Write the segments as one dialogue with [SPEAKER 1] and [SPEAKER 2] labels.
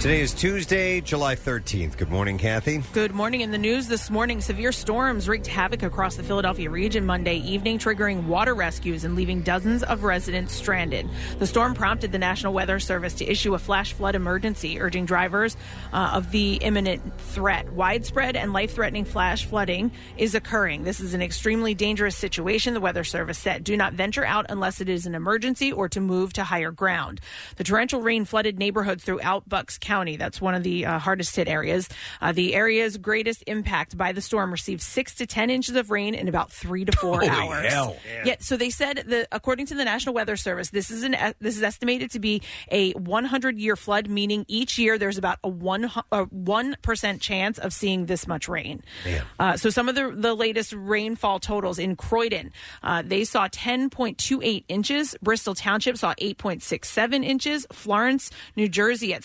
[SPEAKER 1] Today is Tuesday, July 13th. Good morning, Kathy.
[SPEAKER 2] Good morning. In the news this morning, severe storms wreaked havoc across the Philadelphia region Monday evening, triggering water rescues and leaving dozens of residents stranded. The storm prompted the National Weather Service to issue a flash flood emergency, urging drivers uh, of the imminent threat. Widespread and life threatening flash flooding is occurring. This is an extremely dangerous situation, the Weather Service said. Do not venture out unless it is an emergency or to move to higher ground. The torrential rain flooded neighborhoods throughout Bucks County. That's one of the uh, hardest hit areas. Uh, the area's greatest impact by the storm received six to 10 inches of rain in about three to four
[SPEAKER 3] Holy
[SPEAKER 2] hours.
[SPEAKER 3] hell.
[SPEAKER 2] Yeah. So they said that according to the National Weather Service, this is an e, this is estimated to be a 100 year flood, meaning each year there's about a one one percent chance of seeing this much rain. Uh, so some of the the latest rainfall totals in Croydon, uh, they saw 10.28 inches. Bristol Township saw 8.67 inches. Florence, New Jersey, at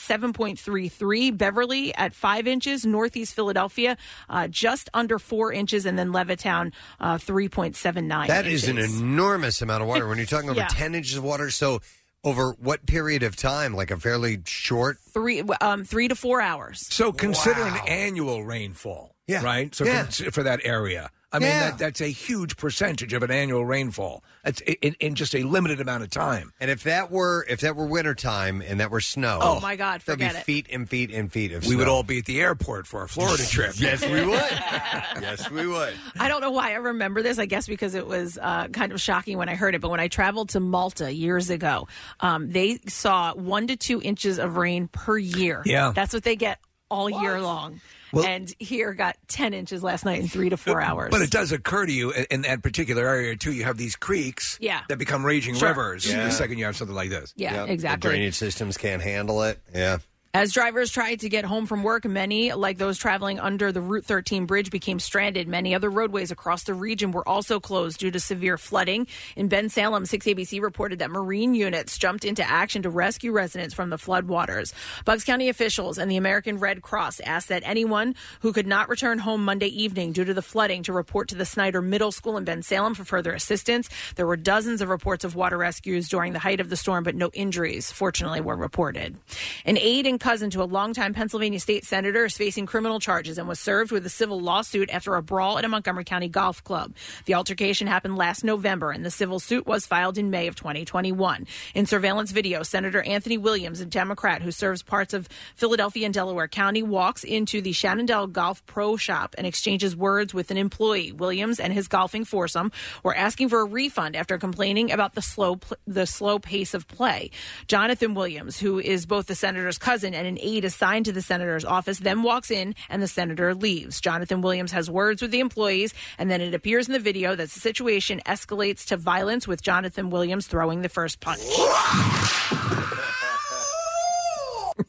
[SPEAKER 2] 7.33. Beverly at five inches. Northeast Philadelphia, uh, just under four inches, and then Levittown, uh, 3.79.
[SPEAKER 1] That is an
[SPEAKER 2] inches.
[SPEAKER 1] enormous amount of water. When you're talking over
[SPEAKER 2] Yeah.
[SPEAKER 1] 10 inches of water, so over what period of time? Like a fairly short.
[SPEAKER 2] three um, three to four hours.
[SPEAKER 4] So consider an annual rainfall,
[SPEAKER 2] Yeah.
[SPEAKER 4] right? So
[SPEAKER 2] Yeah.
[SPEAKER 4] for, for that area, I mean that, that's a huge percentage of an annual rainfall. That's i- in, in just a limited amount of time.
[SPEAKER 1] And if that were if that were wintertime and that were snow,
[SPEAKER 4] Oh, my God,
[SPEAKER 1] there'd be
[SPEAKER 4] forget it.
[SPEAKER 1] feet and feet and feet of
[SPEAKER 4] We would
[SPEAKER 1] snow.
[SPEAKER 4] all be at the airport for our Florida trip.
[SPEAKER 1] yes, we would. yes, we would.
[SPEAKER 2] I don't know why I remember this. I guess because it was uh, kind of shocking when I heard it. But when I traveled to Malta years ago, um, they saw one to two inches of rain per year.
[SPEAKER 4] Yeah.
[SPEAKER 2] that's what they get all year long.
[SPEAKER 4] Well-
[SPEAKER 2] and here got ten inches last night in three to four hours.
[SPEAKER 4] But it does occur to you in, in that particular area too. You have these creeks,
[SPEAKER 2] Yeah.
[SPEAKER 4] that become raging
[SPEAKER 2] Sure.
[SPEAKER 4] rivers
[SPEAKER 1] Yeah.
[SPEAKER 4] the second you have something like this.
[SPEAKER 2] Yeah, Yep. exactly.
[SPEAKER 1] The drainage systems can't handle it. Yeah.
[SPEAKER 2] As drivers tried to get home from work, many, like those traveling under the Route 13 bridge, became stranded. Many other roadways across the region were also closed due to severe flooding. In Ben Salem, 6ABC reported that Marine units jumped into action to rescue residents from the floodwaters. Bucks County officials and the American Red Cross asked that anyone who could not return home Monday evening due to the flooding to report to the Snyder Middle School in Ben Salem for further assistance. There were dozens of reports of water rescues during the height of the storm, but no injuries, fortunately, were reported. An aide and cousin to a longtime Pennsylvania state senator is facing criminal charges and was served with a civil lawsuit after a brawl at a Montgomery County golf club. The altercation happened last November, and the civil suit was filed in May of 2021. In surveillance video, Senator Anthony Williams, a Democrat who serves parts of Philadelphia and Delaware County, walks into the Shenandoah Golf Pro Shop and exchanges words with an employee. Williams and his golfing foursome were asking for a refund after complaining about the slow pl- the slow pace of play. Jonathan Williams, who is both the senator's cousin and an aide assigned to the senator's office, then walks in and the senator leaves. Jonathan Williams has words with the employees, and then it appears in the video that the situation escalates to violence with Jonathan Williams throwing the first punch.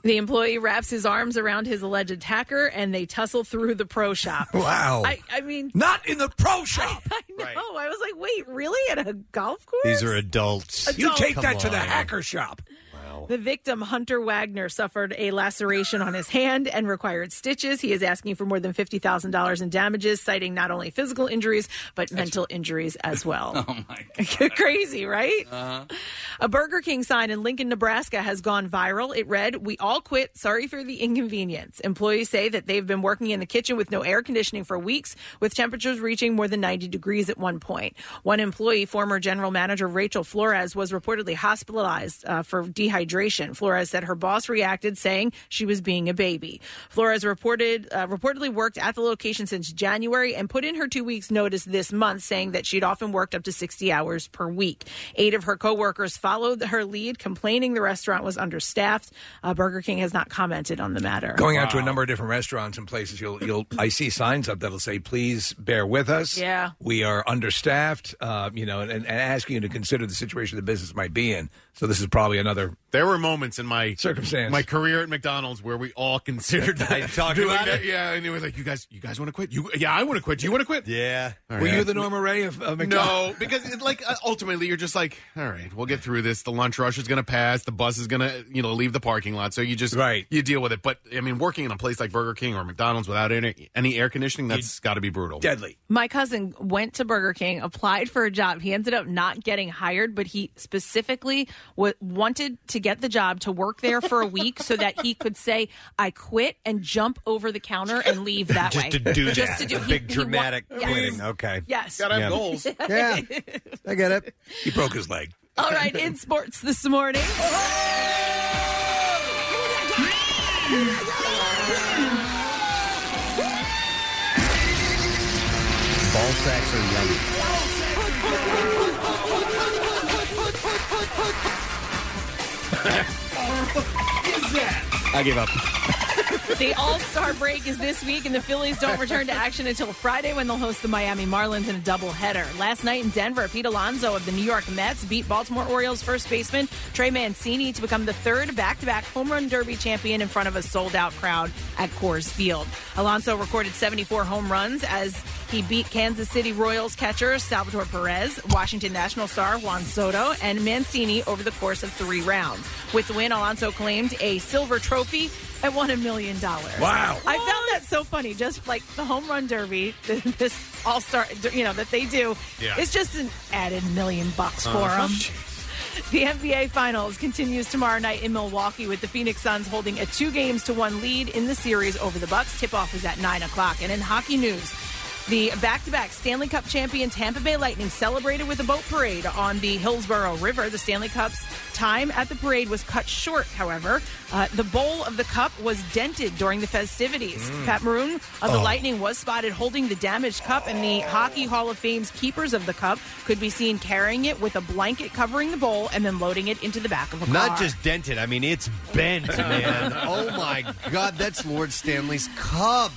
[SPEAKER 2] The employee wraps his arms around his alleged attacker and they tussle through the pro shop.
[SPEAKER 4] Wow.
[SPEAKER 2] I, I mean,
[SPEAKER 4] Not in the pro shop.
[SPEAKER 2] I know. I was like, wait, really? At a golf course?
[SPEAKER 1] These are adults.
[SPEAKER 4] You take
[SPEAKER 1] Come
[SPEAKER 4] that to the
[SPEAKER 1] on.
[SPEAKER 4] hacker shop.
[SPEAKER 2] The victim, Hunter Wagner, suffered a laceration on his hand and required stitches. He is asking for more than $50,000 in damages, citing not only physical injuries, but mental injuries as well.
[SPEAKER 5] Oh my
[SPEAKER 2] Crazy, right?
[SPEAKER 5] Uh-huh.
[SPEAKER 2] A Burger King sign in Lincoln, Nebraska has gone viral. It read, We all quit. Sorry for the inconvenience. Employees say that they've been working in the kitchen with no air conditioning for weeks, with temperatures reaching more than 90 degrees at one point. One employee, former general manager Rachel Flores, was reportedly hospitalized uh, for dehydration. Flores said her boss reacted, saying she was being a baby. Flores reported uh, reportedly worked at the location since January and put in her two weeks' notice this month, saying that she'd often worked up to 60 hours per week. Eight of her coworkers followed her lead, complaining the restaurant was understaffed. Uh, Burger King has not commented on the matter.
[SPEAKER 4] Going out to a number of different restaurants and places, you'll you'll I see signs up that'll say, "Please bear with us."
[SPEAKER 2] Yeah.
[SPEAKER 4] we are understaffed. Uh, you know, and, and asking you to consider the situation the business might be in. So this is probably another.
[SPEAKER 3] There were moments in my
[SPEAKER 4] circumstance,
[SPEAKER 3] my career at McDonald's, where we all considered that.
[SPEAKER 5] Talked
[SPEAKER 3] doing
[SPEAKER 5] about
[SPEAKER 3] that.
[SPEAKER 5] it?
[SPEAKER 3] Yeah, and it was like, you guys, you guys want to quit? You, yeah, I want to quit. Do you want to quit?
[SPEAKER 5] Yeah.
[SPEAKER 3] All
[SPEAKER 4] Were
[SPEAKER 3] right.
[SPEAKER 4] you the Norma Ray of, of McDonald's?
[SPEAKER 3] No, because it, like uh, ultimately you're just like, all right, we'll get through this. The lunch rush is going to pass. The bus is going to, you know, leave the parking lot. So you just
[SPEAKER 4] Right.
[SPEAKER 3] you deal with it. But I mean, working in a place like Burger King or McDonald's without any, any air conditioning, that's got to be brutal.
[SPEAKER 4] Deadly.
[SPEAKER 2] My cousin went to Burger King, applied for a job. He ended up not getting hired, but he specifically w- wanted to get the job to work there for a week so that he could say, I quit and jump over the counter and leave that
[SPEAKER 5] Just
[SPEAKER 2] way.
[SPEAKER 5] to do
[SPEAKER 2] Just
[SPEAKER 5] that.
[SPEAKER 2] to do-
[SPEAKER 5] A
[SPEAKER 2] he-
[SPEAKER 5] big
[SPEAKER 2] he wa-
[SPEAKER 5] dramatic
[SPEAKER 2] yes.
[SPEAKER 5] quitting. Okay.
[SPEAKER 2] Yes.
[SPEAKER 3] Got to have
[SPEAKER 5] Yeah.
[SPEAKER 3] goals.
[SPEAKER 1] Yeah, I get it.
[SPEAKER 4] He broke his leg.
[SPEAKER 2] All right, in sports this morning.
[SPEAKER 1] Ball sacks are yummy. I give up.
[SPEAKER 2] The All Star break is this week, and the Phillies don't return to action until Friday when they'll host the Miami Marlins in a doubleheader. Last night in Denver, Pete Alonso of the New York Mets beat Baltimore Orioles first baseman Trey Mancini to become the third back to back home run derby champion in front of a sold out crowd at Coors Field. Alonso recorded 74 home runs as he beat Kansas City Royals catcher Salvador Perez, Washington National star Juan Soto, and Mancini over the course of three rounds. With the win, Alonso claimed a silver trophy and won a million dollars.
[SPEAKER 4] Wow.
[SPEAKER 2] I found that so funny. Just like the home run derby, this all star, you know, that they do,
[SPEAKER 3] Yeah.
[SPEAKER 2] it's just an added million bucks for them. The NBA Finals continues tomorrow night in Milwaukee with the Phoenix Suns holding a two games to one lead in the series over the Bucks. Tip off is at nine o'clock. And in hockey news, the back to back Stanley Cup champion Tampa Bay Lightning celebrated with a boat parade on the Hillsborough River. The Stanley Cup's time at the parade was cut short, however. Uh, the bowl of the cup was dented during the festivities. Pat Maroon of Uh,
[SPEAKER 5] Oh.
[SPEAKER 2] the Lightning was spotted holding the damaged cup, and the Hockey Hall of Fame's keepers of the cup could be seen carrying it with a blanket covering the bowl and then loading it into the back of a car.
[SPEAKER 5] Not just dented. I mean, it's bent, man.
[SPEAKER 1] oh my God, that's Lord Stanley's Cup.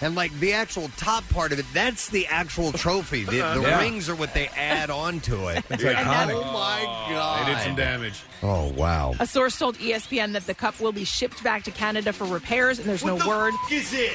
[SPEAKER 1] And like the actual top part of it, that's the actual trophy. The, the
[SPEAKER 4] Yeah.
[SPEAKER 1] Uh-huh. rings are what they add on to it.
[SPEAKER 4] iconic.
[SPEAKER 1] Oh my God.
[SPEAKER 3] They did some damage.
[SPEAKER 1] Oh, wow.
[SPEAKER 2] A source told E ESPN that the cup will be shipped back to Canada for repairs, and there's no word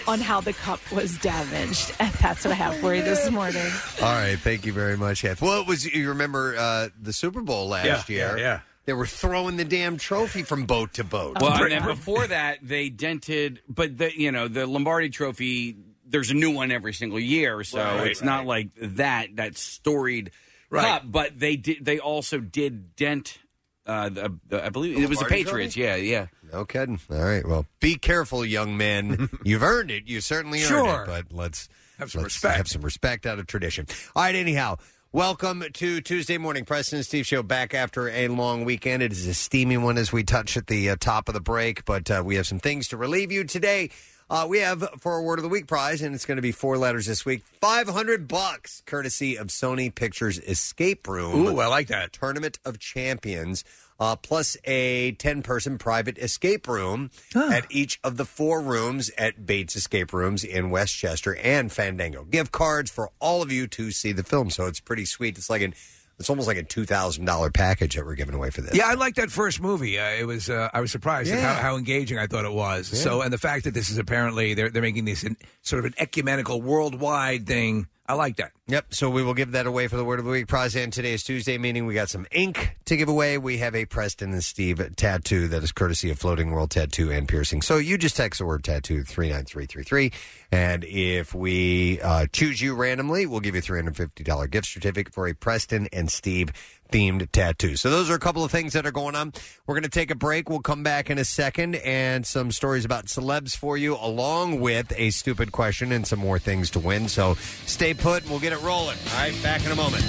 [SPEAKER 2] on how the cup was damaged. And that's what I have for you
[SPEAKER 5] Oh
[SPEAKER 2] this morning.
[SPEAKER 1] All right, thank you very much, Heath. Well, it was you remember uh, the Super Bowl last
[SPEAKER 4] Yeah,
[SPEAKER 1] year?
[SPEAKER 4] yeah, yeah.
[SPEAKER 1] They were throwing the damn trophy from boat to boat.
[SPEAKER 6] Well, and then before that, they dented, but the you know the Lombardi Trophy. There's a new one every single year, so it's not like that that storied
[SPEAKER 4] Right.
[SPEAKER 6] cup. But they did. They also did dent. Uh, the, the, I believe it was the
[SPEAKER 1] Lombardi
[SPEAKER 6] Patriots. Yeah, yeah.
[SPEAKER 1] no kidding. All right, well, be careful, young men. You've earned it. You certainly earned
[SPEAKER 4] Sure.
[SPEAKER 1] it. But let's
[SPEAKER 4] Have some
[SPEAKER 1] let's
[SPEAKER 4] respect.
[SPEAKER 1] Have some respect out of tradition. All right, anyhow. Welcome to Tuesday morning, Preston and Steve show. Back after a long weekend, it is a steamy one as we touch at the uh, top of the break. But uh, we have some things to relieve you today. Uh, we have for our word of the week prize, and it's going to be four letters this week. Five hundred bucks, courtesy of Sony Pictures Escape Room.
[SPEAKER 4] Ooh, I like that.
[SPEAKER 1] Tournament of Champions, uh, plus a 10 person private escape room at each of the four rooms at Bates Escape Rooms in Westchester and Fandango. Gift cards for all of you to see the film. So it's pretty sweet. It's like an. It's almost like a two thousand dollar package that we're giving away for this.
[SPEAKER 4] Yeah, I liked that first movie. Uh, it was uh, I was surprised at
[SPEAKER 1] Yeah.
[SPEAKER 4] how, how engaging I thought it was. So, and the fact that this is apparently they're they're making this in, sort of an ecumenical, worldwide thing. I like that.
[SPEAKER 1] Yep. So we will give that away for the Word of the Week prize. And today's Tuesday meeting, we got some ink to give away. We have a Preston and Steve tattoo that is courtesy of Floating World Tattoo and Piercing. So you just text the word tattoo three nine three three three, and if we uh, choose you randomly, we'll give you three hundred fifty dollar gift certificate for a Preston and Steve themed tattoo. So those are a couple of things that are going on. We're going to take a break. We'll come back in a second and some stories about celebs for you, along with a stupid question and some more things to win. So stay put and we'll get it rolling. All right, back in a moment.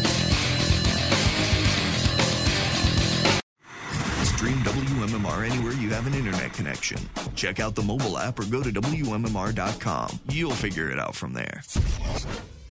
[SPEAKER 7] Stream WMMR anywhere you have an internet connection. Check out the mobile app or go to WMMR.com. You'll figure it out from there.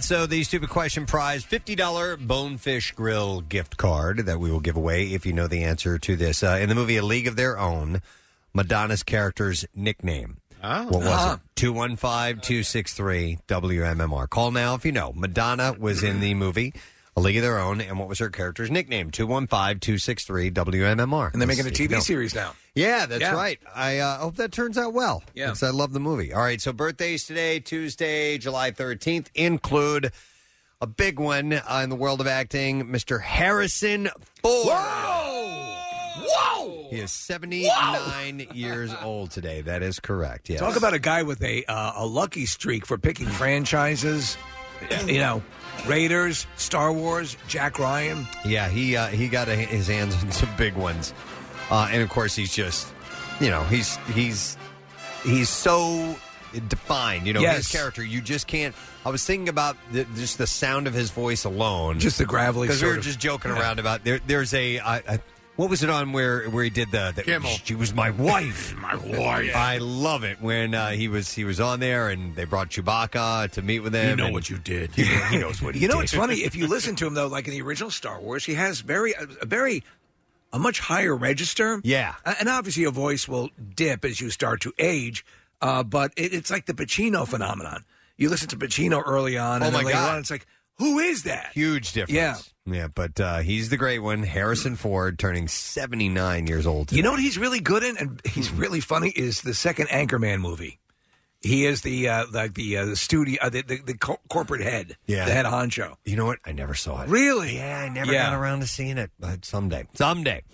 [SPEAKER 1] So the stupid question prize, fifty dollar Bonefish Grill gift card that we will give away if you know the answer to this. Uh, in the movie A League of Their Own, Madonna's character's nickname.
[SPEAKER 4] Oh.
[SPEAKER 1] What was
[SPEAKER 5] Ah.
[SPEAKER 1] it? 215-263 WMMR. Call now if you know. Madonna was in the movie A League of Their Own, and what was her character's nickname? 215-263 WMMR.
[SPEAKER 4] And they're making a
[SPEAKER 1] Let's see.
[SPEAKER 4] TV
[SPEAKER 1] No.
[SPEAKER 4] series now.
[SPEAKER 1] Yeah, that's
[SPEAKER 4] Yeah.
[SPEAKER 1] right. I uh, hope that turns out well. Yeah. Because I love the movie. All right, so birthdays today, Tuesday, July 13th, include a big one uh, in the world of acting, Mr. Harrison Ford.
[SPEAKER 4] Whoa!
[SPEAKER 1] He is 79 years old today. That is correct. Yes.
[SPEAKER 4] Talk about a guy with a uh, a lucky streak for picking franchises. You know, Raiders, Star Wars, Jack Ryan.
[SPEAKER 1] Yeah, he uh, he got a, his hands on some big ones, uh, and of course he's just, you know, he's he's he's so defined. You know, his
[SPEAKER 4] Yes.
[SPEAKER 1] character. You just can't. I was thinking about the, just the sound of his voice alone,
[SPEAKER 4] Just the gravelly
[SPEAKER 1] Because we
[SPEAKER 4] sort
[SPEAKER 1] were
[SPEAKER 4] of-
[SPEAKER 1] just joking
[SPEAKER 4] Yeah.
[SPEAKER 1] around about there. There's a. I, I, what was it on where where he did the, the
[SPEAKER 4] Kimmel.
[SPEAKER 1] She was my wife,
[SPEAKER 4] my wife.
[SPEAKER 1] I love it when uh, he was he was on there and they brought Chewbacca to meet with him.
[SPEAKER 4] know
[SPEAKER 1] and-
[SPEAKER 4] what you did.
[SPEAKER 1] he knows what he
[SPEAKER 4] You know,
[SPEAKER 1] did.
[SPEAKER 4] it's funny if you listen to him though. Like in the original Star Wars, he has very a, a very a much higher register. Yeah, and obviously your voice will dip as you start to age. Uh, but it, it's like the Pacino phenomenon. You listen to Pacino early on,
[SPEAKER 1] Oh,
[SPEAKER 4] and
[SPEAKER 1] my
[SPEAKER 4] then later
[SPEAKER 1] God.
[SPEAKER 4] on, it's like, who is that?
[SPEAKER 1] Huge difference.
[SPEAKER 4] Yeah.
[SPEAKER 1] Yeah, but uh, he's the great one. Harrison Ford turning 79 years old.
[SPEAKER 4] You know what he's really good in, and he's
[SPEAKER 1] Hmm.
[SPEAKER 4] really funny, is the second Anchorman movie. He is the uh, like the uh, the studio uh, the the, the co- corporate head,
[SPEAKER 1] Yeah.
[SPEAKER 4] the head honcho.
[SPEAKER 1] You know what? I never saw it.
[SPEAKER 4] Really?
[SPEAKER 1] Yeah, I never
[SPEAKER 4] Yeah.
[SPEAKER 1] got around to seeing it, but someday. Someday.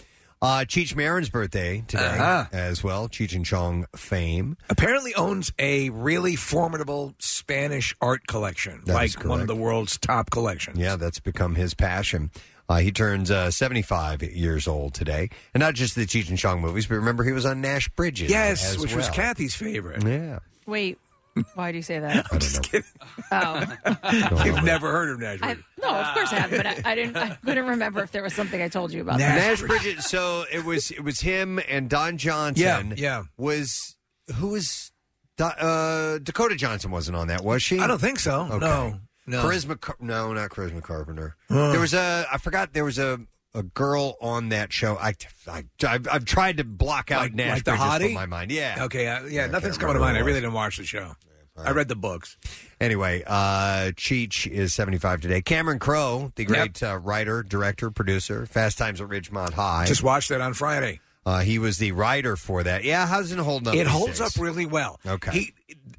[SPEAKER 1] Uh, Cheech Marin's birthday today
[SPEAKER 4] Uh-huh.
[SPEAKER 1] as well. Cheech and Chong fame.
[SPEAKER 4] Apparently owns a really formidable Spanish art collection,
[SPEAKER 1] That is
[SPEAKER 4] like one of the world's top collections.
[SPEAKER 1] Yeah, that's become his passion. Uh, he turns uh, 75 years old today. And not just the Cheech and Chong movies, but remember he was on Nash Bridges.
[SPEAKER 4] Yes,
[SPEAKER 1] as
[SPEAKER 4] which was
[SPEAKER 1] well.
[SPEAKER 4] Kathy's favorite.
[SPEAKER 1] Yeah,
[SPEAKER 2] Wait, why do you say that?
[SPEAKER 1] I don't know.
[SPEAKER 2] Oh
[SPEAKER 4] You've never heard of Nash.
[SPEAKER 2] I, Oh. no, of course I have, but I, I didn't. I couldn't remember if there was something I told you about. that.
[SPEAKER 1] Nash Bridges. So it was it was him and Don Johnson.
[SPEAKER 4] Yeah, yeah.
[SPEAKER 1] Was who was Do- uh, Dakota Johnson wasn't on that, was she?
[SPEAKER 4] I don't think so. No, no.
[SPEAKER 1] Charisma. Car- no, not Charisma Carpenter.
[SPEAKER 4] Huh.
[SPEAKER 1] There was a. I forgot. There was a. A girl on that show. I, I, I've, I've tried to block out
[SPEAKER 4] Like,
[SPEAKER 1] Nash
[SPEAKER 4] like the
[SPEAKER 1] Bridges
[SPEAKER 4] hottie?
[SPEAKER 1] from my mind. Yeah.
[SPEAKER 4] Okay, uh, yeah, nothing's
[SPEAKER 1] can't
[SPEAKER 4] coming
[SPEAKER 1] remember
[SPEAKER 4] to
[SPEAKER 1] who it
[SPEAKER 4] mind. I really
[SPEAKER 1] was.
[SPEAKER 4] didn't watch the show. I read the books.
[SPEAKER 1] Anyway, uh, Cheech is 75 today. Cameron Crowe, the great uh, writer, director, producer, Fast Times at Ridgemont High.
[SPEAKER 4] Just watched that on Friday.
[SPEAKER 1] Uh, he was the writer for that. Yeah, how's it holding up?
[SPEAKER 4] It
[SPEAKER 1] these
[SPEAKER 4] holds
[SPEAKER 1] days?
[SPEAKER 4] up really well.
[SPEAKER 1] Okay.
[SPEAKER 4] He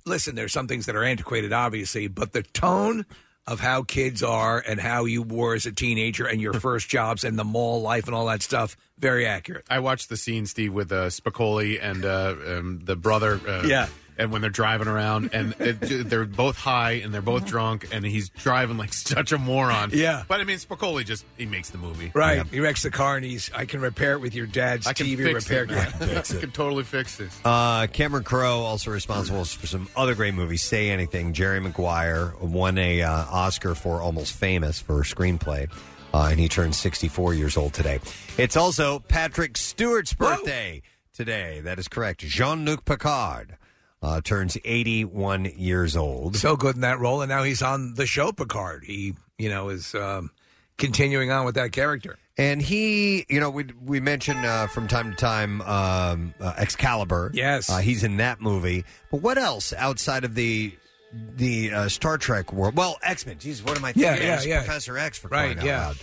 [SPEAKER 4] listen, there's some things that are antiquated, obviously, but the tone of how kids are and how you were as a teenager and your first jobs and the mall life and all that stuff, very accurate.
[SPEAKER 3] I watched the scene, Steve, with uh, Spicoli and uh, um, the brother. Uh,
[SPEAKER 4] Yeah.
[SPEAKER 3] And when they're driving around, and it, they're both high and they're both drunk, and he's driving like such a moron.
[SPEAKER 4] Uh-huh. Yeah.
[SPEAKER 3] But I mean, Spicoli just he makes the movie.
[SPEAKER 4] Right. He wrecks the car and he's I can repair it with your dad's
[SPEAKER 3] I can
[SPEAKER 4] TV
[SPEAKER 3] fix
[SPEAKER 4] repair
[SPEAKER 3] it. man.
[SPEAKER 4] kit.
[SPEAKER 3] I can totally fix this.
[SPEAKER 1] Uh, Cameron Crowe, also responsible for some other great movies, Say Anything. Jerry Maguire won a uh, Oscar for Almost Famous for screenplay, uh, and he turned 64 years old today. It's also Patrick Stewart's birthday today. That is correct. Jean Luc Picard uh, turns 81 years old.
[SPEAKER 4] So good in that role and now he's on the show Picard. He, you know, is um, continuing on with that character.
[SPEAKER 1] And he, you know, we we mentioned uh, from time to time um, uh, Excalibur.
[SPEAKER 4] Yes.
[SPEAKER 1] uh, he's in that movie. But what else outside of the the uh, Star Trek world? Well, X Men. Jeez, what am I thinking?
[SPEAKER 4] Yeah, yeah,
[SPEAKER 1] It's
[SPEAKER 4] yeah.
[SPEAKER 1] Professor X for
[SPEAKER 4] Right,
[SPEAKER 1] crying out
[SPEAKER 4] yeah.
[SPEAKER 1] loud.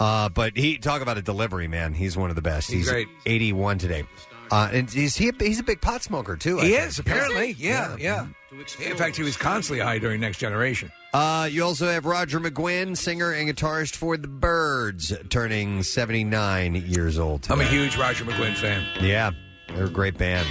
[SPEAKER 1] Uh, but he talk about a delivery man. He's one of the best.
[SPEAKER 4] He's great.
[SPEAKER 1] 81 today, uh, and is he? A, he's a big pot smoker too. I
[SPEAKER 4] he
[SPEAKER 1] think.
[SPEAKER 4] is, apparently. Yeah, yeah. In fact, he was constantly high during Next Generation.
[SPEAKER 1] Uh, you also have Roger McGuinn, singer and guitarist for the Birds, turning 79 years old. Today.
[SPEAKER 4] I'm a huge Roger McGuinn fan.
[SPEAKER 1] Yeah, they're a great band.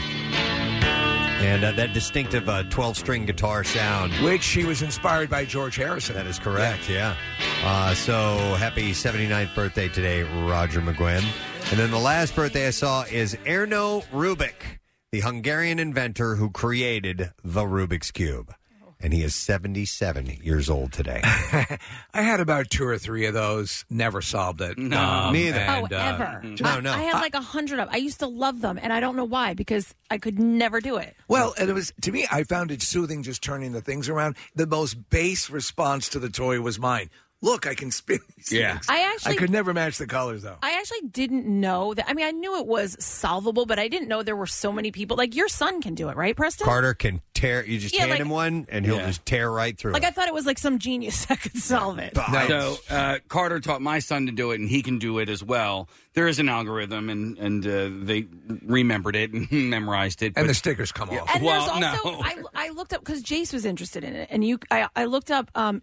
[SPEAKER 1] And uh, that distinctive 12 string guitar sound.
[SPEAKER 4] Which she was inspired by George Harrison. That
[SPEAKER 1] is Correct, yeah. Uh, so happy 79th birthday today, Roger McGuinn. And then the last birthday I saw is Erno Rubik, the Hungarian inventor who created the Rubik's Cube. And he is 77 years old today.
[SPEAKER 4] I had about two or three of those. Never solved it.
[SPEAKER 1] No. Neither.
[SPEAKER 4] and,
[SPEAKER 1] Oh,
[SPEAKER 4] uh,
[SPEAKER 1] ever.
[SPEAKER 6] Mm-hmm.
[SPEAKER 2] I, I had like a hundred of. I used to love them, and I don't know why because I could never do it.
[SPEAKER 4] Well, and it was to me. I found it soothing just turning the things around. The most base response to the toy was mine. Look, I can spin. These
[SPEAKER 6] Yeah.
[SPEAKER 4] things.
[SPEAKER 2] I actually-
[SPEAKER 4] I could never match the colors though.
[SPEAKER 2] I actually didn't know that. I mean, I knew it was solvable, but I didn't know there were so many people. Like your son can do it, right, Preston?
[SPEAKER 1] Carter can tear, you just
[SPEAKER 2] Yeah,
[SPEAKER 1] hand
[SPEAKER 2] like-
[SPEAKER 1] him one and he'll just tear right through
[SPEAKER 2] Like
[SPEAKER 1] it.
[SPEAKER 2] I thought it was like some genius that could solve it.
[SPEAKER 6] So uh, Carter taught my son to do it, and he can do it as well. There is an algorithm, and and uh, they remembered it and memorized it.
[SPEAKER 4] And the stickers come off.
[SPEAKER 2] And
[SPEAKER 6] well,
[SPEAKER 2] there's also
[SPEAKER 6] no.
[SPEAKER 2] I, I looked up because Jace was interested in it, and you I, I looked up um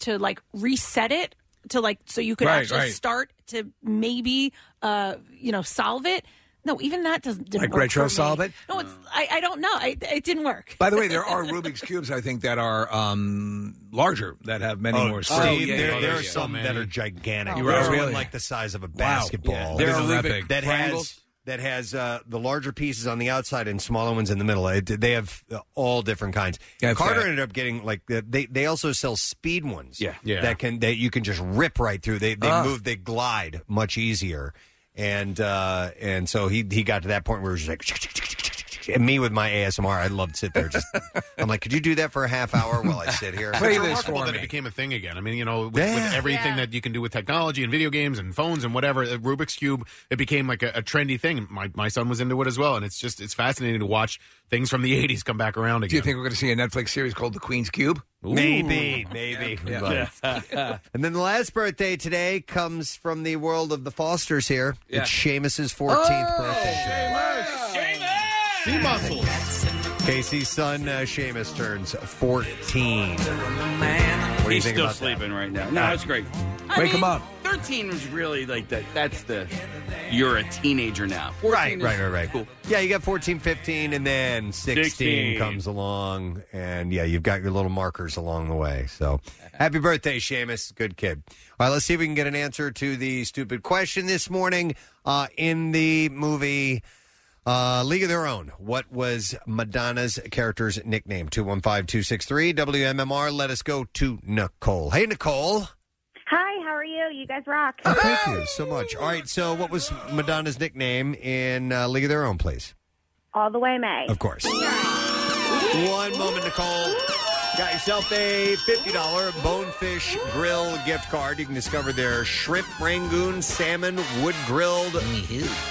[SPEAKER 2] to like reset it to like so you could
[SPEAKER 8] Right,
[SPEAKER 2] actually
[SPEAKER 8] right.
[SPEAKER 2] start to maybe uh you know solve it. No, even that doesn't didn't
[SPEAKER 4] Like
[SPEAKER 2] work for
[SPEAKER 4] retro
[SPEAKER 2] me.
[SPEAKER 4] solve it?
[SPEAKER 2] No,
[SPEAKER 1] Um,
[SPEAKER 2] it's I, I don't know. I, it didn't work.
[SPEAKER 4] By the way, there are Rubik's cubes I think that are um, larger that have many
[SPEAKER 1] Oh,
[SPEAKER 4] more.
[SPEAKER 1] Steve,
[SPEAKER 4] squares.
[SPEAKER 1] there, there are some that are gigantic.
[SPEAKER 4] Oh,
[SPEAKER 1] There are
[SPEAKER 4] really?
[SPEAKER 1] one like the size of a basketball.
[SPEAKER 4] Yeah, they're They're that Olympic big.
[SPEAKER 1] that
[SPEAKER 4] triangles?
[SPEAKER 1] has that has uh, the larger pieces on the outside and smaller ones in the middle. It, they have uh, all different kinds.
[SPEAKER 4] That's
[SPEAKER 1] Carter
[SPEAKER 4] right.
[SPEAKER 1] ended up getting like uh, they they also sell speed ones. Yeah,
[SPEAKER 4] Yeah.
[SPEAKER 1] That can that you can just rip right through. They they
[SPEAKER 4] Ah.
[SPEAKER 1] move they glide much easier. And uh, and so he he got to that point where he was just like. And me with my ASMR, I love to sit there. Just, I'm like, could you do that for a half hour while I sit here?
[SPEAKER 3] it's remarkable that it became a thing again. I mean, you know, with, with
[SPEAKER 1] Yeah.
[SPEAKER 3] everything that you can do with technology and video games and phones and whatever, uh, Rubik's cube it became like a, a trendy thing. My my son was into it as well, and it's just it's fascinating to watch things from the '80s come back around again.
[SPEAKER 4] Do you think we're going to see a Netflix series called The Queen's Cube?
[SPEAKER 1] Maybe, maybe.
[SPEAKER 4] Yeah.
[SPEAKER 1] But- and then the last birthday today comes from the world of the Fosters here.
[SPEAKER 4] Yeah.
[SPEAKER 1] It's Seamus's 14th
[SPEAKER 8] Oh.
[SPEAKER 1] birthday.
[SPEAKER 3] Sea muscles.
[SPEAKER 1] Casey's son, uh, Seamus, turns 14. What do you think
[SPEAKER 6] He's still
[SPEAKER 1] about that?
[SPEAKER 6] sleeping right now. No, that's great. I
[SPEAKER 1] Wake him
[SPEAKER 6] mean,
[SPEAKER 1] up.
[SPEAKER 6] Thirteen was really like that. That's the you're a teenager now. 14
[SPEAKER 1] Right,
[SPEAKER 6] is
[SPEAKER 1] right, right, right. Yeah, you got 14, 15, and then 16,
[SPEAKER 6] 16.
[SPEAKER 1] comes along. And yeah, you've got your little markers along the way. So happy birthday, Seamus. Good kid. All right, let's see if we can get an answer to the stupid question this morning. Uh, in the movie uh, League of Their Own, what was Madonna's character's nickname? 215 263 WMMR. Let us go to Nicole. Hey, Nicole.
[SPEAKER 9] Hi, how are you? You guys rock.
[SPEAKER 1] Thank you so much. All right, so what was Madonna's nickname in uh, League of Their Own, please?
[SPEAKER 9] All the way, May.
[SPEAKER 1] Of course. One moment, Nicole. Got yourself a $50 Bonefish Grill gift card. You can discover their shrimp rangoon salmon wood grilled,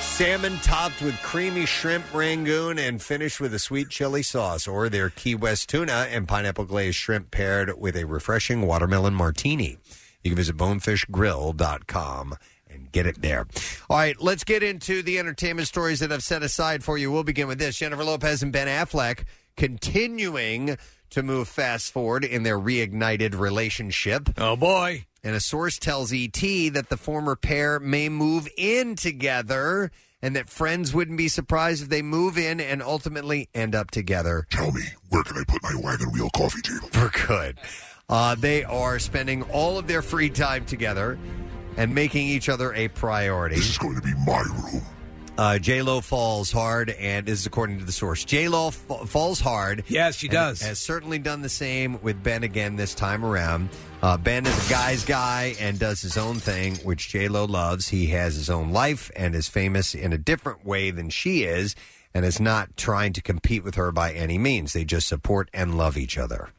[SPEAKER 1] salmon topped with creamy shrimp rangoon and finished with a sweet chili sauce, or their Key West tuna and pineapple glazed shrimp paired with a refreshing watermelon martini. You can visit bonefishgrill.com and get it there. All right, let's get into the entertainment stories that I've set aside for you. We'll begin with this Jennifer Lopez and Ben Affleck continuing to move fast forward in their reignited relationship.
[SPEAKER 4] Oh, boy.
[SPEAKER 1] And a source tells ET that the former pair may move in together and that friends wouldn't be surprised if they move in and ultimately end up together. Tell me, where can I put my wagon wheel coffee table? For good. Uh, they are spending all of their free time together and making each other a priority. This is going to be my room. Uh, J Lo falls hard, and this is according to the source. J Lo f- falls hard.
[SPEAKER 4] Yes, she
[SPEAKER 1] and
[SPEAKER 4] does.
[SPEAKER 1] Has certainly done the same with Ben again this time around. Uh, ben is a guy's guy and does his own thing, which J Lo loves. He has his own life and is famous in a different way than she is, and is not trying to compete with her by any means. They just support and love each other.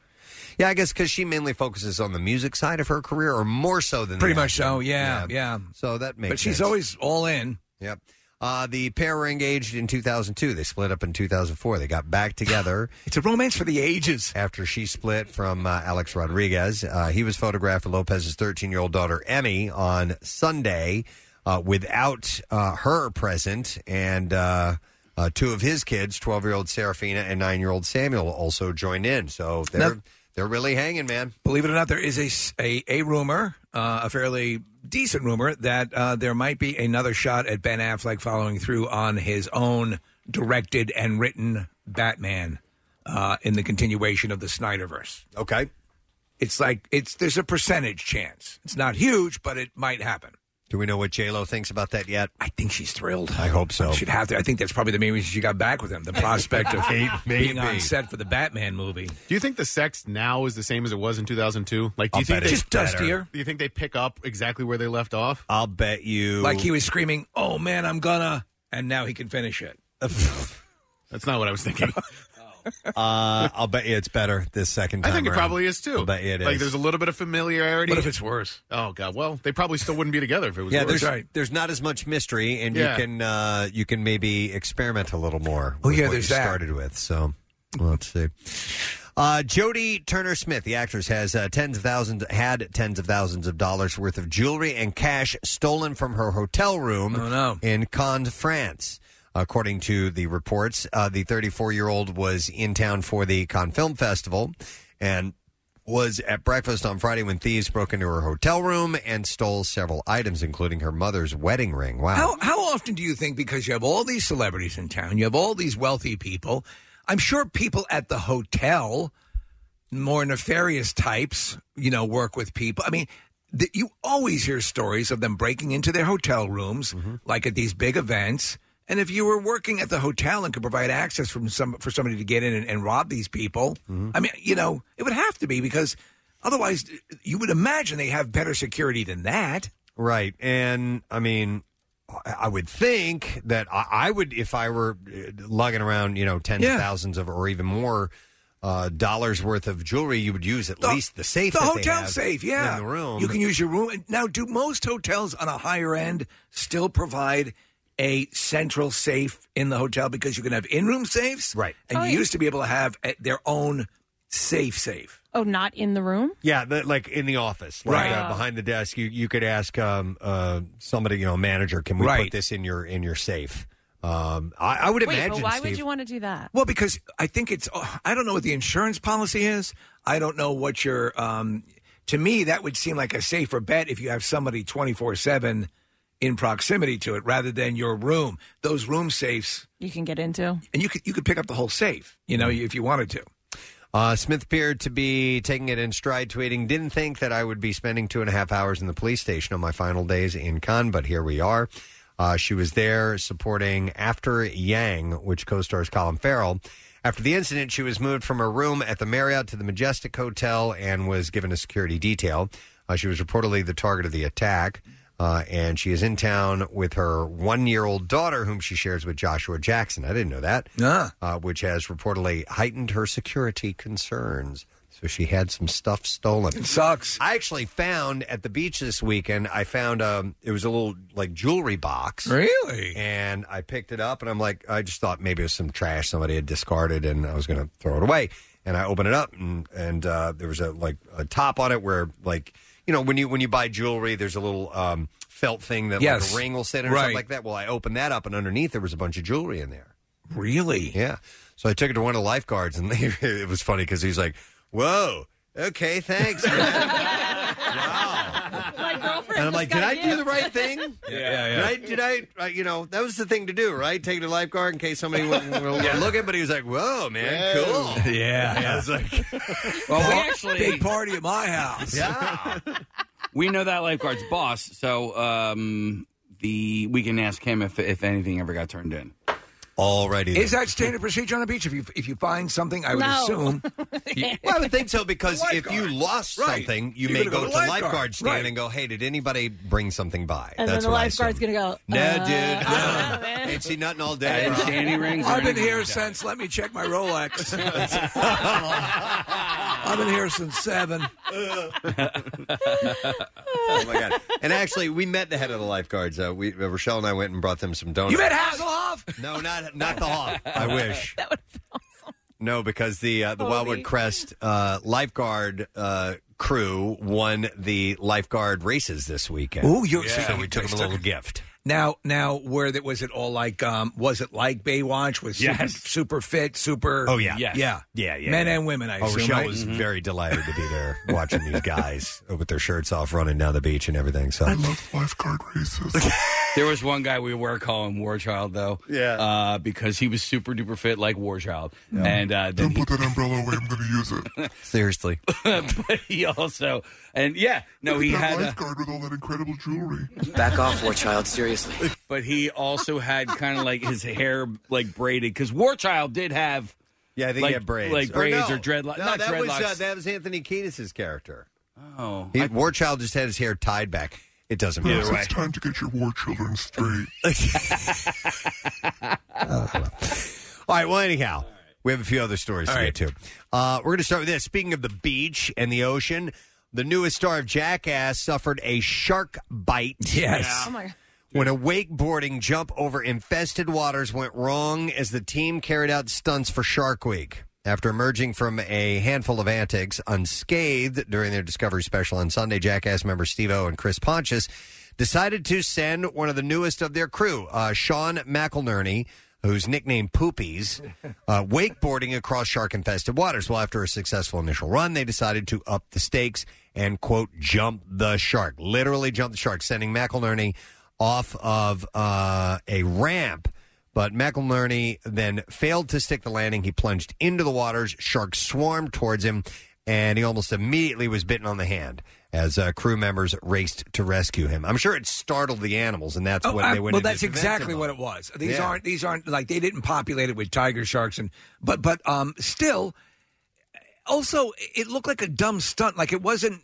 [SPEAKER 1] Yeah, I guess because she mainly focuses on the music side of her career, or more so than
[SPEAKER 4] Pretty
[SPEAKER 1] the
[SPEAKER 4] much so.
[SPEAKER 1] acting.
[SPEAKER 4] Yeah, yeah.
[SPEAKER 1] So that makes.
[SPEAKER 4] But she's
[SPEAKER 1] sense.
[SPEAKER 4] always all in.
[SPEAKER 1] Yep. Uh, the pair were engaged in 2002. They split up in 2004. They got back together.
[SPEAKER 4] it's a romance for the ages.
[SPEAKER 1] After she split from uh, Alex Rodriguez, uh, he was photographed with Lopez's 13 year old daughter Emmy on Sunday uh, without uh, her present, and uh, uh, two of his kids, 12 year old Serafina and 9 year old Samuel, also joined in. So they're
[SPEAKER 4] Now-
[SPEAKER 1] they're really hanging, man.
[SPEAKER 4] Believe it or not, there is a s- a, a rumor, uh, a fairly decent rumor, that uh, there might be another shot at Ben Affleck following through on his own directed and written Batman uh, in the continuation of the Snyderverse.
[SPEAKER 1] Okay,
[SPEAKER 4] it's like it's there's a percentage chance. It's not huge, but it might happen.
[SPEAKER 1] Do we know what J Lo thinks about that yet?
[SPEAKER 4] I think she's thrilled.
[SPEAKER 1] I hope so.
[SPEAKER 4] She'd have to. I think that's probably the main reason she got back with him. The prospect of
[SPEAKER 3] Maybe.
[SPEAKER 4] being on set for the Batman movie.
[SPEAKER 3] Do you think the sex now is the same as it was in 2002? Like, do
[SPEAKER 4] I'll
[SPEAKER 3] you think
[SPEAKER 4] bet
[SPEAKER 3] they,
[SPEAKER 4] it's Just better. dustier.
[SPEAKER 3] Do you think they pick up exactly where they left off?
[SPEAKER 1] I'll bet you.
[SPEAKER 4] Like he was screaming, "Oh man, I'm gonna!" and now he can finish it.
[SPEAKER 3] That's not what I was thinking.
[SPEAKER 1] uh, I'll bet you it's better this second
[SPEAKER 3] I
[SPEAKER 1] time.
[SPEAKER 3] think it
[SPEAKER 1] around.
[SPEAKER 3] probably is too.
[SPEAKER 1] I'll bet you it is.
[SPEAKER 3] Like, there's a little bit of familiarity.
[SPEAKER 1] What if
[SPEAKER 4] it's worse?
[SPEAKER 3] Oh god. Well, they probably still wouldn't be together if it was.
[SPEAKER 1] yeah,
[SPEAKER 3] worse.
[SPEAKER 1] there's there's not as much mystery, and
[SPEAKER 3] Yeah.
[SPEAKER 1] you can uh, you can maybe experiment a little more.
[SPEAKER 3] Oh,
[SPEAKER 1] with
[SPEAKER 3] yeah,
[SPEAKER 1] what
[SPEAKER 3] there's
[SPEAKER 1] you
[SPEAKER 3] that.
[SPEAKER 1] started with. So let's see. Uh, Jody Turner Smith, the actress, has uh, tens of thousands had tens of thousands of dollars worth of jewelry and cash stolen from her hotel room in Cannes, France. According to the reports, uh, the 34 year old was in town for the Cannes Film Festival and was at breakfast on Friday when thieves broke into her hotel room and stole several items, including her mother's wedding ring. Wow.
[SPEAKER 4] How how often do you think because you have all these celebrities in town, you have all these wealthy people? I'm sure people at the hotel, more nefarious types, you know, work with people. I mean, th- you always hear stories of them breaking into their hotel rooms,
[SPEAKER 1] Mm-hmm.
[SPEAKER 4] like at these big events. And if you were working at the hotel and could provide access from some for somebody to get in and, and rob these people,
[SPEAKER 1] Mm-hmm.
[SPEAKER 4] I mean, you know, it would have to be because otherwise, you would imagine they have better security than that.
[SPEAKER 1] Right. And I mean, I I would think that I, I would, if I were uh, lugging around, you know, tens
[SPEAKER 4] Yeah.
[SPEAKER 1] of thousands of or even more uh, dollars worth of jewelry, you would use at least the safe.
[SPEAKER 4] the
[SPEAKER 1] that they
[SPEAKER 4] hotel
[SPEAKER 1] have
[SPEAKER 4] safe. Yeah,
[SPEAKER 1] in the room.
[SPEAKER 4] You can use your room now. Do most hotels on a higher end still provide a central safe in the hotel because you can have in-room safes, right? And
[SPEAKER 2] Oh,
[SPEAKER 4] you
[SPEAKER 2] yeah.
[SPEAKER 4] used to be able to have uh, their own safe safe.
[SPEAKER 2] Oh, not in the room?
[SPEAKER 1] Yeah, the, like in the office, like
[SPEAKER 4] Right.
[SPEAKER 1] uh, behind the desk, you you could ask um, uh, somebody, you know, manager, can we put
[SPEAKER 4] Right.
[SPEAKER 1] this in your in your safe? Um, I, I would
[SPEAKER 2] Wait,
[SPEAKER 1] imagine.
[SPEAKER 2] but why
[SPEAKER 1] Steve-
[SPEAKER 2] would you want to do that?
[SPEAKER 4] Well, because I think it's oh, I don't know what the insurance policy is. I don't know what your um to me that would seem like a safer bet if you have somebody 24/7 in proximity to it rather than your room. Those room safes
[SPEAKER 2] You can get into.
[SPEAKER 4] and you could you could pick up the whole safe, you know, if you wanted to.
[SPEAKER 1] Uh, Smith appeared to be taking it in stride, tweeting, Didn't think that I would be spending two and a half hours in the police station on my final days in Cannes, but here we are. Uh, she was there supporting After Yang, which co stars Colin Farrell. After the incident, she was moved from her room at the Marriott to the Majestic Hotel and was given a security detail. Uh, she was reportedly the target of the attack, uh, and she is in town with her one year old daughter, whom she shares with Joshua Jackson. I didn't know that uh, which has reportedly heightened her security concerns. So she had some stuff stolen. It
[SPEAKER 4] sucks.
[SPEAKER 1] I actually found at the beach this weekend. I found um, it was a little like jewelry box.
[SPEAKER 4] Really?
[SPEAKER 1] And I picked it up, and I'm like, I just thought maybe it was some trash somebody had discarded, and I was going to throw it away. And I opened it up, and and uh, there was a like a top on it where like you know when you when you buy jewelry, there's a little um, felt thing that like
[SPEAKER 4] Yes.
[SPEAKER 1] a ring will sit in or
[SPEAKER 4] Right.
[SPEAKER 1] something like that. Well, I opened that up, and underneath there was a bunch of jewelry in there.
[SPEAKER 4] Really?
[SPEAKER 1] Yeah. So I took it to one of the lifeguards, and it was funny because he's like, "Whoa, okay, thanks."
[SPEAKER 5] My girlfriend.
[SPEAKER 1] and I'm like, "Did I do the right thing?
[SPEAKER 5] Yeah, yeah.
[SPEAKER 1] Did I? Did I? uh, you know, that was the thing to do, right? Take it to the lifeguard in case somebody would
[SPEAKER 5] Yeah.
[SPEAKER 1] look at." But he was like, "Whoa, man,
[SPEAKER 5] Yeah.
[SPEAKER 1] cool."
[SPEAKER 4] Yeah.
[SPEAKER 1] I was like,
[SPEAKER 6] Well, we actually
[SPEAKER 4] big party at my house.
[SPEAKER 1] Yeah.
[SPEAKER 6] we know that lifeguard's boss, so um, the we can ask him if if anything ever got turned in.
[SPEAKER 1] Alrighty.
[SPEAKER 4] Is that standard procedure on a beach? If you if you find something, I would
[SPEAKER 1] No.
[SPEAKER 4] assume.
[SPEAKER 1] well, I would think so because if you lost something, you, may go to lifeguard, stand
[SPEAKER 4] Right.
[SPEAKER 1] and go, "Hey, did anybody bring something by?"
[SPEAKER 2] And
[SPEAKER 1] That's
[SPEAKER 2] then the
[SPEAKER 1] what I
[SPEAKER 2] lifeguard's going to go,
[SPEAKER 1] No,
[SPEAKER 2] uh,
[SPEAKER 1] dude. No. Ain't seen nothing all day.
[SPEAKER 4] I didn't
[SPEAKER 1] bro.
[SPEAKER 4] see any rings or I've been anything here like that. since- Let me check my Rolex. I've been here since seven.
[SPEAKER 1] oh my god! And actually, we met the head of the lifeguards. Uh, we uh, Rochelle and I went and brought them some donuts.
[SPEAKER 4] You met Hasselhoff?
[SPEAKER 1] No, not not the Hoff. I wish. That would No, because the uh, the Wildwood Crest uh, lifeguard uh, crew won the lifeguard races this weekend.
[SPEAKER 4] Ooh, you're- so
[SPEAKER 1] so
[SPEAKER 4] you
[SPEAKER 1] we took
[SPEAKER 4] guys
[SPEAKER 1] them a little
[SPEAKER 4] took-
[SPEAKER 1] gift.
[SPEAKER 4] Now, now, where that was it all like? Um, was it like Baywatch? Was super,
[SPEAKER 1] Yes.
[SPEAKER 4] super fit, super?
[SPEAKER 1] Oh yeah,
[SPEAKER 4] yeah,
[SPEAKER 1] yeah, yeah.
[SPEAKER 4] er, Men
[SPEAKER 1] yeah.
[SPEAKER 4] and women. I
[SPEAKER 1] oh,
[SPEAKER 4] assume, Mm-hmm.
[SPEAKER 1] Rochelle
[SPEAKER 4] right?
[SPEAKER 1] was very delighted to be there watching these guys with their shirts off running down the beach and everything. So
[SPEAKER 5] love lifeguard races.
[SPEAKER 6] There was one guy we were calling Warchild though, yeah, uh, because he was super duper fit like Warchild, and uh, then
[SPEAKER 8] Put that umbrella away. I'm going to use it.
[SPEAKER 1] Seriously.
[SPEAKER 6] but he also and yeah, no,
[SPEAKER 8] Look at
[SPEAKER 6] he
[SPEAKER 8] that
[SPEAKER 6] had. A,
[SPEAKER 8] lifeguard with all that incredible jewelry.
[SPEAKER 6] Back off, War Child, seriously. But he also had kind of like his hair like braided because War Child did have.
[SPEAKER 1] Yeah, I think
[SPEAKER 6] like,
[SPEAKER 1] he had braids. Oh,
[SPEAKER 6] Like braids
[SPEAKER 1] no.
[SPEAKER 6] or dreadlocks.
[SPEAKER 1] No,
[SPEAKER 6] Not
[SPEAKER 1] that
[SPEAKER 6] dreadlocks.
[SPEAKER 1] Was, uh, that was Anthony Kiedis's character.
[SPEAKER 6] Oh.
[SPEAKER 1] He, Warchild just had his hair tied back. It doesn't
[SPEAKER 8] Perhaps
[SPEAKER 1] matter.
[SPEAKER 8] it's time to get your war children straight.
[SPEAKER 1] All right. Well, anyhow, we have a few other stories to get to. Uh, we're going to start with this. Speaking of the beach and the ocean, the newest star of Jackass suffered a shark bite.
[SPEAKER 2] Oh my.
[SPEAKER 1] When a wakeboarding jump over infested waters went wrong as the team carried out stunts for Shark Week. After emerging from a handful of antics unscathed during their Discovery special on Sunday, Jackass member Steve O and Chris Pontius decided to send one of the newest of their crew, uh, Sean McInerney, who's nicknamed Poopies, uh, wakeboarding across shark infested waters. Well, after a successful initial run, they decided to up the stakes and, quote, jump the shark. Literally jump the shark, sending McInerney off of uh, a ramp. But McInerney then failed to stick the landing. He plunged into the waters. Sharks swarmed towards him, and he almost immediately was bitten on the hand as uh, crew members raced to rescue him. I'm sure it startled the animals, and that's
[SPEAKER 4] Oh,
[SPEAKER 1] what
[SPEAKER 4] I-
[SPEAKER 1] they went.
[SPEAKER 4] well,
[SPEAKER 1] into
[SPEAKER 4] that's
[SPEAKER 1] defensive
[SPEAKER 4] exactly
[SPEAKER 1] mode.
[SPEAKER 4] what it was. These
[SPEAKER 1] Yeah.
[SPEAKER 4] aren't these aren't like they didn't populate it with tiger sharks and but but um still also it looked like a dumb stunt. Like it wasn't.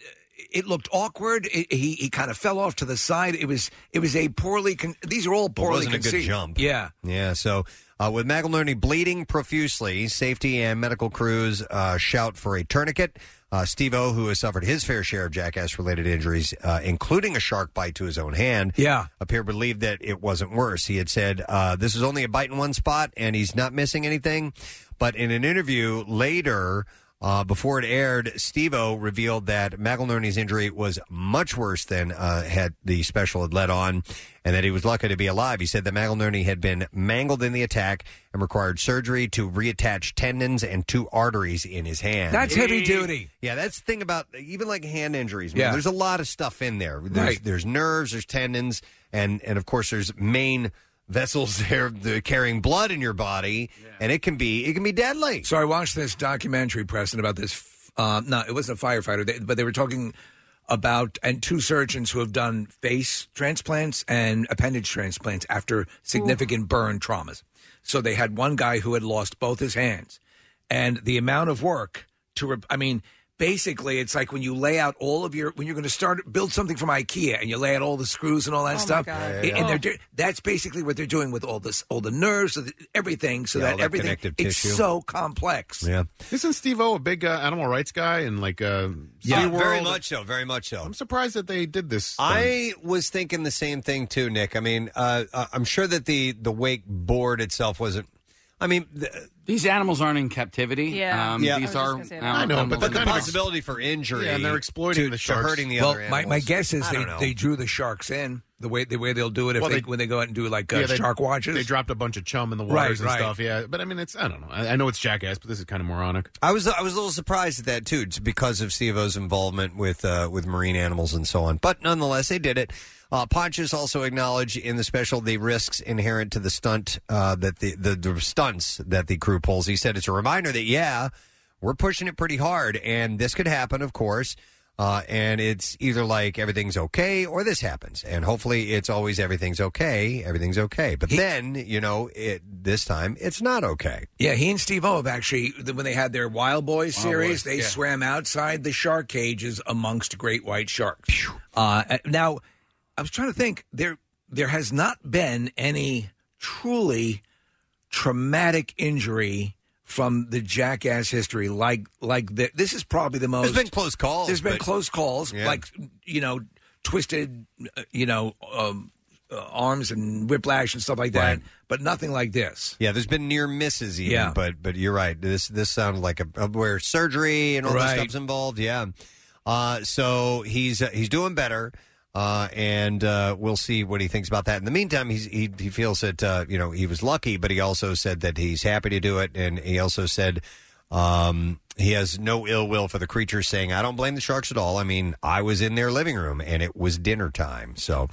[SPEAKER 4] It looked awkward. It, he he kind of fell off to the side. It was it was a poorly. Con- these are all
[SPEAKER 1] It
[SPEAKER 4] poorly
[SPEAKER 1] wasn't a good
[SPEAKER 4] conceived.
[SPEAKER 1] jump.
[SPEAKER 4] Yeah.
[SPEAKER 1] yeah. So uh, with McInerney bleeding profusely, safety and medical crews uh, shout for a tourniquet. Uh, Steve O, who has suffered his fair share of jackass-related injuries, uh, including a shark bite to his own hand,
[SPEAKER 4] Yeah.
[SPEAKER 1] appeared relieved that it wasn't worse. He had said, uh, "This is only a bite in one spot, and he's not missing anything." But in an interview later, uh, before it aired, Steve-O revealed that McInerney's injury was much worse than uh, had the special had led on, and that he was lucky to be alive. He said that McInerney had been mangled in the attack and required surgery to reattach tendons and two arteries in his hand.
[SPEAKER 4] That's heavy duty.
[SPEAKER 1] Yeah, that's the thing about even like hand injuries.
[SPEAKER 4] Yeah.
[SPEAKER 1] Yeah. There's a lot of stuff in there. There's,
[SPEAKER 4] Right.
[SPEAKER 1] there's nerves, there's tendons, and and of course there's main vessels there the carrying blood in your body, and it can be it can be deadly.
[SPEAKER 4] So I watched this documentary, Preston, about this. f- Uh, no, it wasn't a firefighter, they, but they were talking about and two surgeons who have done face transplants and appendage transplants after significant burn traumas. So they had one guy who had lost both his hands, and the amount of work to. Re- I mean. Basically, it's like when you lay out all of your when you're going to start build something from IKEA and you lay out all the screws and all that
[SPEAKER 10] Oh, my
[SPEAKER 4] stuff,
[SPEAKER 10] God. Yeah, yeah,
[SPEAKER 4] and-
[SPEAKER 10] yeah.
[SPEAKER 4] and they're
[SPEAKER 10] Oh.
[SPEAKER 4] do- that's basically what they're doing with all this, all the nerves, all the- everything, so
[SPEAKER 1] Yeah, all
[SPEAKER 4] that
[SPEAKER 1] that
[SPEAKER 4] everything
[SPEAKER 1] connective
[SPEAKER 4] it's
[SPEAKER 1] tissue.
[SPEAKER 4] so complex.
[SPEAKER 1] Yeah.
[SPEAKER 3] Isn't Steve O a big uh, animal rights guy and like uh,
[SPEAKER 1] Yeah,
[SPEAKER 3] SeaWorld?
[SPEAKER 1] very much so, very much so.
[SPEAKER 3] I'm surprised that they did this.
[SPEAKER 1] I was thinking the same thing too, Nick. I mean, uh, uh, I'm sure that the the wake board itself wasn't. I mean, the,
[SPEAKER 6] These animals aren't in captivity. Um, These are.
[SPEAKER 1] I know, but, the
[SPEAKER 6] kind of-
[SPEAKER 1] possibility for injury,
[SPEAKER 6] Yeah, and they're exploiting
[SPEAKER 1] to,
[SPEAKER 6] the
[SPEAKER 1] to
[SPEAKER 6] sharks.
[SPEAKER 1] hurting the
[SPEAKER 4] well,
[SPEAKER 1] other
[SPEAKER 4] my, my
[SPEAKER 1] animals.
[SPEAKER 4] guess is
[SPEAKER 1] I
[SPEAKER 4] they,
[SPEAKER 1] don't know.
[SPEAKER 4] they drew the sharks in the way the way they'll do it if
[SPEAKER 3] Well,
[SPEAKER 4] they,
[SPEAKER 3] they-
[SPEAKER 4] when they go out and do like uh,
[SPEAKER 3] Yeah, they-
[SPEAKER 4] shark watches.
[SPEAKER 3] They dropped a bunch of chum in the waters
[SPEAKER 4] Right,
[SPEAKER 3] and
[SPEAKER 4] right.
[SPEAKER 3] stuff. Yeah, but I mean, it's I don't know. I, I know it's jackass, but this is kind of moronic.
[SPEAKER 1] I was I was a little surprised at that too, just because of Steve O's involvement with uh, with marine animals and so on. But nonetheless, they did it. Uh, Pontius also acknowledged in the special the risks inherent to the stunt uh, that the, the the stunts that the crew pulls. He said it's a reminder that yeah, we're pushing it pretty hard, and this could happen, of course. Uh, and it's either like everything's okay or this happens, and hopefully it's always everything's okay, everything's okay. But then you know, it this time it's not okay.
[SPEAKER 4] yeah, he and Steve O have actually th- when they had their Wild Boys
[SPEAKER 1] Wild
[SPEAKER 4] series,
[SPEAKER 1] Boys,
[SPEAKER 4] they
[SPEAKER 1] yeah.
[SPEAKER 4] swam outside the shark cages amongst great white sharks. Uh, and now, I was trying to think there there has not been any truly traumatic injury from the jackass history like like the, this is probably the most
[SPEAKER 1] There's been close calls.
[SPEAKER 4] There's been
[SPEAKER 1] but-
[SPEAKER 4] close calls,
[SPEAKER 1] Yeah.
[SPEAKER 4] like you know, twisted, uh, you know, um, uh, arms and whiplash and stuff like that. But nothing like this.
[SPEAKER 1] Yeah, there's been near misses, even,
[SPEAKER 4] Yeah.
[SPEAKER 1] but but you're right. This this sounded like a, a- where surgery and all
[SPEAKER 4] Right.
[SPEAKER 1] that stuff's involved. Yeah, uh, so he's uh, he's doing better, uh, and uh, we'll see what he thinks about that. In the meantime, he's, he he feels that uh, you know he was lucky, but he also said that he's happy to do it, and he also said. Um, he has no ill will for the creatures, saying, "I don't blame the sharks at all. I mean, I was in their living room, and it was dinner time. So,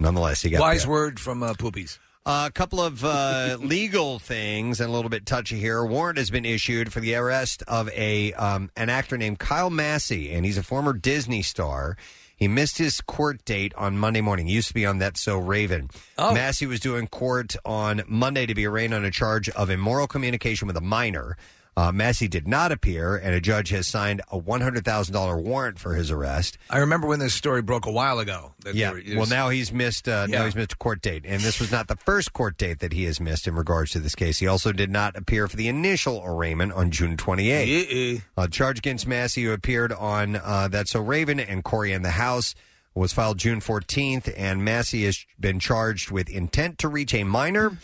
[SPEAKER 1] nonetheless, he got
[SPEAKER 4] Wise
[SPEAKER 1] that.
[SPEAKER 4] word from uh, Poopies.
[SPEAKER 1] Uh, a couple of uh, legal things and a little bit touchy here. A warrant has been issued for the arrest of a um, an actor named Kyle Massey, and he's a former Disney star. He missed his court date on Monday morning. He used to be on That So Raven. Massey was due in court on Monday to be arraigned on a charge of immoral communication with a minor. Uh, Massey did not appear, and a judge has signed a $100,000 warrant for his arrest.
[SPEAKER 4] I remember when this story broke a while ago. that
[SPEAKER 1] Yeah.
[SPEAKER 4] they were- it
[SPEAKER 1] Well,
[SPEAKER 4] was-
[SPEAKER 1] now he's missed. Uh, Now
[SPEAKER 4] Yeah.
[SPEAKER 1] he's missed a court date, and this was not the first court date that he has missed in regards to this case. He also did not appear for the initial arraignment on June 28th. A charge against Massey, who appeared on uh, That's So Raven and Corey in the House, was filed June 14th, and Massey has been charged with intent to reach a minor.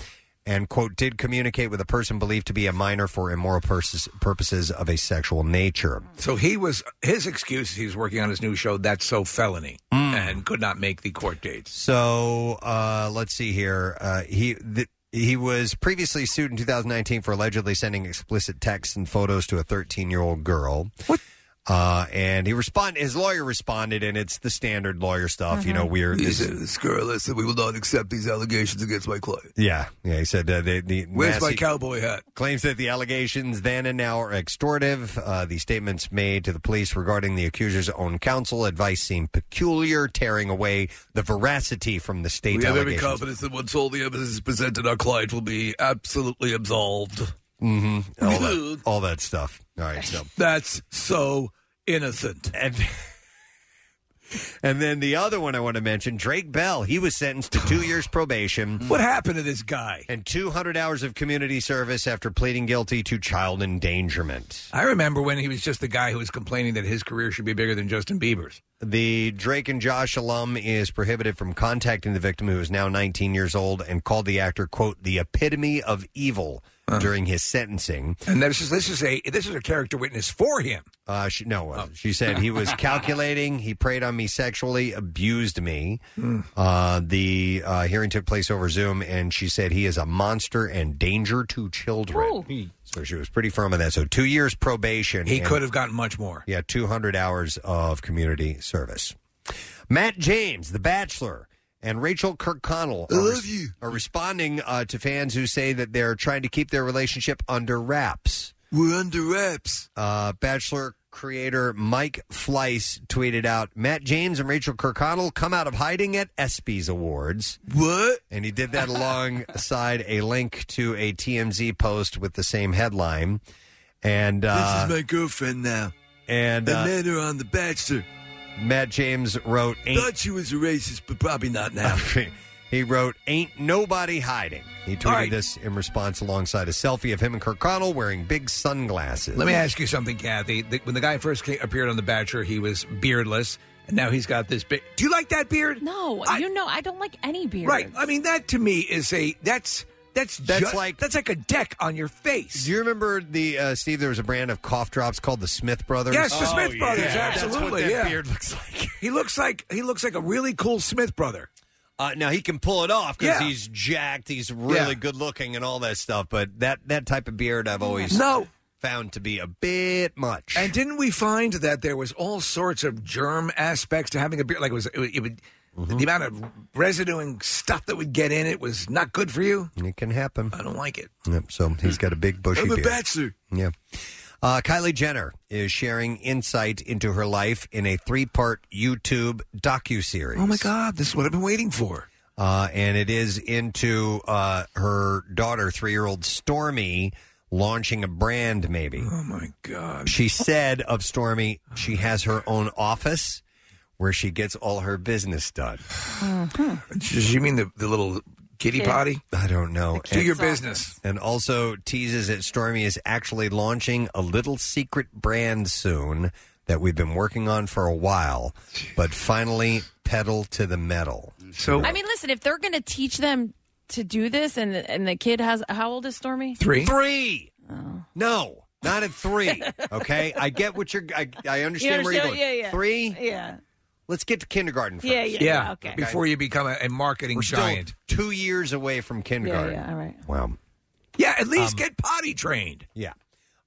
[SPEAKER 1] And quote did communicate with a person believed to be a minor for immoral purses- purposes of a sexual nature.
[SPEAKER 4] So he was his excuse. is He was working on his new show. That's so felony,
[SPEAKER 1] Mm.
[SPEAKER 4] and could not make the court dates.
[SPEAKER 1] So uh, let's see here. Uh, he th- he was previously sued in 2019 for allegedly sending explicit texts and photos to a 13 year old girl. What? Uh, and he responded. His lawyer responded, and it's the standard lawyer stuff. You know, we're
[SPEAKER 10] He
[SPEAKER 1] this-
[SPEAKER 10] said, this girl, I said, we will not accept these allegations against my client.
[SPEAKER 1] yeah, yeah. He said uh, the the
[SPEAKER 10] Where's my
[SPEAKER 1] Massey-
[SPEAKER 10] cowboy hat?
[SPEAKER 1] Claims that the allegations then and now are extortive. Uh, the statements made to the police regarding the accuser's own counsel advice seem peculiar, tearing away the veracity from the state
[SPEAKER 10] We have every
[SPEAKER 1] allegations.
[SPEAKER 10] confidence that once all the evidence is presented, our client will be absolutely absolved.
[SPEAKER 1] hmm All that, all that stuff. All right. So
[SPEAKER 10] That's so innocent.
[SPEAKER 1] And, and then the other one I want to mention, Drake Bell. He was sentenced to two years probation.
[SPEAKER 4] What happened to this guy?
[SPEAKER 1] And 200 hours of community service after pleading guilty to child endangerment.
[SPEAKER 4] I remember when he was just the guy who was complaining that his career should be bigger than Justin Bieber's.
[SPEAKER 1] The Drake and Josh alum is prohibited from contacting the victim, who is now 19 years old, and called the actor "quote the epitome of evil" during his sentencing.
[SPEAKER 4] Uh. And this is this is a this is a character witness for him. Oh.
[SPEAKER 1] Uh, she, no, uh, she said he was calculating. He preyed on me sexually, abused me.
[SPEAKER 4] Hmm.
[SPEAKER 1] Uh, the uh, hearing took place over Zoom, and she said he is a monster and danger to children. So she was pretty firm on that. So two years probation.
[SPEAKER 4] He
[SPEAKER 1] and-
[SPEAKER 4] could have gotten much more.
[SPEAKER 1] Yeah, 200 hours of community service. Matt James, The Bachelor, and Rachel Kirkconnell are, res- are responding uh, to fans who say that they're trying to keep their relationship under wraps.
[SPEAKER 10] We're under wraps.
[SPEAKER 1] Uh, Bachelor creator Mike Fleiss tweeted out, Matt James and Rachel Kirkconnell come out of hiding at ESPYs Awards.
[SPEAKER 10] What?
[SPEAKER 1] And he did that alongside a link to a TMZ post with the same headline. And uh,
[SPEAKER 10] this is my girlfriend now.
[SPEAKER 1] and
[SPEAKER 10] I
[SPEAKER 1] uh,
[SPEAKER 10] met her on The Bachelor.
[SPEAKER 1] Matt James wrote, ain't,
[SPEAKER 10] Thought she was a racist, but probably not now.
[SPEAKER 1] he wrote, "Ain't nobody hiding." He tweeted
[SPEAKER 10] All right.
[SPEAKER 1] this in response alongside a selfie of him and Kirkconnell wearing big sunglasses.
[SPEAKER 4] Let me ask you something, Kathy. The, when the guy first came, appeared on The Bachelor, he was beardless, and now he's got this big. Do you like that beard?
[SPEAKER 2] No, you know I don't like any beard.
[SPEAKER 4] Right. I mean, that to me is a that's that's
[SPEAKER 1] That's
[SPEAKER 4] ju-
[SPEAKER 1] like-
[SPEAKER 4] that's like a deck on your face.
[SPEAKER 1] Do you remember the uh, Steve? There was a brand of cough drops called the Smith Brothers. Oh,
[SPEAKER 4] Yes, the Smith Brothers.
[SPEAKER 1] That's what
[SPEAKER 4] Absolutely.
[SPEAKER 1] that
[SPEAKER 4] yeah.
[SPEAKER 1] beard looks like.
[SPEAKER 4] He looks like he looks like a really cool Smith brother.
[SPEAKER 1] Uh, now he can pull it off because
[SPEAKER 4] Yeah.
[SPEAKER 1] he's jacked, he's really
[SPEAKER 4] Yeah. Mm-hmm.
[SPEAKER 1] good looking, and all that stuff. But that that type of beard, I've always
[SPEAKER 4] No.
[SPEAKER 1] found to be a bit much.
[SPEAKER 4] And didn't we find that there was all sorts of germ aspects to having a beard? Like it was, it, would- it would,
[SPEAKER 1] Mm-hmm.
[SPEAKER 4] the amount of residue and stuff that would get in it was not good for you.
[SPEAKER 1] It can happen.
[SPEAKER 4] I don't like it.
[SPEAKER 1] Yep, so he's got a big bushy
[SPEAKER 4] I'm a
[SPEAKER 1] beard.
[SPEAKER 4] bachelor.
[SPEAKER 1] Yeah. Uh, Kylie Jenner is sharing insight into her life in a three-part YouTube docu-series.
[SPEAKER 4] Oh my God, this is what I've been waiting for.
[SPEAKER 1] Uh, and it is into uh, her daughter, three-year-old Stormy, launching a brand, maybe. Oh,
[SPEAKER 4] my God.
[SPEAKER 1] She said of Stormy, she has her own office where she gets all her business done.
[SPEAKER 4] Does you mean the, the little kitty
[SPEAKER 1] Yeah.
[SPEAKER 4] potty?
[SPEAKER 1] I don't know.
[SPEAKER 4] Do your business.
[SPEAKER 1] And also teases that Stormy is actually launching a little secret brand soon that we've been working on for a while, but finally pedal to the metal.
[SPEAKER 4] So
[SPEAKER 2] I mean, listen, if they're going to teach them to do this, and and the kid has how old is Stormy?
[SPEAKER 1] Three.
[SPEAKER 2] Oh.
[SPEAKER 1] No, not at three. Okay, I get what you're. I, I
[SPEAKER 2] You
[SPEAKER 1] understand where you're
[SPEAKER 2] understand?
[SPEAKER 1] going.
[SPEAKER 2] Yeah, yeah.
[SPEAKER 1] Three.
[SPEAKER 2] Yeah.
[SPEAKER 1] Let's get to kindergarten first.
[SPEAKER 2] Yeah, yeah, yeah, Yeah, okay.
[SPEAKER 4] before you become a, a marketing
[SPEAKER 1] We're still
[SPEAKER 4] giant.
[SPEAKER 1] two years away from kindergarten.
[SPEAKER 4] yeah, all right.
[SPEAKER 1] Wow.
[SPEAKER 4] Yeah, at least
[SPEAKER 1] Um,
[SPEAKER 4] get potty trained.
[SPEAKER 1] Yeah.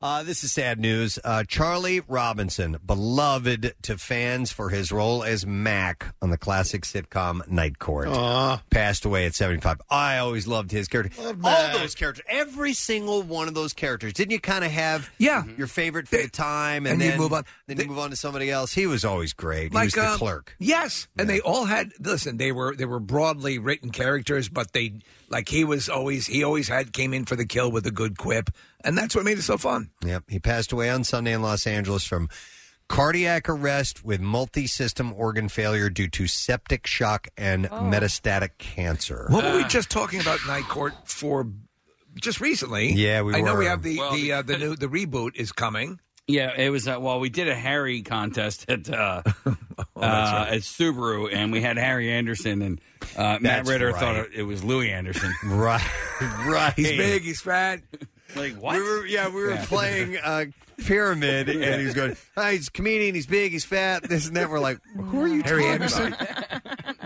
[SPEAKER 1] Uh, this is sad news. Uh, Charlie Robinson, beloved to fans for his role as Mac on the classic sitcom Night Court,
[SPEAKER 5] Aw.
[SPEAKER 1] passed away at 75. I always loved his character. All those characters, every single one of those characters. Didn't you kind of have
[SPEAKER 4] yeah
[SPEAKER 11] Mhm.
[SPEAKER 1] your favorite for the time, and,
[SPEAKER 4] and you
[SPEAKER 1] then
[SPEAKER 4] move on.
[SPEAKER 1] Then you move on to somebody else. He was always great. he was the
[SPEAKER 4] um,
[SPEAKER 1] clerk.
[SPEAKER 4] Yes, and they all had. Listen, they were they were broadly written characters, but they like he was always he always had came in for the kill with a good quip, and that's what made it so fun.
[SPEAKER 1] Yep, he passed away on Sunday in Los Angeles from cardiac arrest with multi-system organ failure due to septic shock and metastatic cancer.
[SPEAKER 4] What were we just talking about Night Court for? Just recently,
[SPEAKER 1] Yeah, we
[SPEAKER 4] I know
[SPEAKER 1] were.
[SPEAKER 4] we have the the uh, the new the reboot is coming.
[SPEAKER 6] Yeah, it was. Uh, well, we did a Harry contest at uh,
[SPEAKER 1] Oh,
[SPEAKER 6] uh, at Subaru, and we had Harry Anderson and uh, Matt
[SPEAKER 4] That's
[SPEAKER 6] Ritter
[SPEAKER 4] right.
[SPEAKER 6] thought it, it was Louis Anderson.
[SPEAKER 1] right, right.
[SPEAKER 4] He's big, he's fat.
[SPEAKER 6] Like what?
[SPEAKER 1] We were, yeah, we were playing uh, Pyramid, and he's going, "Ah, he's a comedian, he's big, he's fat, this and that. We're like, who are you
[SPEAKER 4] Harry
[SPEAKER 1] talking
[SPEAKER 4] Anderson?
[SPEAKER 1] about?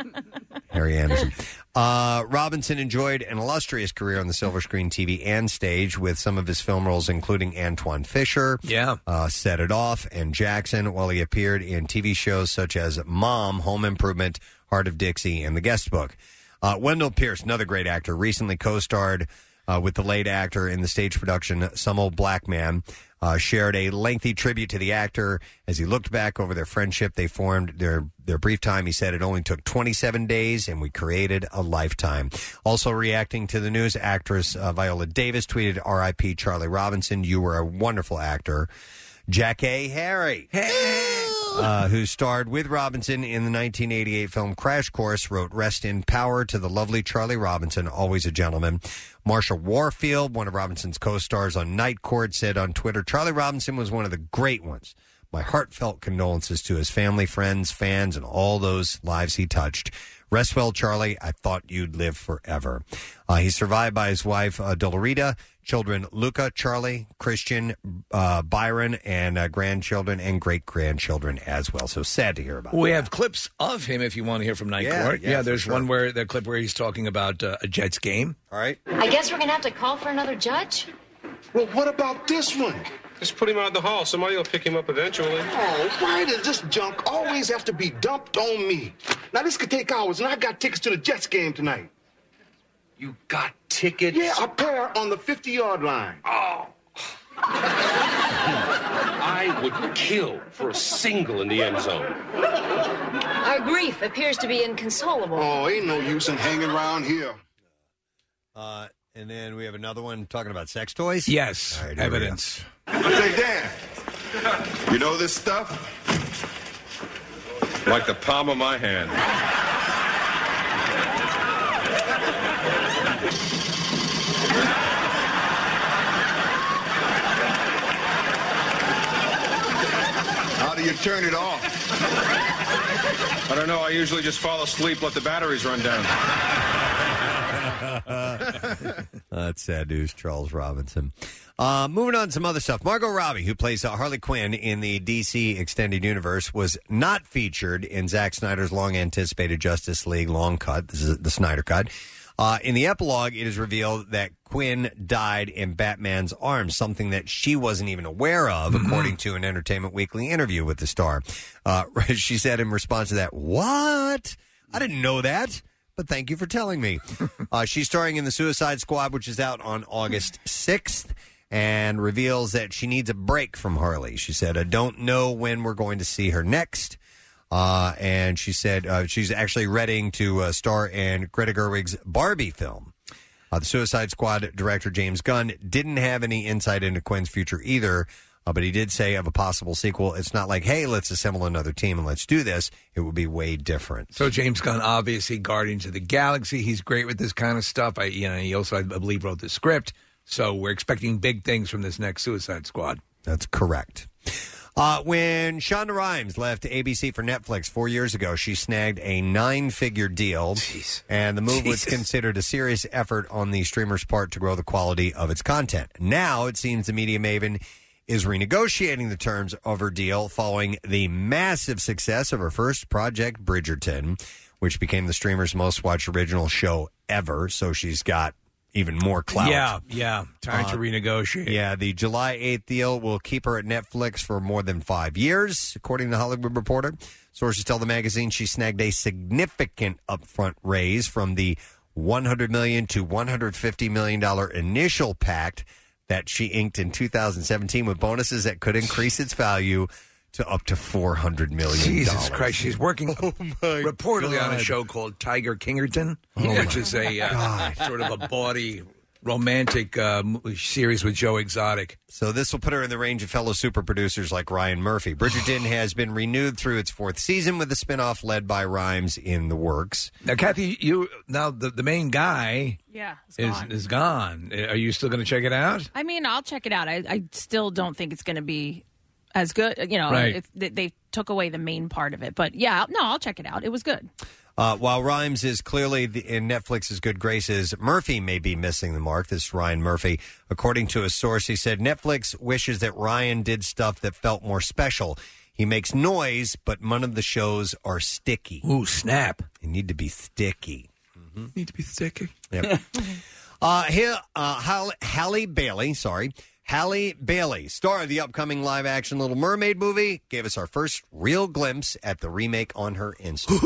[SPEAKER 1] Harry Anderson. Uh, Robinson enjoyed an illustrious career on the silver screen, TV, and stage with some of his film roles, including Antoine Fisher,
[SPEAKER 4] Yeah.
[SPEAKER 1] uh, Set It Off, and Jackson, while he appeared in TV shows such as Mom, Home Improvement, Heart of Dixie, and The Guest Book. Uh, Wendell Pierce, another great actor, recently co starred uh, with the late actor in the stage production Some Old Black Man, uh, shared a lengthy tribute to the actor as he looked back over their friendship they formed their their brief time. He said it only took 27 days, and we created a lifetime. Also reacting to the news, actress uh, Viola Davis tweeted, "R.I.P. Charlie Robinson. You were a wonderful actor." Jack A. Harry, uh, who starred with Robinson in the 1988 film Crash Course, wrote Rest in Power to the lovely Charlie Robinson, always a gentleman. Marsha Warfield, one of Robinson's co stars on Night Court, said on Twitter Charlie Robinson was one of the great ones. My heartfelt condolences to his family, friends, fans, and all those lives he touched. Rest well, Charlie. I thought you'd live forever. Uh, he's survived by his wife, uh, Dolorita, children Luca, Charlie, Christian, uh, Byron, and uh, grandchildren and great grandchildren as well. So sad to hear about.
[SPEAKER 4] We have clips of him if you want to hear from Night
[SPEAKER 1] Yeah,
[SPEAKER 4] Court.
[SPEAKER 1] yeah,
[SPEAKER 4] Yeah,
[SPEAKER 1] for
[SPEAKER 4] there's
[SPEAKER 1] sure.
[SPEAKER 4] one where the clip where he's talking about uh, a Jets game.
[SPEAKER 1] All right.
[SPEAKER 12] I guess we're gonna have to call for another judge. Well, what about this one?
[SPEAKER 13] Just put him out of the hall. Somebody will pick him up eventually.
[SPEAKER 12] Oh, why does this junk always have to be dumped on me? Now this could take hours, and I got tickets to the Jets game tonight. You got tickets? Yeah, a pair on the 50-yard line. Oh.
[SPEAKER 13] I would kill for a single in the end zone.
[SPEAKER 12] Our grief appears to be inconsolable.
[SPEAKER 1] Oh, ain't no use in hanging around here. Uh, and then we have another one talking about sex toys.
[SPEAKER 4] Yes,
[SPEAKER 1] All right, here we go.
[SPEAKER 4] evidence.
[SPEAKER 14] Say, Dan, you know this stuff? Like the palm of my hand.
[SPEAKER 13] How do you turn it off?
[SPEAKER 14] I don't know. I usually just fall asleep, let the batteries run down.
[SPEAKER 1] That's sad news, Charles Robinson. Uh, moving on to some other stuff. Margot Robbie, who plays uh, Harley Quinn in the DC Extended Universe, was not featured in Zack Snyder's long anticipated Justice League long cut. This is the Snyder cut. Uh, in the epilogue, it is revealed that Quinn died in Batman's arms, something that she wasn't even aware of, according to an Entertainment Weekly interview with the star. Uh, she said in response to that, What? I didn't know that but thank you for telling me. uh, she's starring in The Suicide Squad, which is out on August 6th, and reveals that she needs a break from Harley. She said, I don't know when we're going to see her next. Uh, and she said uh, she's actually readying to uh, star in Greta Gerwig's Barbie film. Uh, the Suicide Squad director James Gunn didn't have any insight into Quinn's future either, uh, but he did say of a possible sequel, it's not like, hey, let's assemble another team and let's do this. It would be way different.
[SPEAKER 4] So James Gunn, obviously Guardians of the Galaxy, he's great with this kind of stuff. I, you know, he also I believe wrote the script. So we're expecting big things from this next Suicide Squad.
[SPEAKER 1] That's correct. Uh, when Shonda Rhimes left ABC for Netflix four years ago, she snagged a nine figure deal. And the move was considered a serious effort on the streamer's part to grow the quality of its content. Now it seems the media maven is renegotiating the terms of her deal following the massive success of her first project, Bridgerton, which became the streamer's most watched original show ever. So she's got even more clout.
[SPEAKER 4] Yeah, yeah. Time to
[SPEAKER 1] Uh,
[SPEAKER 4] renegotiate.
[SPEAKER 1] Yeah, the July 8th deal will keep her at Netflix for more than five years, according to The Hollywood Reporter. Sources tell the magazine she snagged a significant upfront raise from the $100 million to $150 million initial pact that she inked in 2017 with bonuses that could increase its value to up to $400 million.
[SPEAKER 4] Jesus Christ, she's working reportedly on a
[SPEAKER 1] God.
[SPEAKER 4] show called Tiger Kingerton,
[SPEAKER 1] Oh,
[SPEAKER 4] which
[SPEAKER 1] my
[SPEAKER 4] is a uh,
[SPEAKER 1] God.
[SPEAKER 4] sort of a bawdy romantic uh, m- series with Joe Exotic.
[SPEAKER 1] So this will put her in the range of fellow super producers like Ryan Murphy. Bridgerton has been renewed through its fourth season with a spinoff led by Rhymes in the works.
[SPEAKER 4] Now, Uh, Kathy, you now the, the main guy
[SPEAKER 2] Yeah. it's
[SPEAKER 4] is
[SPEAKER 2] gone.
[SPEAKER 4] is gone. Uh, Are you still going to check it out?
[SPEAKER 2] I mean, I'll check it out. I, I still don't think it's going to be as good. You know,
[SPEAKER 1] Right.
[SPEAKER 2] if they, they took away the main part of it. But yeah, no, I'll check it out. It was good.
[SPEAKER 1] Uh, while Rhymes is clearly the, in Netflix's good graces, Murphy may be missing the mark. This is Ryan Murphy. According to a source, he said Netflix wishes that Ryan did stuff that felt more special. He makes noise, but none of the shows are sticky.
[SPEAKER 4] Ooh, snap.
[SPEAKER 1] They need to be sticky.
[SPEAKER 4] Need to be sticky.
[SPEAKER 1] Yep. uh, here, uh, Halle, Halle Bailey, sorry. Halle Bailey, star of the upcoming live action Little Mermaid movie, gave us our first real glimpse at the remake on her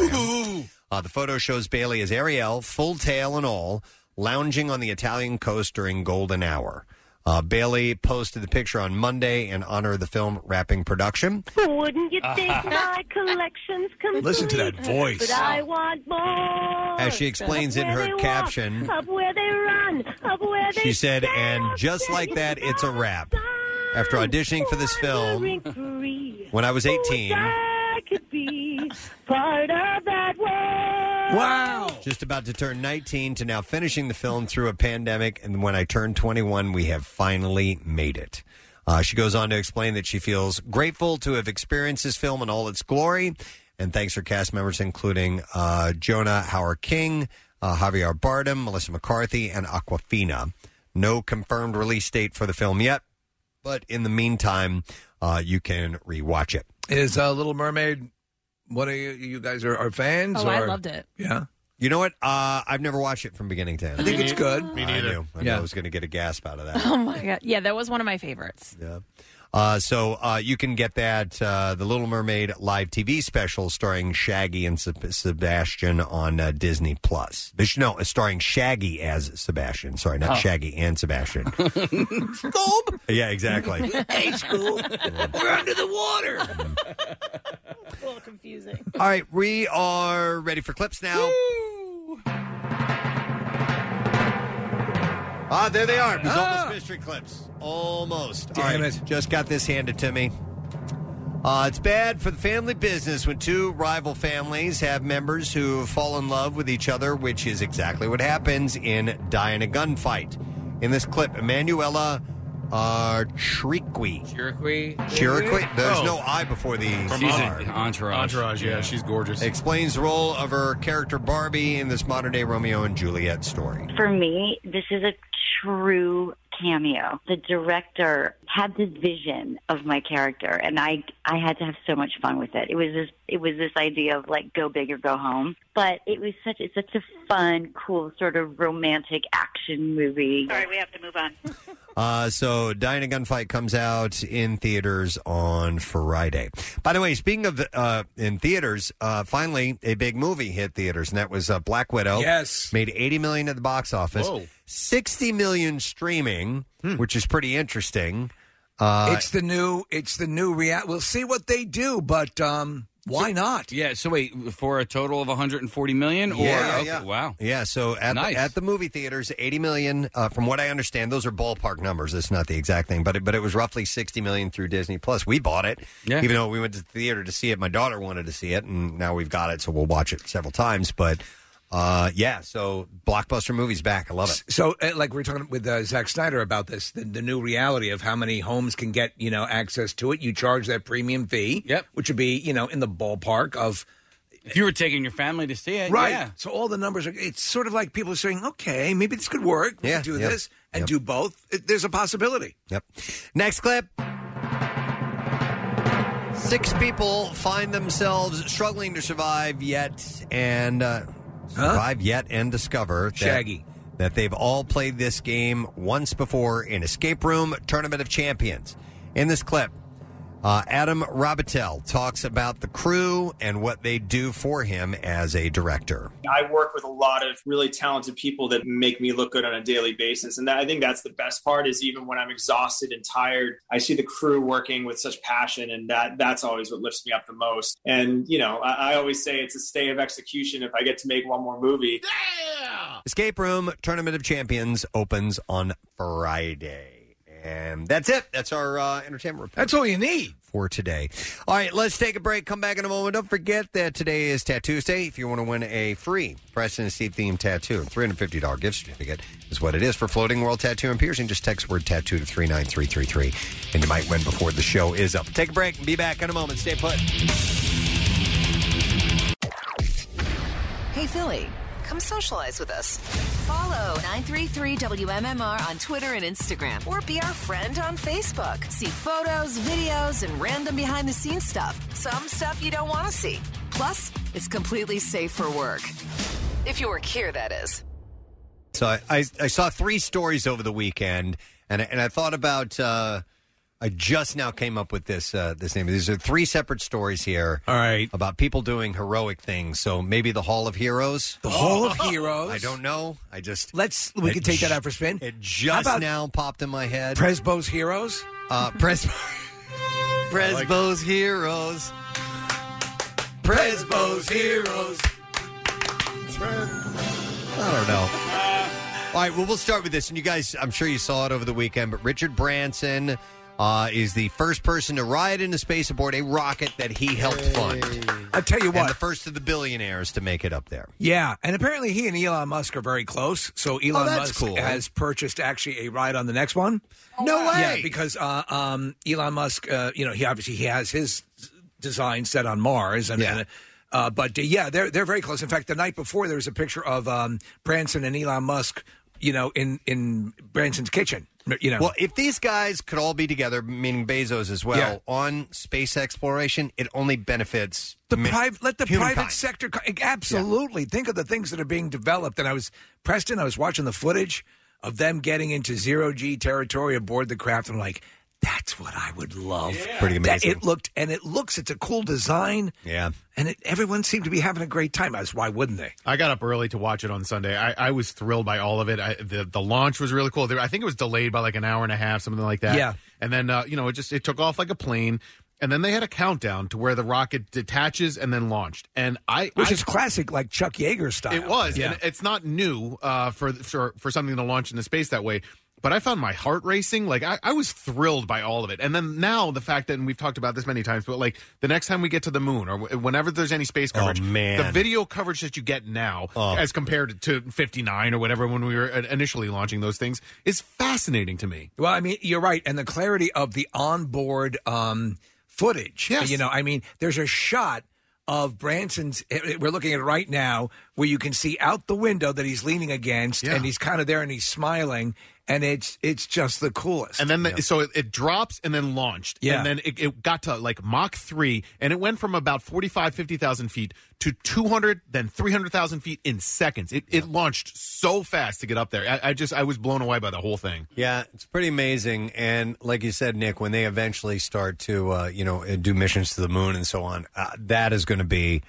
[SPEAKER 1] Instagram. uh, the photo shows Bailey as Ariel, full tail and all, lounging on the Italian coast during golden hour. Uh, Bailey posted the picture on Monday in honor of the film wrapping production.
[SPEAKER 9] Wouldn't you think my collection's complete?
[SPEAKER 1] Listen to that voice.
[SPEAKER 9] But I want more.
[SPEAKER 8] Oh,
[SPEAKER 1] As she explains
[SPEAKER 9] Up
[SPEAKER 1] in
[SPEAKER 9] where
[SPEAKER 1] her
[SPEAKER 9] they walk,
[SPEAKER 1] caption-
[SPEAKER 9] up where they run, up where they
[SPEAKER 1] She said, and just like that, it's a wrap. After auditioning for this film, when I was 18,
[SPEAKER 9] I could be part of that world.
[SPEAKER 1] Just about to turn 19 to now finishing the film through a pandemic. And when I turned 21, we have finally made it. Uh, she goes on to explain that she feels grateful to have experienced this film in all its glory and thanks her cast members, including uh, Jonah Howard King, uh, Javier Bardem, Melissa McCarthy, and Aquafina. No confirmed release date for the film yet, but in the meantime, uh, you can rewatch it.
[SPEAKER 4] Is uh, Little Mermaid? What are you? You guys are, are fans?
[SPEAKER 2] Oh, I
[SPEAKER 4] or-
[SPEAKER 2] loved it.
[SPEAKER 4] Yeah.
[SPEAKER 1] You know what? Uh, I've never watched it from beginning to end.
[SPEAKER 4] I think Me it's nei- good. me
[SPEAKER 1] I
[SPEAKER 4] neither.
[SPEAKER 1] knew. I, knew I was going to get a gasp out of that.
[SPEAKER 2] Oh my god! Yeah, that was one of my favorites.
[SPEAKER 1] Yeah. Uh, so uh, you can get that uh, the Little Mermaid live TV special starring Shaggy and Seb- Sebastian on uh, Disney Plus. This- No, it's starring Shaggy as Sebastian. Sorry, not
[SPEAKER 5] Oh.
[SPEAKER 1] Shaggy and Sebastian.
[SPEAKER 4] Scoob.
[SPEAKER 1] yeah, exactly.
[SPEAKER 4] hey, Scoob. We're under the water.
[SPEAKER 2] A little confusing.
[SPEAKER 1] All right, we are ready for clips now. Ah, there they are. It's almost mystery clips. Almost. Damn it. Just got this handed to me. Uh, it's bad for the family business when two rival families have members who fall in love with each other, which is exactly what happens in Die in a Gunfight. In this clip, Emanuela uh, Chiriqui.
[SPEAKER 6] Chiriqui.
[SPEAKER 1] Chiriqui? There's no I before the
[SPEAKER 6] She's
[SPEAKER 1] R.
[SPEAKER 6] an entourage.
[SPEAKER 3] Oh. Entourage, yeah, she's gorgeous.
[SPEAKER 1] Explains the role of her character Barbie in this modern day Romeo and Juliet story.
[SPEAKER 15] For me, this is a true cameo. The director had this vision of my character and I I had to have so much fun with it. It was this it was this idea of like go big or go home. But it was such it's such a fun, cool sort of romantic action movie. Sorry, we have to move on.
[SPEAKER 1] Uh, so, Dying a Gunfight comes out in theaters on Friday. By the way, speaking of uh, in theaters, uh, finally a big movie hit theaters, and that was uh, Black Widow.
[SPEAKER 4] Yes,
[SPEAKER 1] made eighty million at the box office,
[SPEAKER 4] Whoa. Hmm.
[SPEAKER 1] sixty million streaming, which is pretty interesting. Uh,
[SPEAKER 4] it's the new. It's the new react. We'll see what they do, but um, why not?
[SPEAKER 6] Yeah. So wait, for a total of 140 million, or
[SPEAKER 1] Yeah,
[SPEAKER 6] okay,
[SPEAKER 1] yeah.
[SPEAKER 6] wow.
[SPEAKER 1] Yeah, so at,
[SPEAKER 6] Nice.
[SPEAKER 1] the, at the movie theaters, 80 million, uh, from what I understand, those are ballpark numbers. It's not the exact thing, but it, but it was roughly 60 million through Disney Plus. We bought it,
[SPEAKER 5] Yeah.
[SPEAKER 1] even though we went to the theater to see it. My daughter wanted to see it, and now we've got it, so we'll watch it several times. But uh, yeah, so blockbuster movies back. I love it.
[SPEAKER 4] So, uh, like we are talking with uh, Zack Snyder about this, the, the new reality of how many homes can get you know access to it. You charge that premium fee, yep. which would be you know in the ballpark of
[SPEAKER 6] If you were taking your family to see
[SPEAKER 1] Uh,
[SPEAKER 6] it,
[SPEAKER 4] right.
[SPEAKER 6] Yeah.
[SPEAKER 4] So all the numbers are. It's sort of like people saying, okay, maybe this could work. We
[SPEAKER 1] Yeah,
[SPEAKER 4] could do
[SPEAKER 1] yep,
[SPEAKER 4] this and
[SPEAKER 1] yep.
[SPEAKER 4] do both. It- there's a possibility.
[SPEAKER 1] Yep. Next clip. Six people find themselves struggling to survive yet and uh, survive yet and discover that
[SPEAKER 4] Shaggy.
[SPEAKER 1] that they've all played this game once before in Escape Room Tournament of Champions. In this clip, uh, Adam Robitel talks about the crew and what they do for him as a director.
[SPEAKER 16] I work with a lot of really talented people that make me look good on a daily basis. And that, I think that's the best part is even when I'm exhausted and tired, I see the crew working with such passion. And that that's always what lifts me up the most. And, you know, I, I always say it's a stay of execution if I get to make one more movie.
[SPEAKER 1] Escape Room Tournament of Champions opens on Friday. And that's it. That's our uh, entertainment report. That's all you need for today. All right, let's take a break. Come back in a moment. Don't forget that today is Tattoos Day. If you want to win a free Preston and Steve themed tattoo, a $350 gift certificate is what it is for Floating World Tattoo and Piercing. Just text word tattoo to 39333 and you might win before the show is up. Take a break and be back in a moment. Stay put.
[SPEAKER 17] Hey, Philly, come socialize with us. Follow 933 WMMR on Twitter and Instagram, or be our friend on Facebook. See photos, videos, and random behind the scenes stuff. Some stuff you don't want to see. Plus, it's completely safe for work. If you work here, that is.
[SPEAKER 1] So I, I, I saw three stories over the weekend, and I, and I thought about. Uh, I just now came up with this uh, this name. These are three separate stories here. All right, about people doing heroic things. So maybe the Hall of Heroes.
[SPEAKER 4] The Hall of Heroes.
[SPEAKER 1] I don't know. I just
[SPEAKER 4] let's we can take that out for a spin.
[SPEAKER 1] It just
[SPEAKER 4] How about
[SPEAKER 1] now popped in my head.
[SPEAKER 4] Presbo's Heroes.
[SPEAKER 1] Uh, Presbo. Presbo's Heroes. Presbo's Heroes. I don't know. All right, well, we'll start with this. And you guys, I'm sure you saw it over the weekend, but Richard Branson uh, is the first person to ride into space aboard a rocket that he helped fund.
[SPEAKER 4] I tell you what.
[SPEAKER 1] the first of the billionaires to make it up there.
[SPEAKER 4] Yeah, and apparently he and Elon Musk are very close. So Elon
[SPEAKER 1] Oh, that's
[SPEAKER 4] Musk
[SPEAKER 1] cool. Oh,
[SPEAKER 4] has purchased actually a ride on the next one.
[SPEAKER 1] No way.
[SPEAKER 4] Yeah, because uh, um, Elon Musk, uh, you know, he obviously he has his design set on Mars, and. and, uh, but uh, yeah, they're they're very close. In fact, the night before there was a picture of um, Branson and Elon Musk, you know, in in Branson's kitchen. You know,
[SPEAKER 1] Well, if these guys could all be together, meaning Bezos as well,
[SPEAKER 4] Yeah.
[SPEAKER 1] on space exploration, it only benefits
[SPEAKER 4] The
[SPEAKER 1] mi-
[SPEAKER 4] private, let the
[SPEAKER 1] humankind.
[SPEAKER 4] private sector co- e, absolutely think of the things that are being developed. And I was Preston. I was watching the footage of them getting into zero G territory aboard the craft. And I'm like, that's what I would love.
[SPEAKER 1] Pretty
[SPEAKER 4] That
[SPEAKER 1] amazing.
[SPEAKER 4] it looked, and it looks. It's a cool design,
[SPEAKER 1] Yeah.
[SPEAKER 4] and it, everyone seemed to be having a great time. I was, why wouldn't they?
[SPEAKER 3] I got up early to watch it on Sunday. I, I was thrilled by all of it. I, the the launch was really cool. There, I think it was delayed by like an hour and a half, something like that.
[SPEAKER 4] Yeah.
[SPEAKER 3] And then uh, you know it just it took off like a plane, and then they had a countdown to where the rocket detaches and then launched. And I
[SPEAKER 4] Which
[SPEAKER 3] I-
[SPEAKER 4] is classic, like Chuck Yeager style.
[SPEAKER 3] It was.
[SPEAKER 4] yeah.
[SPEAKER 3] And it's not new uh, for for for something to launch into space that way. But I found my heart racing. Like I, I was thrilled by all of it. And then now the fact that and we've talked about this many times, but like the next time we get to the moon or w- whenever there's any space
[SPEAKER 4] Oh,
[SPEAKER 3] coverage,
[SPEAKER 1] man.
[SPEAKER 3] the video coverage that you get now,
[SPEAKER 1] Oh.
[SPEAKER 3] as compared to 59 or whatever when we were uh, initially launching those things, is fascinating to me.
[SPEAKER 4] Well, I mean, you're right, and the clarity of the onboard um, footage. You know, I mean, there's a shot of Branson's. it- it- We're looking at it right now, where you can see out the window that he's leaning against, and he's kind of there, and he's smiling, and it's it's just the coolest.
[SPEAKER 3] And then, the, so it, it drops and then launched.
[SPEAKER 4] Yeah.
[SPEAKER 3] And then it, it got to like Mach 3, and it went from about 45, 50,000 feet to 200, then 300,000 feet in seconds. It, it launched so fast to get up there. I, I just, I was blown away by the whole thing.
[SPEAKER 1] Yeah, it's pretty amazing. And like you said, Nick, when they eventually start to, uh, you know, do missions to the moon and so on, uh, that is going to be,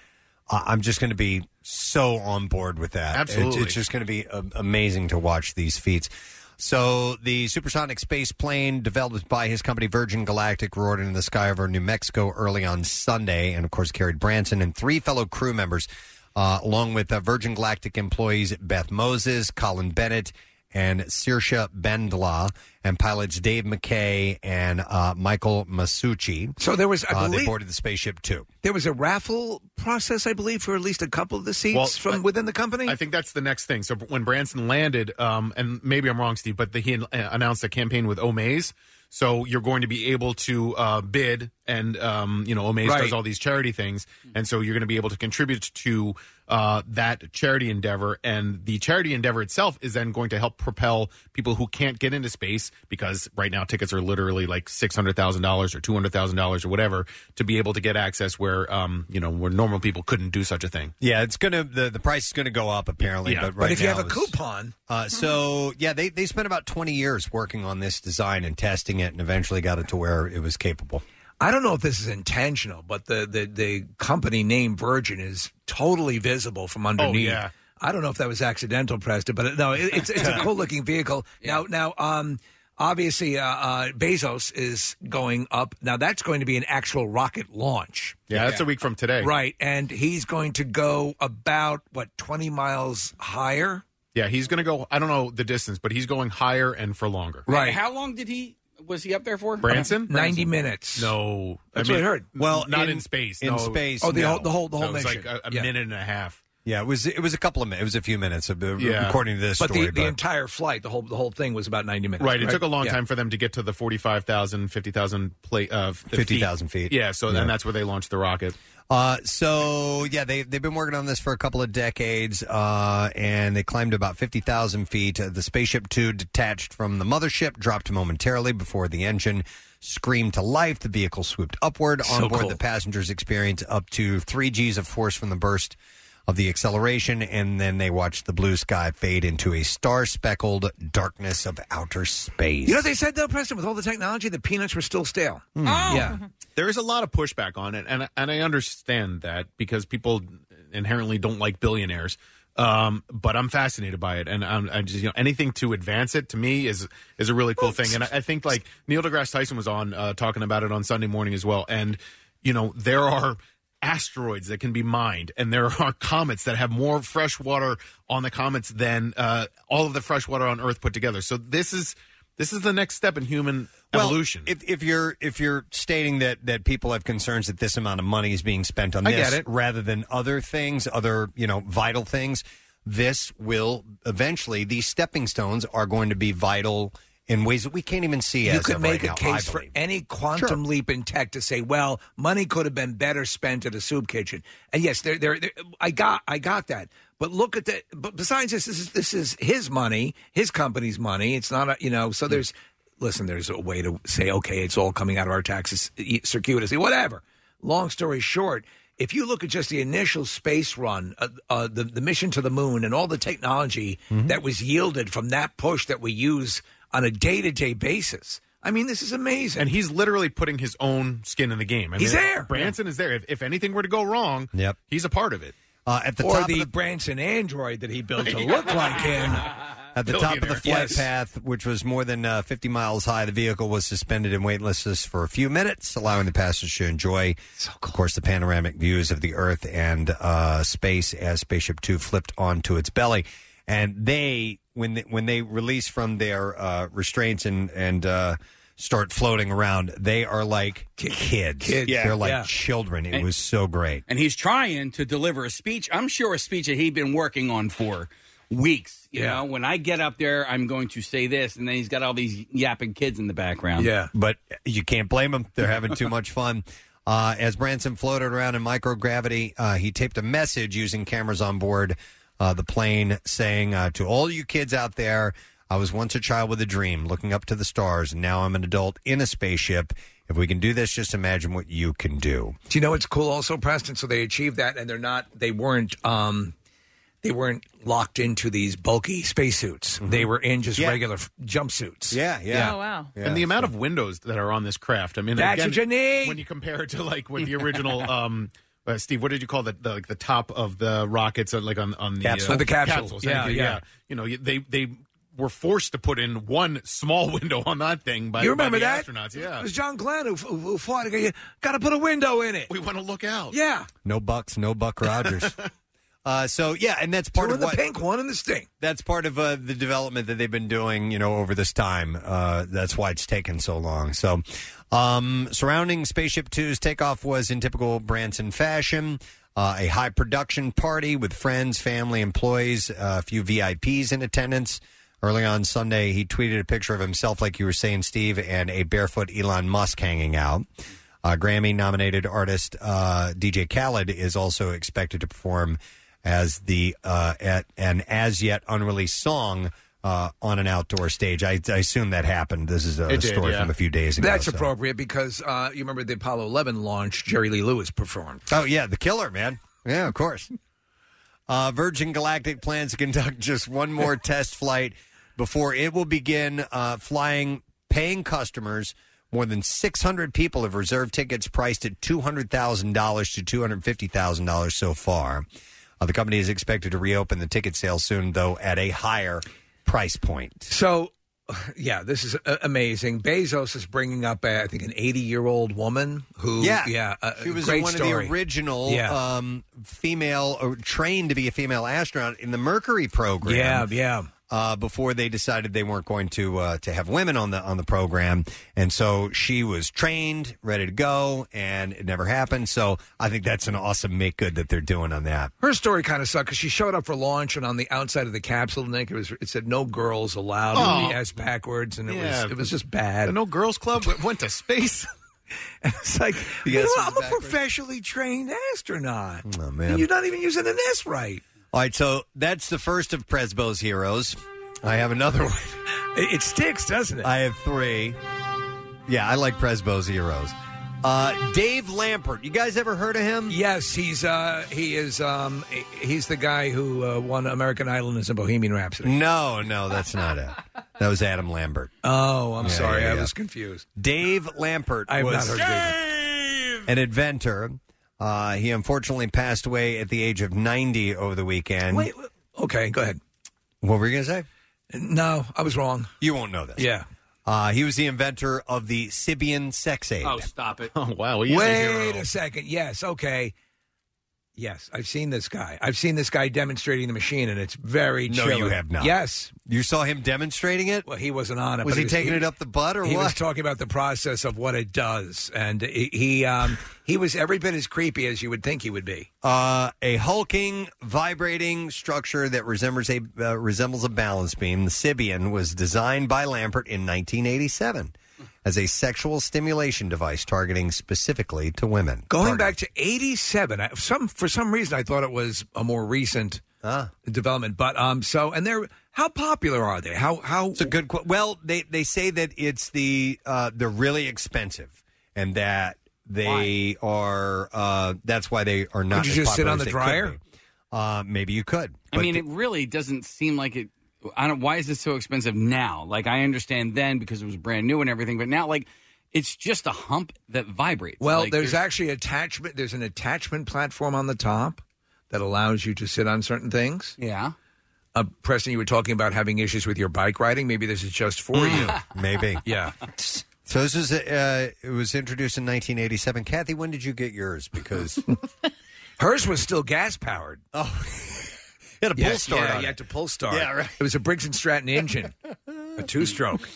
[SPEAKER 1] I I'm just going to be so on board with that. It's-
[SPEAKER 3] Absolutely.
[SPEAKER 1] It's, just going to be a- amazing to watch these feats. So the supersonic space plane developed by his company Virgin Galactic roared into the sky over New Mexico early on Sunday and, of course, carried Branson and three fellow crew members, uh, along with uh, Virgin Galactic employees Beth Moses, Colin Bennett, and Sirsha Bendla, and pilots Dave McKay and uh, Michael Masucci.
[SPEAKER 4] So there was, I
[SPEAKER 1] uh, they
[SPEAKER 4] believe-
[SPEAKER 1] boarded the spaceship too.
[SPEAKER 4] there was a raffle process, I believe, for at least a couple of the seats from within the company.
[SPEAKER 3] I think that's the next thing. So when Branson landed, um, and maybe I'm wrong, Steve, but the, he an- uh, announced a campaign with Omaze. So you're going to be able to uh, bid, and um, you know Omaze
[SPEAKER 4] Right.
[SPEAKER 3] does all these charity things, and so you're going to be able to contribute to uh, that charity endeavor. And the charity endeavor itself is then going to help propel people who can't get into space because right now tickets are literally like $600,000 or $200,000 or whatever to be able to get access where, um, you know, where normal people couldn't do such a thing.
[SPEAKER 1] Yeah, it's gonna the, the price is gonna go up apparently.
[SPEAKER 3] Yeah.
[SPEAKER 1] But,
[SPEAKER 3] But
[SPEAKER 1] right
[SPEAKER 3] if you
[SPEAKER 1] now
[SPEAKER 3] have a
[SPEAKER 1] it's-
[SPEAKER 4] coupon.
[SPEAKER 1] Uh, so yeah, they they spent about twenty years working on this design and testing it, and eventually got it to where it was capable.
[SPEAKER 4] I don't know if this is intentional, but the the, the company name Virgin is totally visible from underneath.
[SPEAKER 3] Oh, yeah.
[SPEAKER 4] I don't know if that was accidental, Preston, but uh, no, it, it's it's a cool looking vehicle. Now now um obviously uh, uh Bezos is going up. Now that's going to be an actual rocket launch.
[SPEAKER 3] Yeah, that's a week from today.
[SPEAKER 4] Right, and he's going to go about what 20 miles higher.
[SPEAKER 3] Yeah, he's going to go. I don't know the distance, but he's going higher and for longer.
[SPEAKER 6] How long did he was he up there for?
[SPEAKER 3] Branson?
[SPEAKER 4] 90 minutes.
[SPEAKER 3] No,
[SPEAKER 4] That's what I heard.
[SPEAKER 3] Well,
[SPEAKER 4] Well,
[SPEAKER 3] not in,
[SPEAKER 4] in-
[SPEAKER 3] space.
[SPEAKER 4] in
[SPEAKER 3] no.
[SPEAKER 4] space, Oh, the no. whole- the whole- the whole
[SPEAKER 3] no, it was
[SPEAKER 4] mission.
[SPEAKER 3] like a, a
[SPEAKER 4] Yeah.
[SPEAKER 3] minute and a half.
[SPEAKER 1] Yeah, it was it was a couple of minutes. It was a few minutes, of, uh,
[SPEAKER 3] Yeah.
[SPEAKER 1] according to this
[SPEAKER 4] but
[SPEAKER 1] story.
[SPEAKER 4] the, the entire flight, the whole the whole thing was about 90 minutes.
[SPEAKER 3] Right. It took a long
[SPEAKER 4] Yeah.
[SPEAKER 3] time for them to get to the 45,000, 50,000 pla- uh,
[SPEAKER 1] 50,000 feet.
[SPEAKER 3] Yeah. So
[SPEAKER 1] Yeah.
[SPEAKER 3] then that's where they launched the rocket.
[SPEAKER 1] Uh, so yeah, they they've been working on this for a couple of decades, uh, and they climbed about fifty thousand feet. Uh, the spaceship two detached from the mothership, dropped momentarily before the engine screamed to life. The vehicle swooped upward.
[SPEAKER 5] So
[SPEAKER 1] On board,
[SPEAKER 5] cool.
[SPEAKER 1] the passengers experienced up to three G's of force from the burst of the acceleration, and then they watched the blue sky fade into a star-speckled darkness of outer space.
[SPEAKER 4] You know what they said though, Preston, with all the technology, the peanuts were still stale.
[SPEAKER 3] Hmm.
[SPEAKER 4] Hmm.
[SPEAKER 3] Oh.
[SPEAKER 4] Yeah.
[SPEAKER 3] There is a lot of pushback on it, and and I understand that because people inherently don't like billionaires. Um, but I'm fascinated by it, and I'm, I just you know anything to advance it to me is is a really cool thing, and I, I think like Neil deGrasse Tyson was on uh, talking about it on Sunday morning as well, and you know there are asteroids that can be mined and there are comets that have more fresh water on the comets than uh, all of the fresh water on earth put together so this is this is the next step in human evolution
[SPEAKER 1] Well, if, if you're if you're stating that that people have concerns that this amount of money is being spent on
[SPEAKER 3] I
[SPEAKER 1] this
[SPEAKER 3] get it.
[SPEAKER 1] rather than other things, other you know vital things, this will eventually these stepping stones are going to be vital in ways that we can't even see.
[SPEAKER 4] You
[SPEAKER 1] as
[SPEAKER 4] could
[SPEAKER 1] of right
[SPEAKER 4] make a
[SPEAKER 1] now, I
[SPEAKER 4] case for
[SPEAKER 1] believe.
[SPEAKER 4] any quantum leap in tech to say, well, money could have been better spent at a soup kitchen. And yes, there, there, there- I got, I got that. But look at that. But besides this, this is this is his money, his company's money. It's not, a, you know. So there's, listen, there's a way to say, okay, it's all coming out of our taxes, e- circuitously, whatever. Long story short, if you look at just the initial space run, uh, uh, the the mission to the moon, and all the technology that was yielded from that push that we use on a day to day basis. I mean, this is amazing.
[SPEAKER 3] And he's literally putting his own skin in the game. I
[SPEAKER 4] He's
[SPEAKER 3] mean,
[SPEAKER 4] there.
[SPEAKER 3] Branson is there. If, if anything were to go wrong,
[SPEAKER 1] Yep.
[SPEAKER 3] he's a part of it.
[SPEAKER 1] Uh, at the
[SPEAKER 4] or
[SPEAKER 1] top
[SPEAKER 4] the,
[SPEAKER 1] of the
[SPEAKER 4] Branson android that he built to look like him.
[SPEAKER 1] At the top of the flight
[SPEAKER 4] Yes.
[SPEAKER 1] path, which was more than uh, 50 miles high, the vehicle was suspended in weightlessness for a few minutes, allowing the passengers to enjoy, of course, the panoramic views of the Earth and uh, space as Spaceship Two flipped onto its belly. And they, when they, when they release from their uh, restraints and and uh, start floating around, they are like kids.
[SPEAKER 6] Kids. Yeah.
[SPEAKER 1] They're like
[SPEAKER 6] Yeah.
[SPEAKER 1] children. It
[SPEAKER 6] And-
[SPEAKER 1] was so great.
[SPEAKER 6] and he's trying to deliver a speech. I'm sure a speech that he'd been working on for weeks. You
[SPEAKER 1] Yeah.
[SPEAKER 6] know, when I get up there, I'm going to say this, and then he's got all these yapping kids in the background.
[SPEAKER 1] But you can't blame them. They're having too much fun. Uh, as Branson floated around in microgravity, uh, he taped a message using cameras on board uh, the plane saying, uh, To all you kids out there, I was once a child with a dream, looking up to the stars, and now I'm an adult in a spaceship. If we can do this, just imagine what you can do.
[SPEAKER 4] Do you know what's cool also, Preston? So they achieved that and they're not they weren't um they weren't locked into these bulky spacesuits.
[SPEAKER 1] Mm-hmm.
[SPEAKER 4] They were in just
[SPEAKER 3] Yeah.
[SPEAKER 4] regular f- jumpsuits. Oh,
[SPEAKER 3] yeah. and the amount of windows that are on this craft. I mean,
[SPEAKER 4] That's
[SPEAKER 3] again,
[SPEAKER 4] what you need.
[SPEAKER 3] When you compare it to like when the original, um, uh, Steve, what did you call the, the like the top of the rockets? uh, Like on on the
[SPEAKER 4] Capsule. The capsule. Yeah,
[SPEAKER 3] thank you,
[SPEAKER 4] yeah.
[SPEAKER 3] You know, you- they they were forced to put in one small window on that thing. By
[SPEAKER 4] you remember
[SPEAKER 3] by
[SPEAKER 4] that?
[SPEAKER 3] the Astronauts, yeah.
[SPEAKER 4] It was John Glenn who, who, who fought. Got to put a window in it.
[SPEAKER 3] We want to look out.
[SPEAKER 4] Yeah.
[SPEAKER 1] No Bucks, no Buck Rogers. Uh, so yeah, and that's part
[SPEAKER 4] Two
[SPEAKER 1] of
[SPEAKER 4] in the
[SPEAKER 1] what
[SPEAKER 4] pink, one in the sting.
[SPEAKER 1] That's part of uh, the development that they've been doing, you know, over this time. Uh, that's why it's taken so long. So, um, surrounding Spaceship Two's takeoff was in typical Branson fashion. Uh, a high production party with friends, family, employees, uh, a few VIPs in attendance. Early on Sunday, he tweeted a picture of himself, like you were saying, Steve, and a barefoot Elon Musk hanging out. Uh, Grammy nominated artist uh, DJ Khaled is also expected to perform as the uh, at an as yet unreleased song uh, on an outdoor stage. I, I assume that happened. This is a,
[SPEAKER 4] It did,
[SPEAKER 1] story
[SPEAKER 4] yeah.
[SPEAKER 1] from a few days ago.
[SPEAKER 4] That's
[SPEAKER 1] so.
[SPEAKER 4] appropriate because uh, you remember the Apollo 11 launch, Jerry Lee Lewis performed.
[SPEAKER 1] Oh yeah, the killer man. Yeah, of course. Uh, Virgin Galactic plans to conduct just one more test flight before it will begin uh, flying paying customers. More than 600 people have reserved tickets priced at $200,000 to $250,000 so far. Uh, the company is expected to reopen the ticket sale soon, though, at a higher price point.
[SPEAKER 4] So, yeah, this is uh, amazing. Bezos is bringing up, uh, I think, an 80 year old woman who,
[SPEAKER 1] yeah,
[SPEAKER 4] yeah uh,
[SPEAKER 1] she was
[SPEAKER 4] great
[SPEAKER 1] one
[SPEAKER 4] story.
[SPEAKER 1] of the original
[SPEAKER 4] Yeah.
[SPEAKER 1] um, female or trained to be a female astronaut in the Mercury program.
[SPEAKER 4] Yeah, yeah.
[SPEAKER 1] Uh, before they decided they weren't going to uh, to have women on the on the program, and so she was trained, ready to go, and it never happened. So I think that's an awesome make good that they're doing on that.
[SPEAKER 4] Her story kind of sucked because she showed up for launch, and on the outside of the capsule, Nick, it was it said "No girls allowed."
[SPEAKER 3] Oh.
[SPEAKER 4] and the S backwards, and it
[SPEAKER 3] Yeah.
[SPEAKER 4] was it was just bad.
[SPEAKER 3] The No Girls Club w- went to space.
[SPEAKER 4] it's like
[SPEAKER 3] The
[SPEAKER 4] you know
[SPEAKER 3] S
[SPEAKER 4] what?
[SPEAKER 3] was
[SPEAKER 4] I'm a
[SPEAKER 3] backwards.
[SPEAKER 4] professionally trained astronaut,
[SPEAKER 1] Oh
[SPEAKER 4] and
[SPEAKER 1] man!
[SPEAKER 4] you're not even using an S right.
[SPEAKER 1] All right, so that's the first of Presbo's heroes. I have another one.
[SPEAKER 4] It, it sticks, doesn't it?
[SPEAKER 1] I have three. Yeah, I like Presbo's heroes. Uh, Dave Lampert. You guys ever heard of him?
[SPEAKER 4] Yes, he's uh, he is um, he- he's the guy who uh, won American Idol and is in Bohemian Rhapsody.
[SPEAKER 1] No, no, that's not it. That was Adam Lambert.
[SPEAKER 4] Oh, I'm
[SPEAKER 1] Yeah,
[SPEAKER 4] sorry,
[SPEAKER 1] yeah,
[SPEAKER 4] I
[SPEAKER 1] yeah.
[SPEAKER 4] was confused.
[SPEAKER 1] Dave Lampert
[SPEAKER 4] I have
[SPEAKER 1] was
[SPEAKER 4] not heard
[SPEAKER 1] an inventor. Uh, he unfortunately passed away at the age of 90 over the weekend. Wait,
[SPEAKER 4] okay, go ahead.
[SPEAKER 1] What were you going to say?
[SPEAKER 4] No, I was wrong.
[SPEAKER 1] You won't know this.
[SPEAKER 4] Yeah.
[SPEAKER 1] Uh, he was the inventor of the Sibian sex aid.
[SPEAKER 6] stop it!
[SPEAKER 3] Oh wow,
[SPEAKER 4] Wait a second. Yes, okay. Yes, I've seen this guy. I've seen this guy demonstrating the machine, and it's very
[SPEAKER 1] No,
[SPEAKER 4] chilling.
[SPEAKER 1] you have not.
[SPEAKER 4] Yes,
[SPEAKER 1] you saw him demonstrating it.
[SPEAKER 4] Well, he wasn't on it.
[SPEAKER 1] Was
[SPEAKER 4] but
[SPEAKER 1] he taking it up the butt or
[SPEAKER 4] he
[SPEAKER 1] what?
[SPEAKER 4] was talking about the process of what it does, and he he, um, he was every bit as creepy as you would think he would be.
[SPEAKER 1] Uh, a hulking, vibrating structure that resembles a uh, resembles a balance beam. The Sibian was designed by Lampert in 1987 as a sexual stimulation device targeting specifically to women.
[SPEAKER 4] Going back to '87, I, some for some reason I thought it was a more recent
[SPEAKER 1] Ah.
[SPEAKER 4] development, but um, so and they're how popular are they? How how? It's
[SPEAKER 1] a good. Qu- well, they they say that it's the uh, they're really expensive and that they are uh, that's why they are not.
[SPEAKER 4] Could you
[SPEAKER 1] as
[SPEAKER 4] just sit
[SPEAKER 1] popular as
[SPEAKER 4] on the
[SPEAKER 1] they could
[SPEAKER 4] dryer?
[SPEAKER 1] be. Uh, maybe you could.
[SPEAKER 6] I mean, it really doesn't seem like it. I don't. Why is it so expensive now? Like I understand then because it was brand new and everything, but now like it's just a hump that vibrates.
[SPEAKER 4] Well,
[SPEAKER 6] Like,
[SPEAKER 4] there's, actually attachment. There's an attachment platform on the top that allows you to sit on certain things.
[SPEAKER 6] Yeah.
[SPEAKER 4] Uh, Preston, you were talking about having issues with your bike riding. Maybe this is just for you.
[SPEAKER 1] Mm. Maybe.
[SPEAKER 4] Yeah.
[SPEAKER 1] So this is uh, it was introduced in 1987. Kathy, when did you get yours? Because
[SPEAKER 4] hers was still gas powered.
[SPEAKER 1] Oh, it had a
[SPEAKER 4] Yeah,
[SPEAKER 1] pull start.
[SPEAKER 4] Yeah,
[SPEAKER 1] on
[SPEAKER 4] you
[SPEAKER 1] it.
[SPEAKER 4] had to pull start.
[SPEAKER 1] Yeah, right.
[SPEAKER 4] It was a Briggs and Stratton engine, a two stroke.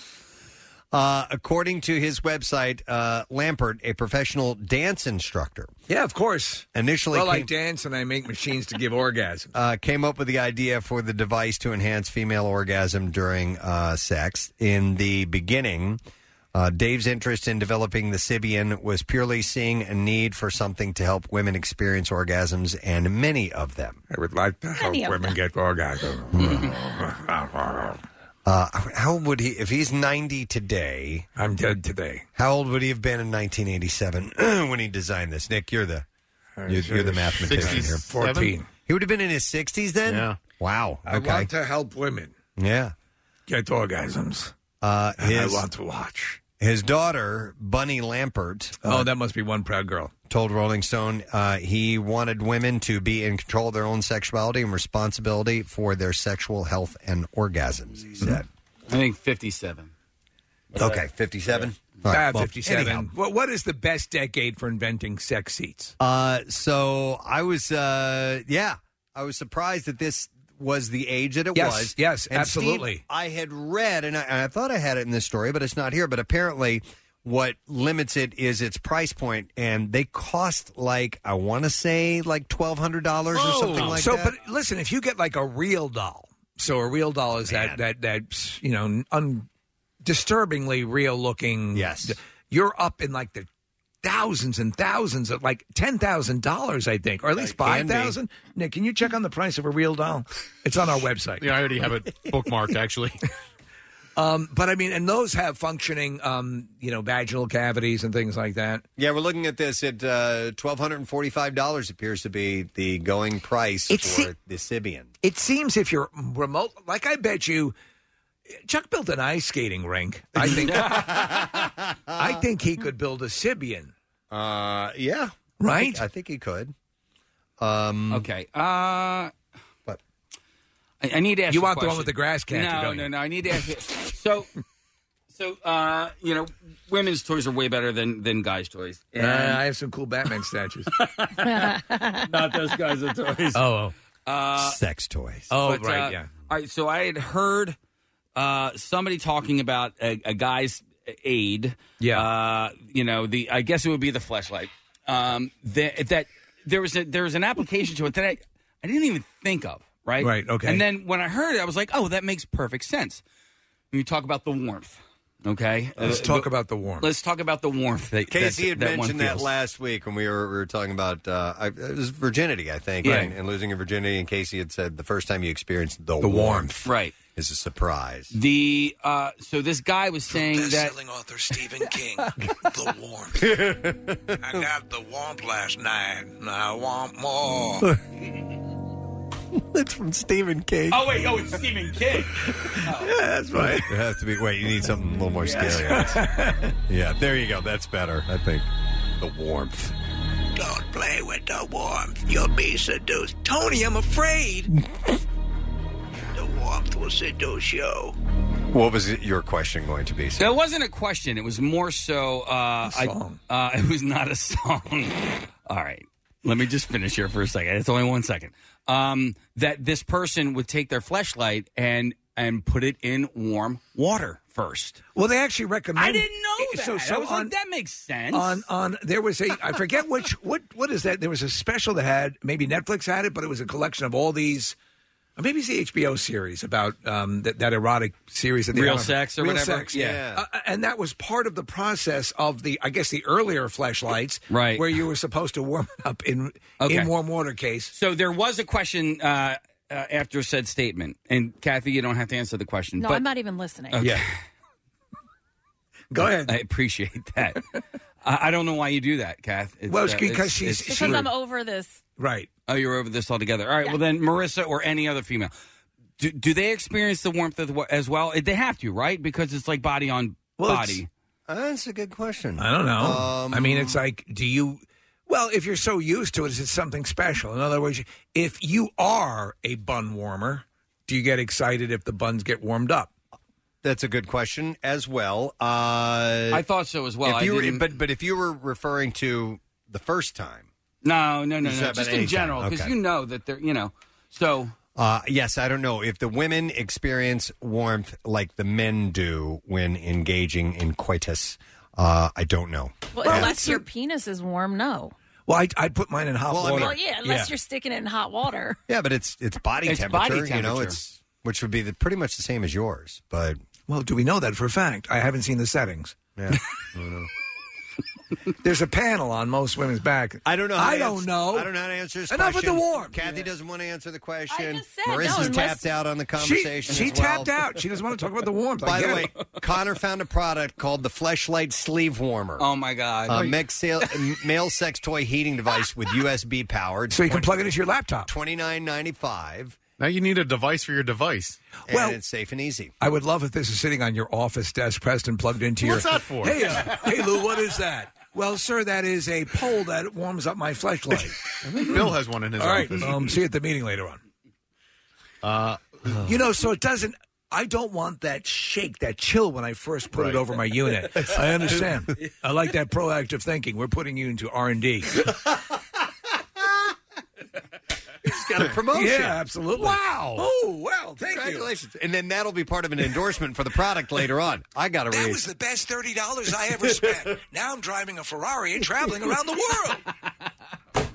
[SPEAKER 1] Uh, according to his website, uh, Lampert, a professional dance instructor,
[SPEAKER 4] Yeah, of course.
[SPEAKER 1] initially
[SPEAKER 4] well, I
[SPEAKER 1] came,
[SPEAKER 4] dance and I make machines to give orgasms.
[SPEAKER 1] uh, came up with the idea for the device to enhance female orgasm during uh, sex. In the beginning, uh, Dave's interest in developing the Sibian was purely seeing a need for something to help women experience orgasms, and many of them.
[SPEAKER 4] I would like to help
[SPEAKER 1] Many of
[SPEAKER 4] women get orgasms.
[SPEAKER 1] Uh, how would he, if he's 90 today?
[SPEAKER 4] I'm dead today.
[SPEAKER 1] How old would he have been in 1987 when he designed this? Nick, you're the you're, you're the mathematician here.
[SPEAKER 4] 67? 14.
[SPEAKER 1] He would have been in his 60s then. Yeah. Wow.
[SPEAKER 4] I
[SPEAKER 1] okay.
[SPEAKER 4] want to help women
[SPEAKER 1] yeah.
[SPEAKER 4] get orgasms.
[SPEAKER 1] Uh,
[SPEAKER 4] And I
[SPEAKER 1] his
[SPEAKER 4] want to watch.
[SPEAKER 1] his daughter Bunny Lampert.
[SPEAKER 4] Oh, that must be one proud girl.
[SPEAKER 1] told Rolling Stone uh, he wanted women to be in control of their own sexuality and responsibility for their sexual health and orgasms. He said.
[SPEAKER 6] I think 57.
[SPEAKER 1] Okay, 57.
[SPEAKER 6] Uh,
[SPEAKER 4] Ah, 57. Well, what is the best decade for inventing sex seats?
[SPEAKER 1] Uh, so I was, uh, yeah, I was surprised that this was the age that it
[SPEAKER 4] Yes,
[SPEAKER 1] was.
[SPEAKER 4] yes,
[SPEAKER 1] And Steve,
[SPEAKER 4] absolutely.
[SPEAKER 1] I had read, and I, and I thought I had it in this story, but it's not here. But apparently, what limits it is its price point, and they cost like I want to say like twelve hundred dollars or
[SPEAKER 10] Oh.
[SPEAKER 1] something like
[SPEAKER 4] so,
[SPEAKER 1] that.
[SPEAKER 4] but listen, if you get like a real doll, so a real doll is that that that you know un, disturbingly real looking. Yes, you're up in like the thousands and thousands of like ten thousand dollars, I think, or at least
[SPEAKER 10] Uh,
[SPEAKER 4] five
[SPEAKER 10] can be.
[SPEAKER 4] thousand. Nick, can you check on the price of a real doll? It's on our website.
[SPEAKER 3] Yeah, I already have it bookmarked actually.
[SPEAKER 4] Um, but I mean, and those have functioning, um, you know, vaginal cavities and things like that.
[SPEAKER 1] Yeah, we're looking at this at uh, twelve hundred and forty-five dollars appears to be the going price for the Sibian.
[SPEAKER 4] It seems if you're remote, like I bet you, Chuck built an ice skating rink. I think, I think he could build a Sibian.
[SPEAKER 1] Uh, yeah,
[SPEAKER 4] right.
[SPEAKER 1] I think he could. Um,
[SPEAKER 6] okay. Uh,
[SPEAKER 1] but
[SPEAKER 6] I, I need to ask
[SPEAKER 4] You
[SPEAKER 6] a
[SPEAKER 4] want the
[SPEAKER 6] question.
[SPEAKER 4] one with the grass canter,
[SPEAKER 6] No,
[SPEAKER 4] don't
[SPEAKER 6] no,
[SPEAKER 4] you?
[SPEAKER 6] no. I need to ask. you- so, so uh, you know, women's toys are way better than than guys' toys.
[SPEAKER 4] Uh, I have some cool Batman statues.
[SPEAKER 6] Not those guys are toys.
[SPEAKER 4] Oh,
[SPEAKER 6] Uh,
[SPEAKER 1] sex toys.
[SPEAKER 4] Oh, right, yeah.
[SPEAKER 6] All right, so I had heard uh, somebody talking about a, a guy's aid. Yeah. Uh, you know, the I guess it would be the flashlight. Um, that, that there was a, there was an application to it that I, I didn't even think of. Right.
[SPEAKER 4] Right, okay.
[SPEAKER 6] And then when I heard it, I was like, oh, that makes perfect sense. When you talk about the warmth. Okay.
[SPEAKER 4] Let's
[SPEAKER 6] Uh,
[SPEAKER 4] talk
[SPEAKER 6] but-
[SPEAKER 4] about the warmth.
[SPEAKER 6] Let's talk about the warmth. That,
[SPEAKER 1] Casey
[SPEAKER 6] that,
[SPEAKER 1] had
[SPEAKER 6] that one
[SPEAKER 1] mentioned that
[SPEAKER 6] feels.
[SPEAKER 1] last week when we were, we were talking about uh, I, it was virginity, I think,
[SPEAKER 6] Yeah.
[SPEAKER 1] and, and losing your virginity. And Casey had said the first time you experienced the,
[SPEAKER 6] The
[SPEAKER 1] warmth,
[SPEAKER 6] warmth. right,
[SPEAKER 1] is a surprise.
[SPEAKER 6] The uh, so this guy was saying that
[SPEAKER 4] Best-selling author Stephen King,
[SPEAKER 10] The
[SPEAKER 4] warmth.
[SPEAKER 10] I got the warmth last night. and I want more.
[SPEAKER 1] That's from Stephen King.
[SPEAKER 6] Oh wait, oh it's Stephen King.
[SPEAKER 1] yeah, that's right. It has to be. Wait, you need something a little more scary. yeah, there you go. That's better, I think. The warmth.
[SPEAKER 10] Don't play with the warmth.
[SPEAKER 4] You'll be seduced. Tony, I'm afraid.
[SPEAKER 10] The warmth will seduce you.
[SPEAKER 1] What was it- your question going to be?
[SPEAKER 6] So it wasn't a question. It was more so. Uh, I, uh, it was not a song. All right. Let me just finish here for a second. It's only one second. Um, that this person would take their flashlight and and put it in warm water first.
[SPEAKER 4] Well, they actually recommend.
[SPEAKER 6] I didn't know that.
[SPEAKER 4] So, so
[SPEAKER 6] I was
[SPEAKER 4] on,
[SPEAKER 6] like, that makes sense.
[SPEAKER 4] on on there was a I forget which what what is that? There was a special that had maybe Netflix had it, but it was a collection of all these. Or maybe it's the HBO series about um, that, that erotic series that they
[SPEAKER 6] Real
[SPEAKER 4] have.
[SPEAKER 6] Sex or
[SPEAKER 4] Real
[SPEAKER 6] whatever?
[SPEAKER 4] Sex.
[SPEAKER 6] Yeah.
[SPEAKER 4] Uh, and that was part of the process of the I guess the earlier flashlights,
[SPEAKER 6] Right.
[SPEAKER 4] Where you were supposed to warm it up in
[SPEAKER 6] Okay.
[SPEAKER 4] in warm water case.
[SPEAKER 6] so there was a question uh, uh, after said statement, and Kathy, you don't have to answer the question.
[SPEAKER 2] No,
[SPEAKER 6] but
[SPEAKER 2] I'm not even listening.
[SPEAKER 6] Okay.
[SPEAKER 4] Go ahead.
[SPEAKER 6] I appreciate that. I, I don't know why you do that, Kath. It's,
[SPEAKER 4] Well, it's
[SPEAKER 6] uh,
[SPEAKER 4] because
[SPEAKER 6] it's-
[SPEAKER 4] she's-
[SPEAKER 6] it's
[SPEAKER 2] Because
[SPEAKER 6] rude.
[SPEAKER 2] I'm over this.
[SPEAKER 4] right.
[SPEAKER 6] Oh, you're over this altogether. All right. Well, then Marissa or any other female, do, do they experience the warmth of the, as well? They have to, right? Because it's like body on body.
[SPEAKER 1] Uh, that's a good question.
[SPEAKER 4] I don't know.
[SPEAKER 1] Um,
[SPEAKER 4] I mean, it's like, do you? Well, if you're so used to it, is it something special? In other words, if you are a bun warmer, do you get excited if the buns get warmed up?
[SPEAKER 1] That's a good question as well. Uh,
[SPEAKER 6] I thought so as well.
[SPEAKER 1] If
[SPEAKER 6] I
[SPEAKER 1] you were,
[SPEAKER 6] didn't-
[SPEAKER 1] but but if you were referring to the first time,
[SPEAKER 6] No, no, no,
[SPEAKER 1] You said
[SPEAKER 6] no.
[SPEAKER 1] about
[SPEAKER 6] Just
[SPEAKER 1] any
[SPEAKER 6] in general,
[SPEAKER 1] time.
[SPEAKER 6] because
[SPEAKER 1] Okay.
[SPEAKER 6] you know that they're, you know. So
[SPEAKER 1] uh, yes, I don't know if the women experience warmth like the men do when engaging in coitus. Uh, I don't know.
[SPEAKER 2] Well, unless your penis is warm, no.
[SPEAKER 4] Well, I, I put mine in hot
[SPEAKER 1] Well, I mean-
[SPEAKER 2] Well, yeah, unless you're sticking it in hot water.
[SPEAKER 1] Yeah, but it's it's body,
[SPEAKER 4] It's
[SPEAKER 1] temperature,
[SPEAKER 4] body
[SPEAKER 1] You know,
[SPEAKER 4] temperature.
[SPEAKER 1] it's which would be the, pretty much the same as yours. But
[SPEAKER 4] well, do we know that for a fact? I haven't seen the settings.
[SPEAKER 1] Yeah.
[SPEAKER 2] Mm-hmm.
[SPEAKER 4] There's a panel on most women's back.
[SPEAKER 1] I don't know. how
[SPEAKER 4] I
[SPEAKER 1] to
[SPEAKER 4] don't
[SPEAKER 1] ans-
[SPEAKER 4] know.
[SPEAKER 1] I don't know how to answer this
[SPEAKER 4] Enough with
[SPEAKER 1] question.
[SPEAKER 4] the warm.
[SPEAKER 1] Kathy doesn't want to answer the question.
[SPEAKER 4] said,
[SPEAKER 1] Marissa's
[SPEAKER 4] no, unless-
[SPEAKER 1] tapped out on the
[SPEAKER 4] She-
[SPEAKER 1] conversation.
[SPEAKER 4] she
[SPEAKER 1] as well.
[SPEAKER 4] tapped out. She doesn't want to talk about the warmth. I
[SPEAKER 1] By the
[SPEAKER 4] get
[SPEAKER 1] way,
[SPEAKER 4] it.
[SPEAKER 1] Connor found a product called the Fleshlight Sleeve Warmer.
[SPEAKER 6] Oh my god!
[SPEAKER 1] A mix- Uh, sale- male sex toy heating device with USB powered.
[SPEAKER 4] So you can plug it into your laptop.
[SPEAKER 1] Twenty nine ninety five.
[SPEAKER 3] Now you need a device for your device.
[SPEAKER 1] And
[SPEAKER 4] Well-
[SPEAKER 1] it's safe and easy.
[SPEAKER 4] I would love if this is sitting on your office desk, Preston, plugged into
[SPEAKER 3] What's
[SPEAKER 4] your.
[SPEAKER 3] that for?
[SPEAKER 4] Hey, uh, hey, Lou, what is that? Well, sir, that is a pole that warms up my flashlight.
[SPEAKER 3] Bill has one in his
[SPEAKER 4] All right,
[SPEAKER 3] office.
[SPEAKER 4] um, see you at the meeting later on.
[SPEAKER 3] Uh,
[SPEAKER 4] You know, so it doesn't. I don't want that shake, that chill when I first put
[SPEAKER 3] Right.
[SPEAKER 4] it over my unit. I understand. I like that proactive thinking. We're putting you into R and D.
[SPEAKER 1] got a promotion.
[SPEAKER 4] Yeah, absolutely.
[SPEAKER 1] Wow.
[SPEAKER 4] Oh, well, thank
[SPEAKER 1] Congratulations. And then that'll be part of an endorsement for the product later on. I got to
[SPEAKER 4] That
[SPEAKER 1] read.
[SPEAKER 4] was the best thirty dollars I ever spent. now I'm driving a Ferrari and traveling around the world.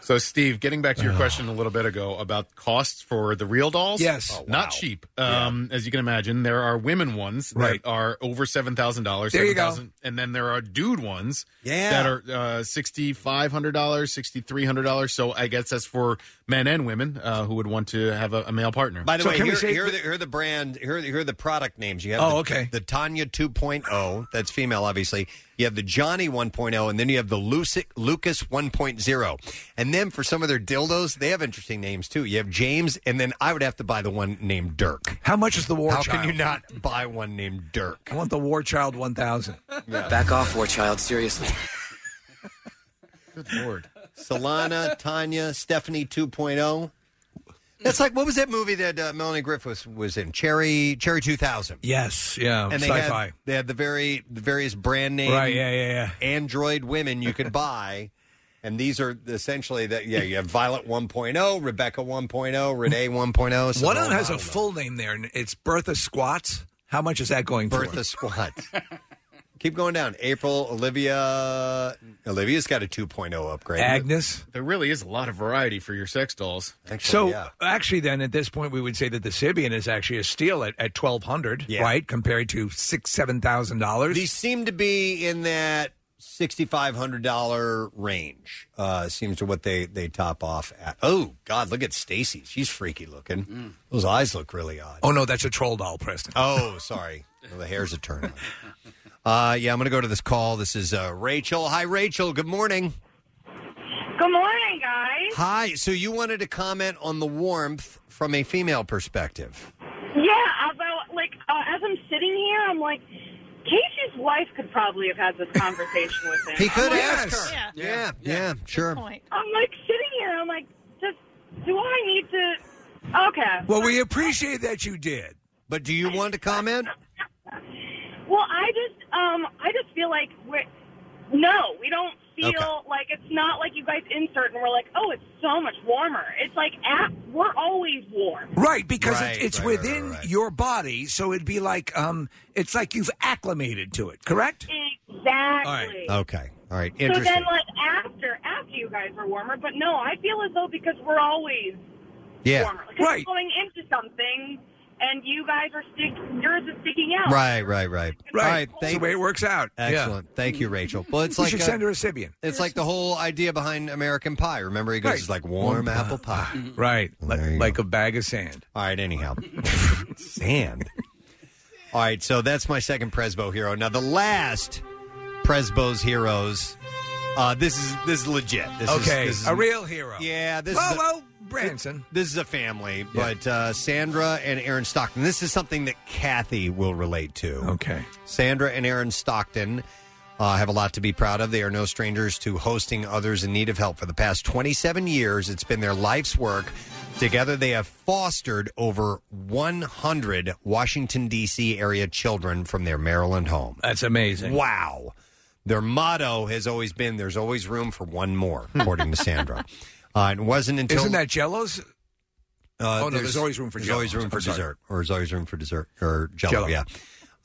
[SPEAKER 3] So, Steve, getting back to your question a little bit ago about costs for the real dolls,
[SPEAKER 4] Yes. Oh, wow.
[SPEAKER 3] not cheap. Um, As you can imagine, there are women ones
[SPEAKER 4] Right.
[SPEAKER 3] that are over seven thousand dollars.
[SPEAKER 4] There you go.
[SPEAKER 3] And then there are dude ones,
[SPEAKER 4] Yeah.
[SPEAKER 3] that are uh, sixty five hundred dollars, sixty three hundred dollars. So, I guess that's for men and women uh, who would want to have a, a male partner.
[SPEAKER 1] By the way, here, here, are the, here are the brand, here are the, here are the product names. You have
[SPEAKER 3] Oh,
[SPEAKER 1] the,
[SPEAKER 3] okay.
[SPEAKER 1] the Tanya 2.0, that's female, obviously. You have the Johnny 1.0, and then you have the Lucy, Lucas 1.0. And then for some of their dildos, they have interesting names too. You have James, and then I would have to buy the one named Dirk.
[SPEAKER 4] How much is the war
[SPEAKER 1] How
[SPEAKER 4] child?
[SPEAKER 1] can you not buy one named Dirk?
[SPEAKER 4] I want the war child 1000.
[SPEAKER 18] Back off, war child. Seriously.
[SPEAKER 3] Good lord.
[SPEAKER 1] Solana, Tanya, Stephanie 2.0. That's like what was that movie that uh, Melanie Griffith was, was in? Cherry Cherry 2000.
[SPEAKER 4] Yes, yeah,
[SPEAKER 1] And they
[SPEAKER 4] sci-fi.
[SPEAKER 1] had, they had the very the various brand name
[SPEAKER 4] Right, yeah, yeah, yeah.
[SPEAKER 1] Android women you could buy. And these are essentially that yeah, you have Violet 1.0, Rebecca 1.0, Renee oh, 1.0.
[SPEAKER 4] One of them has
[SPEAKER 1] a
[SPEAKER 4] a full name there, and it's Bertha Squats. How much is that going for?
[SPEAKER 1] Bertha Squats. Keep going down. April, Olivia. Olivia's got a 2.0 upgrade.
[SPEAKER 4] Agnes.
[SPEAKER 3] There really is a lot of variety for your sex dolls.
[SPEAKER 4] so actually, then at this point, we would say that the Sibian is actually a steal at, at twelve hundred, right? Compared to six, seven thousand dollars.
[SPEAKER 1] These seem to be in that sixty-five hundred dollar range. Uh, seems to what they they top off at. Oh God, look at Stacy. She's freaky looking. Those eyes look really odd.
[SPEAKER 4] Oh no, that's a troll doll, Preston.
[SPEAKER 1] Oh, sorry. Well, the hair's a turn on. Uh, yeah, I'm going to go to this call. This is uh, Rachel. Hi, Rachel. Good morning.
[SPEAKER 9] Good morning, guys.
[SPEAKER 1] Hi. So you wanted to comment on the warmth from a female perspective.
[SPEAKER 9] Yeah, although, like, uh, as I'm sitting here, I'm like, Casey's wife could probably have had this conversation with him.
[SPEAKER 1] He could
[SPEAKER 9] I'm
[SPEAKER 1] ask
[SPEAKER 9] like,
[SPEAKER 1] her. Yeah, yeah, sure.
[SPEAKER 9] I'm like sitting here, I'm like, does, do I need to? Okay.
[SPEAKER 4] Well, we appreciate that you did.
[SPEAKER 1] But do you want to comment?
[SPEAKER 9] Well, I just, um, I just feel like we're no, we don't feel
[SPEAKER 1] Okay.
[SPEAKER 9] like it's not like you guys insert and we're like, oh, it's so much warmer. It's like at, we're always warm.
[SPEAKER 4] Right, because it's-
[SPEAKER 9] Right,
[SPEAKER 4] it's
[SPEAKER 9] right, right,
[SPEAKER 4] within your body, so it'd be like um, it's like you've acclimated to it, correct?
[SPEAKER 9] Exactly.
[SPEAKER 1] Okay. All right.
[SPEAKER 9] So
[SPEAKER 4] Interesting.
[SPEAKER 9] then, like after after you guys are warmer, but no, I feel as though because we're always
[SPEAKER 1] Yeah.
[SPEAKER 9] warmer. 'Cause
[SPEAKER 1] Right.
[SPEAKER 9] We're going into something, and you guys are stick yours is sticking out.
[SPEAKER 1] Right, right, right.
[SPEAKER 4] Right.
[SPEAKER 1] All right
[SPEAKER 4] That's the way it works out. Yeah.
[SPEAKER 1] Excellent. Thank you, Rachel. Well, it's
[SPEAKER 4] You
[SPEAKER 1] like
[SPEAKER 4] should send her a Sibian.
[SPEAKER 1] It's like the whole idea behind American Pie. Remember, he goes,
[SPEAKER 4] Right.
[SPEAKER 1] it's like warm
[SPEAKER 4] Warm
[SPEAKER 1] apple pie.
[SPEAKER 4] Right, like, like a bag of sand.
[SPEAKER 1] All right, anyhow. Sand. All right, so that's my second Presbo hero. Now, the last Presbo's heroes. Uh, this is this is legit. This is-
[SPEAKER 4] okay, Uh,
[SPEAKER 1] this is,
[SPEAKER 4] a real hero.
[SPEAKER 1] Yeah, this is a-
[SPEAKER 4] Lolo Branson.
[SPEAKER 1] This is a family, but uh, Sandra and Aaron Stockton. This is something that Kathy will relate to.
[SPEAKER 4] Okay.
[SPEAKER 1] Sandra and Aaron Stockton uh, have a lot to be proud of. They are no strangers to hosting others in need of help. For the past 27 years, it's been their life's work. Together, they have fostered over 100 Washington, D.C. area children from their Maryland home.
[SPEAKER 4] That's amazing.
[SPEAKER 1] Wow. Their motto has always been there's always room for one more, according to Sandra. Uh, it wasn't until.
[SPEAKER 4] Isn't that Jello's?
[SPEAKER 1] Uh,
[SPEAKER 4] oh no, there's, always room for.
[SPEAKER 1] there's
[SPEAKER 4] Jell-O.
[SPEAKER 1] always room
[SPEAKER 4] I'm
[SPEAKER 1] for
[SPEAKER 4] sorry.
[SPEAKER 1] dessert, or there's always room for dessert or Jello.
[SPEAKER 4] Jell-O.
[SPEAKER 1] Yeah.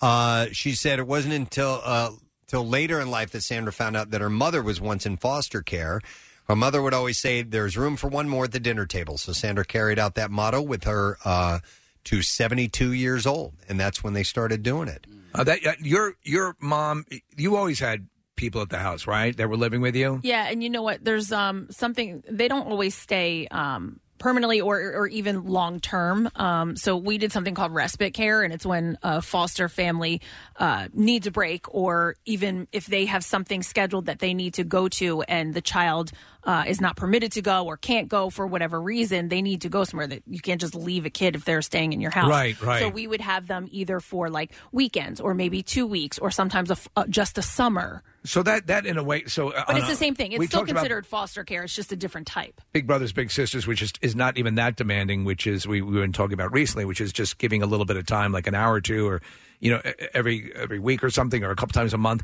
[SPEAKER 1] Uh, she said it wasn't until uh, till later in life that Sandra found out that her mother was once in foster care. Her mother would always say, "There's room for one more at the dinner table." So Sandra carried out that motto with her uh, to 72 years old, and that's when they started doing it.
[SPEAKER 4] Uh, that uh, your your mom. You always had people at the house, right? That were living with you.
[SPEAKER 2] Yeah, and you know what? There's um something they don't always stay um permanently or or even long term. Um, so we did something called respite care, and it's when a foster family uh, needs a break, or even if they have something scheduled that they need to go to, and the child uh, is not permitted to go or can't go for whatever reason, they need to go somewhere. That you can't just leave a kid if they're staying in your house.
[SPEAKER 4] Right, right.
[SPEAKER 2] So we would have them either for like weekends or maybe two weeks, or sometimes a f uh, just a summer.
[SPEAKER 4] So that that in a way. So, uh,
[SPEAKER 2] But it's
[SPEAKER 4] on a-
[SPEAKER 2] the same thing. It's
[SPEAKER 4] we
[SPEAKER 2] still
[SPEAKER 4] talked about
[SPEAKER 2] considered foster care. It's just a different type.
[SPEAKER 4] Big Brothers Big Sisters, which is is not even that demanding. Which is we we were talking about recently, which is just e, giving a little bit of time, like an hour or two, or you know, e- every every week or something, or a couple times a month.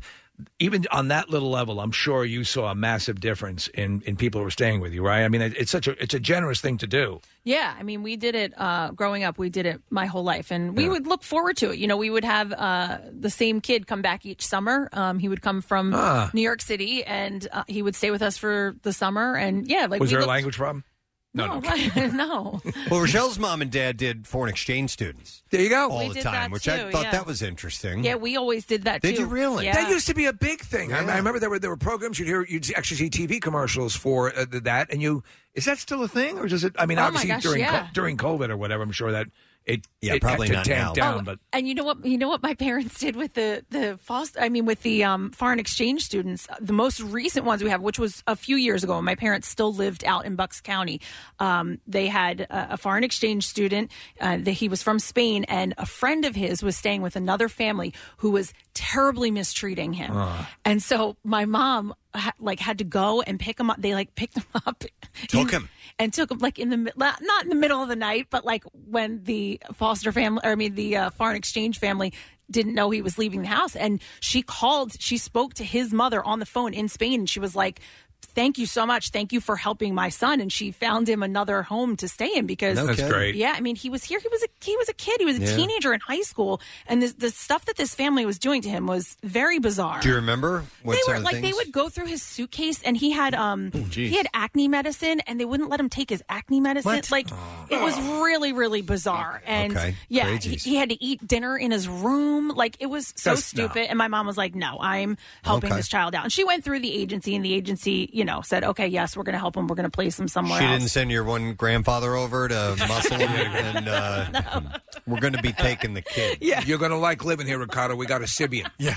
[SPEAKER 4] even on that little level, I'm sure you saw a massive difference in in people who were staying with you, right? I mean, it, it's such a it's a generous thing to do.
[SPEAKER 2] Yeah, I mean, we did it uh, growing up. We did it my whole life, and we would look forward to it. You know, we would have uh, the same kid come back each summer. Um, he would come from
[SPEAKER 4] Ah.
[SPEAKER 2] New York City, and uh, he would stay with us for the summer. And yeah, like
[SPEAKER 4] was
[SPEAKER 2] we
[SPEAKER 4] there a
[SPEAKER 2] looked-
[SPEAKER 4] language problem?
[SPEAKER 2] No, no, no.
[SPEAKER 1] Well, Rochelle's mom and dad did foreign exchange students.
[SPEAKER 4] There you go.
[SPEAKER 1] All
[SPEAKER 2] We
[SPEAKER 1] the
[SPEAKER 2] did
[SPEAKER 1] time,
[SPEAKER 2] that
[SPEAKER 1] which
[SPEAKER 2] too,
[SPEAKER 1] I thought
[SPEAKER 2] yeah.
[SPEAKER 1] that was interesting.
[SPEAKER 2] Yeah, we always did that.
[SPEAKER 1] Did
[SPEAKER 2] too.
[SPEAKER 1] you really?
[SPEAKER 2] Yeah.
[SPEAKER 4] That used to be a big thing. I-
[SPEAKER 2] Yeah.
[SPEAKER 4] I, remember there were there were programs you'd hear you'd actually see TV commercials for uh, th- that, and you is that still a thing or is it? I mean,
[SPEAKER 2] Oh my
[SPEAKER 4] obviously
[SPEAKER 2] gosh,
[SPEAKER 4] during co-
[SPEAKER 2] yeah.
[SPEAKER 4] during COVID or whatever, I'm sure that it
[SPEAKER 1] Yeah,
[SPEAKER 4] it
[SPEAKER 1] probably
[SPEAKER 4] had to
[SPEAKER 1] not
[SPEAKER 4] tamp
[SPEAKER 1] now.
[SPEAKER 4] down,
[SPEAKER 1] Oh,
[SPEAKER 4] but
[SPEAKER 2] And you know what? You know what my parents did with the the foster. I mean, with the um, foreign exchange students. The most recent ones we have, which was a few years ago, and my parents still lived out in Bucks County. Um, they had a, a foreign exchange student. Uh, that he was from Spain, and a friend of his was staying with another family who was terribly mistreating him.
[SPEAKER 8] Uh.
[SPEAKER 1] Uh.
[SPEAKER 2] And so my mom ha- like had to go and pick him up. They like picked him up, took him, and took him like in the mi- la- not in the middle of the night, but like when the foster family, or I mean the uh, foreign exchange family, didn't know he was leaving the house. And she called. She spoke to his mother on the phone in Spain, and she was like. Thank you so much. Thank you for helping my son. And she found him another home to stay in because
[SPEAKER 4] No That's kidding. great.
[SPEAKER 2] Yeah, I mean, he was here. He was a he was a kid. He was a
[SPEAKER 1] Yeah.
[SPEAKER 2] teenager in high school, and this, the stuff that this family was doing to him was very bizarre
[SPEAKER 1] Do you remember what
[SPEAKER 2] they
[SPEAKER 1] some
[SPEAKER 2] were
[SPEAKER 1] of the
[SPEAKER 2] like
[SPEAKER 1] things?
[SPEAKER 2] they would go through his suitcase and he had um
[SPEAKER 1] geez.
[SPEAKER 2] he had acne medicine and they wouldn't let him take his acne medicine
[SPEAKER 1] What? Oh.
[SPEAKER 2] like it was really really bizarre and
[SPEAKER 1] Okay.
[SPEAKER 2] yeah he,
[SPEAKER 1] Crazies.
[SPEAKER 2] he had to eat dinner in his room like it was so
[SPEAKER 1] That's- no.
[SPEAKER 2] stupid and my mom was like no i'm helping
[SPEAKER 1] Okay.
[SPEAKER 2] this child out and she went through the agency and the agency you know said okay yes we're going to help him we're going to place him somewhere
[SPEAKER 1] She
[SPEAKER 2] else
[SPEAKER 1] didn't send your one grandfather over to muscle him, and uh, we're going to be taking the kid.
[SPEAKER 4] yeah. you're gonna like living here, Ricardo. We got a Sibian.
[SPEAKER 1] Yeah.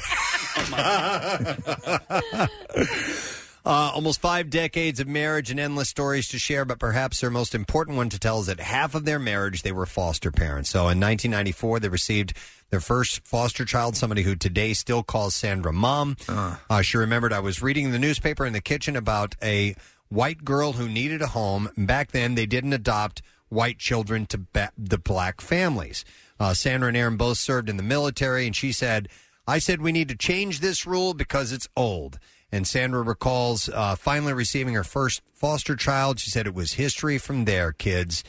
[SPEAKER 1] Uh, almost five decades of marriage and endless stories to share, but perhaps their most important one to tell is that half of their marriage they were foster parents. So in 1994, they received their first foster child, somebody who today still calls Sandra mom. Uh, she remembered I was reading the newspaper in the kitchen about a white girl who needed a home. Back then, they didn't adopt white children to ba- the black families. Uh, Sandra and Aaron both served in the military, and she said, I said we need to change this rule because it's old. And Sandra recalls uh, finally receiving her first foster child. She said it was history from there, kids.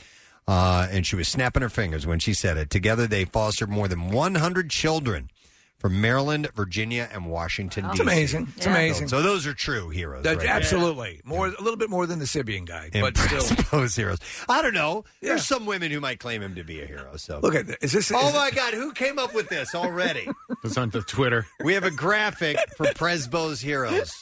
[SPEAKER 1] Uh, and she was snapping her fingers when she said it. Together, they fostered more than 100 children from Maryland, Virginia, and Washington,
[SPEAKER 4] It's
[SPEAKER 2] Oh.
[SPEAKER 1] D.C.
[SPEAKER 4] amazing. It's amazing.
[SPEAKER 1] So those are true heroes.
[SPEAKER 4] That-
[SPEAKER 1] right there.
[SPEAKER 4] absolutely more a little bit more than the Sibian guy, but
[SPEAKER 1] Impressed
[SPEAKER 4] still.
[SPEAKER 1] Those heroes. I don't know. There's some women who might claim him to be a hero. So
[SPEAKER 4] Look at is this?
[SPEAKER 1] Oh
[SPEAKER 4] is-
[SPEAKER 1] my God! Who came up with this already?
[SPEAKER 3] It's on the Twitter.
[SPEAKER 1] we have a graphic for Presbo's heroes.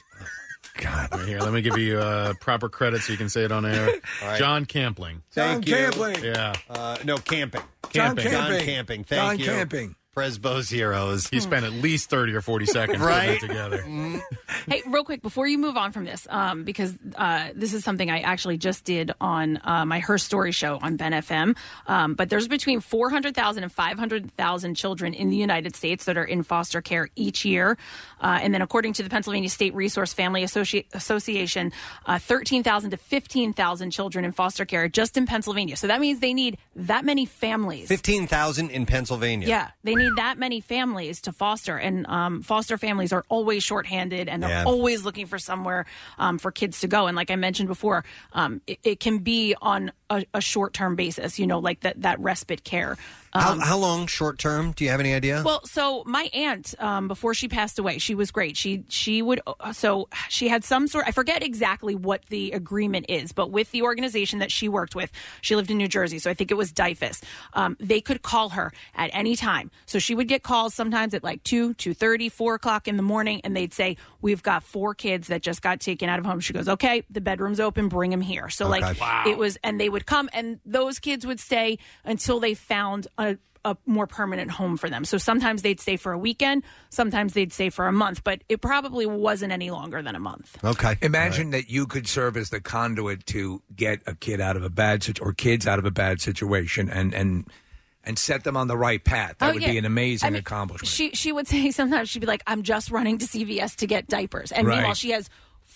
[SPEAKER 3] Right here, let me give you uh, proper credit so you can say it on air.
[SPEAKER 1] All right.
[SPEAKER 3] John Campling.
[SPEAKER 1] Thank you.
[SPEAKER 3] Yeah.
[SPEAKER 1] Uh, no, camping.
[SPEAKER 3] John Camping.
[SPEAKER 1] John Camping. Thank
[SPEAKER 3] John
[SPEAKER 1] you.
[SPEAKER 3] Camping.
[SPEAKER 1] Presbo's heroes.
[SPEAKER 3] He spent at least 30 or 40 seconds putting
[SPEAKER 1] Right?
[SPEAKER 3] it together.
[SPEAKER 2] hey, real quick before you move on from this, um, because uh, this is something I actually just did on uh, my Her Story show on Ben FM. Um, but there's between 400,000 and 500,000 children in the United States that are in foster care each year. Uh, and then, according to the Pennsylvania State Resource Family Associ- Association, uh, 13,000 to 15,000 children in foster care just in Pennsylvania. So that means they need that many families.
[SPEAKER 1] 15,000 in Pennsylvania.
[SPEAKER 2] Yeah, they need that many families to foster, and um, foster families are always shorthanded, and they're
[SPEAKER 1] Yeah.
[SPEAKER 2] always looking for somewhere um, for kids to go. And like I mentioned before, um, it, it can be on a, a short-term basis, you know, like that that respite care.
[SPEAKER 1] How, how long short term? Do you have any idea?
[SPEAKER 2] um, Well, so my aunt, um, before she passed away, she was great. She she would uh, so she had some sort. I forget exactly what the agreement is, but with the organization that she worked with, she lived in New Jersey, so I think it was Dyfus. Um, they could call her at any time, so she would get calls sometimes at like two, two thirty, four o'clock in the morning, and they'd say, "We've got four kids that just got taken out of home." She goes, "Okay, the bedroom's open, bring them here." So like
[SPEAKER 19] Okay. Wow.
[SPEAKER 2] it was, and they would come, and those kids would stay until they found a a more permanent home for them. So sometimes they'd stay for a weekend, sometimes they'd stay for a month, but it probably wasn't any longer than a month.
[SPEAKER 1] Okay.
[SPEAKER 4] Imagine that you could serve as the conduit to get a kid out of a bad situation or kids out of a bad situation and and and set them on the right path. That
[SPEAKER 2] Oh,
[SPEAKER 4] would
[SPEAKER 2] yeah.
[SPEAKER 4] be an amazing
[SPEAKER 2] I mean,
[SPEAKER 4] accomplishment.
[SPEAKER 2] She she would say sometimes she'd be like, "I'm just running to CVS to get diapers," and
[SPEAKER 4] Right.
[SPEAKER 2] meanwhile she has,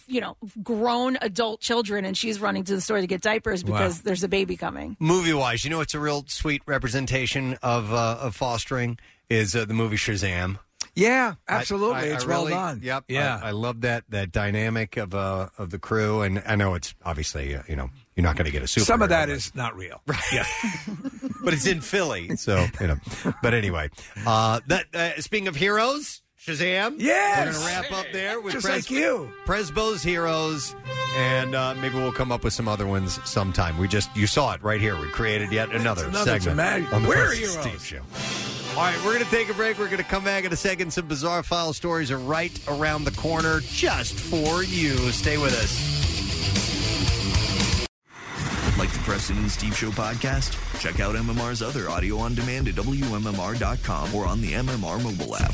[SPEAKER 2] you know, grown adult children, and she's running to the store to get diapers
[SPEAKER 1] Wow.
[SPEAKER 2] because there's a baby coming.
[SPEAKER 1] Movie wise, you know it's a real sweet representation of, uh, of fostering is uh, the movie Shazam.
[SPEAKER 4] Yeah,
[SPEAKER 1] I-
[SPEAKER 4] absolutely.
[SPEAKER 1] I- I
[SPEAKER 4] it's well
[SPEAKER 1] really-
[SPEAKER 4] done.
[SPEAKER 1] Yep.
[SPEAKER 4] Yeah.
[SPEAKER 1] I, I love that that dynamic of uh of the crew, and I know it's obviously uh, you know you're not going to get a super.
[SPEAKER 4] Some of that is not real.
[SPEAKER 1] Yeah. but it's in Philly, so you know. But anyway, uh, that uh, speaking of heroes, Shazam.
[SPEAKER 4] Yes!
[SPEAKER 1] we're gonna wrap up there with
[SPEAKER 4] Just like you.
[SPEAKER 1] Presbo's heroes, and uh, maybe we'll come up with some other ones sometime. We just you saw it right here. We created yet another,
[SPEAKER 4] another
[SPEAKER 1] segment
[SPEAKER 4] dramatic-
[SPEAKER 1] on the
[SPEAKER 4] We're
[SPEAKER 1] Preston
[SPEAKER 4] heroes.
[SPEAKER 1] Steve Show. All right, we're going to take a break. We're going to come back in a second. Some bizarre file stories are right around the corner just for you. Stay with us.
[SPEAKER 7] Like the Preston and Steve Show podcast? Check out MMR's other audio on demand at WMMR.com or on the MMR mobile app.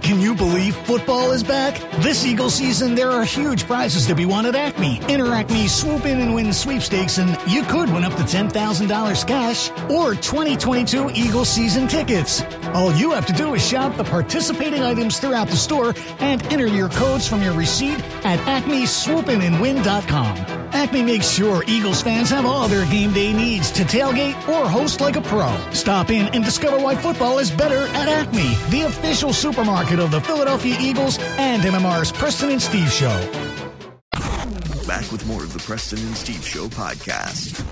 [SPEAKER 19] Can you believe football is back? This Eagle season, there are huge prizes to be won at Acme. Enter Acme's Swoop In and Win sweepstakes, and you could win up to $10,000 cash or 2022 Eagle season tickets. All you have to do is shop the participating items throughout the store and enter your codes from your receipt at acmeswoopinandwin.com. Acme makes sure Eagles fans have all their game day needs to tailgate or host like a pro. Stop in and discover why football is better at Acme, the official supermarket of the Philadelphia Eagles and MMR's Preston and Steve Show.
[SPEAKER 7] Back with more of the Preston and Steve Show podcast.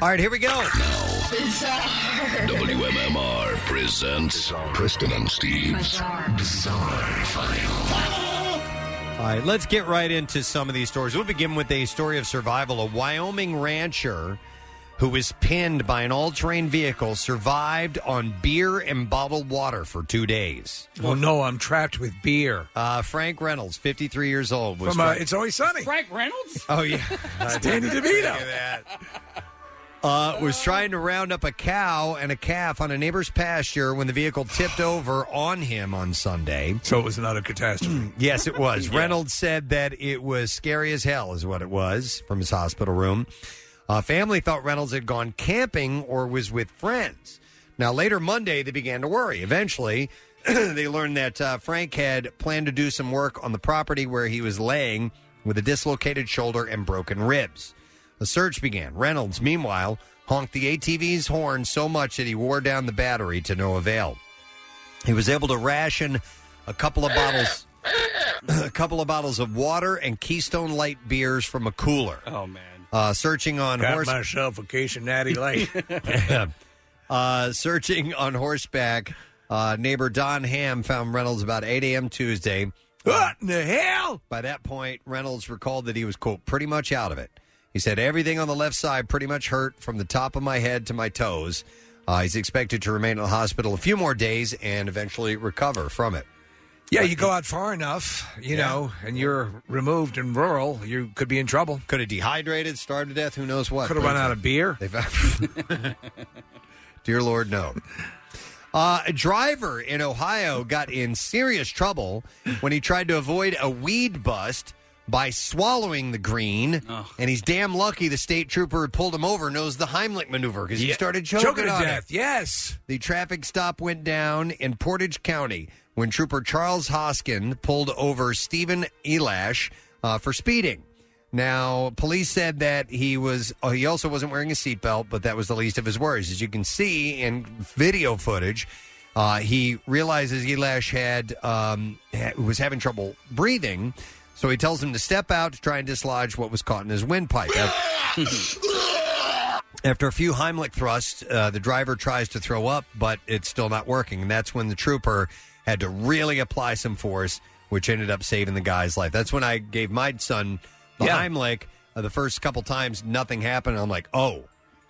[SPEAKER 1] All right, here we go.
[SPEAKER 20] WMMR presents Preston and Steve's Bizarre File.
[SPEAKER 1] All right, let's get right into some of these stories. We'll begin with a story of survival. A Wyoming rancher who was pinned by an all terrain vehicle survived on beer and bottled water for two days.
[SPEAKER 4] Oh no, I'm trapped with beer.
[SPEAKER 1] Uh, Frank Reynolds, 53 years old, was
[SPEAKER 4] From, uh,
[SPEAKER 1] fra-
[SPEAKER 4] it's always sunny.
[SPEAKER 6] Frank Reynolds.
[SPEAKER 1] Oh yeah,
[SPEAKER 4] It's Danny DeVito.
[SPEAKER 1] Look at that. Uh, was trying to round up a cow and a calf on a neighbor's pasture when the vehicle tipped over on him on Sunday.
[SPEAKER 4] So it was another catastrophe.
[SPEAKER 1] yes, it was. Reynolds said that it was scary as hell, is what it was from his hospital room. Uh, family thought Reynolds had gone camping or was with friends. Now, later Monday, they began to worry. Eventually, they learned that uh, Frank had planned to do some work on the property where he was laying with a dislocated shoulder and broken ribs. A search began. Reynolds, meanwhile, honked the ATV's horn so much that he wore down the battery to no avail. He was able to ration a couple of bottles a couple of bottles of water and Keystone Light beers from a cooler.
[SPEAKER 6] Oh man.
[SPEAKER 1] Uh, searching on
[SPEAKER 4] Got
[SPEAKER 1] horse
[SPEAKER 4] myself a case of Natty Light.
[SPEAKER 1] uh, searching on horseback, uh, neighbor Don Ham found Reynolds about 8 a.m. Tuesday.
[SPEAKER 4] What in the hell?
[SPEAKER 1] By that point, Reynolds recalled that he was, quote, pretty much out of it. He said, everything on the left side pretty much hurt from the top of my head to my toes. Uh, he's expected to remain in the hospital a few more days and eventually recover from it.
[SPEAKER 4] Yeah, you go out far enough, you know, and you're removed and rural, you could be in trouble.
[SPEAKER 1] Could have dehydrated, starved to death, who knows what.
[SPEAKER 4] Could have run out of beer.
[SPEAKER 1] They found- Dear Lord, no. Uh, a driver in Ohio got in serious trouble when he tried to avoid a weed bust by swallowing the green. And he's damn lucky the state trooper who pulled him over knows the Heimlich maneuver because he
[SPEAKER 4] Yeah.
[SPEAKER 1] started choking,
[SPEAKER 4] Choking to
[SPEAKER 1] on
[SPEAKER 4] death,
[SPEAKER 1] It. Yes. The traffic stop went down in Portage County when Trooper Charles Hoskin pulled over Stephen Elash uh, for speeding. Now, police said that he was oh, he also wasn't wearing a seatbelt, but that was the least of his worries. As you can see in video footage, uh, he realizes Elash had um, ha- was having trouble breathing, so he tells him to step out to try and dislodge what was caught in his windpipe. After a few Heimlich thrusts, uh, the driver tries to throw up, but it's still not working. And that's when the trooper had to really apply some force, which ended up saving the guy's life. That's when I gave my son the Heimlich. Uh, the first couple times, nothing happened. I'm like, oh,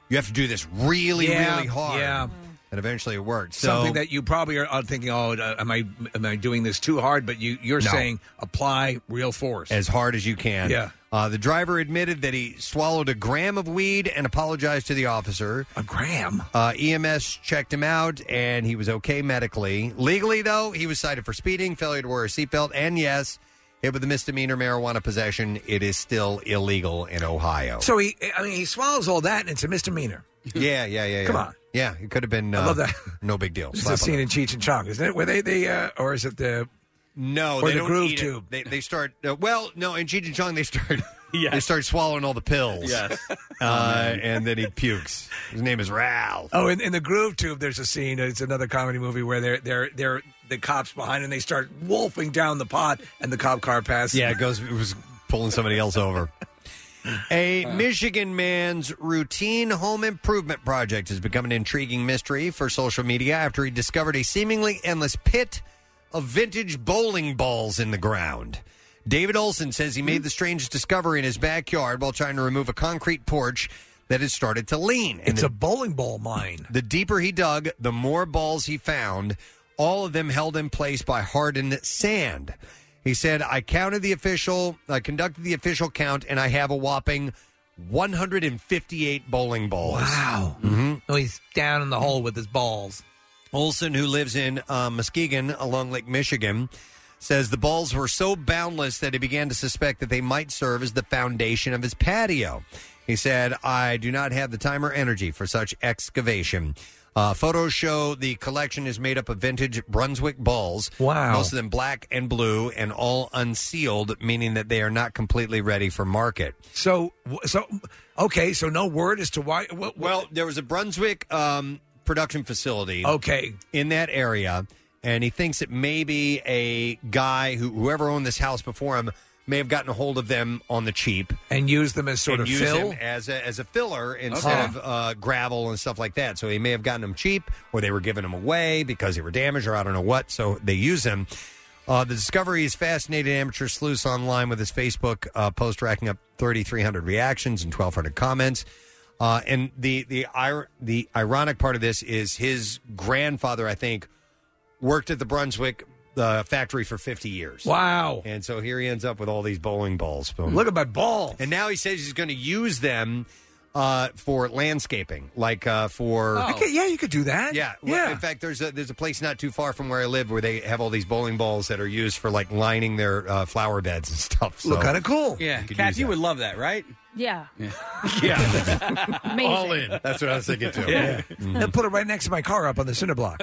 [SPEAKER 1] you have to do this really,
[SPEAKER 4] Yeah,
[SPEAKER 1] really hard.
[SPEAKER 4] yeah.
[SPEAKER 1] And eventually it worked. So,
[SPEAKER 4] Something that you probably are thinking, oh, am I am I doing this too hard? But you, you're
[SPEAKER 1] No.
[SPEAKER 4] saying apply real force.
[SPEAKER 1] as hard as you can.
[SPEAKER 4] Yeah.
[SPEAKER 1] Uh, the driver admitted that he swallowed a gram of weed and apologized to the officer. A gram? Uh, EMS checked him out and he was okay medically. Legally, though, he was cited for speeding, failure to wear a seatbelt, and yes, hit with a misdemeanor marijuana possession. It is still illegal in Ohio.
[SPEAKER 4] So he, I mean, he swallows all that and it's a misdemeanor.
[SPEAKER 1] yeah, yeah, yeah, yeah.
[SPEAKER 4] Come on.
[SPEAKER 1] Yeah, it could have been uh,
[SPEAKER 4] I love that.
[SPEAKER 1] no big deal.
[SPEAKER 4] This is
[SPEAKER 1] Slap
[SPEAKER 4] a
[SPEAKER 1] on
[SPEAKER 4] scene in Cheech and Chong, isn't it? Where they, they uh, or is it the
[SPEAKER 1] No,
[SPEAKER 4] or
[SPEAKER 1] they
[SPEAKER 4] the
[SPEAKER 1] don't
[SPEAKER 4] groove
[SPEAKER 1] eat it.
[SPEAKER 4] tube?
[SPEAKER 1] They, they start. Uh, well, no, in Cheech and Chong, they start. They start swallowing all the pills.
[SPEAKER 4] Yes.
[SPEAKER 1] uh, and then he pukes. His name is Ralph.
[SPEAKER 4] Oh, in, in the Groove Tube, there's a scene. It's another comedy movie where they're they're they're the cops behind and they start wolfing down the pot, and the cop car passes.
[SPEAKER 1] Yeah, it goes. It was pulling somebody else over. A Michigan man's routine home improvement project has become an intriguing mystery for social media after he discovered a seemingly endless pit of vintage bowling balls in the ground. David Olson says he made the strange discovery in his backyard while trying to remove a concrete porch that had started to lean. it's a
[SPEAKER 4] bowling ball mine.
[SPEAKER 1] The deeper he dug, the more balls he found, all of them held in place by hardened sand. He said, I counted the official, I conducted the official count, and I have a whopping 158 bowling balls. Wow.
[SPEAKER 4] Oh, he's down in the hole with his balls.
[SPEAKER 1] Olson, who lives in uh, Muskegon along Lake Michigan, says the balls were so boundless that he began to suspect that they might serve as the foundation of his patio. He said, I do not have the time or energy for such excavation. Uh, photos show the collection is made up of vintage Brunswick balls.
[SPEAKER 4] Wow.
[SPEAKER 1] Most of them black and blue and all unsealed, meaning that they are not completely ready for market.
[SPEAKER 4] So, so okay, so no word as to why.
[SPEAKER 1] well, there was a Brunswick um, production facility.
[SPEAKER 4] Okay.
[SPEAKER 1] in that area, and he thinks that maybe a guy who whoever owned this house before him may have gotten a hold of them on the cheap
[SPEAKER 4] and use them as sort
[SPEAKER 1] and
[SPEAKER 4] of
[SPEAKER 1] use
[SPEAKER 4] fill.
[SPEAKER 1] them as a as a filler instead
[SPEAKER 4] Okay.
[SPEAKER 1] of uh, gravel and stuff like that. So he may have gotten them cheap, or they were giving them away because they were damaged, or I don't know what. So they use them. Uh, the discovery has fascinated amateur sleuths online with his Facebook uh, post racking up 3,300 reactions and 1,200 comments. Uh, and the the ir- the ironic part of this is his grandfather, I think, worked at the Brunswick uh, factory for 50 years.
[SPEAKER 4] Wow.
[SPEAKER 1] And so here he ends up with all these bowling balls. Boom.
[SPEAKER 4] Look at my ball.
[SPEAKER 1] And now he says he's going to use them uh, for landscaping, like uh, for.
[SPEAKER 4] Okay, yeah, you could do that.
[SPEAKER 1] Yeah, well,
[SPEAKER 4] Oh. yeah.
[SPEAKER 1] In fact, there's a there's a place not too far from where I live where they have all these bowling balls that are used for like lining their uh, flower beds and stuff. So
[SPEAKER 4] Look kinda cool.
[SPEAKER 6] Yeah,
[SPEAKER 1] could
[SPEAKER 6] Kath,
[SPEAKER 1] use
[SPEAKER 6] you would love that, right?
[SPEAKER 2] Yeah.
[SPEAKER 1] Amazing. All in. That's what I was thinking, too.
[SPEAKER 4] Yeah.
[SPEAKER 1] Yeah.
[SPEAKER 4] They'll put it right next to my car up on the cinder block.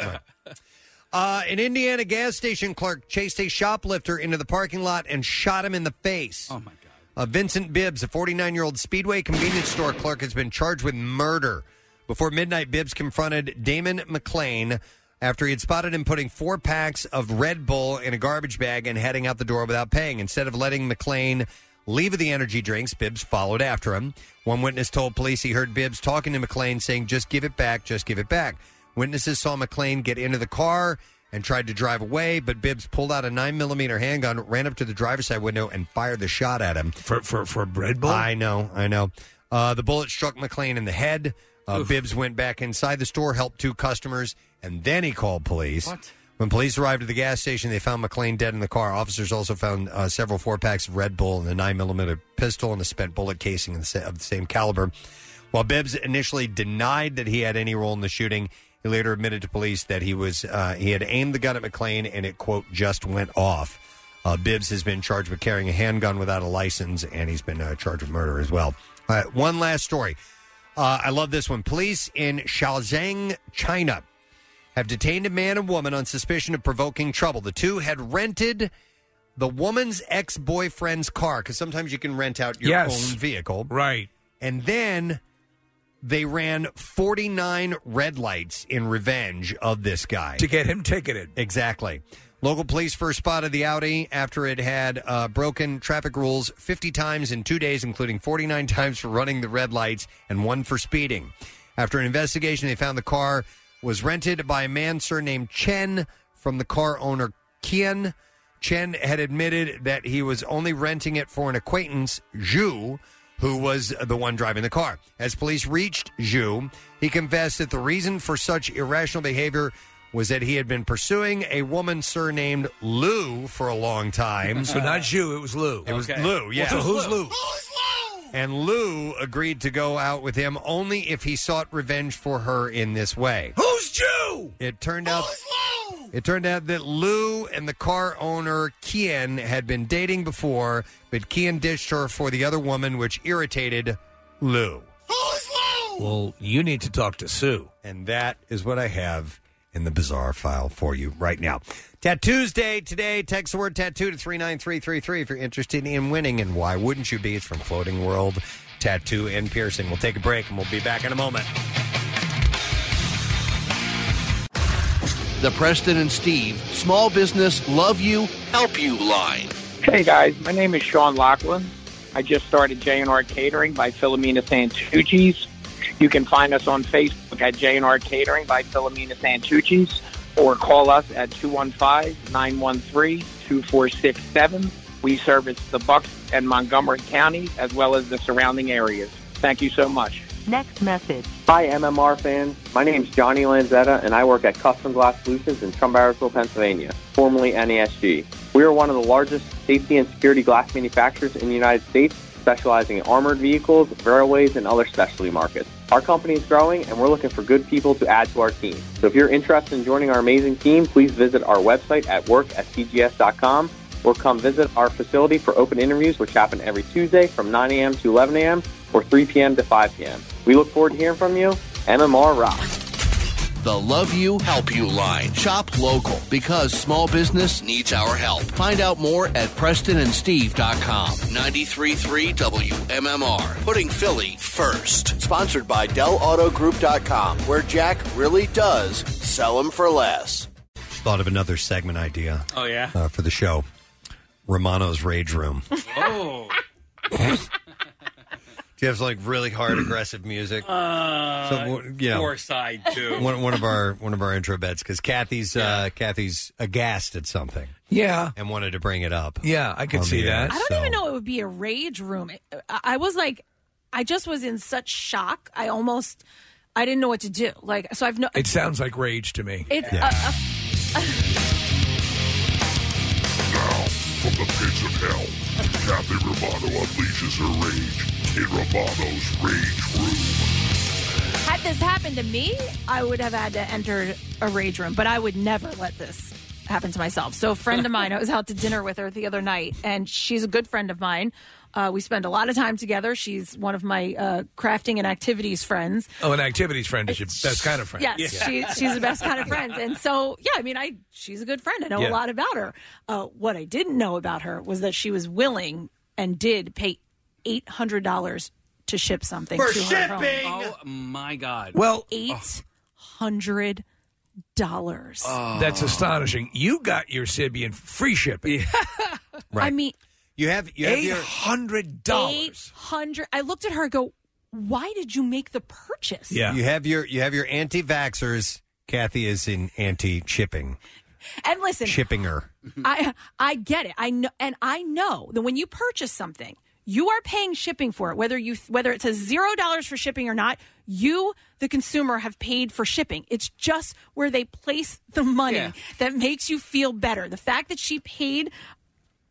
[SPEAKER 1] Uh, an Indiana gas station clerk chased a shoplifter into the parking lot and shot him in the face. Oh, my God. Uh, Vincent Bibbs, a 49 year old Speedway convenience store clerk, has been charged with murder. Before midnight, Bibbs confronted Damon McLean after he had spotted him putting four packs of Red Bull in a garbage bag and heading out the door without paying. Instead of letting McLean leave with the energy drinks, Bibbs followed after him. One witness told police he heard Bibbs talking to McLean, saying, Just give it back, just give it back. Witnesses saw McLean get into the car and tried to drive away, but Bibbs pulled out a 9mm handgun, ran up to the driver's side window, and fired the shot at him.
[SPEAKER 4] For, for, for bread bull?
[SPEAKER 1] I know, I know. Uh, the bullet struck McLean in the head. Uh, Bibbs went back inside the store, helped two customers, and then he called police. What? When police arrived at the gas station, they found McLean dead in the car. Officers also found uh, several four packs of Red Bull and a 9mm pistol and a spent bullet casing of the sa- of the same caliber. While Bibbs initially denied that he had any role in the shooting, he later admitted to police that he was uh, he had aimed the gun at McLean and it quote just went off. Uh, Bibbs has been charged with carrying a handgun without a license, and he's been uh, charged with murder as well. All right, one last story. Uh, I love this one. Police in Shaozheng, China, have detained a man and woman on suspicion of provoking trouble. The two had rented the woman's ex boyfriend's car because sometimes you can rent out your
[SPEAKER 4] Yes.
[SPEAKER 1] own vehicle.
[SPEAKER 4] Right.
[SPEAKER 1] And then they ran 49 red lights in revenge of this guy
[SPEAKER 4] To get him ticketed.
[SPEAKER 1] Exactly. Local police first spotted the Audi after it had uh, broken traffic rules 50 times in two days, including 49 times for running the red lights and one for speeding. After an investigation, they found the car was rented by a man surnamed Chen from the car owner Kian. Chen had admitted that he was only renting it for an acquaintance, Zhu, who was the one driving the car. As police reached Zhu, he confessed that the reason for such irrational behavior was that he had been pursuing a woman surnamed Lou for a long time.
[SPEAKER 4] So not you, it was Lou.
[SPEAKER 1] Uh-huh. It was
[SPEAKER 4] Okay.
[SPEAKER 1] Lou, yeah.
[SPEAKER 4] Well, so who's Lou?
[SPEAKER 1] And Lou agreed to go out with him only if he sought revenge for her in this way.
[SPEAKER 4] Who's Jew?
[SPEAKER 1] It turned out. It turned out that Lou and the car owner Kian had been dating before, but Kian ditched her for the other woman, which irritated Lou.
[SPEAKER 4] Well, you need to talk to Sue.
[SPEAKER 1] And that is what I have in the bizarre file for you right now. Tattoos Day today. Text the word tattoo to 39333 if you're interested in winning. And why wouldn't you be? It's from Floating World Tattoo and Piercing. We'll take a break and we'll be back in a moment.
[SPEAKER 11] The Preston and Steve Small Business Love You, Help You line.
[SPEAKER 21] Hey guys, my name is Sean Lachlan. I just started J&R Catering by Philomena Santucci's. You can find us on Facebook at J&R Catering by Philomena Santucci's or call us at 215-913-2467. We service the Bucks and Montgomery County as well as the surrounding areas. Thank you so much.
[SPEAKER 22] Next message. Hi, MMR fans. My name's Johnny Lanzetta, and I work at Custom Glass Solutions in Trumbarrowsville, Pennsylvania, formerly NASG. We are one of the largest safety and security glass manufacturers in the United States, specializing in armored vehicles, railways, and other specialty markets. Our company is growing, and we're looking for good people to add to our team. So if you're interested in joining our amazing team, please visit our website at work at cgs.com or come visit our facility for open interviews, which happen every Tuesday from 9 a.m. to 11 a.m. or 3 p.m. to 5 p.m. We look forward to hearing from you. MMR Rock.
[SPEAKER 11] The Love You, Help You line. Shop local because small business needs our help. Find out more at PrestonandSteve.com. 93.3 WMMR. Putting Philly first. Sponsored by DellAutoGroup.com, where Jack really does sell them for less.
[SPEAKER 1] Just thought of another segment idea.
[SPEAKER 6] Oh, yeah?
[SPEAKER 1] uh, for the show. Romano's Rage Room.
[SPEAKER 6] Oh.
[SPEAKER 1] Do you have like really hard aggressive music?
[SPEAKER 6] Uh,
[SPEAKER 1] So, w- you know,
[SPEAKER 6] of course I do.
[SPEAKER 1] one, one of our one of our intro bets because Kathy's uh, Kathy's aghast at something.
[SPEAKER 4] Yeah,
[SPEAKER 1] and wanted to bring it up.
[SPEAKER 4] Yeah, I could
[SPEAKER 1] on
[SPEAKER 4] see
[SPEAKER 1] the air,
[SPEAKER 4] that.
[SPEAKER 2] I don't
[SPEAKER 1] so-
[SPEAKER 2] even know it would be a rage room. I, I was like, I just was in such shock. I almost, I didn't know what to do. Like, so I've no.
[SPEAKER 4] It sounds like rage to me.
[SPEAKER 2] It's
[SPEAKER 4] Yeah.
[SPEAKER 2] a, a
[SPEAKER 8] From the pits of hell, Kathy Romano unleashes her rage in Romano's Rage Room.
[SPEAKER 2] Had this happened to me, I would have had to enter a rage room, but I would never let this happen to myself. So, a friend of mine, I was out to dinner with her the other night, and she's a good friend of mine. Uh, we spend a lot of time together. She's one of my uh, crafting and activities friends.
[SPEAKER 4] Oh, an activities friend is your best kind of friend.
[SPEAKER 2] Yes, she, she's the best kind of friend. And so, yeah, I mean, I she's a good friend. I know
[SPEAKER 4] Yeah.
[SPEAKER 2] a lot about her. Uh, what I didn't know about her was that she was willing and did pay eight hundred dollars to ship something
[SPEAKER 6] For
[SPEAKER 2] to Her home.
[SPEAKER 6] shipping! Oh, my God.
[SPEAKER 4] uh,
[SPEAKER 2] eight hundred dollars.
[SPEAKER 1] Oh.
[SPEAKER 4] That's astonishing. You got your Sibian free shipping.
[SPEAKER 2] Right. I mean-
[SPEAKER 1] you have you
[SPEAKER 4] eight hundred dollars.
[SPEAKER 2] Eight hundred. I looked at her. and Go. Why did you make the purchase?
[SPEAKER 1] you have your you have your anti-vaxxers. Kathy is in anti-chipping,
[SPEAKER 2] And listen,
[SPEAKER 1] chipping her.
[SPEAKER 2] I I get it. I know, and I know that when you purchase something, you are paying shipping for it. Whether you whether it says zero dollars for shipping or not, you the consumer have paid for shipping. It's just where they place the money
[SPEAKER 23] Yeah.
[SPEAKER 2] that makes you feel better. The fact that she paid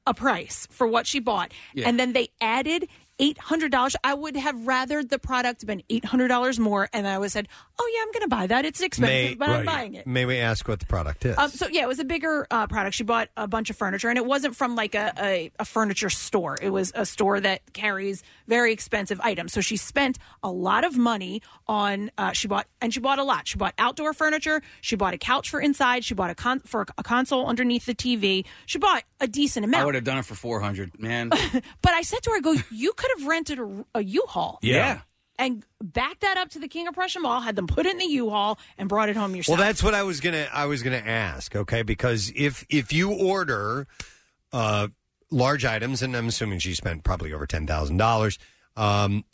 [SPEAKER 2] a price for what she bought,
[SPEAKER 23] Yeah.
[SPEAKER 2] and then they added. Eight hundred dollars. I would have rather the product been eight hundred dollars more, and I would have said, "Oh yeah, I'm going to buy that. It's expensive, but I'm buying it."
[SPEAKER 1] May we ask what the product is?
[SPEAKER 2] Um, so yeah, it was a bigger uh, product. She bought a bunch of furniture, and it wasn't from like a, a, a furniture store. It was a store that carries very expensive items. So she spent a lot of money on. Uh, she bought and she bought a lot. She bought outdoor furniture. She bought a couch for inside. She bought a con- for a console underneath the TV. She bought a decent
[SPEAKER 6] I
[SPEAKER 2] amount.
[SPEAKER 6] would have done it for 400 man.
[SPEAKER 2] But I said to her, I "Go, you could have rented a, a U-Haul."
[SPEAKER 6] Yeah.
[SPEAKER 2] And backed that up to the King of Prussia Mall, had them put it in the U-Haul, and brought it home yourself.
[SPEAKER 1] Well, that's what I was gonna I was gonna ask. Okay, because if if you order uh, large items, and I'm assuming she spent probably over ten thousand dollars. Um,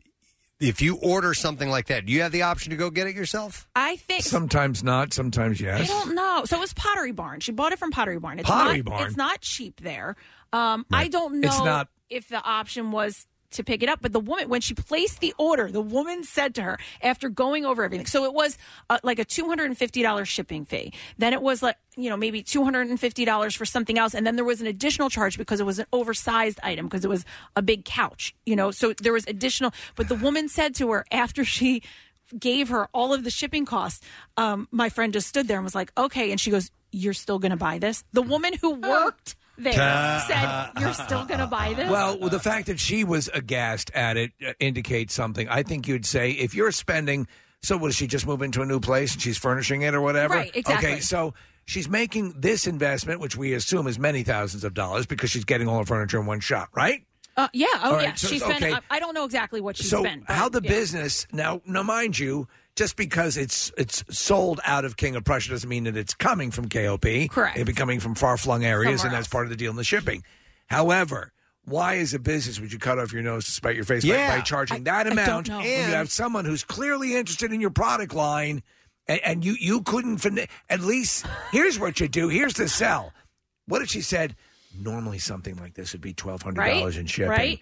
[SPEAKER 1] if you order something like that, do you have the option to go get it yourself?
[SPEAKER 2] I think
[SPEAKER 4] Sometimes not, sometimes
[SPEAKER 2] I
[SPEAKER 4] yes.
[SPEAKER 2] don't know. So it was Pottery Barn. She bought it from Pottery Barn. It's
[SPEAKER 4] Pottery
[SPEAKER 2] not,
[SPEAKER 4] Barn.
[SPEAKER 2] It's not cheap there. Um, I don't know
[SPEAKER 4] It's not-
[SPEAKER 2] if the option was to pick it up. But the woman, when she placed the order, the woman said to her after going over everything. So it was uh, like a two hundred and fifty dollars shipping fee. Then it was like you know maybe two hundred and fifty dollars for something else, and then there was an additional charge because it was an oversized item because it was a big couch. You know, so there was additional. But the woman said to her after she gave her all of the shipping costs, um, my friend just stood there and was like, okay. And she goes, You're still going to buy this? The woman who worked there said, You're still going to buy this?
[SPEAKER 4] Uh, Well, well, the fact that she was aghast at it uh, indicates something. I think you'd say if you're spending, so will she just move into a new place and she's furnishing it or whatever?
[SPEAKER 12] Right, exactly.
[SPEAKER 4] Okay, so she's making this investment, which we assume is many thousands of dollars because she's getting all her furniture in one shot, right?
[SPEAKER 2] uh, yeah. Oh,
[SPEAKER 4] All right,
[SPEAKER 2] yeah.
[SPEAKER 4] so-
[SPEAKER 2] she spent,
[SPEAKER 4] okay.
[SPEAKER 2] I, I don't know exactly what she
[SPEAKER 4] so
[SPEAKER 2] spent. but
[SPEAKER 4] how the
[SPEAKER 2] yeah.
[SPEAKER 4] business now now mind you just because it's it's sold out of King of Prussia doesn't mean that it's coming from KOP.
[SPEAKER 2] Correct.
[SPEAKER 4] It'd be coming from far flung areas,
[SPEAKER 2] Somewhere
[SPEAKER 4] and that's part of the deal in the shipping. However, why as a business would you cut off your nose to spite your face by-
[SPEAKER 1] Yeah.
[SPEAKER 4] by, charging
[SPEAKER 1] I- I
[SPEAKER 4] that
[SPEAKER 1] don't
[SPEAKER 4] amount
[SPEAKER 1] know.
[SPEAKER 4] when
[SPEAKER 1] And-
[SPEAKER 4] you have someone who's clearly interested in your product line and, and you you couldn't fin- at least here's what you do, here's the sell. What if she said normally something like this would be twelve hundred dollars
[SPEAKER 2] Right?
[SPEAKER 4] in shipping
[SPEAKER 2] Right?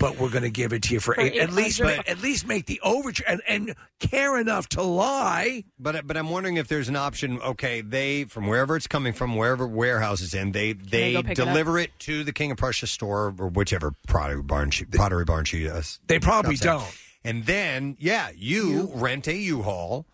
[SPEAKER 4] but we're going to give it to you for,
[SPEAKER 2] For
[SPEAKER 4] eight, at least
[SPEAKER 2] 800.
[SPEAKER 4] ma- at least make the overture and, and care enough to lie.
[SPEAKER 1] But but I'm wondering if there's an option. Okay, they from wherever it's coming from, wherever warehouse is in, they
[SPEAKER 4] they
[SPEAKER 1] they,
[SPEAKER 4] go pick it up?
[SPEAKER 1] deliver it, to the King of Prussia store or whichever pottery barn she, pottery barn she does.
[SPEAKER 4] They probably
[SPEAKER 1] shops at.
[SPEAKER 4] don't.
[SPEAKER 1] And then yeah, you, rent a U-Haul.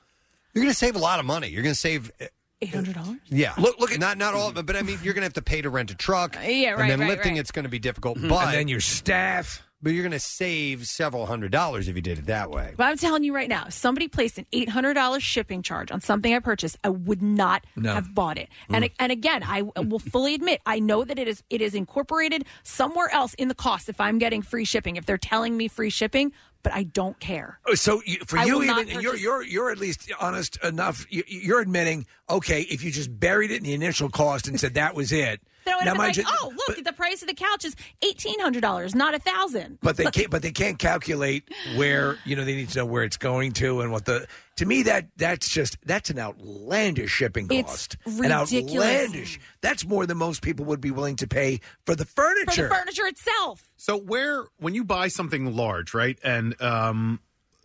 [SPEAKER 1] You're going to save a lot of money. You're going to save. uh,
[SPEAKER 2] Eight hundred dollars.
[SPEAKER 1] Yeah, look, look at not not all, of it, but I mean, you're going to have to pay to rent a
[SPEAKER 4] Uh,
[SPEAKER 1] truck.
[SPEAKER 2] yeah, right,
[SPEAKER 1] And then
[SPEAKER 2] right,
[SPEAKER 1] lifting,
[SPEAKER 2] right.
[SPEAKER 1] it's going to be difficult.
[SPEAKER 4] Mhm.
[SPEAKER 1] But
[SPEAKER 4] And then your staff.
[SPEAKER 1] But you're going to save several hundred dollars if you did it that way.
[SPEAKER 2] But I'm telling you right now, if somebody placed an $800 shipping charge on something I purchased, I would not
[SPEAKER 1] No.
[SPEAKER 2] have bought it.
[SPEAKER 4] Mm.
[SPEAKER 2] And and again, I will fully admit, I know that it is it is incorporated somewhere else in the cost if I'm getting free shipping, if they're telling me free shipping, but I don't care.
[SPEAKER 4] Oh, So you, for
[SPEAKER 2] I
[SPEAKER 4] you,
[SPEAKER 2] will not
[SPEAKER 4] even you're
[SPEAKER 2] purchase-
[SPEAKER 4] you're you're at least honest enough. You, you're admitting, okay, if you just buried it in the initial cost and said that was it.
[SPEAKER 2] Then I would
[SPEAKER 4] Now,
[SPEAKER 2] have been
[SPEAKER 4] mind
[SPEAKER 2] like,
[SPEAKER 4] you-
[SPEAKER 2] oh, look, the price of the couch is $1,800, not 1000
[SPEAKER 4] But they can't. But they can't calculate where you know they need to know where it's going to and what the. To me, that that's just that's an outlandish shipping
[SPEAKER 2] It's
[SPEAKER 4] cost.
[SPEAKER 2] ridiculous.
[SPEAKER 4] An outlandish. That's more than most people would be willing to pay for the
[SPEAKER 2] For the
[SPEAKER 4] furniture.
[SPEAKER 2] furniture itself.
[SPEAKER 3] So where when you buy something large, right? And um,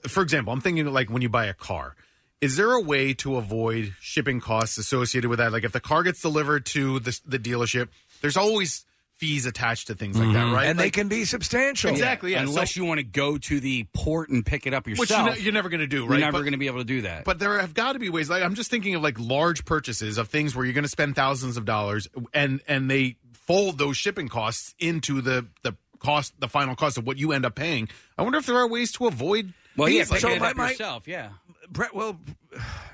[SPEAKER 3] for example, I'm thinking like when you buy a car. Is there a way to avoid shipping costs associated with that? Like if the car gets delivered to the, the dealership, there's always fees attached to things like that, right?
[SPEAKER 4] Mm-hmm. And
[SPEAKER 3] Like-
[SPEAKER 4] they can be substantial.
[SPEAKER 3] Exactly, yeah.
[SPEAKER 6] Unless
[SPEAKER 3] So-
[SPEAKER 6] you want to go to the port and pick it up
[SPEAKER 3] Which
[SPEAKER 6] yourself,
[SPEAKER 3] you know- you're never gonna do, right?
[SPEAKER 6] You're never
[SPEAKER 3] But-
[SPEAKER 6] going to be able to do that.
[SPEAKER 3] But there have got to be ways. Like I'm just thinking of like large purchases of things where you're going to spend thousands of dollars, and and they fold those shipping costs into the the cost, the final cost of what you end up paying. I wonder if there are ways to avoid.
[SPEAKER 6] Well, yeah,
[SPEAKER 3] fees like
[SPEAKER 6] picking
[SPEAKER 3] that.
[SPEAKER 6] it up yourself, yeah.
[SPEAKER 4] Brett, well,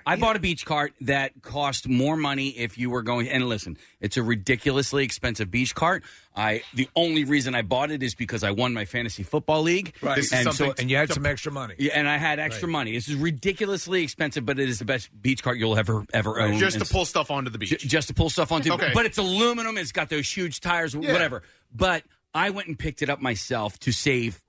[SPEAKER 6] I bought a beach cart that cost more money if you were going. And listen, it's a ridiculously expensive beach cart. I the only reason I bought it is because I won my fantasy football league,
[SPEAKER 4] Right. This is something- and you had some extra money.
[SPEAKER 6] Yeah, and I had extra money. This is ridiculously expensive, but it is the best beach cart you'll ever ever own.
[SPEAKER 3] Just to
[SPEAKER 6] And-
[SPEAKER 3] pull stuff onto the beach.
[SPEAKER 6] J- just to pull stuff onto.
[SPEAKER 3] Okay.
[SPEAKER 6] But it's aluminum. It's got those huge tires,
[SPEAKER 3] Yeah.
[SPEAKER 6] whatever. But I went and picked it up myself to save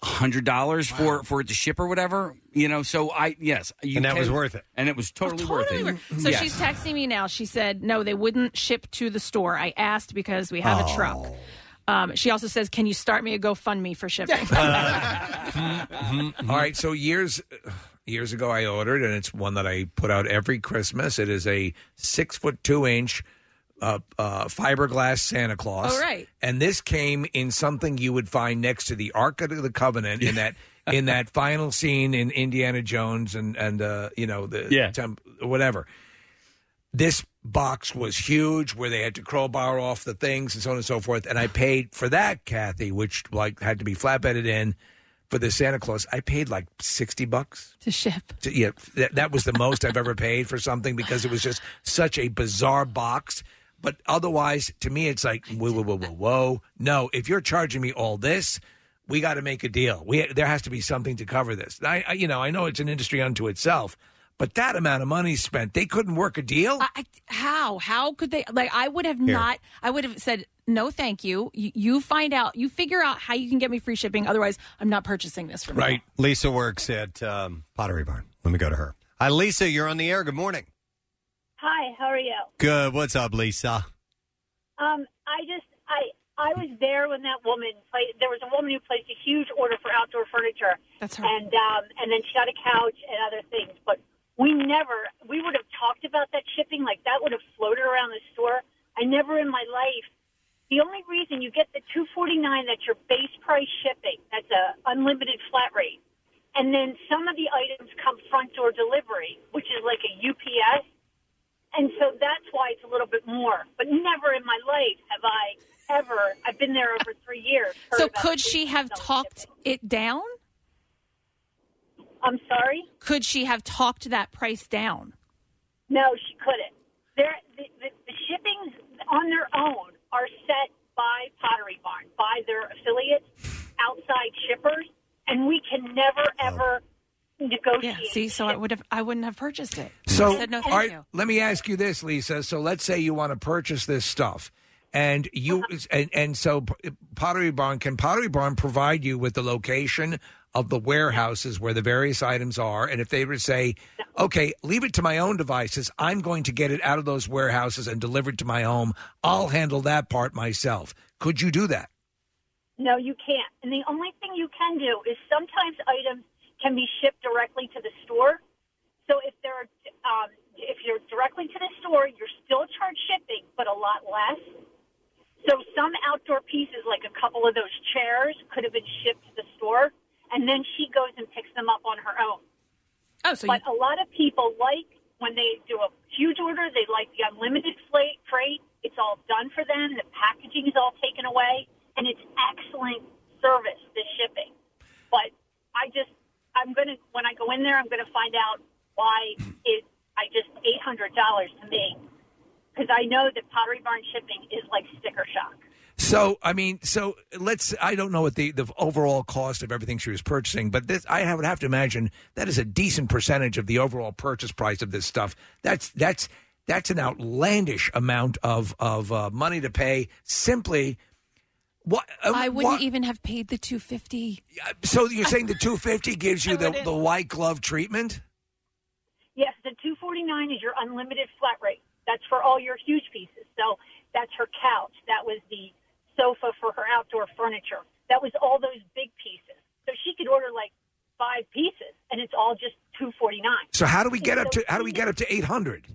[SPEAKER 6] hundred dollars for for it to ship or whatever. You know, so I yes, you
[SPEAKER 1] And that
[SPEAKER 6] can-
[SPEAKER 1] was worth it.
[SPEAKER 6] and it was totally, worth it.
[SPEAKER 2] So
[SPEAKER 6] Yes.
[SPEAKER 2] she's texting me now. She said, no, they wouldn't ship to the store. I asked because we
[SPEAKER 4] Oh.
[SPEAKER 2] have a truck. Um, she also says, can you start me a GoFundMe for shipping?
[SPEAKER 4] All right. So years years ago, I ordered, and it's one that I put out every Christmas. It is a six foot two inch uh, uh, fiberglass Santa Claus.
[SPEAKER 13] Oh, right.
[SPEAKER 4] And this came in something you would find next to the Ark of the Covenant in that in that final scene in Indiana Jones and and uh, you know the
[SPEAKER 13] Yeah.
[SPEAKER 4] temp, whatever. This box was huge, where they had to crowbar off the things and so on and so forth. And I paid for that, Kathy, which like had to be flatbedded in for the Santa Claus, I paid like sixty bucks.
[SPEAKER 2] to ship.
[SPEAKER 4] To, yeah, that, that was the most I've ever paid for something because it was just such a bizarre box. But otherwise, to me, it's like whoa, whoa, whoa, whoa, whoa. No, if you're charging me all this, we got to make a deal. We there has to be something to cover this. I, I, you know, I know it's an industry unto itself, but that amount of money spent, they couldn't work a deal.
[SPEAKER 2] I, how? How could they? Like, I would have
[SPEAKER 4] Here.
[SPEAKER 2] not, I would have said, no, thank you. you. You find out, you figure out how you can get me free shipping. Otherwise, I'm not purchasing this from you.
[SPEAKER 1] Right. Lisa works at um, Pottery Barn. Let me go to her. Hi, Lisa. You're on the air. Good morning.
[SPEAKER 9] Hi, how are you?
[SPEAKER 1] Good. What's up, Lisa?
[SPEAKER 9] Um, I just I I was there when that woman played. There was a woman who placed a huge order for outdoor furniture,
[SPEAKER 2] That's her.
[SPEAKER 9] and um, and then she got a couch and other things. But we never, we would have talked about that shipping like that would have floated around the store. I never in my life. The only reason you get the two forty nine that's your base price shipping. That's a unlimited flat rate, and then some of the items come front door delivery, which is like a UPS. And so that's why it's a little bit more. But never in my life have I ever, I've been there over three years. heard
[SPEAKER 2] So
[SPEAKER 9] about
[SPEAKER 2] could
[SPEAKER 9] it.
[SPEAKER 2] she have talked it down?
[SPEAKER 9] I'm sorry?
[SPEAKER 2] Could she have talked that price down?
[SPEAKER 9] No, she couldn't. There, the, the, the shippings on their own are set by Pottery Barn, by their affiliates, outside shippers, and we can never, ever negotiate.
[SPEAKER 2] Yeah. See, so I would have, I wouldn't have purchased it.
[SPEAKER 4] So,
[SPEAKER 2] I said no,
[SPEAKER 4] all
[SPEAKER 2] thank
[SPEAKER 4] right,
[SPEAKER 2] you.
[SPEAKER 4] let me ask you this, Lisa. So, let's say you want to purchase this stuff, and you and, and so P- Pottery Barn can Pottery Barn provide you with the location of the warehouses where the various items are, and if they would say, "Okay, leave it to my own devices. I'm going to get it out of those warehouses and deliver it to my home. I'll handle that part myself." Could you do that?
[SPEAKER 9] No, you can't. And the only thing you can do is sometimes items can be shipped directly to the store. So if they're um, if you're directly to the store, you're still charged shipping, but a lot less. So some outdoor pieces, like a couple of those chairs, could have been shipped to the store, and then she goes and picks them up on her own.
[SPEAKER 2] Oh, so
[SPEAKER 9] but a lot of people like when they do a huge order, they like the unlimited fla- freight. It's all done for them. The packaging is all taken away, and it's excellent service. The shipping, but I just I'm gonna when I go in there, I'm gonna find out why it I just eight hundred dollars to me because I know that Pottery Barn shipping is like sticker shock.
[SPEAKER 4] So I mean, so let's. I don't know what the, the overall cost of everything she was purchasing, but this I would have to imagine that is a decent percentage of the overall purchase price of this stuff. That's that's that's an outlandish amount of of uh, money to pay simply. What uh,
[SPEAKER 2] I wouldn't
[SPEAKER 4] what-
[SPEAKER 2] even have paid the two fifty.
[SPEAKER 4] So you're saying the two fifty gives you the,
[SPEAKER 9] wouldn't.
[SPEAKER 4] the white glove treatment?
[SPEAKER 9] Yes, the 249 is your unlimited flat rate. That's for all your huge pieces. So that's her couch. That was the sofa for her outdoor furniture. That was all those big pieces. So she could order like five pieces, and it's all just 249.
[SPEAKER 4] So how do we
[SPEAKER 9] And
[SPEAKER 4] get up
[SPEAKER 9] so
[SPEAKER 4] to how do we
[SPEAKER 9] she-
[SPEAKER 4] get up to eight hundred?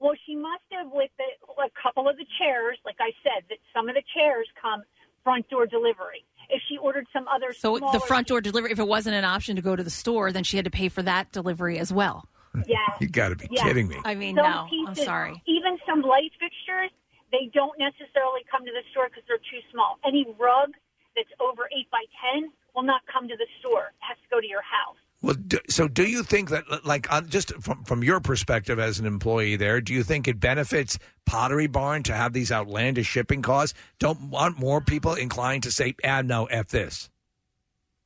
[SPEAKER 9] Well, she must have with the, a couple of the chairs. Like I said, that some of the chairs come front door delivery. If she ordered some other,
[SPEAKER 2] So
[SPEAKER 9] smaller
[SPEAKER 2] the front door delivery, if it wasn't an option to go to the store, then she had to pay for that delivery as well.
[SPEAKER 9] Yeah.
[SPEAKER 4] You got to be
[SPEAKER 9] Yeah.
[SPEAKER 4] kidding me.
[SPEAKER 2] I mean,
[SPEAKER 9] Some
[SPEAKER 2] no, I'm
[SPEAKER 9] pieces,
[SPEAKER 2] sorry.
[SPEAKER 9] Even some light fixtures, they don't necessarily come to the store because they're too small. Any rug that's over 8 by 10 will not come to the store. It has to go to your house.
[SPEAKER 4] Well, do, so do you think that, like, uh, just from from your perspective as an employee there, do you think it benefits Pottery Barn to have these outlandish shipping costs? Don't want more people inclined to say, "Ah, no, f this."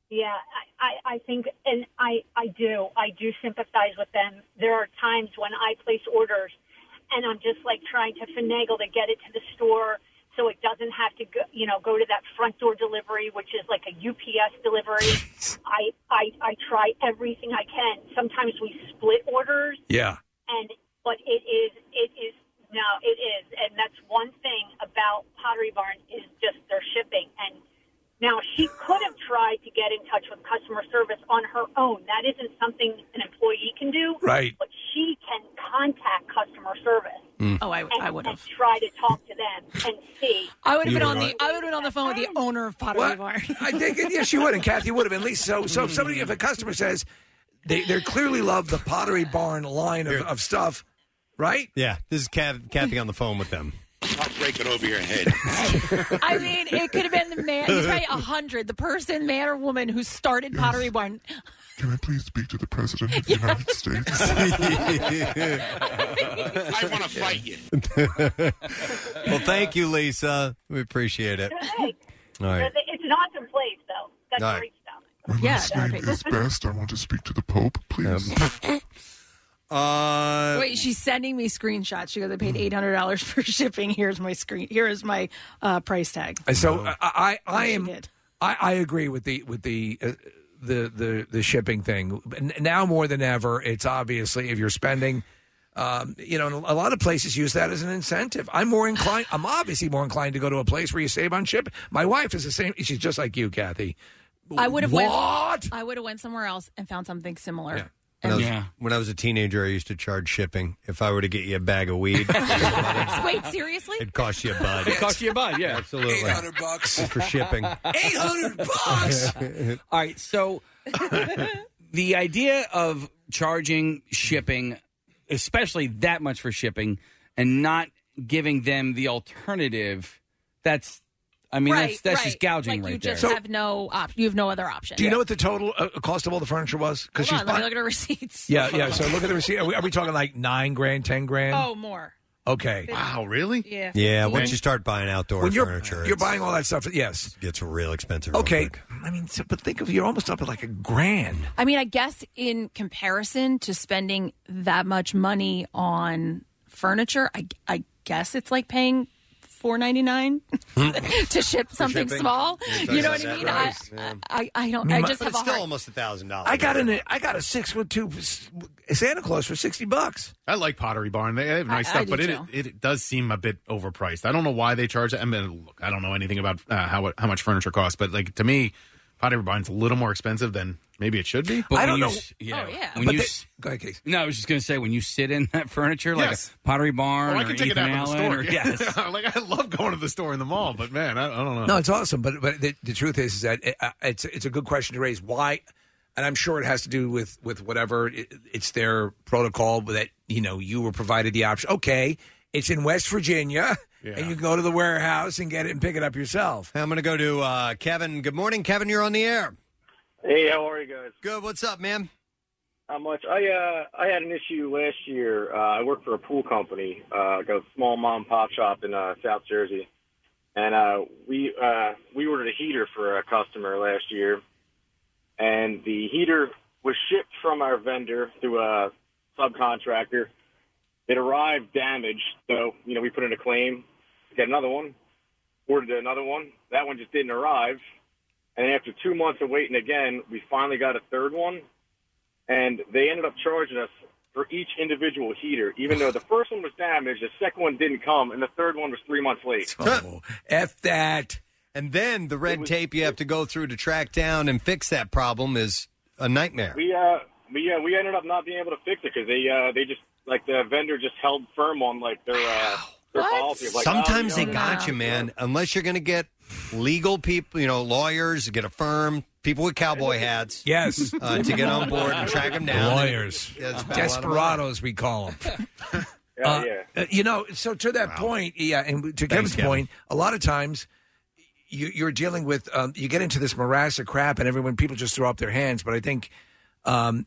[SPEAKER 9] Yeah, I, I, I think, and I, I do. I do sympathize with them. There are times when I place orders and I'm just like trying to finagle to get it to the store so it doesn't have to go, you know, go to that front door delivery, which is like a UPS delivery. I, I, I try everything I can. Sometimes we split orders
[SPEAKER 4] Yeah.
[SPEAKER 9] and but it is it is no it is and that's one thing about pottery barn is just their shipping and now she could have tried to get in touch with customer service on her own that isn't something an employee can do
[SPEAKER 4] Right.
[SPEAKER 9] but she can contact customer service
[SPEAKER 2] Oh, I,
[SPEAKER 9] and,
[SPEAKER 2] I would
[SPEAKER 9] and
[SPEAKER 2] have.
[SPEAKER 9] try to talk to them and see
[SPEAKER 2] I would have
[SPEAKER 4] You
[SPEAKER 2] been on
[SPEAKER 4] would've-
[SPEAKER 2] the. I would have been on the phone with the owner of Pottery
[SPEAKER 4] What?
[SPEAKER 2] Barn.
[SPEAKER 4] I think yes, you would, and Kathy would have. At least so. So if somebody, if a customer says they they clearly love the Pottery Barn line of, of stuff, right?
[SPEAKER 1] Yeah, this is Kath- Kathy on the phone with them.
[SPEAKER 20] Stop breaking over your head.
[SPEAKER 2] I mean, it could have been the man. He's probably a hundred. The person, man or woman, who started Pottery Barn.
[SPEAKER 8] Can I please speak to the President of the United States?
[SPEAKER 20] I want to fight you.
[SPEAKER 1] well, thank you, Lisa. We appreciate it.
[SPEAKER 9] Hey,
[SPEAKER 1] All right.
[SPEAKER 9] it's an awesome place though that's
[SPEAKER 1] All right.
[SPEAKER 9] great stuff
[SPEAKER 8] My
[SPEAKER 9] Yeah,
[SPEAKER 8] last name
[SPEAKER 9] that'd be-
[SPEAKER 8] is Best. I want to speak to the Pope, please.
[SPEAKER 1] Um, Uh,
[SPEAKER 2] Wait, she's sending me screenshots. She goes, "I
[SPEAKER 4] Hmm.
[SPEAKER 2] paid eight hundred dollars for shipping. Here's my screen. Here is my uh, price tag."
[SPEAKER 4] And so I, I, I
[SPEAKER 2] Yes, you
[SPEAKER 4] am.
[SPEAKER 2] did.
[SPEAKER 4] I, I agree with the with the. Uh, the, the the shipping thing But n- now more than ever it's obviously if you're spending Um, you know, and a lot of places use that as an incentive. I'm more inclined. I'm obviously more inclined to go to a place where you save on shipping. My wife is the same. She's just like you, Kathy.
[SPEAKER 2] I would have went.
[SPEAKER 4] What?
[SPEAKER 2] I would have went somewhere else and found something similar.
[SPEAKER 1] When I, was, when I was a teenager, I used to charge shipping. If I were to get you a bag of weed,
[SPEAKER 2] Wait, seriously?
[SPEAKER 1] it'd cost you a bud.
[SPEAKER 6] It cost you a bud, yeah.
[SPEAKER 1] Absolutely.
[SPEAKER 6] 800
[SPEAKER 4] bucks.
[SPEAKER 1] Just for shipping.
[SPEAKER 4] 800
[SPEAKER 6] bucks. All right, so the idea of charging shipping, especially that much for shipping, and not giving them the alternative, that's, I mean, that's, that's just gouging
[SPEAKER 2] like
[SPEAKER 6] right
[SPEAKER 2] you
[SPEAKER 6] there.
[SPEAKER 2] just have no op- You have no other option.
[SPEAKER 4] Do you know what the total uh, cost of all the furniture was? Because
[SPEAKER 2] Hold
[SPEAKER 4] she's
[SPEAKER 2] on, let me
[SPEAKER 4] buying.
[SPEAKER 2] look at her receipts.
[SPEAKER 4] Yeah, yeah. So look at the receipt. Are we, are we talking like nine grand, ten grand?
[SPEAKER 2] Oh, more.
[SPEAKER 4] Okay.
[SPEAKER 2] Wow,
[SPEAKER 4] really?
[SPEAKER 2] Yeah.
[SPEAKER 1] Yeah, once you start buying outdoor
[SPEAKER 4] When you're-
[SPEAKER 1] furniture,
[SPEAKER 4] you're
[SPEAKER 1] it's-
[SPEAKER 4] buying all that stuff. Yes,
[SPEAKER 1] gets real expensive.
[SPEAKER 4] Okay. I mean, so, but think of you're almost up at like a grand.
[SPEAKER 2] I mean, I guess in comparison to spending that much money on furniture, I, I guess it's like paying four ninety nine to ship something
[SPEAKER 1] shipping?
[SPEAKER 2] small.
[SPEAKER 1] You're
[SPEAKER 2] You know what
[SPEAKER 1] talking
[SPEAKER 2] I mean?
[SPEAKER 1] about
[SPEAKER 2] I,
[SPEAKER 1] that
[SPEAKER 2] I,
[SPEAKER 1] price,
[SPEAKER 2] I, I don't.
[SPEAKER 4] I
[SPEAKER 2] I
[SPEAKER 4] mean,
[SPEAKER 2] just
[SPEAKER 4] but
[SPEAKER 2] have
[SPEAKER 4] it's
[SPEAKER 2] a
[SPEAKER 4] still
[SPEAKER 2] hard.
[SPEAKER 1] almost a thousand dollars.
[SPEAKER 4] I got an I got a six foot two s- Santa Claus for sixty bucks.
[SPEAKER 3] I like Pottery Barn. They they have
[SPEAKER 4] I-
[SPEAKER 3] nice
[SPEAKER 4] I
[SPEAKER 3] stuff,
[SPEAKER 4] do
[SPEAKER 3] but it,
[SPEAKER 4] too.
[SPEAKER 3] it does seem a bit overpriced. I don't know why they charge that. I mean, look, I don't know anything about uh, how it- how much furniture costs, but like to me, Pottery Barn's a little more expensive than maybe it should be.
[SPEAKER 6] But when you s- yeah. When
[SPEAKER 3] But
[SPEAKER 6] you
[SPEAKER 3] they-
[SPEAKER 6] s-
[SPEAKER 4] Go ahead, Casey.
[SPEAKER 6] No, I was just going to say when you sit in that furniture, like
[SPEAKER 3] Yes.
[SPEAKER 6] a Pottery Barn,
[SPEAKER 3] Oh, I
[SPEAKER 6] or
[SPEAKER 3] can take it
[SPEAKER 6] Ethan
[SPEAKER 3] out of the
[SPEAKER 6] Allen
[SPEAKER 3] store.
[SPEAKER 6] or- yes.
[SPEAKER 3] like I love going to the store in the mall, but man, I, I don't know.
[SPEAKER 4] No, it's awesome. But but the, the truth is, is that it, uh, it's it's a good question to raise. Why? And I'm sure it has to do with with whatever it, it's their protocol that you know you were provided the option. Okay, it's in West Virginia, and you can go to the warehouse and get it and pick it up yourself.
[SPEAKER 1] I'm going to go to uh, Kevin. Good morning, Kevin. You're on the air.
[SPEAKER 12] Hey, how are you guys?
[SPEAKER 1] Good. What's up, man?
[SPEAKER 12] How much? I uh, I had an issue last year. Uh, I worked for a pool company, uh, like a small mom and pop shop in uh, South Jersey, and uh, we uh, we ordered a heater for a customer last year, and the heater was shipped from our vendor through a subcontractor. It arrived damaged, so you know we put in a claim, got another one, ordered another one. That one just didn't arrive, and after two months of waiting again, we finally got a third one and they ended up charging us for each individual heater, even though the first one was damaged, the second one didn't come, and the third one was three months late.
[SPEAKER 4] F that.
[SPEAKER 1] And then the red tape you have to go through to track down and fix that problem is a nightmare.
[SPEAKER 12] We uh, we uh, we ended up not being able to fix it because they uh, they just like the vendor just held firm on like their uh, their policy. Of, like,
[SPEAKER 1] Sometimes
[SPEAKER 12] oh, you
[SPEAKER 1] they
[SPEAKER 12] know,
[SPEAKER 1] got you, man. Unless you're going to get legal people, you know, lawyers, get a firm, people with cowboy hats.
[SPEAKER 4] Yes,
[SPEAKER 1] Uh, to get on board and track them down.
[SPEAKER 4] Lawyers,
[SPEAKER 1] Yeah, it's about a lot of money.
[SPEAKER 4] desperados, we call them. Uh, uh, You know, so to that point, yeah, and to Kevin's point, a lot of times you, you're dealing with um, you get into this morass of crap, and everyone people just throw up their hands. But I think um,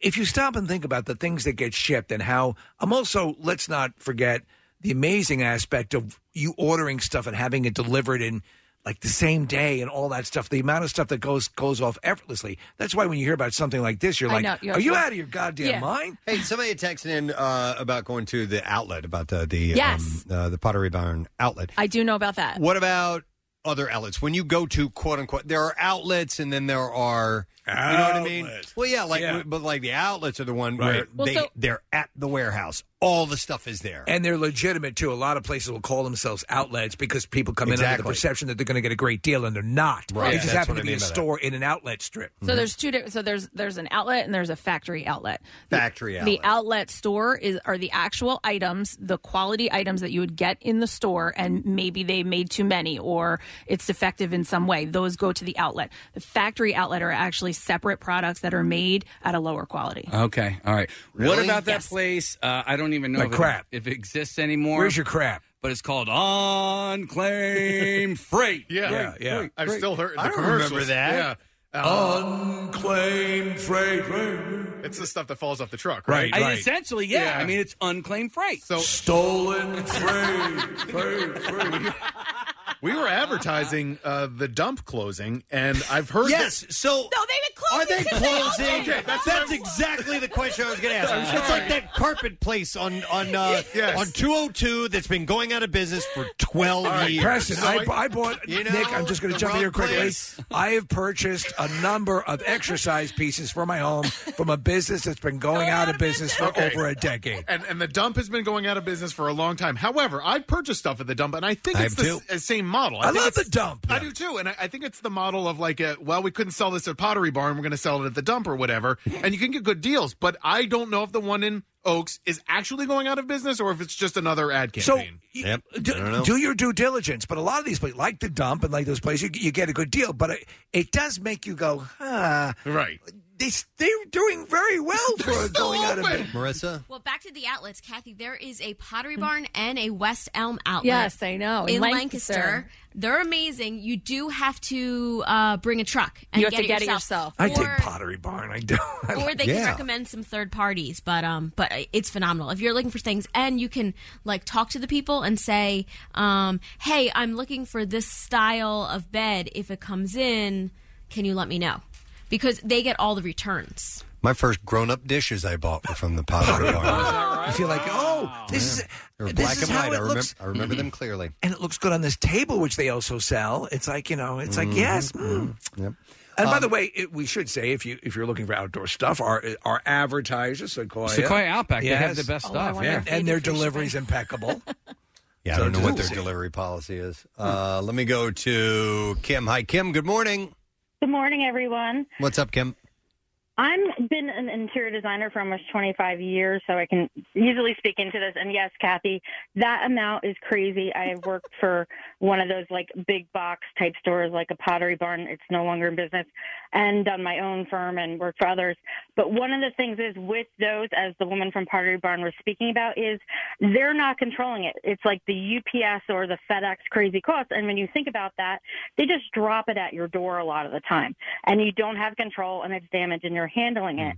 [SPEAKER 4] if you stop and think about the things that get shipped and how, I'm also let's not forget the amazing aspect of you ordering stuff and having it delivered in like the same day and all that stuff. The amount of stuff that goes goes off effortlessly. That's why when you hear about something like this, you're
[SPEAKER 1] I
[SPEAKER 4] like,
[SPEAKER 1] know, you're
[SPEAKER 4] "Are you
[SPEAKER 1] like-
[SPEAKER 4] out of your goddamn
[SPEAKER 1] Yeah.
[SPEAKER 4] mind?"
[SPEAKER 1] Hey, somebody texted in uh, about going to the outlet, about the the,
[SPEAKER 2] Yes.
[SPEAKER 1] um, uh, the Pottery Barn outlet.
[SPEAKER 2] I do know about that.
[SPEAKER 1] What about other outlets? When you go to quote unquote, there are outlets, and then there are you know what I mean. Well, yeah, like but like the outlets are the one where
[SPEAKER 4] Right. Well,
[SPEAKER 1] they
[SPEAKER 4] so-
[SPEAKER 1] they're at the warehouse. All the stuff is there.
[SPEAKER 4] And they're legitimate too. A lot of places will call themselves outlets because people come in under the
[SPEAKER 1] Exactly.
[SPEAKER 4] perception that they're going to get a great deal, and they're not.
[SPEAKER 1] Right.
[SPEAKER 4] It just
[SPEAKER 1] That's
[SPEAKER 4] happened
[SPEAKER 1] what
[SPEAKER 4] to
[SPEAKER 1] I
[SPEAKER 4] be a
[SPEAKER 1] mean by that.
[SPEAKER 4] store in an outlet strip.
[SPEAKER 2] So there's two. Di- so there's there's an outlet and there's a factory outlet.
[SPEAKER 1] Factory
[SPEAKER 2] The outlet store is are the actual items, the quality items that you would get in the store, and maybe they made too many or it's defective in some way. Those go to the outlet. The factory outlet are actually separate products that are made at a lower
[SPEAKER 1] Uh,
[SPEAKER 2] quality.
[SPEAKER 6] Okay, all right. What
[SPEAKER 2] Really?
[SPEAKER 6] about that
[SPEAKER 2] Yes.
[SPEAKER 6] place? Uh, I don't even know
[SPEAKER 2] Like
[SPEAKER 6] if,
[SPEAKER 2] crap.
[SPEAKER 6] It, if it exists anymore.
[SPEAKER 4] Where's your crap?
[SPEAKER 6] But it's called Unclaimed Freight.
[SPEAKER 3] Yeah, yeah.
[SPEAKER 6] Great,
[SPEAKER 3] yeah.
[SPEAKER 6] great,
[SPEAKER 3] I've
[SPEAKER 6] great.
[SPEAKER 3] still heard the
[SPEAKER 6] I don't
[SPEAKER 3] commercials.
[SPEAKER 6] remember that.
[SPEAKER 3] Yeah.
[SPEAKER 6] Oh.
[SPEAKER 4] Unclaimed freight.
[SPEAKER 3] It's the stuff that falls off the truck,
[SPEAKER 6] Right,
[SPEAKER 3] right?
[SPEAKER 6] I- essentially, yeah. I mean, it's unclaimed freight.
[SPEAKER 3] So
[SPEAKER 4] stolen freight.
[SPEAKER 3] We were advertising uh, the dump closing, and I've heard.
[SPEAKER 1] Yes, so
[SPEAKER 2] No, they've been
[SPEAKER 1] Are
[SPEAKER 2] closing.
[SPEAKER 1] they
[SPEAKER 2] since they
[SPEAKER 1] closing?
[SPEAKER 2] opened.
[SPEAKER 1] that's exactly the question I was going to ask.
[SPEAKER 2] I'm
[SPEAKER 1] It's
[SPEAKER 2] sorry.
[SPEAKER 1] like that carpet place on on uh,
[SPEAKER 4] Yes.
[SPEAKER 1] on 202 that's been going out of business for 12 years.
[SPEAKER 4] Preston, I, I bought.
[SPEAKER 1] You know,
[SPEAKER 4] Nick, I'm just going
[SPEAKER 1] the
[SPEAKER 4] to jump in here
[SPEAKER 1] wrong
[SPEAKER 4] quickly.
[SPEAKER 1] place.
[SPEAKER 4] I have purchased a number of exercise pieces for my home from a business that's been going, out, of business, for
[SPEAKER 3] Okay.
[SPEAKER 4] over a decade.
[SPEAKER 3] And, and the dump has been going out of business for a long time. However, I purchased stuff at the dump, and I think
[SPEAKER 4] I
[SPEAKER 3] it's
[SPEAKER 4] have
[SPEAKER 3] the
[SPEAKER 4] too.
[SPEAKER 3] s- uh, same model.
[SPEAKER 4] I
[SPEAKER 3] think
[SPEAKER 4] love
[SPEAKER 3] it's-
[SPEAKER 4] the dump.
[SPEAKER 3] I do too, and I, I think it's the model of like, a, well, we couldn't sell this at Pottery Barn, we're going to sell it at the dump or whatever, and you can get good deals. But I don't know if the one in Oaks is actually going out of business or if it's just another ad campaign.
[SPEAKER 4] So, Yep. Do, do your due diligence, but a lot of these places, like the dump and like those places, you, you get a good deal, but it, it does make you go, huh?
[SPEAKER 3] Right.
[SPEAKER 4] They they're doing very well for going out of business.
[SPEAKER 1] Marissa,
[SPEAKER 13] Well, back to the outlets, Kathy. There is a Pottery Barn and a West Elm outlet.
[SPEAKER 2] Yes, I know, in
[SPEAKER 13] In
[SPEAKER 2] Lancaster.
[SPEAKER 13] Lancaster. they're amazing. You do have to uh, bring a truck and
[SPEAKER 2] You have
[SPEAKER 13] get
[SPEAKER 2] to
[SPEAKER 13] it
[SPEAKER 2] get it
[SPEAKER 13] yourself.
[SPEAKER 4] I
[SPEAKER 13] or,
[SPEAKER 4] dig Pottery Barn. I do. I
[SPEAKER 13] or
[SPEAKER 4] like-
[SPEAKER 13] they can recommend some third parties, but um, but it's phenomenal if you're looking for things and you can like talk to the people and say, um, hey, I'm looking for this style of bed. If it comes in, can you let me know? Because they get all the returns.
[SPEAKER 1] my first grown up dishes I bought were from the pottery bar.
[SPEAKER 4] You feel like, oh, this
[SPEAKER 1] They were
[SPEAKER 4] is
[SPEAKER 1] black
[SPEAKER 4] this is
[SPEAKER 1] and
[SPEAKER 4] how
[SPEAKER 1] white.
[SPEAKER 4] it
[SPEAKER 1] I remember,
[SPEAKER 4] looks.
[SPEAKER 1] I remember them clearly.
[SPEAKER 4] and it looks good on this table, which they also sell. It's like you know, it's like
[SPEAKER 8] Mm-hmm.
[SPEAKER 4] yes.
[SPEAKER 8] hmm.
[SPEAKER 4] mm.
[SPEAKER 1] Mm-hmm. Yep.
[SPEAKER 4] And
[SPEAKER 6] Um,
[SPEAKER 4] by the way, it, we should say if you if you're looking for outdoor stuff, our our advertisers Sequoia,
[SPEAKER 6] Sequoia Outback, they have the best Oh, I stuff, wonder yeah. if they
[SPEAKER 4] and
[SPEAKER 6] do
[SPEAKER 4] their
[SPEAKER 6] fish fry.
[SPEAKER 4] delivery's impeccable.
[SPEAKER 1] Yeah, I don't know what their delivery policy is. Uh, let me go to Kim. Hi, Kim. Good morning.
[SPEAKER 14] Good morning, everyone.
[SPEAKER 1] What's up, Kim?
[SPEAKER 14] I've been an interior designer for almost 25 years, so I can easily speak into this. And yes, Kathy, that amount is crazy. I have worked for one of those like big box type stores, like a Pottery Barn. It's no longer in business, and done my own firm and worked for others. But one of the things is with those, as the woman from Pottery Barn was speaking about, is they're not controlling it. It's like the UPS or the FedEx crazy costs. And when you think about that, they just drop it at your door a lot of the time, and you don't have control, and it's damage, and you're handling it.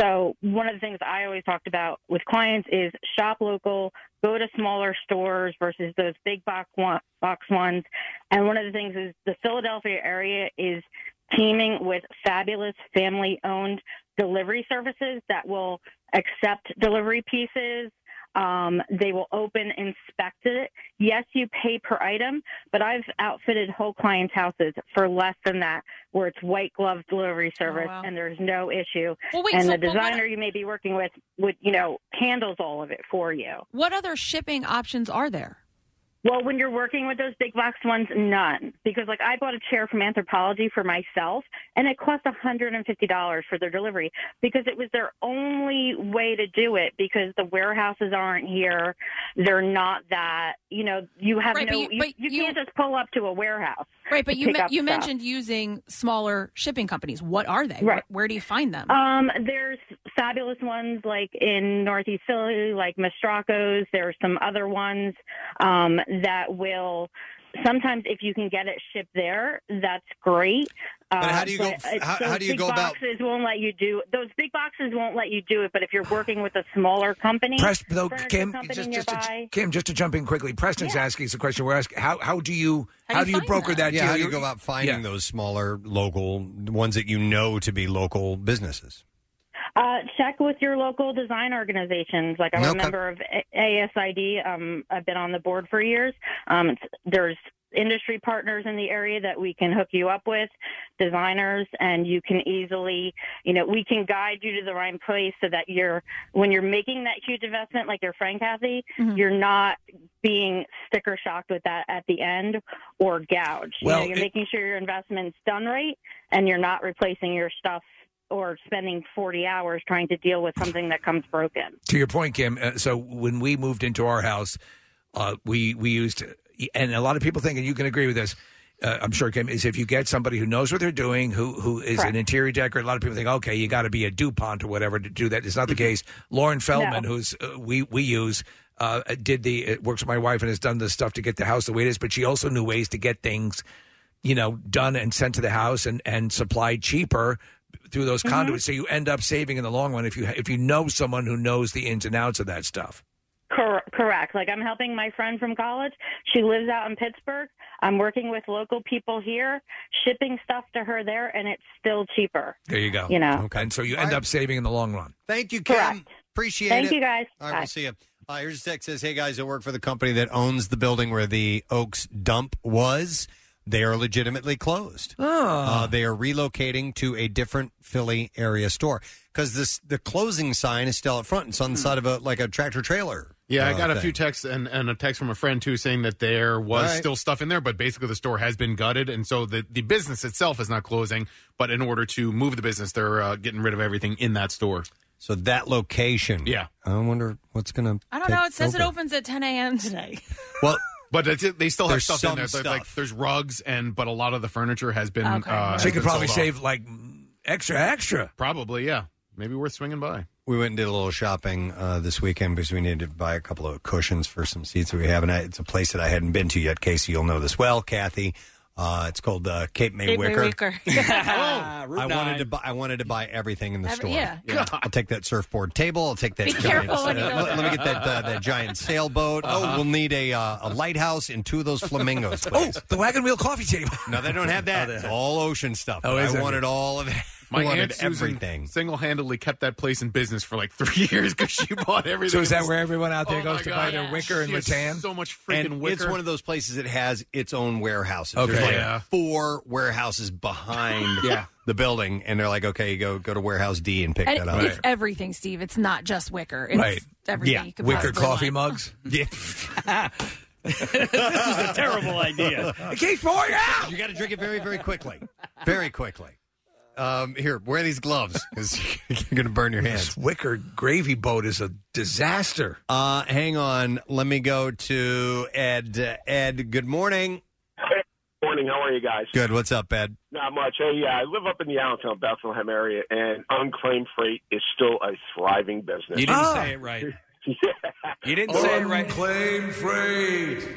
[SPEAKER 14] So one of the things I always talked about with clients is shop local, go to smaller stores versus those big box one, box ones. And one of the things is the Philadelphia area is teaming with fabulous family owned delivery services that will accept delivery pieces. Um, they will open, inspect it. Yes, you pay per item, but I've outfitted whole clients' houses for less than that, where it's white glove delivery service
[SPEAKER 2] wow.
[SPEAKER 14] and there's no issue.
[SPEAKER 2] Well, wait,
[SPEAKER 14] and
[SPEAKER 2] so-
[SPEAKER 14] the
[SPEAKER 2] but what-
[SPEAKER 14] designer you may be working with would, you know, handles all of it for you.
[SPEAKER 2] What other shipping options are there?
[SPEAKER 14] Well, when you're working with those big box ones, none. Because like I bought a chair from Anthropology for myself and it cost $150 for their delivery because it was their only way to do it because the warehouses aren't here. They're not that, you know, you have
[SPEAKER 2] Right, but
[SPEAKER 14] no,
[SPEAKER 2] you-
[SPEAKER 14] you,
[SPEAKER 2] but
[SPEAKER 14] you can't just pull up to a warehouse.
[SPEAKER 2] Right, but
[SPEAKER 14] to
[SPEAKER 2] you
[SPEAKER 14] pick
[SPEAKER 2] me-
[SPEAKER 14] up
[SPEAKER 2] you
[SPEAKER 14] stuff.
[SPEAKER 2] mentioned using smaller shipping companies. What are they? Where,
[SPEAKER 14] Right.
[SPEAKER 2] where do you find them?
[SPEAKER 14] Um, there's fabulous ones like in Northeast Philly, like Mastracos. There are some other ones um, that will sometimes, if you can get it shipped there, that's great.
[SPEAKER 1] But
[SPEAKER 14] Uh,
[SPEAKER 1] how do you go-
[SPEAKER 14] but it's-
[SPEAKER 1] how-
[SPEAKER 14] those
[SPEAKER 1] how do you
[SPEAKER 14] big
[SPEAKER 1] go about-
[SPEAKER 14] boxes Won't let you do those big boxes won't let you do it. But if you're working with a smaller company,
[SPEAKER 4] Press, though,
[SPEAKER 14] furniture
[SPEAKER 4] Kim,
[SPEAKER 14] company
[SPEAKER 4] just, just to,
[SPEAKER 14] nearby,
[SPEAKER 4] Kim, just to jump in quickly. Preston's asking us a question. We're asking how how do you how, do you broker that,
[SPEAKER 1] Yeah,
[SPEAKER 4] deal?
[SPEAKER 1] how do you
[SPEAKER 4] You're-
[SPEAKER 1] go about finding
[SPEAKER 4] Yeah.
[SPEAKER 1] those smaller local ones that you know to be local businesses?
[SPEAKER 14] Uh, check with your local design organizations. Like I'm a member of A- ASID. Um, I've been on the board for years. Um, it's- there's industry partners in the area that we can hook you up with, designers, and you can easily, you know, we can guide you to the right place so that you're when you're making that huge investment, like your friend Kathy, you're not being sticker shocked with that at the end or gouged.
[SPEAKER 4] Well,
[SPEAKER 14] you know, you're
[SPEAKER 4] it-
[SPEAKER 14] making sure your investment's done right and you're not replacing your stuff or spending 40 hours trying to deal with something that comes broken.
[SPEAKER 4] To your point, Kim. Uh, so when we moved into our house, uh, we we used, and a lot of people think, and you can agree with this. Uh, I'm sure Kim is if you get somebody who knows what they're doing, who who is an interior decorator. A lot of people think, okay, you got to be a Dupont or whatever to do that. It's not the case. Lauren Feldman, who's uh, we we use. Uh, did the uh, works with my wife and has done the stuff to get the house the way it is, but she also knew ways to get things, you know, done and sent to the house and and supplied cheaper through those
[SPEAKER 14] Mm-hmm.
[SPEAKER 4] conduits. So you end up saving in the long run if you if you know someone who knows the ins and outs of that stuff.
[SPEAKER 14] Cor- Correct. Like I'm helping my friend from college. She lives out in Pittsburgh. I'm working with local people here, shipping stuff to her there, and it's still cheaper.
[SPEAKER 4] There you go.
[SPEAKER 14] You know.
[SPEAKER 4] And so you end up saving in the long run.
[SPEAKER 1] Thank you, Kim. Appreciate
[SPEAKER 14] Thank
[SPEAKER 1] it.
[SPEAKER 14] you, guys.
[SPEAKER 1] All right, we'll see you. Uh, here's a text says, "Hey guys, I work for the company that owns the building where the Oaks dump was. They are legitimately closed.
[SPEAKER 3] Oh. Ah.
[SPEAKER 1] Uh, they are relocating to a different Philly area store because this the closing sign is still out front. It's on the side of a like a tractor trailer.
[SPEAKER 3] Hmm. Yeah, I
[SPEAKER 1] uh,
[SPEAKER 3] got a
[SPEAKER 1] thing.
[SPEAKER 3] few texts and, and a text from a friend too saying that there was
[SPEAKER 1] All right.
[SPEAKER 3] still stuff in there, but basically the store has been gutted, and so the, the business itself is not closing. But in order to move the business, they're uh, getting rid of everything in that store.
[SPEAKER 1] So that location,
[SPEAKER 3] yeah.
[SPEAKER 1] I wonder what's going to.
[SPEAKER 2] I don't know. It says it opens at 10 a.m. today.
[SPEAKER 1] Well,
[SPEAKER 3] but that's it. they still have
[SPEAKER 1] There's
[SPEAKER 3] stuff
[SPEAKER 1] some
[SPEAKER 3] in there. So, Like
[SPEAKER 1] stuff.
[SPEAKER 3] there's rugs and but a lot of the furniture has been.
[SPEAKER 4] Okay.
[SPEAKER 3] Uh,
[SPEAKER 4] So you could probably save,
[SPEAKER 3] like
[SPEAKER 4] extra, extra.
[SPEAKER 3] Probably, yeah. Maybe worth swinging by.
[SPEAKER 1] we went and did a little shopping uh, this weekend because we needed to buy a couple of cushions for some seats that we have, and I, it's a place that I hadn't been to yet. Casey, you'll know this well, Kathy. Uh, it's called uh, Cape May Wicker.
[SPEAKER 2] I
[SPEAKER 1] I wanted to buy. I wanted to buy everything in the
[SPEAKER 2] Oh, Every-
[SPEAKER 1] store.
[SPEAKER 2] yeah.
[SPEAKER 1] I'll take that surfboard table. I'll take that.
[SPEAKER 2] Be
[SPEAKER 1] giant,
[SPEAKER 2] careful when you
[SPEAKER 1] uh,
[SPEAKER 2] go
[SPEAKER 1] let,
[SPEAKER 2] there.
[SPEAKER 1] let me get that uh, that giant sailboat. Oh,
[SPEAKER 4] Uh-huh. Oh,
[SPEAKER 1] we'll need a uh, a lighthouse and two of those flamingos. Please.
[SPEAKER 4] The wagon wheel coffee table. Oh,
[SPEAKER 1] no, they don't have that. It's all ocean stuff.
[SPEAKER 3] Oh,
[SPEAKER 1] but
[SPEAKER 3] is
[SPEAKER 1] I
[SPEAKER 3] it?
[SPEAKER 1] wanted all of it.
[SPEAKER 3] My
[SPEAKER 1] wanted
[SPEAKER 3] aunt
[SPEAKER 1] everything.
[SPEAKER 3] single handedly kept that place in business for like three years because she bought everything.
[SPEAKER 4] So is that where everyone out there
[SPEAKER 3] Oh,
[SPEAKER 4] goes
[SPEAKER 3] my
[SPEAKER 4] to buy
[SPEAKER 3] God.
[SPEAKER 4] their wicker and
[SPEAKER 3] She has
[SPEAKER 4] rattan?
[SPEAKER 3] So much freaking
[SPEAKER 1] and
[SPEAKER 3] wicker.
[SPEAKER 1] it's one of those places that has its own warehouses.
[SPEAKER 4] Okay.
[SPEAKER 1] There's like
[SPEAKER 4] Yeah.
[SPEAKER 1] four warehouses behind
[SPEAKER 4] Yeah.
[SPEAKER 1] the building, and they're like, okay, go go to warehouse D and pick
[SPEAKER 2] And
[SPEAKER 1] that up.
[SPEAKER 2] it's everything, Steve. It's not just Wicker. It's everything you could possibly
[SPEAKER 4] mugs.
[SPEAKER 1] Yeah.
[SPEAKER 4] this
[SPEAKER 1] is
[SPEAKER 4] a terrible idea.
[SPEAKER 1] It keeps pouring out. You got to drink it very, very quickly. Very quickly. Um, here, wear these gloves because you're going to burn your hands.
[SPEAKER 4] This wicker gravy boat is a disaster.
[SPEAKER 1] Uh, hang on. Let me go to Ed. Uh, Ed, good morning.
[SPEAKER 15] Morning. How are you guys?
[SPEAKER 1] Good. What's up, Ed?
[SPEAKER 15] Not much. Hey, yeah, I live up in the Allentown, Bethlehem area, and unclaimed freight is still a thriving business.
[SPEAKER 6] You didn't say it right. You didn't say it right.
[SPEAKER 15] Unclaimed freight.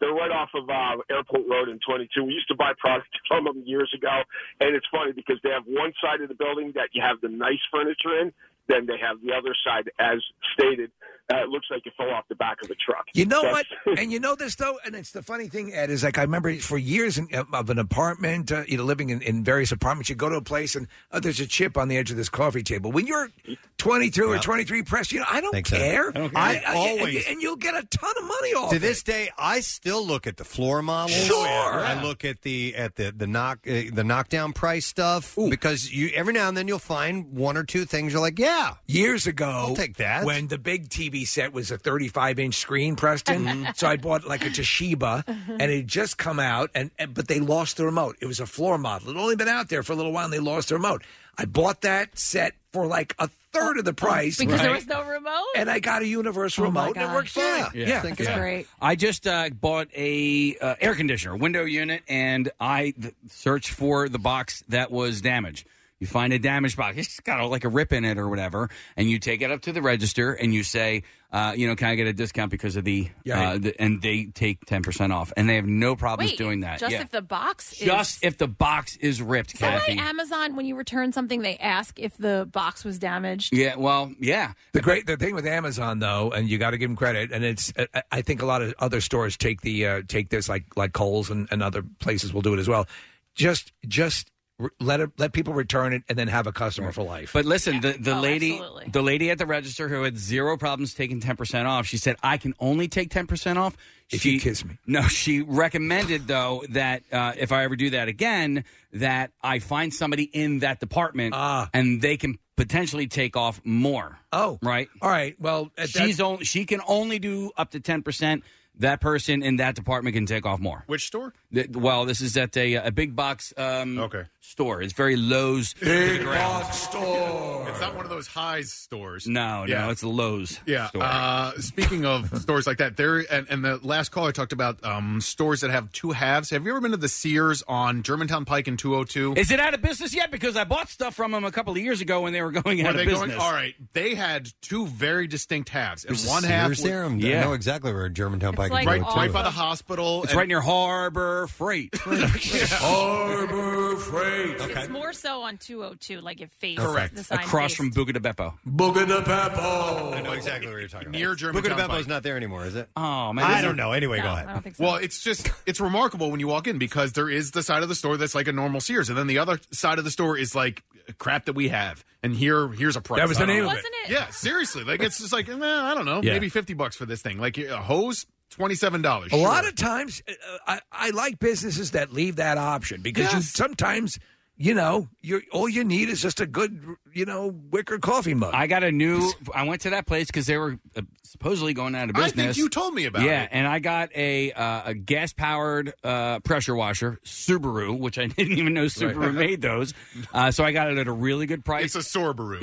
[SPEAKER 15] They're right off of uh, Airport Road in 22. We used to buy products from them years ago, and it's funny because they have one side of the building that you have the nice furniture in, then they have the other side, as stated, uh, it looks like you fell off the back of a truck.
[SPEAKER 4] You know
[SPEAKER 15] That's-
[SPEAKER 4] what? And you know this though, and it's the funny thing, Ed, is like I remember for years in, of an apartment, uh, you know, living in, in various apartments. You go to a place and oh, there's a chip on the edge of this coffee table. When you're 22 or
[SPEAKER 1] Yeah.
[SPEAKER 4] 23, press, you know, I don't
[SPEAKER 1] Thanks, Ed.
[SPEAKER 4] care.
[SPEAKER 1] I don't care. I
[SPEAKER 4] and-
[SPEAKER 1] always-
[SPEAKER 4] and, you'll get a ton of money off
[SPEAKER 1] to
[SPEAKER 4] it.
[SPEAKER 1] this day, I still look at the floor models.
[SPEAKER 4] Sure.
[SPEAKER 1] I look at the at the the knock uh, the knockdown price stuff because you every now and then you'll find one or two things you're like, yeah,
[SPEAKER 4] years ago,
[SPEAKER 1] I'll take that.
[SPEAKER 4] When the big TV set was a 35 inch screen, Preston. so I bought like a Toshiba, and it had just come out, and, and but they lost the remote. It was a floor model. It only been out there for a little while, and they lost the remote. I bought that set for like a third of the price
[SPEAKER 2] Because there was no remote.
[SPEAKER 4] and I got a universe
[SPEAKER 2] Oh, my
[SPEAKER 4] remote, and it worked fine.
[SPEAKER 2] gosh. Yeah. Yeah. Think it's great.
[SPEAKER 6] I just uh, bought a uh, air conditioner window unit, and I th- searched for the box that was damaged. You find a damaged box; it's got a, like a rip in it or whatever, and you take it up to the register and you say, uh, you know, can I get a discount because of the? Uh, the and they take ten percent off, and they have no problems
[SPEAKER 2] Wait,
[SPEAKER 6] doing that.
[SPEAKER 2] Just
[SPEAKER 6] Yeah.
[SPEAKER 2] if the box is.
[SPEAKER 6] just if the box is ripped,
[SPEAKER 2] Is that why
[SPEAKER 6] Kathy.
[SPEAKER 2] Amazon, when you return something, they ask if the box was damaged?
[SPEAKER 6] Yeah, well, yeah.
[SPEAKER 4] The great the thing with Amazon though, and you got to give them credit, and it's I- I think a lot of other stores take the uh, take this like like Kohl's and, and other places will do it as well. Just just re- let it, let people return it and then have a customer for life.
[SPEAKER 6] But listen, the, the lady the lady at the register who had zero problems taking ten percent off, she said, I can only take ten percent off if she, you kiss
[SPEAKER 4] me.
[SPEAKER 6] No, she recommended though that uh, if I ever do that again, that I find somebody in that department and they can potentially take off more.
[SPEAKER 4] Oh.
[SPEAKER 6] Right?
[SPEAKER 4] All right. Well
[SPEAKER 6] she's only she can only do up to ten percent. That person in that department can take off more.
[SPEAKER 3] Which store?
[SPEAKER 6] Th- Well, this is at a, a big box um, okay. store. It's very Lowe's. to the ground.
[SPEAKER 4] store.
[SPEAKER 3] It's not one of those highs stores.
[SPEAKER 6] No, no, it's Lowe's.
[SPEAKER 3] Yeah.
[SPEAKER 6] store.
[SPEAKER 3] Uh, speaking of stores like that, there and, and the last caller talked about um, stores that have two halves. Have you ever been to the Sears on Germantown Pike and 202?
[SPEAKER 6] Is it out of business yet? Because I bought stuff from them a couple of years ago when they were going
[SPEAKER 3] Were
[SPEAKER 6] out
[SPEAKER 3] they
[SPEAKER 6] of business.
[SPEAKER 3] going? All right, they had two very distinct halves, and
[SPEAKER 1] There's a
[SPEAKER 3] one half
[SPEAKER 1] Sears
[SPEAKER 3] was-
[SPEAKER 1] there. I'm, I know exactly where Germantown Pike
[SPEAKER 3] like
[SPEAKER 1] is.
[SPEAKER 3] right-
[SPEAKER 4] oh
[SPEAKER 3] right by the hospital.
[SPEAKER 6] It's
[SPEAKER 3] and-
[SPEAKER 6] right near Harbor Freight.
[SPEAKER 3] Harbor
[SPEAKER 4] Freight.
[SPEAKER 10] Great.
[SPEAKER 2] It's more so on 202, like it faced
[SPEAKER 6] Correct.
[SPEAKER 2] the sign
[SPEAKER 6] Across
[SPEAKER 2] faced.
[SPEAKER 6] from Buca de Beppo.
[SPEAKER 10] Buca de Beppo.
[SPEAKER 1] I know exactly what you're talking about.
[SPEAKER 3] Near Germantown
[SPEAKER 1] Buca de Beppo's
[SPEAKER 3] Pike.
[SPEAKER 1] not there anymore, is it?
[SPEAKER 6] Oh
[SPEAKER 3] man,
[SPEAKER 1] I
[SPEAKER 3] is
[SPEAKER 1] don't
[SPEAKER 3] it?
[SPEAKER 1] know. Anyway, go ahead.
[SPEAKER 3] Well, it's just it's remarkable when you walk in because there is the side of the store that's like a normal Sears, and then the other side of the store is like crap that we have. And here here's a price.
[SPEAKER 10] That was the
[SPEAKER 3] I don't
[SPEAKER 10] name
[SPEAKER 3] know.
[SPEAKER 10] of it. Wasn't it?
[SPEAKER 3] Yeah, seriously. Like it's just like eh, I don't know,
[SPEAKER 10] Yeah.
[SPEAKER 3] maybe fifty bucks for this thing. Like a hose, twenty seven dollars.
[SPEAKER 4] A lot of times, uh, I, I like businesses that leave that option because you sometimes, you know, you all you need is just a good, you know, wicker coffee mug.
[SPEAKER 6] I got a new. I went to that place because they were uh, supposedly going out of
[SPEAKER 4] I
[SPEAKER 6] business.
[SPEAKER 4] think you told me about
[SPEAKER 6] yeah,
[SPEAKER 4] it.
[SPEAKER 6] and I got a uh, a gas powered uh, pressure washer Subaru, which I didn't even know Subaru
[SPEAKER 3] Right.
[SPEAKER 6] made those. Uh, so I got it at a really good price.
[SPEAKER 3] It's a Sorbaru.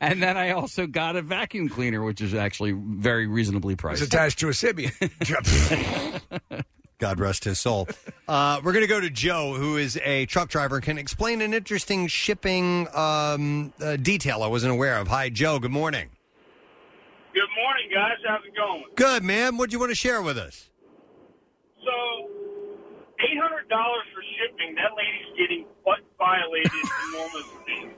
[SPEAKER 6] and then I also got a vacuum cleaner, which is actually very reasonably priced.
[SPEAKER 4] It's attached to a Sibian.
[SPEAKER 1] God rest his soul. Uh, we're going to go to Joe, who is a truck driver, can explain an interesting shipping um, uh, detail I wasn't aware of. Hi, Joe. Good morning.
[SPEAKER 16] Good morning, guys. How's it going?
[SPEAKER 1] Good, man. What do you want to share with us?
[SPEAKER 16] So, eight hundred dollars for shipping. That lady's getting butt violated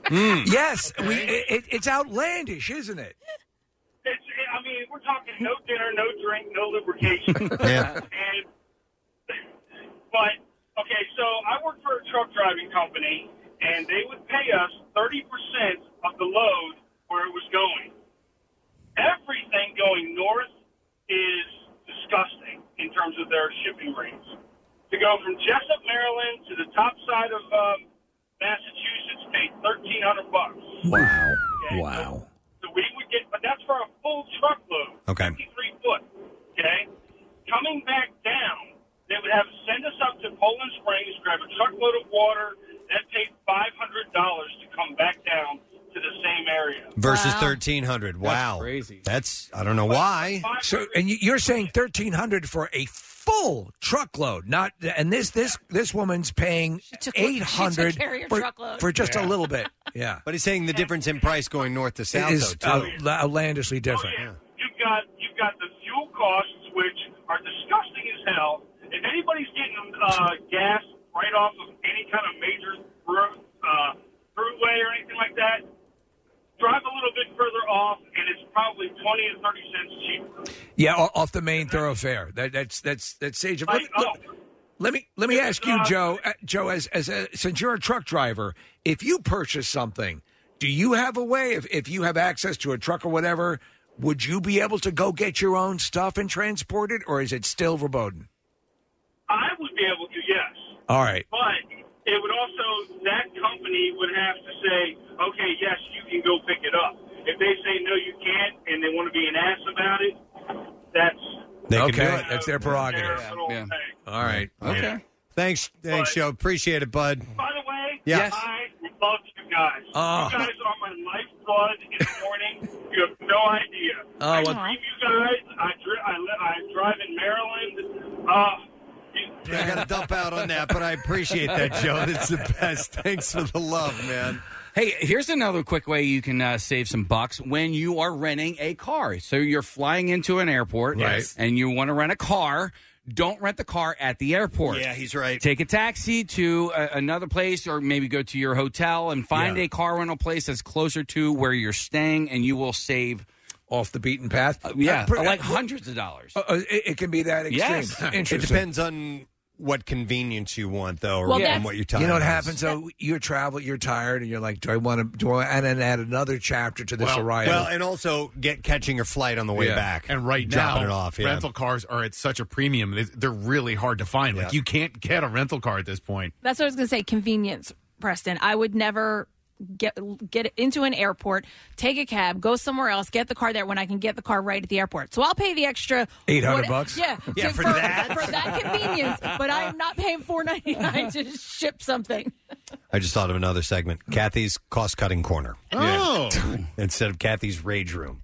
[SPEAKER 16] enormously.
[SPEAKER 4] Yes, we, it, it, it's outlandish, isn't it?
[SPEAKER 16] It's, I mean, we're talking no dinner, no drink, no lubrication.
[SPEAKER 1] Yeah.
[SPEAKER 16] And, but okay, so I work for a truck driving company, and they would pay us thirty percent of the load where it was going. Everything going north is disgusting in terms of their shipping rates. To go from Jessup, Maryland, to the top side of um, Massachusetts, paid thirteen hundred bucks.
[SPEAKER 4] Wow! Wow!
[SPEAKER 16] So we would get, but that's for a full truckload.
[SPEAKER 1] Okay.
[SPEAKER 16] 53 foot. Okay. Coming back down, they would have send us up to Poland Springs, grab a truckload of water. That paid $500 to come back down to the same area.
[SPEAKER 1] Versus 1300. Wow. crazy. That's, I don't know why.
[SPEAKER 4] So, and you- you're saying thirteen hundred for a full truckload, not and this this this woman's paying
[SPEAKER 1] took-
[SPEAKER 4] eight
[SPEAKER 1] she
[SPEAKER 4] hundred
[SPEAKER 1] took care of your
[SPEAKER 4] for,
[SPEAKER 1] truckload.
[SPEAKER 4] for just
[SPEAKER 1] Yeah.
[SPEAKER 4] a little bit. Yeah,
[SPEAKER 1] But he's saying the difference in price going north to
[SPEAKER 4] it
[SPEAKER 1] south,
[SPEAKER 4] is
[SPEAKER 1] though, too.
[SPEAKER 4] outla- outlandishly different.
[SPEAKER 16] You've got you've got the fuel costs, which are disgusting as hell. If anybody's getting uh, gas right off of any kind of major thru- uh, throughway or anything like that, drive a little bit further off, and it's probably twenty to thirty cents cheaper.
[SPEAKER 4] Yeah, o off the main thoroughfare. That, that's that's that's sage. Let, me-
[SPEAKER 16] Like, oh,
[SPEAKER 4] let me let me ask you, Joe. uh, Joe, as as a, since you're a truck driver, if you purchase something, do you have a way if if you have access to a truck or whatever? Would you be able to go get your own stuff and transport it, or is it still verboten?
[SPEAKER 16] I would be able to, yes.
[SPEAKER 4] All right.
[SPEAKER 16] But it would also that company would have to say, okay, yes, you can go pick it up. If they say no, you can't, and they want to be an ass about it, that's
[SPEAKER 4] okay, that's their prerogative.
[SPEAKER 16] yeah.
[SPEAKER 4] All right.
[SPEAKER 1] Okay. Thanks, thanks, Joe. Appreciate it, bud.
[SPEAKER 16] By the way,
[SPEAKER 1] Yes.
[SPEAKER 16] I love you guys.
[SPEAKER 1] Oh.
[SPEAKER 16] You guys are my lifeblood in the morning. you have no idea.
[SPEAKER 4] Oh,
[SPEAKER 1] Ah,
[SPEAKER 16] I
[SPEAKER 4] well-
[SPEAKER 16] dream you guys. I, dri- I, li- I drive in Maryland. Uh,
[SPEAKER 1] I got to dump out on that, but I appreciate that, Joe. That's the best. Thanks for the love, man.
[SPEAKER 6] Hey, here's another quick way you can uh, save some bucks when you are renting a car. So you're flying into an airport
[SPEAKER 1] Right. Yes.
[SPEAKER 6] and you want to rent a car. Don't rent the car at the airport.
[SPEAKER 1] Yeah, he's right.
[SPEAKER 6] Take a taxi to a, another place or maybe go to your hotel and find
[SPEAKER 4] Yeah.
[SPEAKER 6] a car rental place that's closer to where you're staying and you will save
[SPEAKER 4] off the beaten path.
[SPEAKER 6] yeah,
[SPEAKER 4] Uh, per-
[SPEAKER 6] like
[SPEAKER 4] uh,
[SPEAKER 6] hundreds of dollars.
[SPEAKER 4] Uh, uh, it, it can be that extreme.
[SPEAKER 6] Yes.
[SPEAKER 4] Interesting.
[SPEAKER 1] It depends on what convenience you want, though, or
[SPEAKER 4] Well,
[SPEAKER 1] on
[SPEAKER 4] that's-
[SPEAKER 1] what you're talking
[SPEAKER 4] You know what happens though? You're travel, you're tired, and you're like, do I want to? Do I? And then add another chapter to this
[SPEAKER 1] Well,
[SPEAKER 4] arrival.
[SPEAKER 1] well, and also get catching your flight on the way
[SPEAKER 3] Yeah.
[SPEAKER 1] back.
[SPEAKER 3] And right
[SPEAKER 1] dropping
[SPEAKER 3] now,
[SPEAKER 1] it off. Yeah.
[SPEAKER 3] rental cars are at such a premium; they- they're really hard to find. Like
[SPEAKER 1] Yeah.
[SPEAKER 3] you can't get a rental car at this point.
[SPEAKER 2] That's what I was going to say. Convenience, Preston. I would never get get into an airport, take a cab, go somewhere else, get the car there when I can get the car right at the airport. So I'll pay the extra
[SPEAKER 4] 800
[SPEAKER 2] what-
[SPEAKER 4] bucks?
[SPEAKER 2] Yeah,
[SPEAKER 4] Yeah,
[SPEAKER 2] to-
[SPEAKER 4] for
[SPEAKER 2] for,
[SPEAKER 4] that?
[SPEAKER 2] for that convenience. But I am not paying four ninety nine to ship something.
[SPEAKER 1] I just thought of another segment Kathy's cost cutting corner.
[SPEAKER 2] Oh.
[SPEAKER 1] Instead of Kathy's rage room.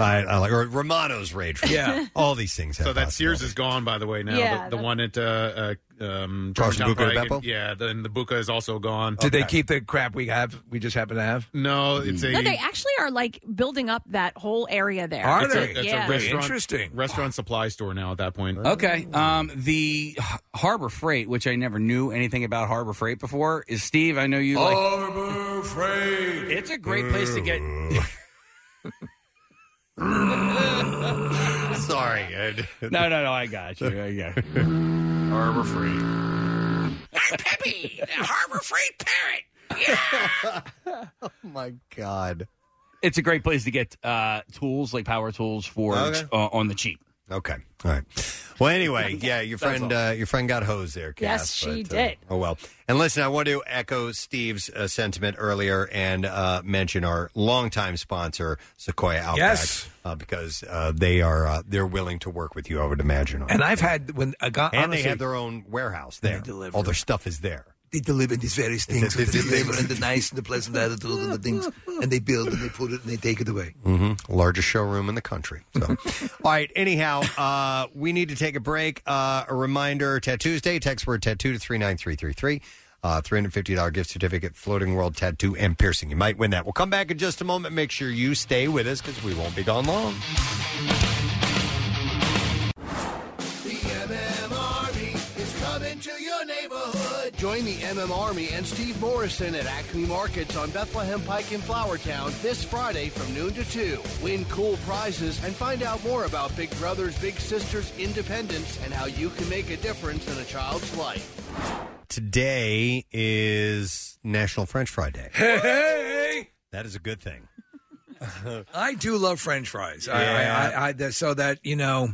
[SPEAKER 1] I, I like or Romano's Rage Room.
[SPEAKER 3] Yeah.
[SPEAKER 1] all these things. Have
[SPEAKER 3] So that Sears is gone, by the way. Now
[SPEAKER 1] Yeah,
[SPEAKER 3] the, the one at uh, uh, um,
[SPEAKER 1] Across from
[SPEAKER 3] Georgetown
[SPEAKER 1] Buca di
[SPEAKER 3] Pike,
[SPEAKER 1] Beppo? Oh,
[SPEAKER 3] and- Yeah, then the Buca is also gone.
[SPEAKER 4] Did they keep the crap we have? We just happen to have?
[SPEAKER 3] No, it's a
[SPEAKER 2] No, they actually are like building up that whole area there.
[SPEAKER 3] it's A, it's
[SPEAKER 2] yeah.
[SPEAKER 3] a restaurant, restaurant supply store now at that point.
[SPEAKER 6] Okay. Um, the H- Harbor Freight, which I never knew anything about Harbor Freight before, is Steve. I know you like.
[SPEAKER 4] Oh,
[SPEAKER 8] Harbor Freight.
[SPEAKER 6] It's a great place to get.
[SPEAKER 1] Sorry, Ed.
[SPEAKER 6] no, no, no. I got you. I got you. Harbor Freight.
[SPEAKER 8] Peppy, the Harbor Freight Parrot. Yeah. oh
[SPEAKER 1] my God.
[SPEAKER 6] It's a great place to get uh, tools like power tools for
[SPEAKER 1] Okay.
[SPEAKER 6] uh, on the cheap.
[SPEAKER 1] Okay. All right. Well, anyway, yeah, your
[SPEAKER 6] That's
[SPEAKER 1] friend, uh, your friend got hosed there.
[SPEAKER 6] Yes,
[SPEAKER 1] Cass,
[SPEAKER 6] she
[SPEAKER 1] but, uh,
[SPEAKER 6] did.
[SPEAKER 1] oh well. And listen, I want to echo Steve's uh, sentiment earlier and uh, mention our longtime sponsor, Sequoia Outback,
[SPEAKER 4] Yes.
[SPEAKER 1] uh, because uh, they are uh, they're willing to work with you. I would imagine. on
[SPEAKER 4] And
[SPEAKER 1] that.
[SPEAKER 4] I've had when I got
[SPEAKER 1] and
[SPEAKER 4] honestly,
[SPEAKER 1] they have their own warehouse there.
[SPEAKER 4] deliver.
[SPEAKER 1] All their stuff is there.
[SPEAKER 10] They deliver these various
[SPEAKER 1] things
[SPEAKER 10] They
[SPEAKER 1] with the
[SPEAKER 10] deliver and the nice and the pleasant attitude and the things, and they build and they put it and they take it away.
[SPEAKER 1] Mm-hmm. Largest showroom in the country. So. All right. Anyhow, uh, we need to take a break. Uh, a reminder: Tattoos Day. Text word tattoo to three nine three three three. Uh, $350 gift certificate, Floating World Tattoo and Piercing. You might win that. We'll come back in just a moment. Make sure you stay with us because we won't be gone long.
[SPEAKER 11] The MM Army is coming to your neighborhood. Join the MM Army and Steve Morrison at Acme Markets on Bethlehem Pike in Flowertown this Friday from noon to 2. Win cool prizes and find out more about Big Brother's Big Sister's independence and how you can make a difference in a child's life.
[SPEAKER 1] Today is National French Fry Day.
[SPEAKER 4] Hey!
[SPEAKER 1] That is a good thing.
[SPEAKER 4] I do love French fries. I-
[SPEAKER 1] Yeah.
[SPEAKER 4] I, I, I, so that you know,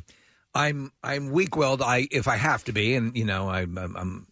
[SPEAKER 4] I'm I'm weak willed. I if I have to be, and you know, I'm I'm, I'm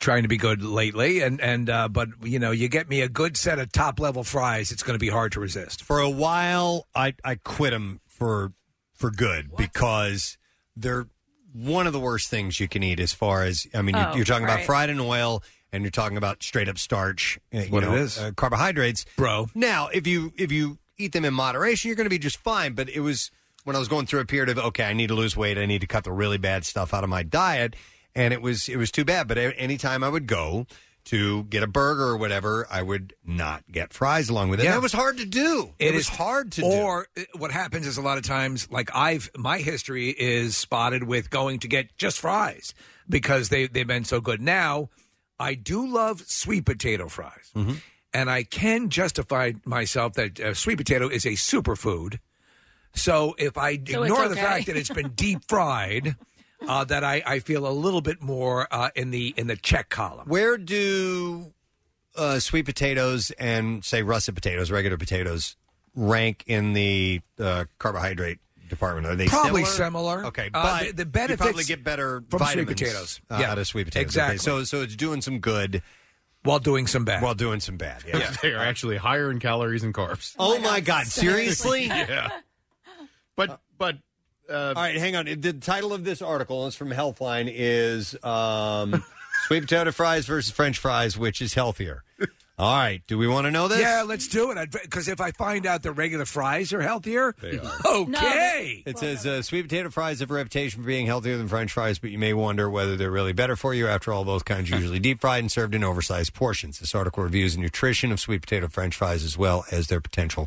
[SPEAKER 4] trying to be good lately, and and uh, but you know, you get me a good set of top level fries, it's going to be hard to resist.
[SPEAKER 1] For a while, I, I quit them for for good because they're one of the worst things you can eat. As far as I mean,
[SPEAKER 4] Oh,
[SPEAKER 1] you're, you're talking
[SPEAKER 4] right.
[SPEAKER 1] about fried in oil, and you're talking about straight up starch. uh, You
[SPEAKER 4] what
[SPEAKER 1] know,
[SPEAKER 4] it is.
[SPEAKER 1] uh, carbohydrates,
[SPEAKER 4] bro.
[SPEAKER 1] Now, if you if you eat them in moderation, you're going to be just fine. But it was when I was going through a period of okay, I need to lose weight, I need to cut the really bad stuff out of my diet, and it was it was too bad. But a- anytime I would go to get a burger or whatever, I would not get fries along with it. And that was hard to do. It, was hard to do.
[SPEAKER 4] or do. Or what happens is a lot of times, like I've my history is spotted with going to get just fries because they they've been so good. Now, I do love sweet potato fries, and I can justify myself that uh, sweet potato is a superfood. So if I
[SPEAKER 10] So it's
[SPEAKER 4] ignore the
[SPEAKER 10] okay.
[SPEAKER 4] fact that it's been deep fried, uh, that I, I feel a little bit more uh, in the in the check column.
[SPEAKER 1] Where do uh, sweet potatoes and say russet potatoes, regular potatoes, rank in the uh, carbohydrate department? Are they
[SPEAKER 4] Probably
[SPEAKER 1] similar?
[SPEAKER 4] similar.
[SPEAKER 1] Okay,
[SPEAKER 4] Uh,
[SPEAKER 1] but
[SPEAKER 4] the- the
[SPEAKER 1] you
[SPEAKER 4] benefits
[SPEAKER 1] probably get better
[SPEAKER 4] from sweet
[SPEAKER 1] vitamins,
[SPEAKER 4] potatoes.
[SPEAKER 1] uh,
[SPEAKER 4] Yeah.
[SPEAKER 1] out of sweet potatoes.
[SPEAKER 4] Exactly.
[SPEAKER 1] Okay, so so it's doing some good
[SPEAKER 4] while doing some bad.
[SPEAKER 1] While doing some bad. Yeah.
[SPEAKER 3] they are actually higher in calories and carbs.
[SPEAKER 1] Oh, my God! Seriously?
[SPEAKER 3] yeah. But but uh,
[SPEAKER 1] All right, hang on. The title of this article is from Healthline is um, sweet potato fries versus French fries, which is healthier. All right, do we want to know this?
[SPEAKER 4] Yeah, let's do it. Because if I find out that regular fries are healthier,
[SPEAKER 1] They are.
[SPEAKER 4] okay.
[SPEAKER 1] It says uh, sweet potato fries have a reputation for being healthier than French fries, but you may wonder whether they're really better for you. After all, both kinds are usually deep fried and served in oversized portions. This article reviews the nutrition of sweet potato French fries as well as their potential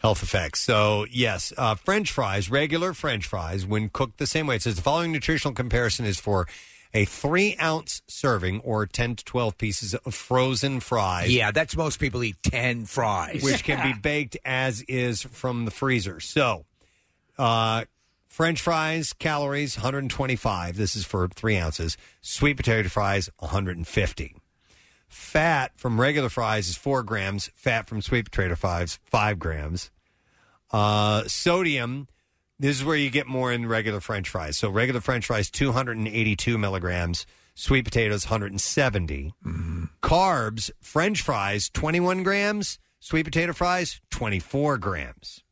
[SPEAKER 1] health effects. So, yes, uh, French fries, regular French fries, when cooked the same way, it says the following nutritional comparison is for a three ounce serving or 10 to 12 pieces of frozen fries.
[SPEAKER 4] Yeah, that's most people eat 10 fries.
[SPEAKER 1] Which can be baked as is from the freezer. So, uh, French fries, calories 125. This is for three ounces. Sweet potato fries, 150. Fat from regular fries is four grams. Fat from sweet potato fries, five grams. Uh, sodium, this is where you get more in regular French fries. So regular French fries, 282 milligrams. Sweet potatoes, 170. Carbs, French fries, 21 grams. Sweet potato fries, 24 grams.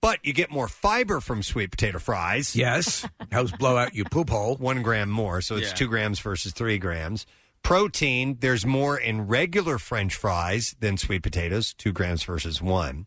[SPEAKER 1] But you get more fiber from sweet potato fries.
[SPEAKER 4] Yes. Helps blow out your poop hole.
[SPEAKER 1] One gram more. So it's
[SPEAKER 4] Yeah.
[SPEAKER 1] two grams versus three grams. Protein, there's more in regular French fries than sweet potatoes, two grams versus one.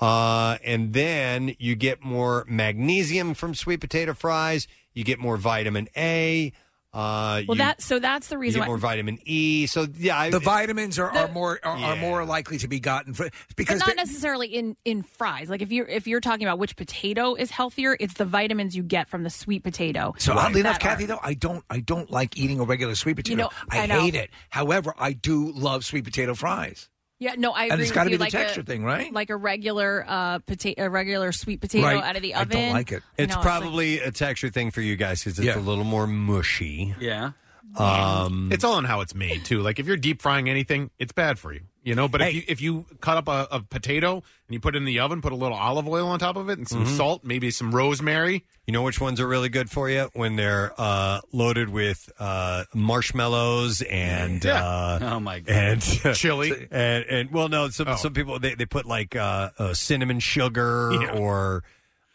[SPEAKER 1] Uh, and then you get more magnesium from sweet potato fries. You get more vitamin A. Uh,
[SPEAKER 2] Well,
[SPEAKER 1] you,
[SPEAKER 2] that so that's the
[SPEAKER 1] you
[SPEAKER 2] reason
[SPEAKER 1] get
[SPEAKER 2] why.
[SPEAKER 1] more vitamin E. So yeah, I,
[SPEAKER 4] the vitamins are, are
[SPEAKER 2] The-
[SPEAKER 4] more are, are
[SPEAKER 1] Yeah.
[SPEAKER 4] more likely to be gotten for, because
[SPEAKER 2] but not
[SPEAKER 4] they-
[SPEAKER 2] necessarily in in fries. Like if you're if you're talking about which potato is healthier, it's the vitamins you get from the sweet potato.
[SPEAKER 4] So oddly enough,
[SPEAKER 2] that are-
[SPEAKER 4] Kathy, though I don't I don't like eating a regular sweet potato.
[SPEAKER 2] know,
[SPEAKER 4] I,
[SPEAKER 2] I know.
[SPEAKER 4] hate it. However, I do love sweet potato fries.
[SPEAKER 2] Yeah, no, I
[SPEAKER 4] And
[SPEAKER 2] agree.
[SPEAKER 4] it's
[SPEAKER 2] with
[SPEAKER 4] gotta
[SPEAKER 2] you.
[SPEAKER 4] be the
[SPEAKER 2] like
[SPEAKER 4] texture
[SPEAKER 2] a,
[SPEAKER 4] thing, right?
[SPEAKER 2] Like a regular uh potato, a regular sweet potato
[SPEAKER 1] Right.
[SPEAKER 2] out of the
[SPEAKER 1] I
[SPEAKER 2] oven.
[SPEAKER 1] don't like
[SPEAKER 4] it.
[SPEAKER 2] I
[SPEAKER 1] It's
[SPEAKER 2] know, like-
[SPEAKER 1] probably a texture thing for you guys because it's a little more mushy.
[SPEAKER 6] Yeah.
[SPEAKER 1] Um,
[SPEAKER 3] it's all on how it's made too. Like if you're deep frying anything, it's bad for you. You know, but if you if you cut up a, a potato and you put it in the oven, put a little olive oil on top of it and some
[SPEAKER 1] Mhm.
[SPEAKER 3] salt, maybe some rosemary.
[SPEAKER 1] You know which ones are really good for you when they're uh, loaded with uh, marshmallows and
[SPEAKER 3] Yeah.
[SPEAKER 1] uh,
[SPEAKER 3] Oh,
[SPEAKER 6] my
[SPEAKER 3] God.
[SPEAKER 1] and
[SPEAKER 3] Chili.
[SPEAKER 1] and, and well no some some people they, they put like uh, uh, cinnamon sugar
[SPEAKER 4] Yeah.
[SPEAKER 1] or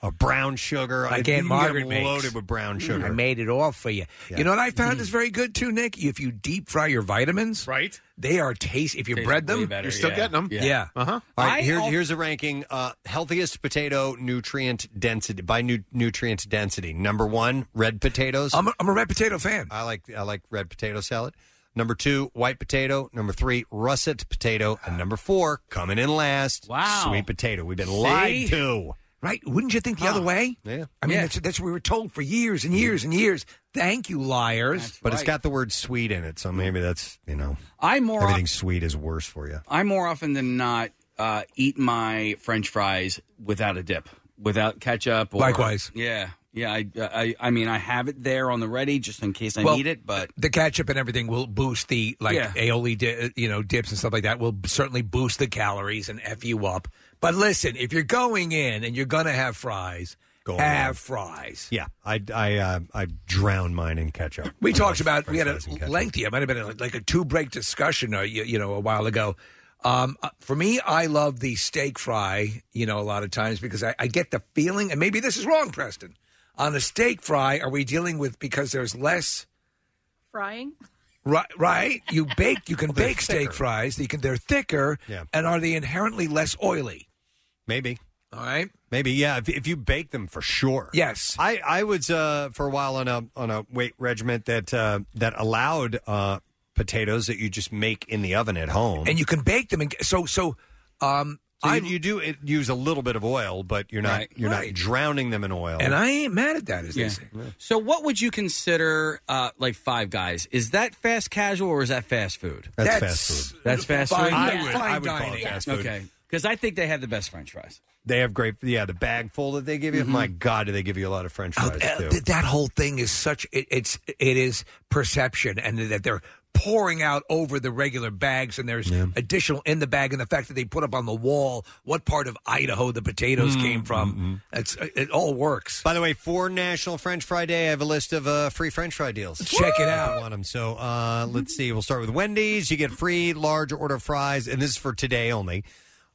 [SPEAKER 1] a brown sugar
[SPEAKER 4] Like
[SPEAKER 1] You
[SPEAKER 4] Aunt
[SPEAKER 1] can get
[SPEAKER 4] Margaret
[SPEAKER 1] 'em
[SPEAKER 4] makes. Mm-hmm.
[SPEAKER 1] loaded with brown sugar Mm-hmm.
[SPEAKER 4] I made it all for you. You know what I found is very good too, Nick. If you deep fry your vitamins,
[SPEAKER 3] right?
[SPEAKER 4] They are taste. If you
[SPEAKER 1] Tastes
[SPEAKER 4] bread
[SPEAKER 1] way
[SPEAKER 4] them,
[SPEAKER 1] better, yeah. Yeah.
[SPEAKER 3] Uh-huh.
[SPEAKER 1] All right,
[SPEAKER 4] I
[SPEAKER 1] here,
[SPEAKER 4] al-
[SPEAKER 1] here's a ranking: uh, healthiest potato nutrient density by nu- nutrient density. Number one, red potatoes. I'm
[SPEAKER 4] a, I'm a red potato fan.
[SPEAKER 1] I like I like red potato salad. Number two, white potato. Number three, russet potato. And number four, coming in last,
[SPEAKER 4] Wow.
[SPEAKER 1] sweet potato. We've been
[SPEAKER 4] See?
[SPEAKER 1] lied to.
[SPEAKER 4] Right? Wouldn't you think the other way?
[SPEAKER 1] Yeah.
[SPEAKER 4] I mean, that's, that's what we were told for years and years and years. Thank you, liars.
[SPEAKER 1] But it's got the word sweet in it, so maybe that's you know
[SPEAKER 6] I more
[SPEAKER 1] everything sweet is worse for you.
[SPEAKER 6] I more often than not uh, eat my French fries without a dip, without ketchup. Or,
[SPEAKER 4] Likewise.
[SPEAKER 6] Yeah, yeah. I, I, I mean, I have it there on the ready just in case I
[SPEAKER 4] Well,
[SPEAKER 6] need it. But
[SPEAKER 4] the ketchup and everything will boost the like
[SPEAKER 6] Yeah.
[SPEAKER 4] aioli, di- you know, dips and stuff like that. Will certainly boost the calories and f you up. But listen, if you're going in and you're gonna have fries,
[SPEAKER 1] Go
[SPEAKER 4] have
[SPEAKER 1] on.
[SPEAKER 4] fries.
[SPEAKER 1] Yeah, I I uh, I drown mine in ketchup.
[SPEAKER 4] We talked about we had a lengthy. It might have been a, like a two break discussion, uh, you, you know, a while ago. Um, uh, for me, I love the steak fry. You know, a lot of times because I, I get the feeling, and maybe this is wrong, Preston. On a steak fry, are we dealing with because there's less?
[SPEAKER 2] frying.
[SPEAKER 4] Right, right. You bake. You can
[SPEAKER 2] they're
[SPEAKER 4] bake
[SPEAKER 2] thicker.
[SPEAKER 4] steak fries. You can. They're thicker.
[SPEAKER 1] Yeah.
[SPEAKER 4] And are they inherently less oily?
[SPEAKER 1] Maybe.
[SPEAKER 4] All right.
[SPEAKER 1] Maybe yeah. If, if you bake them for sure.
[SPEAKER 4] Yes.
[SPEAKER 1] I I was uh, for a while on a on a weight regiment that uh, that allowed uh, potatoes that you just make in the oven at home,
[SPEAKER 4] And you can bake them. And so so. Um,
[SPEAKER 1] So you, you do it, use a little bit of oil, but you're not
[SPEAKER 6] Right.
[SPEAKER 1] you're not
[SPEAKER 6] Right.
[SPEAKER 1] drowning them in oil.
[SPEAKER 4] And I ain't mad at that. Is
[SPEAKER 6] Yeah.
[SPEAKER 4] this?
[SPEAKER 6] So, what would you consider uh, like Five Guys? Is that fast casual or is that fast food?
[SPEAKER 1] That's That's- fast food.
[SPEAKER 6] That's fast
[SPEAKER 1] Fine-
[SPEAKER 6] food.
[SPEAKER 1] I would- I would call it dining. fast food.
[SPEAKER 6] Okay, because I think they have the best French fries.
[SPEAKER 1] They have great, yeah. The bag full that they give you,
[SPEAKER 4] Mm-hmm.
[SPEAKER 1] my God, do they give you a lot of French
[SPEAKER 4] Oh,
[SPEAKER 1] fries too?
[SPEAKER 4] Uh, Th- that whole thing is such it, it's it is perception and that they're pouring out over the regular bags and there's additional in the bag and the fact that they put up on the wall what part of idaho the potatoes came from it's it all works
[SPEAKER 1] Mm, mm-hmm. By the way, for National French Fry Day, I have a list of uh, free French fry deals.
[SPEAKER 4] Check it out.
[SPEAKER 1] If you want 'em. So uh, let's see. We'll start with Wendy's. You get free large order fries, and this is for today only,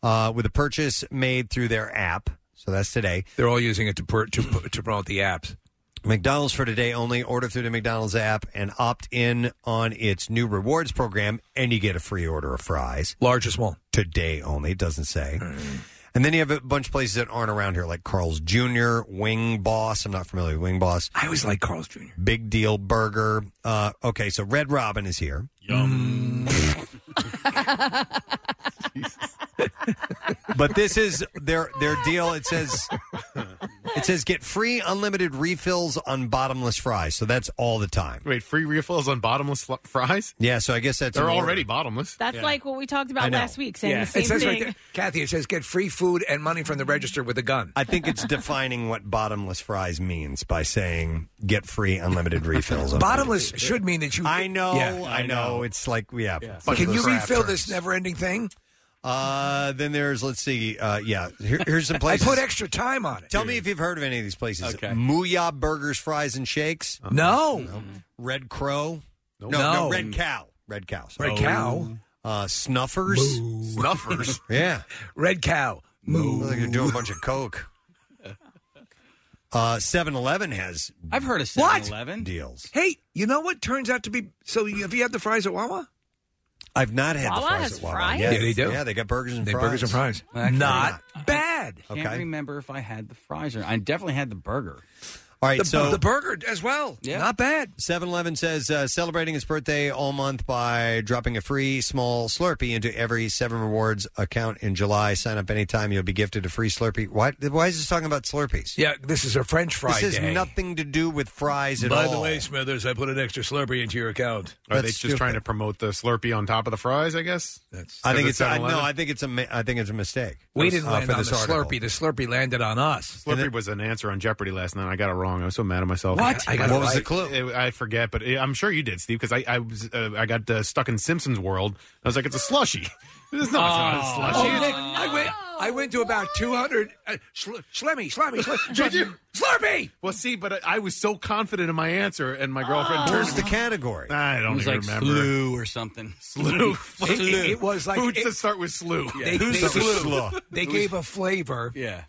[SPEAKER 1] uh, with a purchase made through their app. So that's today.
[SPEAKER 4] they're all using it to per, to to promote the apps
[SPEAKER 1] McDonald's for today only. Order through the McDonald's app and opt in on its new rewards program, and you get a free order of fries.
[SPEAKER 4] Large or small?
[SPEAKER 1] Today only. It doesn't say.
[SPEAKER 4] Hmm.
[SPEAKER 1] And then you have a bunch of places that aren't around here, like Carl's Jr., Wing Boss. I'm not familiar with Wing Boss.
[SPEAKER 4] I always like Carl's Jr.
[SPEAKER 1] Big Deal Burger. Uh, okay, so Red Robin is here. Yum. but this is their their deal. It says it says get free unlimited refills on bottomless fries. So that's all the time.
[SPEAKER 3] Wait, free refills on bottomless fl- fries?
[SPEAKER 1] Yeah. So I guess that's
[SPEAKER 3] They're
[SPEAKER 1] an order.
[SPEAKER 3] already bottomless.
[SPEAKER 2] That's like what we talked about last week, saying the same
[SPEAKER 4] it says
[SPEAKER 2] thing.
[SPEAKER 4] right there kathy it says get free food and money from the register with a gun
[SPEAKER 1] I think it's defining what bottomless fries means by saying get free unlimited refills. on
[SPEAKER 4] bottomless should mean that you
[SPEAKER 1] I know,
[SPEAKER 4] Yeah.
[SPEAKER 1] I know. It's like yeah.
[SPEAKER 4] But
[SPEAKER 1] Some
[SPEAKER 4] can
[SPEAKER 1] of
[SPEAKER 4] you
[SPEAKER 1] those rap
[SPEAKER 4] refill
[SPEAKER 1] terms.
[SPEAKER 4] this never-ending thing
[SPEAKER 1] Uh, then there's let's see. Uh, yeah, Here, here's some places.
[SPEAKER 4] i put extra time on it
[SPEAKER 1] Tell me if you've heard of any of these places. Okay. Mooyah Burgers, Fries, and Shakes.
[SPEAKER 4] No.
[SPEAKER 1] Red Crow. No. No,
[SPEAKER 4] No.
[SPEAKER 1] Red Cow. Red Cow. sorry.
[SPEAKER 4] Red Cow?
[SPEAKER 1] Uh, snuffers.
[SPEAKER 3] Snuffers.
[SPEAKER 1] yeah.
[SPEAKER 4] Red Cow. Moo.
[SPEAKER 1] Like you're doing a bunch of coke. Uh, 7-Eleven has
[SPEAKER 6] I've heard of
[SPEAKER 4] What?
[SPEAKER 6] 7-Eleven
[SPEAKER 1] deals.
[SPEAKER 4] Hey, you know what turns out to be so? You, have you had the fries at Wawa?
[SPEAKER 1] I've not had
[SPEAKER 4] Wawa
[SPEAKER 1] the fries
[SPEAKER 4] has
[SPEAKER 1] at Wawa.
[SPEAKER 4] fries?
[SPEAKER 1] Yes.
[SPEAKER 4] Yeah, they do.
[SPEAKER 1] Yeah, they got burgers and
[SPEAKER 4] They
[SPEAKER 1] fries.
[SPEAKER 4] burgers and fries.
[SPEAKER 1] Not
[SPEAKER 4] bad. had.
[SPEAKER 6] I can't remember if I had the fries or I definitely had the burger.
[SPEAKER 1] All right,
[SPEAKER 6] The-
[SPEAKER 1] so
[SPEAKER 6] the
[SPEAKER 4] burger as well.
[SPEAKER 6] Yeah.
[SPEAKER 4] Not bad.
[SPEAKER 1] 7-Eleven says uh, celebrating his birthday all month by dropping a free small Slurpee into every Seven Rewards account in July. Sign up anytime; you'll be gifted a free Slurpee. Why? Why is this talking about Slurpees?
[SPEAKER 4] Yeah, this is a French fry
[SPEAKER 1] This has
[SPEAKER 4] day.
[SPEAKER 1] nothing to do with fries at
[SPEAKER 4] By
[SPEAKER 1] all.
[SPEAKER 4] the way, Smithers, I put an extra Slurpee into your account.
[SPEAKER 3] Are they just trying to promote the Slurpee on top of the fries? I guess.
[SPEAKER 4] That's.
[SPEAKER 1] I think it's I, no. I think it's a. mi- I think it's a mistake.
[SPEAKER 4] We didn't
[SPEAKER 1] Uh,
[SPEAKER 4] land
[SPEAKER 1] for
[SPEAKER 4] on
[SPEAKER 1] this
[SPEAKER 4] the
[SPEAKER 1] article.
[SPEAKER 4] Slurpee. The Slurpee landed on us.
[SPEAKER 3] Slurpee was an answer on Jeopardy last night. I got it wrong. I was so mad at myself.
[SPEAKER 4] What?
[SPEAKER 3] I got
[SPEAKER 4] What was the
[SPEAKER 3] clue? I forget, but it, I'm sure you did, Steve, because I I, was, uh, I got uh, stuck in Simpsons world. I was like, it's a slushy. It's not, it's not a
[SPEAKER 4] Oh,
[SPEAKER 3] slushy.
[SPEAKER 4] Nick, I went. I went to about two hundred. Uh, sl- slemmy, slemmy, slemmy.
[SPEAKER 3] Did you?
[SPEAKER 4] Slurpee.
[SPEAKER 3] Well, see, but I I was so confident in my answer, and my
[SPEAKER 4] Oh.
[SPEAKER 3] girlfriend
[SPEAKER 1] What
[SPEAKER 3] turned
[SPEAKER 1] was the category?
[SPEAKER 3] I don't
[SPEAKER 6] It was
[SPEAKER 3] even
[SPEAKER 6] like
[SPEAKER 3] remember.
[SPEAKER 6] slew or something.
[SPEAKER 3] Slew.
[SPEAKER 4] It, it- it was like
[SPEAKER 3] foods
[SPEAKER 4] it-
[SPEAKER 3] that start with slew.
[SPEAKER 4] They, they, they gave a flavor.
[SPEAKER 6] Yeah.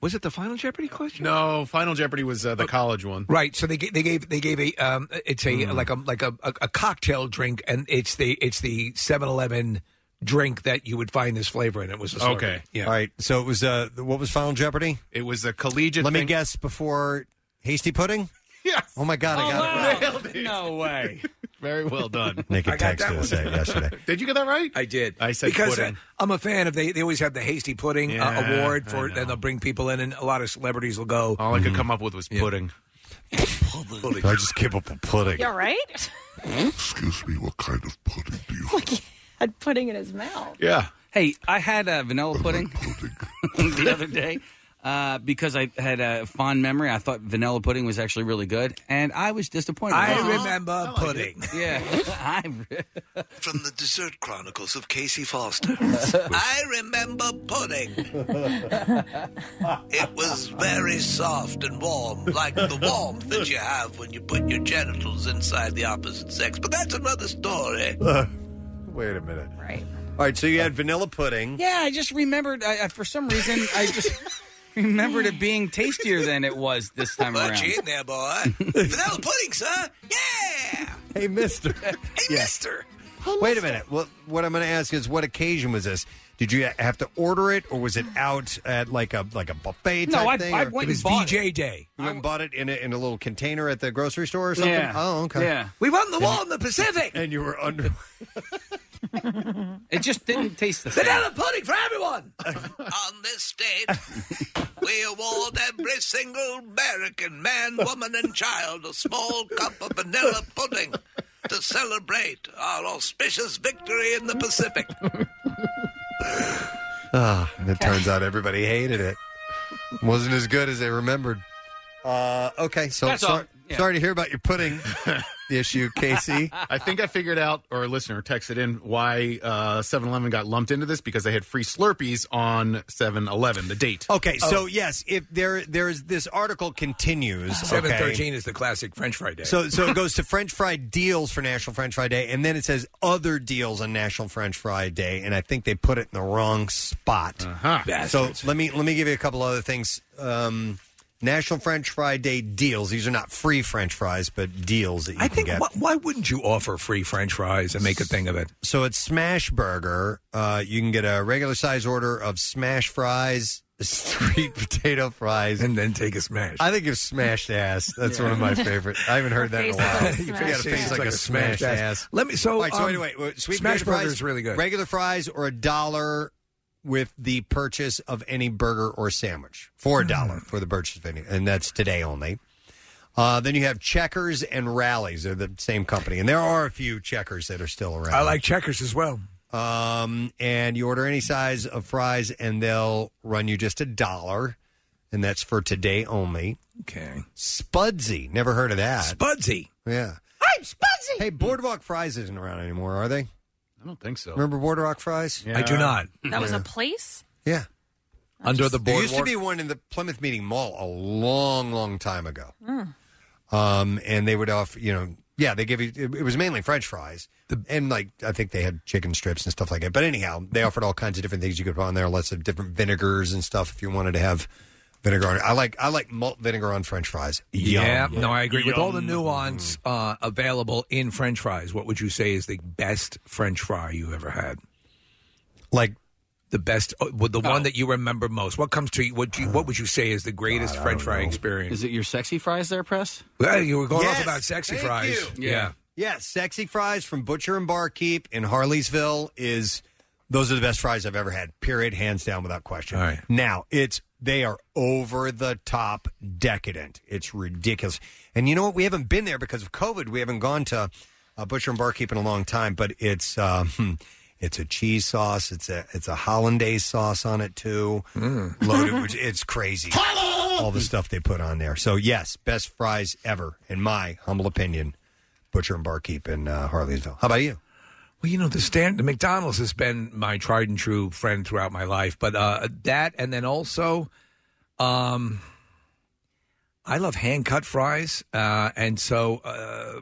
[SPEAKER 4] Was it the Final Jeopardy question? Oh.
[SPEAKER 3] No, Final Jeopardy was uh, the college one. Hmm.
[SPEAKER 4] Right. So they gave, they gave they gave a um it's a like a like a, a, a cocktail drink and it's the it's the 7-Eleven drink that you would find this flavor in. It was a Slurpee. Yeah.
[SPEAKER 1] All right. So it was. Uh, what was Final Jeopardy?
[SPEAKER 3] It was a collegiate.
[SPEAKER 1] Let me
[SPEAKER 3] thing.
[SPEAKER 1] guess. Before hasty pudding.
[SPEAKER 3] Yes.
[SPEAKER 1] Oh my God! I got it. right.
[SPEAKER 6] No way.
[SPEAKER 3] Very well done.
[SPEAKER 1] Nick had
[SPEAKER 4] got that
[SPEAKER 1] texted us that yesterday.
[SPEAKER 3] Did you get that right?
[SPEAKER 4] I did.
[SPEAKER 3] I said
[SPEAKER 4] because
[SPEAKER 3] pudding.
[SPEAKER 4] uh, I'm a fan of they. They always have the hasty pudding uh,
[SPEAKER 3] Yeah,
[SPEAKER 4] award
[SPEAKER 3] I
[SPEAKER 4] for, and they'll bring people in, and a lot of celebrities will go. Mm-hmm.
[SPEAKER 3] All I could come up with was pudding.
[SPEAKER 1] I just came up with pudding.
[SPEAKER 2] Yeah, right?
[SPEAKER 6] Hmm?
[SPEAKER 8] Excuse me, what kind of pudding do you
[SPEAKER 2] like he had pudding in his mouth.
[SPEAKER 3] Yeah.
[SPEAKER 6] Hey, I had a vanilla pudding the other day uh, because I had a fond memory. I thought vanilla pudding was actually really good, and I was disappointed.
[SPEAKER 4] I
[SPEAKER 6] Wasn't it?
[SPEAKER 4] remember pudding.
[SPEAKER 6] Yeah. I
[SPEAKER 7] From the Dessert Chronicles of Casey Foster.
[SPEAKER 4] I remember pudding. it was very soft and warm, like the warmth that you have when you put your genitals inside the opposite sex. But that's another story.
[SPEAKER 1] Wait a minute.
[SPEAKER 2] Right.
[SPEAKER 1] All right. So you had vanilla pudding.
[SPEAKER 6] Yeah, I just remembered. I, I, for some reason, I just remembered it being tastier than it was this time
[SPEAKER 4] What
[SPEAKER 6] around.
[SPEAKER 4] you eating there, boy? vanilla pudding, sir.
[SPEAKER 1] Hey, Mister. hey,
[SPEAKER 4] Mister.
[SPEAKER 1] Wait a minute. Well, what I'm going to ask is, what occasion was this? Did you have to order it, or was it out at like a like a buffet?
[SPEAKER 6] No,
[SPEAKER 1] type
[SPEAKER 6] I-
[SPEAKER 1] thing,
[SPEAKER 6] I
[SPEAKER 1] or-
[SPEAKER 6] went It was and bought
[SPEAKER 4] VJ Day.
[SPEAKER 1] You went and bought it in a, in a little container at the grocery store or something.
[SPEAKER 6] Yeah.
[SPEAKER 1] Oh, okay.
[SPEAKER 6] Yeah.
[SPEAKER 4] We won the war in the Pacific.
[SPEAKER 1] And you were under.
[SPEAKER 6] It just didn't taste the same.
[SPEAKER 4] Vanilla pudding for everyone. On this date, we award every single American man, woman, and child a small cup of vanilla pudding to celebrate our auspicious victory in the Pacific.
[SPEAKER 1] Ah, and it turns out everybody hated it. Wasn't as good as they remembered. Uh, okay, so
[SPEAKER 3] That's all.
[SPEAKER 1] sorry,
[SPEAKER 3] Yeah.
[SPEAKER 1] sorry to hear about your pudding issue, Casey.
[SPEAKER 3] I think I figured out, or a listener texted in, why uh, 7-Eleven got lumped into this because they had free Slurpees on 7-Eleven, the date.
[SPEAKER 1] Okay,
[SPEAKER 4] Oh.
[SPEAKER 1] so yes, if there there's this article continues.
[SPEAKER 3] Seven
[SPEAKER 1] okay.
[SPEAKER 3] thirteen
[SPEAKER 4] is the classic French fry day.
[SPEAKER 1] So so it goes to French fry deals for National French Fry Day, and then it says other deals on National French Fry Day, and I think they put it in the wrong spot.
[SPEAKER 4] Uh-huh. Bastards.
[SPEAKER 1] So let me let me give you a couple other things. Um, National French Fry Day deals. These are not free French fries, but deals that you can get.
[SPEAKER 4] why wouldn't you offer free French fries and make a thing of it?
[SPEAKER 1] So at Smash Burger, uh, you can get a regular size order of smash fries, street potato fries,
[SPEAKER 4] and then take a smash.
[SPEAKER 1] I think of smashed ass. That's one of my favorite. I haven't heard that in a while.
[SPEAKER 4] Your
[SPEAKER 1] you
[SPEAKER 4] face looks
[SPEAKER 1] got a
[SPEAKER 4] smashed.
[SPEAKER 1] face like, a smashed ass.
[SPEAKER 4] Let me- so,
[SPEAKER 1] All right, so
[SPEAKER 4] um,
[SPEAKER 1] anyway, w- sweet
[SPEAKER 4] smash
[SPEAKER 1] potato fries
[SPEAKER 4] burger's really good.
[SPEAKER 1] Regular fries or a dollar with the purchase of any burger or sandwich for a dollar
[SPEAKER 4] Hmm.
[SPEAKER 1] for the purchase of any, and that's today only. Uh, then you have Checkers and Rallies. They're the same company, and there are a few Checkers that are still around.
[SPEAKER 4] I like checkers as well.
[SPEAKER 1] Um, and you order any size of fries, and they'll run you just a dollar, and that's for today only.
[SPEAKER 4] Okay.
[SPEAKER 1] Spudsy, never heard of that.
[SPEAKER 4] Spudsy,
[SPEAKER 1] yeah.
[SPEAKER 4] I'm Spudsy.
[SPEAKER 1] Hey, Boardwalk Fries isn't around anymore, are they?
[SPEAKER 3] I don't think so.
[SPEAKER 1] Remember Boardwalk Fries?
[SPEAKER 3] Yeah. I do not.
[SPEAKER 2] That was
[SPEAKER 1] Yeah.
[SPEAKER 2] a place?
[SPEAKER 1] yeah.
[SPEAKER 4] Under the
[SPEAKER 1] There used to
[SPEAKER 4] boardwalk?
[SPEAKER 1] be one in the Plymouth Meeting Mall a long, long time ago. Um, and they would offer, you know, yeah, they give you, it, it was mainly French fries. and like, I think they had chicken strips and stuff like that. But anyhow, they offered all kinds of different things you could put on there, lots of different vinegars and stuff if you wanted to have vinegar on it. I like, I like malt vinegar on French fries. Yum.
[SPEAKER 4] Yeah, no, I agree. With all the nuance uh, available in French fries, what would you say is the best French fry you ever had?
[SPEAKER 1] Like
[SPEAKER 4] the best, uh, well, the one that you remember most? What comes to you? What you, what would you say is the greatest French fry experience?
[SPEAKER 6] Is it your sexy fries there, Press?
[SPEAKER 4] Well, you were going
[SPEAKER 1] Yes.
[SPEAKER 4] off about sexy
[SPEAKER 1] Thank
[SPEAKER 4] fries.
[SPEAKER 1] you. Yes, sexy fries from Butcher and Barkeep in Harleysville is those are the best fries I've ever had. Period, hands down, without question.
[SPEAKER 4] All right.
[SPEAKER 1] Now it's they are over the top decadent. It's ridiculous. And you know what? We haven't been there because of COVID. We haven't gone to uh, Butcher and Barkeep in a long time. But it's uh, hmm, it's a cheese sauce. It's a it's a hollandaise sauce on it too. Loaded. with- it's crazy. All
[SPEAKER 4] Oh.
[SPEAKER 1] the stuff they put on there. So yes, best fries ever in my humble opinion. Butcher and Barkeep in uh, Harleysville. How about you?
[SPEAKER 4] Well, you know the stand, the McDonald's has been my tried and true friend throughout my life. But uh, that, and then also, um, I love hand cut fries, uh, and so uh,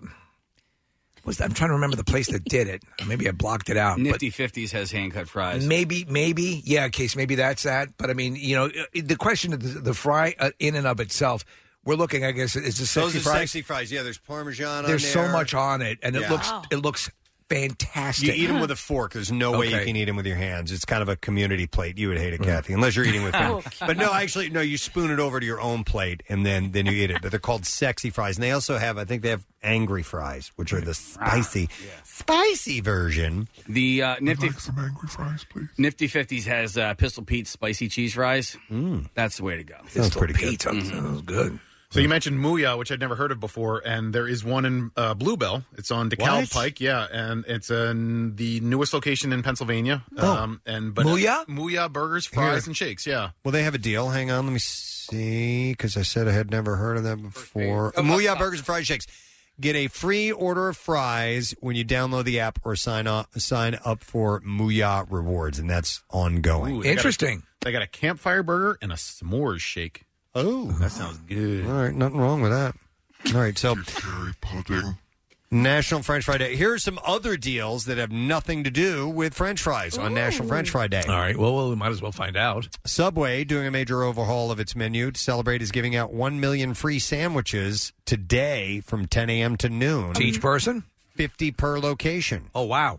[SPEAKER 4] was I'm trying to remember the place that did it. Maybe I blocked it out. but-
[SPEAKER 6] Nifty Fifties has hand cut fries.
[SPEAKER 4] Maybe, maybe, yeah, case. Maybe that's that. But I mean, you know, i- the question of the, the fry uh, in and of itself, we're looking. I guess is the
[SPEAKER 1] Those
[SPEAKER 4] sexy
[SPEAKER 1] are
[SPEAKER 4] fries.
[SPEAKER 1] sexy fries. Yeah, there's Parmesan.
[SPEAKER 4] There's
[SPEAKER 1] on
[SPEAKER 4] so
[SPEAKER 1] there.
[SPEAKER 4] much on it, and it
[SPEAKER 1] Yeah. Oh.
[SPEAKER 4] looks
[SPEAKER 1] Wow.
[SPEAKER 4] it looks fantastic.
[SPEAKER 1] You eat them with a fork. There's no way you can eat them with your hands. It's kind of a community plate. You would hate it, Kathy, unless you're eating with family.
[SPEAKER 4] Mm. Okay.
[SPEAKER 1] But no, actually, no. You spoon it over to your own plate, and then then you eat it. But they're called sexy fries, and they also have, I think, they have angry fries, which are
[SPEAKER 4] Ah,
[SPEAKER 1] the spicy, spicy version.
[SPEAKER 6] The uh, Nifty some angry fries, please. Nifty Fifties has uh, Pistol Pete's spicy cheese fries. Mm. That's the way to go.
[SPEAKER 1] Sounds pretty good.
[SPEAKER 4] Oh. Sounds good.
[SPEAKER 3] So you mentioned Muya, which I'd never heard of before, and there is one in uh, Bluebell. It's on DeKalb
[SPEAKER 4] What?
[SPEAKER 3] Pike, yeah, and it's in the newest location in Pennsylvania. um,
[SPEAKER 1] Oh.
[SPEAKER 3] and but
[SPEAKER 1] Muya?
[SPEAKER 3] Muya burgers, fries,
[SPEAKER 1] Here.
[SPEAKER 3] and shakes. Yeah,
[SPEAKER 1] Well, they have a deal. Hang on, let me see, because I said I had never heard of that before.
[SPEAKER 3] Oh,
[SPEAKER 1] Muya
[SPEAKER 3] oh, oh.
[SPEAKER 1] Burgers and Fried Shakes. Get a free order of fries when you download the app or sign up sign up for Muya Rewards, and that's ongoing.
[SPEAKER 3] Ooh, they got a- they got a campfire burger and a s'mores shake.
[SPEAKER 1] Oh,
[SPEAKER 3] that sounds good.
[SPEAKER 1] All right, nothing wrong with that. All right, so National French Fry Day. Here are some other deals that have nothing to do with French fries on National French Fry Day.
[SPEAKER 4] All right. Well, we might as well find out.
[SPEAKER 1] Subway doing a major overhaul of its menu to celebrate is giving out 1 million free sandwiches today from 10 a.m. to noon.
[SPEAKER 4] To each person?
[SPEAKER 1] 50 per location.
[SPEAKER 4] Oh wow,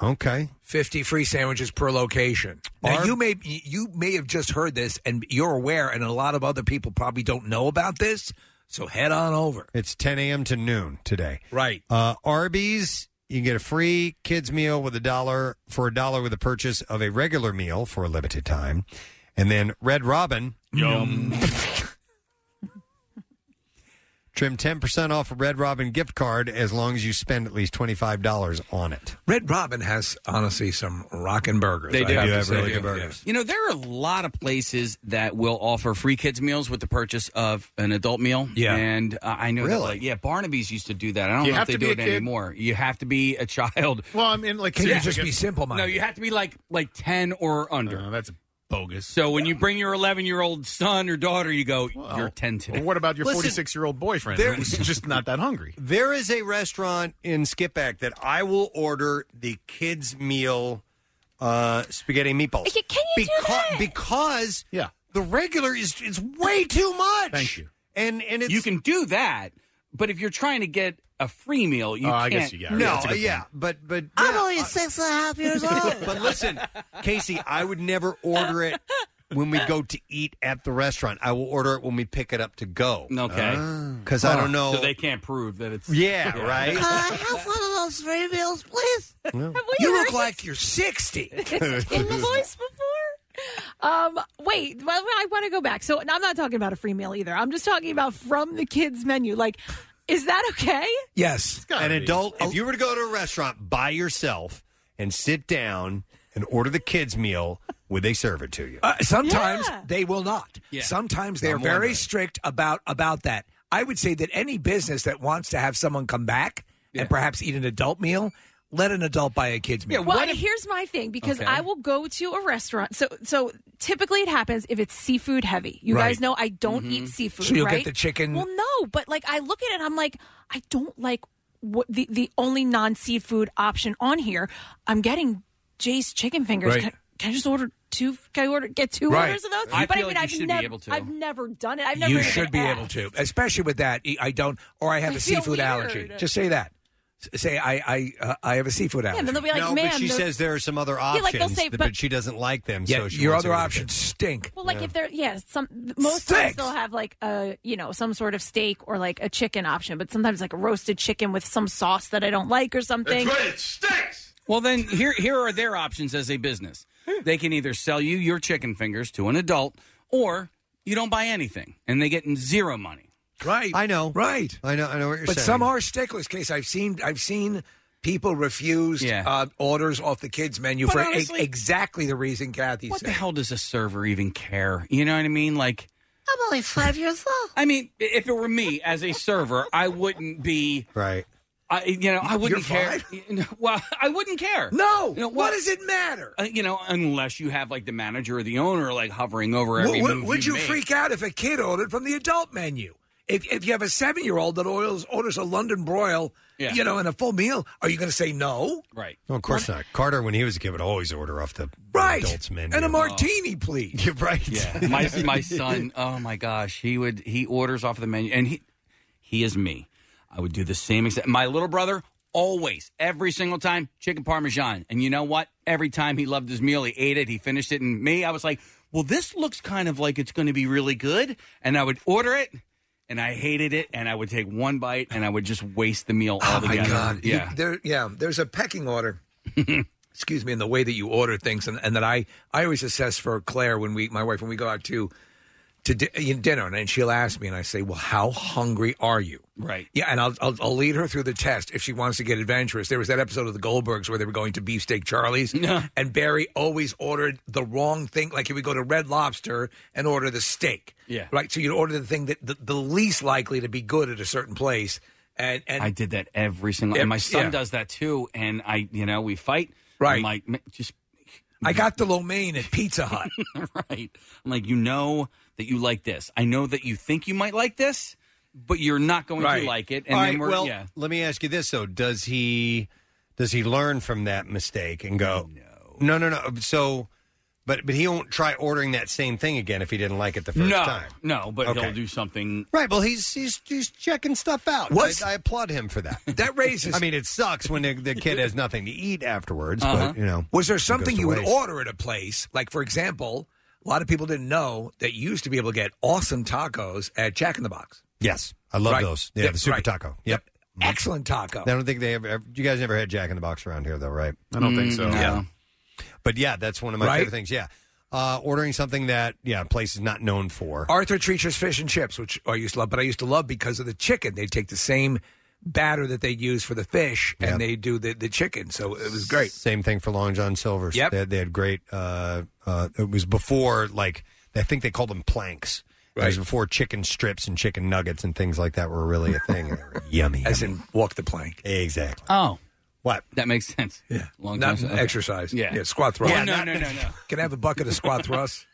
[SPEAKER 1] Okay.
[SPEAKER 4] fifty free sandwiches per location. Now
[SPEAKER 1] Barb-
[SPEAKER 4] you may you may have just heard this, and you're aware, and a lot of other people probably don't know about this. So head on over.
[SPEAKER 1] It's 10 a.m. to noon today.
[SPEAKER 4] Right.
[SPEAKER 1] Uh, Arby's, you can get a free kids meal with a dollar for a dollar with the purchase of a regular meal for a limited time. And then Red Robin. Yum. Trim 10% off a Red Robin gift card as long as you spend at least $25 on it.
[SPEAKER 4] Red Robin has honestly some rockin' burgers.
[SPEAKER 1] They
[SPEAKER 4] I
[SPEAKER 1] do.
[SPEAKER 4] have
[SPEAKER 1] They do
[SPEAKER 4] to
[SPEAKER 1] have
[SPEAKER 4] say.
[SPEAKER 1] really
[SPEAKER 4] Yeah,
[SPEAKER 1] good burgers.
[SPEAKER 6] You know, there are a lot of places that will offer free kids meals with the purchase of an adult meal.
[SPEAKER 4] Yeah.
[SPEAKER 6] and uh, I know that,
[SPEAKER 4] Really?
[SPEAKER 6] like, yeah, Barnaby's used to do that. I don't
[SPEAKER 3] You
[SPEAKER 6] know if
[SPEAKER 3] have
[SPEAKER 6] they
[SPEAKER 3] to
[SPEAKER 6] do
[SPEAKER 3] be
[SPEAKER 6] it
[SPEAKER 3] a kid?
[SPEAKER 6] anymore. You have to be a child.
[SPEAKER 3] Well, I mean, like,
[SPEAKER 6] Can you just be
[SPEAKER 4] simple-minded?
[SPEAKER 6] No, you have to be like like ten or under.
[SPEAKER 3] that's bogus.
[SPEAKER 6] So when you bring your eleven year old son or daughter, you go, you're ten today.
[SPEAKER 3] Well, what about your
[SPEAKER 1] Listen,
[SPEAKER 3] 46 year old boyfriend
[SPEAKER 1] there-
[SPEAKER 3] who's just not that hungry?
[SPEAKER 1] There is a restaurant in Skipback that I will order the kids' meal uh, spaghetti and meatballs.
[SPEAKER 8] Can- can you do that?
[SPEAKER 1] Because
[SPEAKER 3] yeah.
[SPEAKER 1] the regular is is way too much.
[SPEAKER 6] Thank you.
[SPEAKER 1] And and it's
[SPEAKER 6] you can do that, but if you're trying to get a free meal, you
[SPEAKER 1] Oh,
[SPEAKER 6] can't.
[SPEAKER 1] I guess you got it. No, yeah, but but
[SPEAKER 8] I'm only six and a half years old.
[SPEAKER 1] but listen, Casey, I would never order it when we go to eat at the restaurant. I will order it when we pick it up to go.
[SPEAKER 6] Okay.
[SPEAKER 1] Because I don't know.
[SPEAKER 6] Ah. So they can't prove that it's
[SPEAKER 1] Yeah, right?
[SPEAKER 8] Can I Uh, have one of those free meals, please?
[SPEAKER 4] You look like you're 60.
[SPEAKER 2] in the voice before. Um, wait, well, I want to go back. So and I'm not talking about a free meal either. I'm just talking about from the kids menu. Like, is that okay?
[SPEAKER 4] Yes. Oh.
[SPEAKER 1] An adult, if you were to go to a restaurant by yourself and sit down and order the kids' meal, would they serve it to you?
[SPEAKER 4] Uh, sometimes they will not. Sometimes they are
[SPEAKER 1] I'm
[SPEAKER 4] very
[SPEAKER 1] wondering.
[SPEAKER 4] strict about about that. I would say that any business that wants to have someone come back and perhaps eat an adult meal, let an adult buy a kid's meal.
[SPEAKER 2] well, and here's my thing because
[SPEAKER 4] Okay.
[SPEAKER 2] I will go to a restaurant. So, so typically it happens if it's seafood heavy. You
[SPEAKER 4] Right. Mm-hmm.
[SPEAKER 2] guys know I don't eat seafood.
[SPEAKER 4] So you'll get
[SPEAKER 2] right?
[SPEAKER 4] the chicken-
[SPEAKER 2] Well, no, but like I look at it, and I'm like, I don't like what the the only non seafood option on here. I'm getting Jay's chicken fingers.
[SPEAKER 6] Right.
[SPEAKER 2] Can, can I just order two? Can I order get two
[SPEAKER 4] Right.
[SPEAKER 2] orders of those?
[SPEAKER 4] I
[SPEAKER 2] but
[SPEAKER 4] feel
[SPEAKER 2] I mean,
[SPEAKER 4] like you
[SPEAKER 2] I've
[SPEAKER 4] should be
[SPEAKER 2] never,
[SPEAKER 4] able to.
[SPEAKER 2] I've never done it. I've never.
[SPEAKER 4] you
[SPEAKER 2] even
[SPEAKER 4] should be
[SPEAKER 2] asked.
[SPEAKER 4] able to, especially with that. I e, don't, or I have
[SPEAKER 2] I
[SPEAKER 4] a
[SPEAKER 2] feel
[SPEAKER 4] seafood allergy.
[SPEAKER 2] weird.
[SPEAKER 4] Just say that. say I I uh, I have a seafood
[SPEAKER 2] Yeah,
[SPEAKER 4] allergy.
[SPEAKER 2] then they'll be like,
[SPEAKER 1] no,
[SPEAKER 2] "Man,
[SPEAKER 1] but she
[SPEAKER 2] those-
[SPEAKER 1] says there are some other
[SPEAKER 2] Yeah,
[SPEAKER 1] options,
[SPEAKER 2] like they'll say,
[SPEAKER 1] that-
[SPEAKER 2] but-
[SPEAKER 1] but, she doesn't like them.
[SPEAKER 4] Yeah,
[SPEAKER 1] so she
[SPEAKER 4] your
[SPEAKER 1] wants
[SPEAKER 4] other
[SPEAKER 1] her to get
[SPEAKER 4] options stink.
[SPEAKER 2] Well, like
[SPEAKER 1] Yeah.
[SPEAKER 2] if they're yeah, some most times they'll have like a you know some sort of steak or like a chicken option, but sometimes like a roasted chicken with some sauce that I don't like or something.
[SPEAKER 6] Well, then here here are their options as a business. They can either sell you your chicken fingers to an adult, or you don't buy anything, and they get zero money.
[SPEAKER 4] Right.
[SPEAKER 1] I know.
[SPEAKER 4] Right.
[SPEAKER 1] I know. I know what you're
[SPEAKER 4] but
[SPEAKER 1] saying.
[SPEAKER 4] some are sticklers. Case I've seen I've seen people refuse uh, orders off the kids menu
[SPEAKER 6] But
[SPEAKER 4] for e-
[SPEAKER 6] honestly-
[SPEAKER 4] exactly the reason Kathy
[SPEAKER 6] What
[SPEAKER 4] said.
[SPEAKER 6] the hell does a server even care? You know what I mean? Like,
[SPEAKER 5] I'm only five years old.
[SPEAKER 6] I mean, i- if it were me as a server, I wouldn't be
[SPEAKER 1] right.
[SPEAKER 6] I, you know, I
[SPEAKER 4] You're
[SPEAKER 6] wouldn't care. Well, I wouldn't care.
[SPEAKER 4] No.
[SPEAKER 6] You know,
[SPEAKER 4] what does it matter?
[SPEAKER 6] Uh, you know, unless you have like the manager or the owner like hovering over
[SPEAKER 4] Would,
[SPEAKER 6] every
[SPEAKER 4] would,
[SPEAKER 6] move
[SPEAKER 4] would you
[SPEAKER 6] make.
[SPEAKER 4] freak out if a kid ordered from the adult menu? If, if you have a seven year old that orders, orders a London broil,
[SPEAKER 1] Yeah.
[SPEAKER 4] you know, and a full meal, are you going to say no?
[SPEAKER 6] Right.
[SPEAKER 1] No, of course not. Carter, when he was a kid, would always order off the
[SPEAKER 4] Right.
[SPEAKER 1] adults menu Oh.
[SPEAKER 4] And a martini, please.
[SPEAKER 1] You're right.
[SPEAKER 6] Yeah, my my son. Oh my gosh, he would he orders off of the menu, and he he is me. I would do the same exact. My little brother always, every single time, chicken parmesan, and you know what? Every time he loved his meal, he ate it, he finished it, and me, I was like, well, this looks kind of like it's going to be really good, and I would order it. And I hated it, and I would take one bite, and I would just waste the meal altogether.
[SPEAKER 4] Oh You-
[SPEAKER 6] Yeah,
[SPEAKER 4] there, yeah. There's a pecking order. Excuse me, in the way that you order things, and, and that I, I always assess for Claire when we, my wife, when we go out to, to di- you know, dinner, and then she'll ask me, and I say, well, how hungry are you?
[SPEAKER 6] Right.
[SPEAKER 4] Yeah, and I'll, I'll I'll lead her through the test if she wants to get adventurous. There was that episode of the Goldbergs where they were going to Beefsteak Charlie's, and Barry always ordered the wrong thing. Like he would go to Red Lobster and order the steak.
[SPEAKER 6] Yeah.
[SPEAKER 4] Right. So you'd order the thing that the, the least likely to be good at a certain place. And, and
[SPEAKER 6] I did that every single. And my son
[SPEAKER 4] Yeah.
[SPEAKER 6] does that too. And I, you know, we fight.
[SPEAKER 4] Right.
[SPEAKER 6] I'm like, "Ma- just.
[SPEAKER 4] I got the lo mein at Pizza Hut.
[SPEAKER 6] right. I'm like, you know that you like this. I know that you think you might like this, but you're not going to like it. And
[SPEAKER 1] All
[SPEAKER 6] then
[SPEAKER 1] right,
[SPEAKER 6] we're
[SPEAKER 1] well,
[SPEAKER 6] yeah.
[SPEAKER 1] let me ask you this though: Does he does he learn from that mistake and go? No, no, no. So, but but he won't try ordering that same thing again if he didn't like it the first
[SPEAKER 6] no,
[SPEAKER 1] time.
[SPEAKER 6] no, but
[SPEAKER 1] Okay.
[SPEAKER 6] he'll do something.
[SPEAKER 1] Right. Well, he's he's he's checking stuff out.
[SPEAKER 6] What's-
[SPEAKER 1] I, I applaud him for that.
[SPEAKER 4] That raises.
[SPEAKER 1] I mean, it sucks when the, the kid has nothing to eat afterwards.
[SPEAKER 4] Uh-huh.
[SPEAKER 1] But you know,
[SPEAKER 4] Was there
[SPEAKER 1] it goes
[SPEAKER 4] something
[SPEAKER 1] to
[SPEAKER 4] you would
[SPEAKER 1] waste.
[SPEAKER 4] order at a place? Like, for example, a lot of people didn't know that you used to be able to get awesome tacos at Jack in the Box.
[SPEAKER 1] Yes, I love
[SPEAKER 4] Right.
[SPEAKER 1] those. Yeah,
[SPEAKER 4] Yeah,
[SPEAKER 1] the super
[SPEAKER 4] right.
[SPEAKER 1] taco. Yep.
[SPEAKER 4] Excellent taco.
[SPEAKER 1] I don't think they ever, ever. You guys never had Jack in the Box around here, though, right?
[SPEAKER 3] I don't think Mm, so. no.
[SPEAKER 1] Yeah. But yeah, that's one of my
[SPEAKER 4] Right?
[SPEAKER 1] favorite things. Yeah. Uh, ordering something that, yeah, a place is not known for.
[SPEAKER 4] Arthur Treacher's fish and chips, which I used to love, but I used to love because of the chicken. They'd take the same batter that they use for the fish and they do the, the chicken. So it was great.
[SPEAKER 1] Same thing for Long John Silver's.
[SPEAKER 4] Yep.
[SPEAKER 1] They, they had great, uh, uh, it was before, like, I think they called them planks. It was
[SPEAKER 4] Right.
[SPEAKER 1] before chicken strips and chicken nuggets and things like that were really a thing. They were yummy.
[SPEAKER 4] As in walk the plank.
[SPEAKER 1] Exactly.
[SPEAKER 6] Oh,
[SPEAKER 1] what?
[SPEAKER 6] That makes sense. Yeah, long
[SPEAKER 4] Not
[SPEAKER 6] time.
[SPEAKER 4] exercise.
[SPEAKER 6] Yeah,
[SPEAKER 4] Yeah, squat thrust.
[SPEAKER 6] Yeah, Oh, no,
[SPEAKER 4] Not-
[SPEAKER 6] no, no, no.
[SPEAKER 4] Can I have a bucket of squat thrusts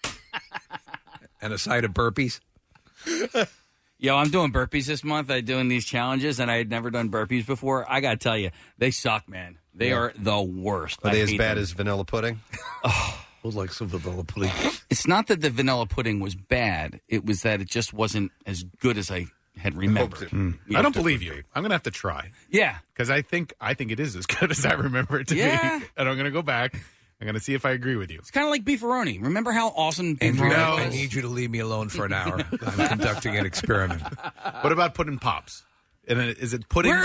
[SPEAKER 4] and a side of burpees?
[SPEAKER 6] Yo, I'm doing burpees this month. I'm doing these challenges, and I had never done burpees before. I gotta tell you, they suck, man. They
[SPEAKER 1] Yeah.
[SPEAKER 6] are the worst.
[SPEAKER 1] Are
[SPEAKER 6] I
[SPEAKER 1] they as
[SPEAKER 6] hate
[SPEAKER 1] bad
[SPEAKER 6] them.
[SPEAKER 1] as vanilla pudding?
[SPEAKER 4] Would like some vanilla pudding.
[SPEAKER 6] It's not that the vanilla pudding was bad. It was that it just wasn't as good as I had remembered. Mm. Yeah.
[SPEAKER 3] I don't believe you. I'm gonna have to try.
[SPEAKER 6] Yeah,
[SPEAKER 3] because I think I think it is as good as I remember it to
[SPEAKER 6] Yeah.
[SPEAKER 3] be. And I'm gonna go back. I'm gonna see if I agree with you.
[SPEAKER 6] It's kind of like beefaroni. Remember how awesome
[SPEAKER 3] Andrew,
[SPEAKER 6] beefaroni
[SPEAKER 3] I
[SPEAKER 6] was?
[SPEAKER 3] need
[SPEAKER 4] you to leave me alone for an hour. I'm conducting an experiment.
[SPEAKER 3] What about pudding pops? And then is it pudding?
[SPEAKER 6] Where-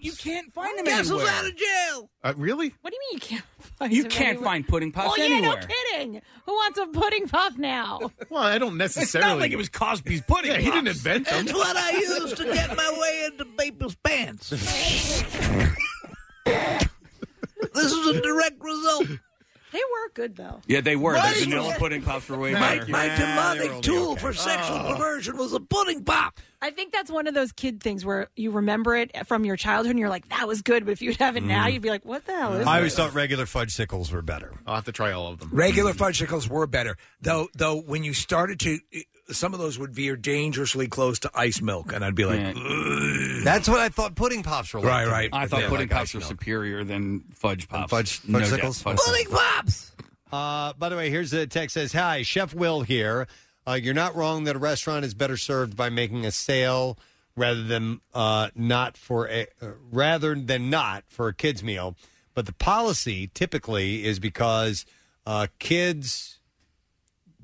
[SPEAKER 6] You can't find them
[SPEAKER 5] Guess who's
[SPEAKER 6] anywhere.
[SPEAKER 5] out
[SPEAKER 6] of
[SPEAKER 4] jail?
[SPEAKER 3] Uh, really?
[SPEAKER 2] What do you mean you can't find
[SPEAKER 6] You
[SPEAKER 2] them
[SPEAKER 6] can't
[SPEAKER 2] anywhere?
[SPEAKER 6] find pudding puffs
[SPEAKER 2] well, yeah,
[SPEAKER 6] anywhere.
[SPEAKER 2] no kidding. Who wants a pudding puff now?
[SPEAKER 3] Well, I don't necessarily.
[SPEAKER 2] It's not like it
[SPEAKER 6] was Cosby's pudding.
[SPEAKER 3] Yeah, he didn't invent them.
[SPEAKER 5] It's what I used to get my way into people's pants.
[SPEAKER 2] this is a direct result. They were good though.
[SPEAKER 6] Yeah, they were.
[SPEAKER 5] Right.
[SPEAKER 6] The vanilla pudding pops were way
[SPEAKER 5] My,
[SPEAKER 6] better.
[SPEAKER 5] my demonic tool for sexual
[SPEAKER 2] Oh.
[SPEAKER 5] perversion was a pudding pop.
[SPEAKER 2] I think that's one of those kid things where you remember it from your childhood and you're like, that was good. But if you'd have it now,
[SPEAKER 1] Mm.
[SPEAKER 2] you'd be like, what the hell is
[SPEAKER 1] I always
[SPEAKER 2] this?
[SPEAKER 1] thought regular fudge sickles were better.
[SPEAKER 3] Oh, I'll have to try all of them.
[SPEAKER 4] Regular fudgesicles were better, though. Though when you started to, some of those would veer dangerously close to ice milk, and I'd be like, "Ugh."
[SPEAKER 1] That's what I thought pudding pops were like.
[SPEAKER 4] Right, right.
[SPEAKER 6] I thought
[SPEAKER 4] Yeah,
[SPEAKER 6] pudding
[SPEAKER 4] like
[SPEAKER 6] pops
[SPEAKER 4] ice
[SPEAKER 6] were
[SPEAKER 4] milk.
[SPEAKER 6] superior than fudge pops.
[SPEAKER 1] Fudge,
[SPEAKER 6] No
[SPEAKER 1] fudge
[SPEAKER 6] doubt.
[SPEAKER 1] sickles?
[SPEAKER 6] Fudge
[SPEAKER 5] pops.
[SPEAKER 1] Uh, by the way, here's the text says, "Hi, Chef Will here. Uh, you're not wrong that a restaurant is better served by making a sale rather than uh, not for a uh, rather than not for a kids meal. But the policy typically is because uh, kids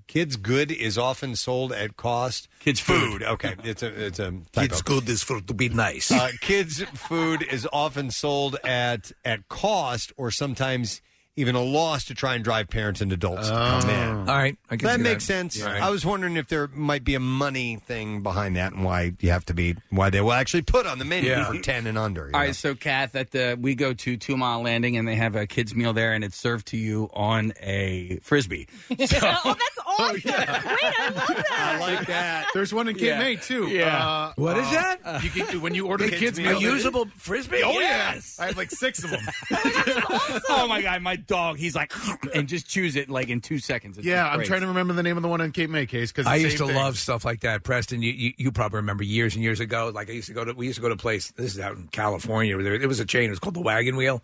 [SPEAKER 1] kids good is often sold at cost. Kids food. Okay, it's a it's a typo.
[SPEAKER 4] Kids good is for to be nice.
[SPEAKER 1] Uh, kids' food is often sold at at cost, or sometimes even a loss, to try and drive parents and
[SPEAKER 4] Oh.
[SPEAKER 1] adults. to come in.
[SPEAKER 4] All right, I can
[SPEAKER 1] that
[SPEAKER 4] see
[SPEAKER 1] makes
[SPEAKER 4] that.
[SPEAKER 1] sense.
[SPEAKER 4] Yeah. All right.
[SPEAKER 1] I was wondering if there might be a money thing behind that, and why you have to be why they will actually put on the menu
[SPEAKER 6] Yeah.
[SPEAKER 1] for ten and under. you
[SPEAKER 6] All right, so Kath, at the we go to Two Mile Landing, and they have a kids meal there, and it's served to you on a frisbee.
[SPEAKER 2] oh, that's awesome. Wait, I love that.
[SPEAKER 1] I like that.
[SPEAKER 3] There's one in Cape
[SPEAKER 6] Yeah.
[SPEAKER 3] May too. Uh,
[SPEAKER 6] Yeah.
[SPEAKER 4] What is that?
[SPEAKER 3] You can, when you order
[SPEAKER 4] The
[SPEAKER 3] kids,
[SPEAKER 4] kids'
[SPEAKER 3] meal,
[SPEAKER 4] meal. A usable frisbee?
[SPEAKER 3] Oh
[SPEAKER 4] Yes.
[SPEAKER 3] yeah, I have like six of them.
[SPEAKER 6] Oh my god, my dog, he's like, and just chews it like in two seconds. It's
[SPEAKER 3] Yeah,
[SPEAKER 6] just
[SPEAKER 3] I'm
[SPEAKER 6] great.
[SPEAKER 3] trying to remember the name of the one in Cape May case because
[SPEAKER 4] I used to love stuff like that, Preston. You, you you probably remember years and years ago. Like I used to go to we used to go to a place. This is out in California. where there- It was a chain. It was called the Wagon Wheel,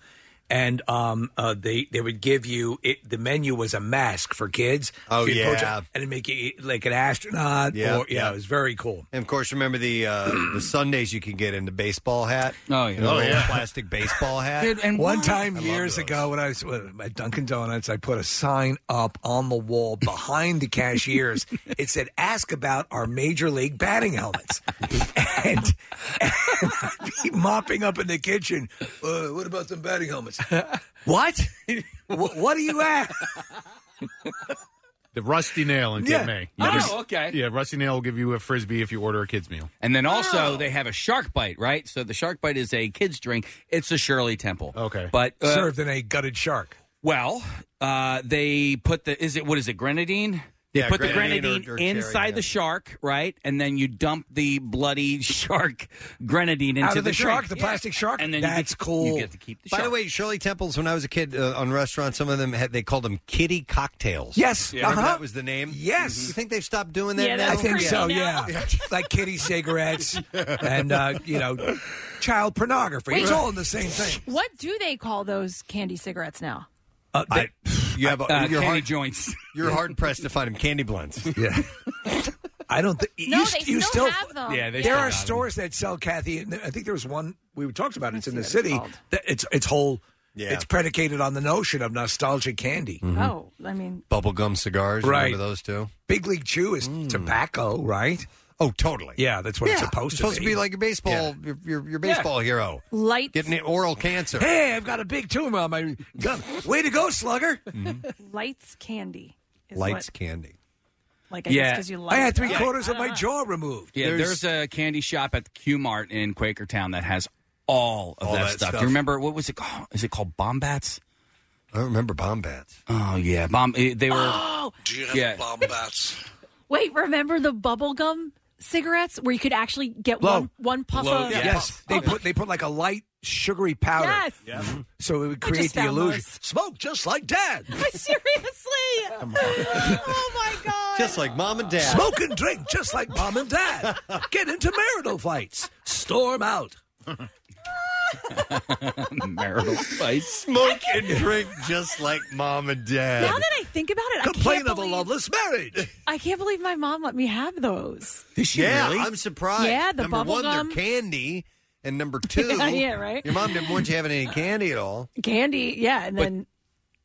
[SPEAKER 4] and um uh, they they would give you it. The menu was a mask for kids.
[SPEAKER 1] Oh,
[SPEAKER 4] You'd approach
[SPEAKER 1] yeah.
[SPEAKER 4] it, and it make you eat like an astronaut.
[SPEAKER 1] Yeah,
[SPEAKER 4] Uh, or, yeah,
[SPEAKER 1] yeah.
[SPEAKER 4] It was very cool.
[SPEAKER 1] And of course, remember the uh, the Sundays you can get in the baseball hat.
[SPEAKER 6] Oh yeah,
[SPEAKER 1] You know, the little plastic baseball hat.
[SPEAKER 4] one time years ago when I was when- at Dunkin' Donuts, I put a sign up on the wall behind the cashiers. it said, "Ask about our major league batting helmets," and, and I'd be mopping up in the kitchen. Uh, what about some batting helmets? what? what? What do you at?
[SPEAKER 3] the Rusty Nail in Cape
[SPEAKER 4] Yeah.
[SPEAKER 3] May.
[SPEAKER 6] Oh,
[SPEAKER 3] There's-
[SPEAKER 6] okay.
[SPEAKER 3] Yeah, Rusty Nail will give you a frisbee if you order a kids meal.
[SPEAKER 6] And then also they have a shark bite, right? So the shark bite is a kids drink. It's a Shirley Temple. Okay, but uh,
[SPEAKER 4] Served in a gutted shark.
[SPEAKER 6] Well, uh, they put the is it what is it grenadine? They
[SPEAKER 4] Yeah,
[SPEAKER 6] put the
[SPEAKER 4] grenadine or-
[SPEAKER 6] grenadine
[SPEAKER 4] or cherry,
[SPEAKER 6] inside the shark, right? And then you dump the bloody shark grenadine into
[SPEAKER 4] Out of the,
[SPEAKER 6] drink.
[SPEAKER 4] shark, the
[SPEAKER 6] Yeah.
[SPEAKER 4] plastic shark.
[SPEAKER 6] And then you
[SPEAKER 4] that's
[SPEAKER 6] get to-
[SPEAKER 4] cool.
[SPEAKER 6] You get to keep the
[SPEAKER 1] By
[SPEAKER 6] shark.
[SPEAKER 1] the way, Shirley Temples, when I was a kid uh, on restaurants, some of them had, they called them kitty cocktails.
[SPEAKER 4] Yes,
[SPEAKER 1] Remember
[SPEAKER 4] uh-huh.
[SPEAKER 1] that was the name? Mm-hmm.
[SPEAKER 4] Yes.
[SPEAKER 1] You think they've stopped doing that now?
[SPEAKER 4] I think so. Yeah, like kitty cigarettes and uh, you know, child pornography.
[SPEAKER 2] Wait.
[SPEAKER 4] It's all in the same thing.
[SPEAKER 2] What do they call those candy cigarettes now?
[SPEAKER 4] Uh,
[SPEAKER 1] I, you have a,
[SPEAKER 6] Uh,
[SPEAKER 1] you're
[SPEAKER 6] candy
[SPEAKER 1] hard,
[SPEAKER 6] joints.
[SPEAKER 1] You're hard pressed to find them candy blunts.
[SPEAKER 4] Yeah. I don't think
[SPEAKER 1] No,
[SPEAKER 4] you,
[SPEAKER 1] they
[SPEAKER 4] you
[SPEAKER 1] still
[SPEAKER 4] still
[SPEAKER 1] have them. Yeah, they
[SPEAKER 4] there
[SPEAKER 1] still
[SPEAKER 4] are
[SPEAKER 1] got 'em.
[SPEAKER 4] stores that sell Kathy. and I think there was one we talked about. It's in the city. that it's it's whole.
[SPEAKER 1] Yeah. Mm-hmm.
[SPEAKER 4] It's predicated on the notion of nostalgic candy.
[SPEAKER 2] Oh, I mean,
[SPEAKER 1] Bubblegum cigars.
[SPEAKER 4] Right.
[SPEAKER 1] Remember those two?
[SPEAKER 4] Big League Chew is tobacco, right?
[SPEAKER 1] Oh, totally.
[SPEAKER 4] Yeah, that's what it's
[SPEAKER 1] Yeah.
[SPEAKER 4] supposed
[SPEAKER 1] It's
[SPEAKER 4] to
[SPEAKER 1] supposed
[SPEAKER 4] be.
[SPEAKER 1] to be like your baseball, your, your, your baseball hero.
[SPEAKER 2] Light
[SPEAKER 1] Getting it oral cancer.
[SPEAKER 4] Hey, I've got a big tumor on my gum. Way to go, slugger!
[SPEAKER 2] lights candy. Is
[SPEAKER 1] Mm-hmm. Lights
[SPEAKER 2] what,
[SPEAKER 1] candy.
[SPEAKER 2] like Uh-huh. I
[SPEAKER 6] Yeah.
[SPEAKER 2] guess because you light.
[SPEAKER 4] I had three
[SPEAKER 2] it up.
[SPEAKER 4] quarters
[SPEAKER 2] I
[SPEAKER 4] of
[SPEAKER 2] don't
[SPEAKER 4] my
[SPEAKER 2] know.
[SPEAKER 4] jaw removed.
[SPEAKER 6] Yeah, there's, a candy shop at the Q Mart in Quakertown that has all of
[SPEAKER 1] All
[SPEAKER 6] that,
[SPEAKER 1] that
[SPEAKER 6] stuff. Do
[SPEAKER 1] stuff.
[SPEAKER 6] you remember what was it called? Is it called Bombats?
[SPEAKER 1] I don't remember Bombats.
[SPEAKER 6] Oh yeah, bomb. eh, They were.
[SPEAKER 2] Oh!
[SPEAKER 6] Do
[SPEAKER 2] you
[SPEAKER 6] have yeah.
[SPEAKER 10] Bombats?
[SPEAKER 2] Wait, remember the bubblegum cigarettes where you could actually get
[SPEAKER 4] Blow.
[SPEAKER 2] one one puff
[SPEAKER 4] Blow,
[SPEAKER 2] of
[SPEAKER 4] yes. They put they put like a light sugary powder. Mm-hmm.
[SPEAKER 2] Yes.
[SPEAKER 4] So it would
[SPEAKER 2] I just
[SPEAKER 4] create the
[SPEAKER 2] found
[SPEAKER 4] illusion.
[SPEAKER 2] those.
[SPEAKER 4] Smoke just like dad.
[SPEAKER 2] Seriously. oh my god.
[SPEAKER 1] Just like mom and dad.
[SPEAKER 4] Smoke and drink just like mom and dad. Get into marital fights. Storm out.
[SPEAKER 6] marital fights.
[SPEAKER 1] Smoke and drink just like mom and dad.
[SPEAKER 2] Now that I think about it, I
[SPEAKER 4] Complain
[SPEAKER 2] can't
[SPEAKER 4] of a
[SPEAKER 2] believe,
[SPEAKER 4] loveless marriage.
[SPEAKER 2] I can't believe my mom let me have those.
[SPEAKER 6] Did she
[SPEAKER 1] yeah,
[SPEAKER 6] really?
[SPEAKER 1] I'm surprised.
[SPEAKER 2] Yeah, the
[SPEAKER 1] number
[SPEAKER 2] bubble
[SPEAKER 1] one,
[SPEAKER 2] gum.
[SPEAKER 1] they're candy, and number two,
[SPEAKER 2] Yeah, yeah, right.
[SPEAKER 1] Your mom didn't want you having any candy at all.
[SPEAKER 2] Candy, yeah, and then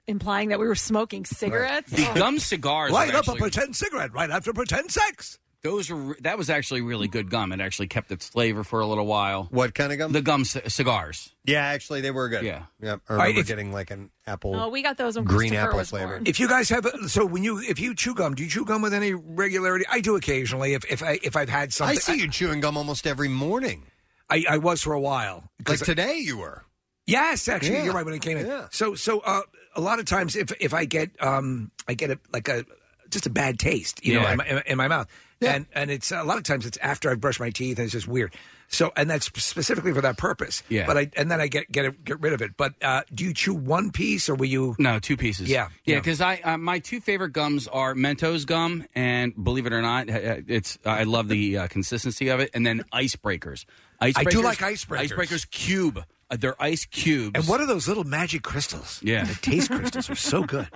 [SPEAKER 2] implying that we were smoking cigarettes.
[SPEAKER 6] The gum cigars.
[SPEAKER 4] Oh. Light
[SPEAKER 6] were
[SPEAKER 4] up a
[SPEAKER 6] actually-
[SPEAKER 4] pretend cigarette right after pretend sex.
[SPEAKER 6] Those were that was actually really good gum. It actually kept its flavor for a little while.
[SPEAKER 1] What kind of gum?
[SPEAKER 6] The gum c- cigars.
[SPEAKER 1] Yeah, actually, they were good.
[SPEAKER 6] Yeah.
[SPEAKER 1] yeah. I
[SPEAKER 4] All
[SPEAKER 1] remember
[SPEAKER 4] right, if-
[SPEAKER 1] getting like an apple.
[SPEAKER 2] Oh, we got those when
[SPEAKER 1] Green
[SPEAKER 2] Christopher
[SPEAKER 1] apple
[SPEAKER 2] was
[SPEAKER 1] flavor.
[SPEAKER 2] born.
[SPEAKER 4] If you guys have a, so when you if you chew gum, do you chew gum with any regularity? I do occasionally if if I if I've had
[SPEAKER 1] I
[SPEAKER 4] something.
[SPEAKER 1] see you chewing gum almost every morning.
[SPEAKER 4] I, I was for a while. 'Cause
[SPEAKER 1] Like
[SPEAKER 4] I-
[SPEAKER 1] today, you were.
[SPEAKER 4] Yes, actually,
[SPEAKER 1] Yeah.
[SPEAKER 4] you're right. When it came in,
[SPEAKER 1] Yeah.
[SPEAKER 4] so so uh, a lot of times, if if I get um, I get a like a just a bad taste, you know,
[SPEAKER 6] Yeah.
[SPEAKER 4] in my, in my mouth, and and it's a lot of times it's after I've brushed my teeth, and it's just weird. So and that's specifically for that purpose.
[SPEAKER 6] Yeah.
[SPEAKER 4] But I and then I get get it, get rid of it. But uh, do you chew one piece or will you?
[SPEAKER 6] No, two pieces.
[SPEAKER 4] Yeah,
[SPEAKER 6] yeah. Because I uh, my two favorite gums are Mentos gum, and believe it or not, uh, uh, it's I love the uh, consistency of it, and then icebreakers. Icebreakers.
[SPEAKER 4] I do like Icebreakers.
[SPEAKER 6] Icebreakers cube. Uh, they're ice cubes.
[SPEAKER 4] And what are those little magic crystals?
[SPEAKER 6] Yeah.
[SPEAKER 4] the taste crystals are so good.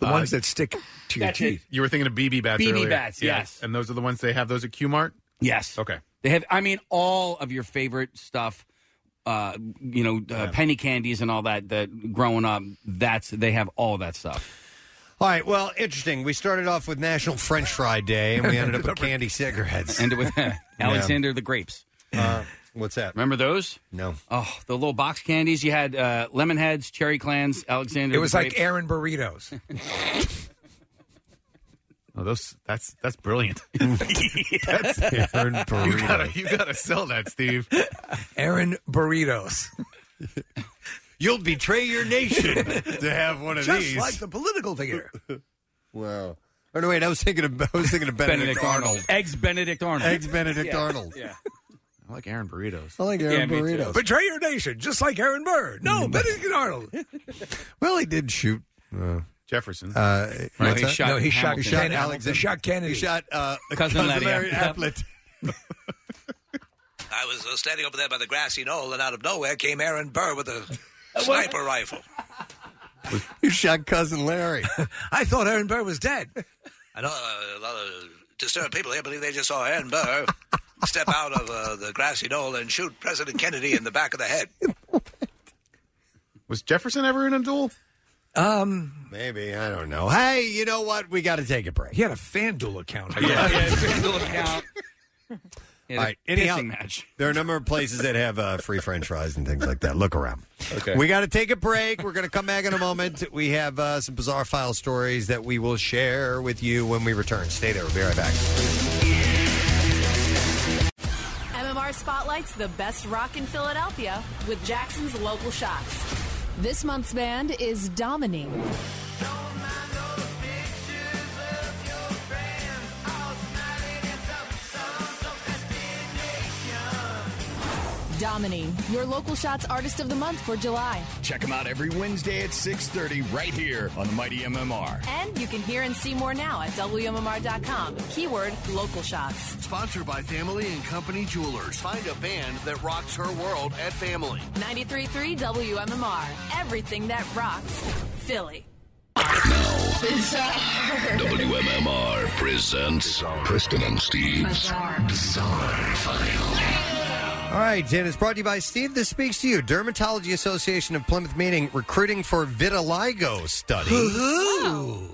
[SPEAKER 4] The ones that stick to your
[SPEAKER 6] That's it.
[SPEAKER 4] teeth.
[SPEAKER 3] You Uh, were thinking of BB bats.
[SPEAKER 6] BB
[SPEAKER 3] earlier.
[SPEAKER 6] bats,
[SPEAKER 3] Yeah.
[SPEAKER 6] yes.
[SPEAKER 3] And those are the ones they have. Those at Q Mart.
[SPEAKER 6] Yes.
[SPEAKER 3] Okay.
[SPEAKER 6] They have, I mean, all of your favorite stuff. Uh, you know, uh, penny candies and all that. That growing up, that's they have all that stuff.
[SPEAKER 1] All right. Well, interesting. We started off with National French Fry Day, and we ended up with candy cigarettes.
[SPEAKER 6] Ended with uh, Alexander the grapes.
[SPEAKER 1] Uh, what's that?
[SPEAKER 6] Remember those?
[SPEAKER 1] No.
[SPEAKER 6] Oh, the little box candies you had: uh, lemon heads, cherry clans, Alexander.
[SPEAKER 4] It was
[SPEAKER 6] the
[SPEAKER 4] like
[SPEAKER 6] grapes.
[SPEAKER 4] Aaron burritos.
[SPEAKER 3] Oh, those that's that's brilliant.
[SPEAKER 4] That's
[SPEAKER 3] Aaron You
[SPEAKER 4] burritos.
[SPEAKER 3] gotta, you gotta sell that, Steve.
[SPEAKER 4] Aaron burritos.
[SPEAKER 1] You'll betray your nation to have one of
[SPEAKER 4] Just
[SPEAKER 1] these.
[SPEAKER 4] like the political figure.
[SPEAKER 1] Wow. Oh no, wait. I was thinking of I was thinking of Benedict, Arnold.
[SPEAKER 6] Eggs Benedict Arnold.
[SPEAKER 1] Eggs Benedict
[SPEAKER 6] Yeah.
[SPEAKER 1] Arnold.
[SPEAKER 6] Yeah.
[SPEAKER 3] I like Aaron burritos.
[SPEAKER 1] I like Aaron Yeah, me too. burritos.
[SPEAKER 4] Betray your nation, just like Aaron Burr. No, Benedict Arnold.
[SPEAKER 1] Well, he did shoot uh,
[SPEAKER 3] Jefferson.
[SPEAKER 1] Uh,
[SPEAKER 4] No,
[SPEAKER 1] what's
[SPEAKER 4] he
[SPEAKER 1] that?
[SPEAKER 4] shot No, he shot Hamilton. Ken-
[SPEAKER 1] Alexander.
[SPEAKER 4] he shot Kennedy.
[SPEAKER 1] He shot uh, cousin,
[SPEAKER 4] Cousin Letty, yeah.
[SPEAKER 1] Larry
[SPEAKER 4] Yep.
[SPEAKER 1] Applet.
[SPEAKER 4] I was uh, standing over there by the grassy knoll, and out of nowhere came Aaron Burr with a sniper rifle.
[SPEAKER 1] He shot cousin Larry.
[SPEAKER 4] I thought Aaron Burr was dead. I know uh, a lot of disturbed people here believe they just saw Aaron Burr step out of uh, the grassy knoll and shoot President Kennedy in the back of the head.
[SPEAKER 3] Was Jefferson ever in a duel? Oh,
[SPEAKER 4] Um,
[SPEAKER 1] maybe I don't know. Hey, you know what? We got to take a break.
[SPEAKER 4] He had a FanDuel account.
[SPEAKER 1] Yeah.
[SPEAKER 6] Yeah,
[SPEAKER 1] All right.
[SPEAKER 6] the
[SPEAKER 1] Anyhow,
[SPEAKER 6] pissing match.
[SPEAKER 1] there are a number of places that have uh, free French fries and things like that. Look around.
[SPEAKER 6] Okay.
[SPEAKER 1] We got to take a break. We're going to come back in a moment. We have uh, some bizarre file stories that we will share with you when we return. Stay there. We'll be right back.
[SPEAKER 17] MMR spotlights the best rock in Philadelphia with Jackson's local shots. This month's band is Dominique. Dominique, your local shots artist of the month for July.
[SPEAKER 18] Check them out every Wednesday at 6.30 right here on Mighty MMR.
[SPEAKER 17] And you can hear and see more now at WMMR.com. Keyword local shots.
[SPEAKER 11] Sponsored by Family and Company Jewelers. Find a band that rocks her world at Family.
[SPEAKER 17] 93.3 WMMR. Everything that rocks. Philly.
[SPEAKER 20] WMMR presents Preston and Steve's Bizarre, File.
[SPEAKER 1] All right, and it's brought to you by Steve. This speaks to you. Dermatology Association of Plymouth meeting recruiting for vitiligo study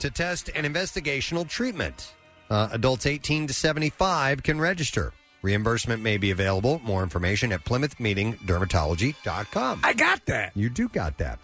[SPEAKER 1] to test an investigational treatment. Uh, adults 18 to 75 can register. Reimbursement may be available. More information at plymouthmeetingdermatology.com. I
[SPEAKER 4] got that.
[SPEAKER 1] You do got that.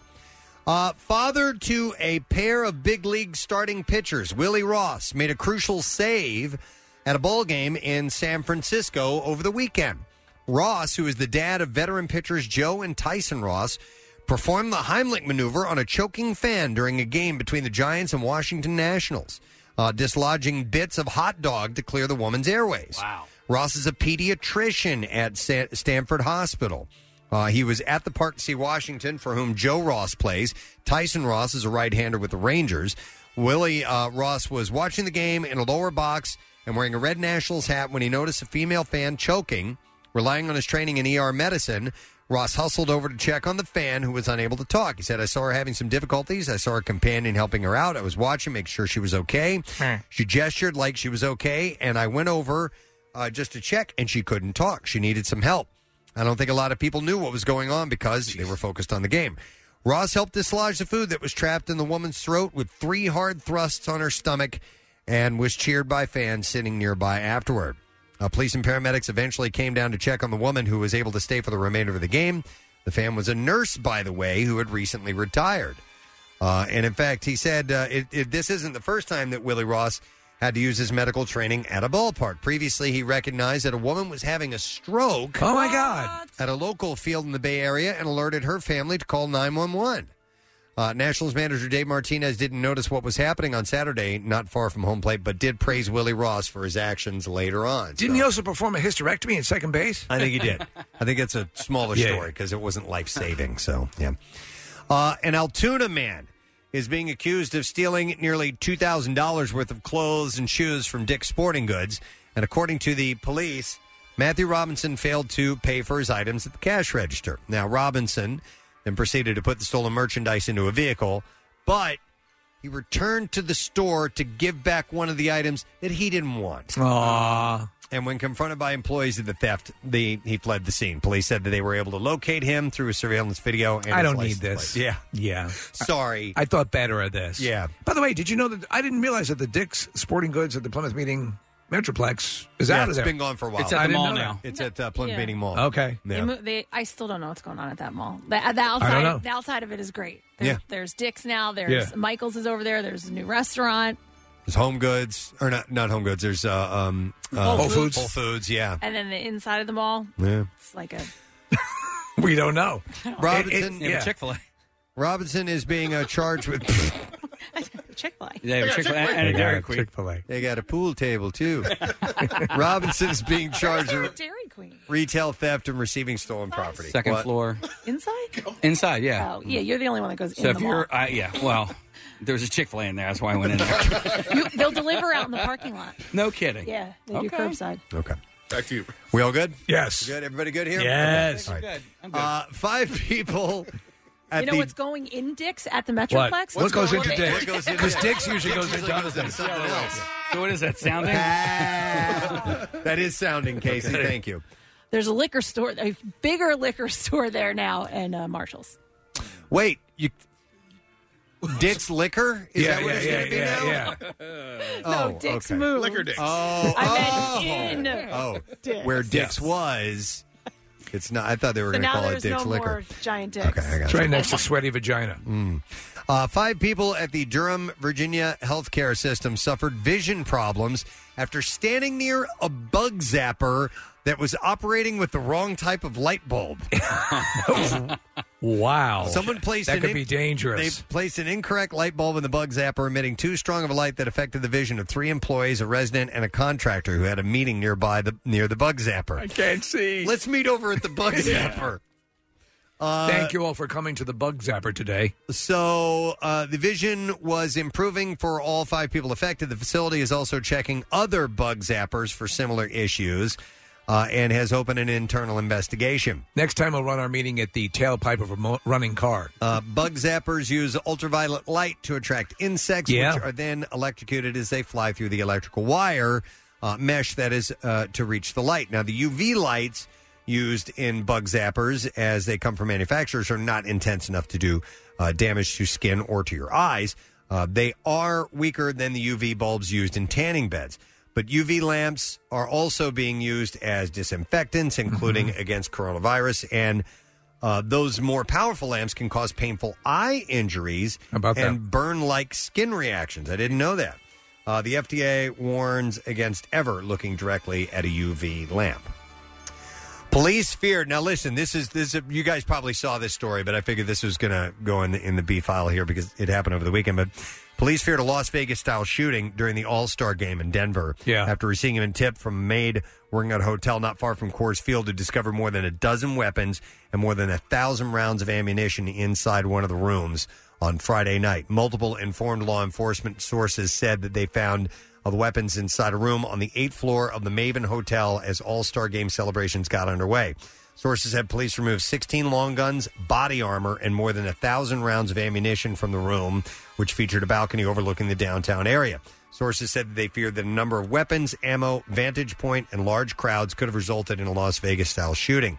[SPEAKER 1] Uh, father to a pair of big league starting pitchers, Willie Ross made a crucial save at a ball game in San Francisco over the weekend. Ross, who is the dad of veteran pitchers Joe and Tyson Ross, performed the Heimlich maneuver on a choking fan during a game between the Giants and Washington Nationals, uh, dislodging bits of hot dog to clear the woman's airways. Wow. Ross is a pediatrician at Sa- Stanford Hospital. Uh, he was at the park to see Washington, for whom Joe Ross plays. Tyson Ross is a right hander with the Rangers. Willie uh, Ross was watching the game in a lower box and wearing a red Nationals hat when he noticed a female fan choking. Relying on his training in ER medicine, Ross hustled over to check on the fan who was unable to talk. He said, I saw her having some difficulties. I saw her companion helping her out. I was watching, make sure she was okay. She gestured like she was okay, and I went over uh, just to check, and she couldn't talk. She needed some help. I don't think a lot of people knew what was going on because they were focused on the game. Ross helped dislodge the food that was trapped in the woman's throat with three hard thrusts on her stomach and was cheered by fans sitting nearby afterward. Uh, police and paramedics eventually came down to check on the woman who was able to stay for the remainder of the game. The fan was a nurse, by the way, who had recently retired. Uh, and in fact, he said uh, it, it, this isn't the first time that Willie Ross had to use his medical training at a ballpark. Previously, he recognized that a woman was having a stroke.
[SPEAKER 4] Oh, my God.
[SPEAKER 1] At a local field in the Bay Area and alerted her family to call 911. Uh, Nationals manager Dave Martinez didn't notice what was happening on Saturday, not far from home plate, but did praise Willie Ross for his actions later on.
[SPEAKER 4] Didn't he also perform a hysterectomy in second base?
[SPEAKER 1] I think he did. I think it's a smaller
[SPEAKER 4] Yeah.
[SPEAKER 1] story because it wasn't life saving. So, yeah. Uh, an Altoona man is being accused of stealing nearly $2,000 worth of clothes and shoes from Dick's Sporting Goods. And according to the police, Matthew Robinson failed to pay for his items at the cash register. Now, Robinson then proceeded to put the stolen merchandise into a vehicle, but He returned to the store to give back one of the items that he didn't want. And when confronted by employees of the theft, the, he fled the scene. Police said that they were able to locate him through a surveillance video. And
[SPEAKER 4] I
[SPEAKER 1] his
[SPEAKER 4] don't need
[SPEAKER 1] license
[SPEAKER 4] this.
[SPEAKER 1] plate. Yeah.
[SPEAKER 4] Yeah.
[SPEAKER 1] Sorry.
[SPEAKER 4] I thought better of this.
[SPEAKER 1] Yeah.
[SPEAKER 4] By the way, did you know that I didn't realize that the Dick's Sporting Goods at the Plymouth Meeting Metroplex is
[SPEAKER 1] Yeah,
[SPEAKER 4] out of
[SPEAKER 1] it's
[SPEAKER 4] there.
[SPEAKER 1] been gone for a while. It's at
[SPEAKER 4] I
[SPEAKER 1] the
[SPEAKER 4] didn't
[SPEAKER 1] mall
[SPEAKER 4] know
[SPEAKER 1] now.
[SPEAKER 4] that.
[SPEAKER 1] It's at, uh, Plymouth
[SPEAKER 2] Yeah. Meeting
[SPEAKER 1] Mall.
[SPEAKER 4] Okay.
[SPEAKER 2] They mo- they- I still don't know what's going on at that mall. The, the outside,
[SPEAKER 4] don't know.
[SPEAKER 2] the outside of it is great. There's,
[SPEAKER 1] Yeah.
[SPEAKER 2] there's Dick's now. There's
[SPEAKER 1] Yeah.
[SPEAKER 2] Michael's is over there. There's a new restaurant,
[SPEAKER 1] There's Home Goods, or not not Home Goods. There's uh, um, uh,
[SPEAKER 4] Whole Foods.
[SPEAKER 1] Whole Foods, yeah.
[SPEAKER 2] and then the inside of the mall.
[SPEAKER 1] Yeah.
[SPEAKER 2] It's like a
[SPEAKER 4] We don't know.
[SPEAKER 1] Robinson,
[SPEAKER 6] It- it- Yeah, but Chick-fil-A.
[SPEAKER 1] Robinson is being uh, charged with.
[SPEAKER 2] Chick Fil A.
[SPEAKER 6] They have Chick-fil-A and a Dairy Queen.
[SPEAKER 4] Chick-fil-A.
[SPEAKER 1] They got a pool table too. Robinson is being charged
[SPEAKER 2] There's a
[SPEAKER 1] with
[SPEAKER 2] Dairy Queen
[SPEAKER 1] retail theft and receiving stolen property.
[SPEAKER 6] Second
[SPEAKER 1] What?
[SPEAKER 6] floor.
[SPEAKER 2] inside.
[SPEAKER 6] Inside, yeah.
[SPEAKER 2] Oh, yeah, you're the only one that goes
[SPEAKER 6] So
[SPEAKER 2] in
[SPEAKER 6] if
[SPEAKER 2] the mall.
[SPEAKER 6] you're, I, yeah, well, there's a Chick fil A in there. That's why I went in there.
[SPEAKER 2] You- they'll deliver out in the parking lot.
[SPEAKER 6] No kidding.
[SPEAKER 2] Yeah, they do
[SPEAKER 6] Okay.
[SPEAKER 2] curbside.
[SPEAKER 1] Okay.
[SPEAKER 3] Back to you.
[SPEAKER 1] We all good?
[SPEAKER 4] Yes.
[SPEAKER 1] Good. Everybody good here?
[SPEAKER 4] Yes.
[SPEAKER 1] Okay. All right.
[SPEAKER 6] Good. I'm
[SPEAKER 2] good.
[SPEAKER 1] Uh, five people. At
[SPEAKER 2] you know
[SPEAKER 1] the
[SPEAKER 2] what's going in Dick's at the Metroplex?
[SPEAKER 4] What goes into
[SPEAKER 2] Dick's?
[SPEAKER 4] Dick's? Because Dick's usually goes into other things.
[SPEAKER 6] So what is that sounding?
[SPEAKER 1] that is sounding, Casey.
[SPEAKER 6] Okay.
[SPEAKER 1] Thank you.
[SPEAKER 2] There's a liquor store, a bigger liquor store there now, and uh, Marshalls.
[SPEAKER 1] Wait, you. Dick's liquor? Is
[SPEAKER 4] Yeah,
[SPEAKER 1] that what
[SPEAKER 4] yeah,
[SPEAKER 1] it's
[SPEAKER 4] yeah,
[SPEAKER 1] going to be
[SPEAKER 4] yeah,
[SPEAKER 1] now?
[SPEAKER 4] yeah.
[SPEAKER 1] Oh,
[SPEAKER 2] no, Dick's
[SPEAKER 1] okay.
[SPEAKER 2] moved.
[SPEAKER 1] Liquor Dick's. Oh,
[SPEAKER 2] I meant
[SPEAKER 1] oh.
[SPEAKER 2] in.
[SPEAKER 1] Oh,
[SPEAKER 2] Dick's.
[SPEAKER 1] where Dick's was. It's not. I thought they were
[SPEAKER 2] So
[SPEAKER 1] going to
[SPEAKER 2] now
[SPEAKER 1] call it
[SPEAKER 2] there's
[SPEAKER 1] Dick's
[SPEAKER 2] no
[SPEAKER 1] liquor.
[SPEAKER 2] more giant Dick's.
[SPEAKER 1] Okay, I got
[SPEAKER 4] It's
[SPEAKER 1] you.
[SPEAKER 4] right next to Sweaty Vagina.
[SPEAKER 1] Mm. Uh, five people at the Durham, Virginia healthcare system suffered vision problems after standing near a bug zapper that was operating with the wrong type of light bulb.
[SPEAKER 4] Wow.
[SPEAKER 1] Someone placed
[SPEAKER 4] that
[SPEAKER 1] an
[SPEAKER 4] could
[SPEAKER 1] in-
[SPEAKER 4] be dangerous.
[SPEAKER 1] They placed an incorrect light bulb in the bug zapper, emitting too strong of a light that affected the vision of three employees, a resident, and a contractor who had a meeting nearby the near the bug zapper.
[SPEAKER 4] can't see.
[SPEAKER 1] Let's meet over at the bug zapper. Uh,
[SPEAKER 4] Thank you all for coming to the Bug Zapper today.
[SPEAKER 1] So uh, the vision was improving for all five people affected. The facility is also checking other bug zappers for similar issues, uh, and has opened an internal investigation.
[SPEAKER 4] Next time we'll run our meeting at the tailpipe of a mo- running car.
[SPEAKER 1] Uh, bug zappers use ultraviolet light to attract insects,
[SPEAKER 4] Yeah.
[SPEAKER 1] which are then electrocuted as they fly through the electrical wire uh, mesh that is uh, to reach the light. Now, the UV lights used in bug zappers, as they come from manufacturers, are not intense enough to do uh, damage to skin or to your eyes. Uh, they are weaker than the UV bulbs used in tanning beds. But UV lamps are also being used as disinfectants, including against coronavirus and uh, those more powerful lamps can cause painful eye injuries
[SPEAKER 4] about that?
[SPEAKER 1] and burn like skin reactions. I didn't know that. Uh, the FDA warns against ever looking directly at a UV lamp. Police feared. Now, listen. This is this. Is, you guys probably saw this story, but I figured this was going to go in the, in the B file here because it happened over the weekend. But police feared a Las Vegas style shooting during the All Star game in Denver.
[SPEAKER 4] Yeah.
[SPEAKER 1] After receiving a tip from a maid working at a hotel not far from Coors Field to discover more than a dozen weapons and more than a thousand rounds of ammunition inside one of the rooms on Friday night. Multiple informed law enforcement sources said that they found of the weapons inside a room on the eighth floor of the Maven Hotel as All Star Game celebrations got underway. Sources said police removed 16 long guns, body armor, and more than a thousand rounds of ammunition from the room, which featured a balcony overlooking the downtown area. Sources said that they feared that a number of weapons, ammo, vantage point, and large crowds could have resulted in a Las Vegas style shooting.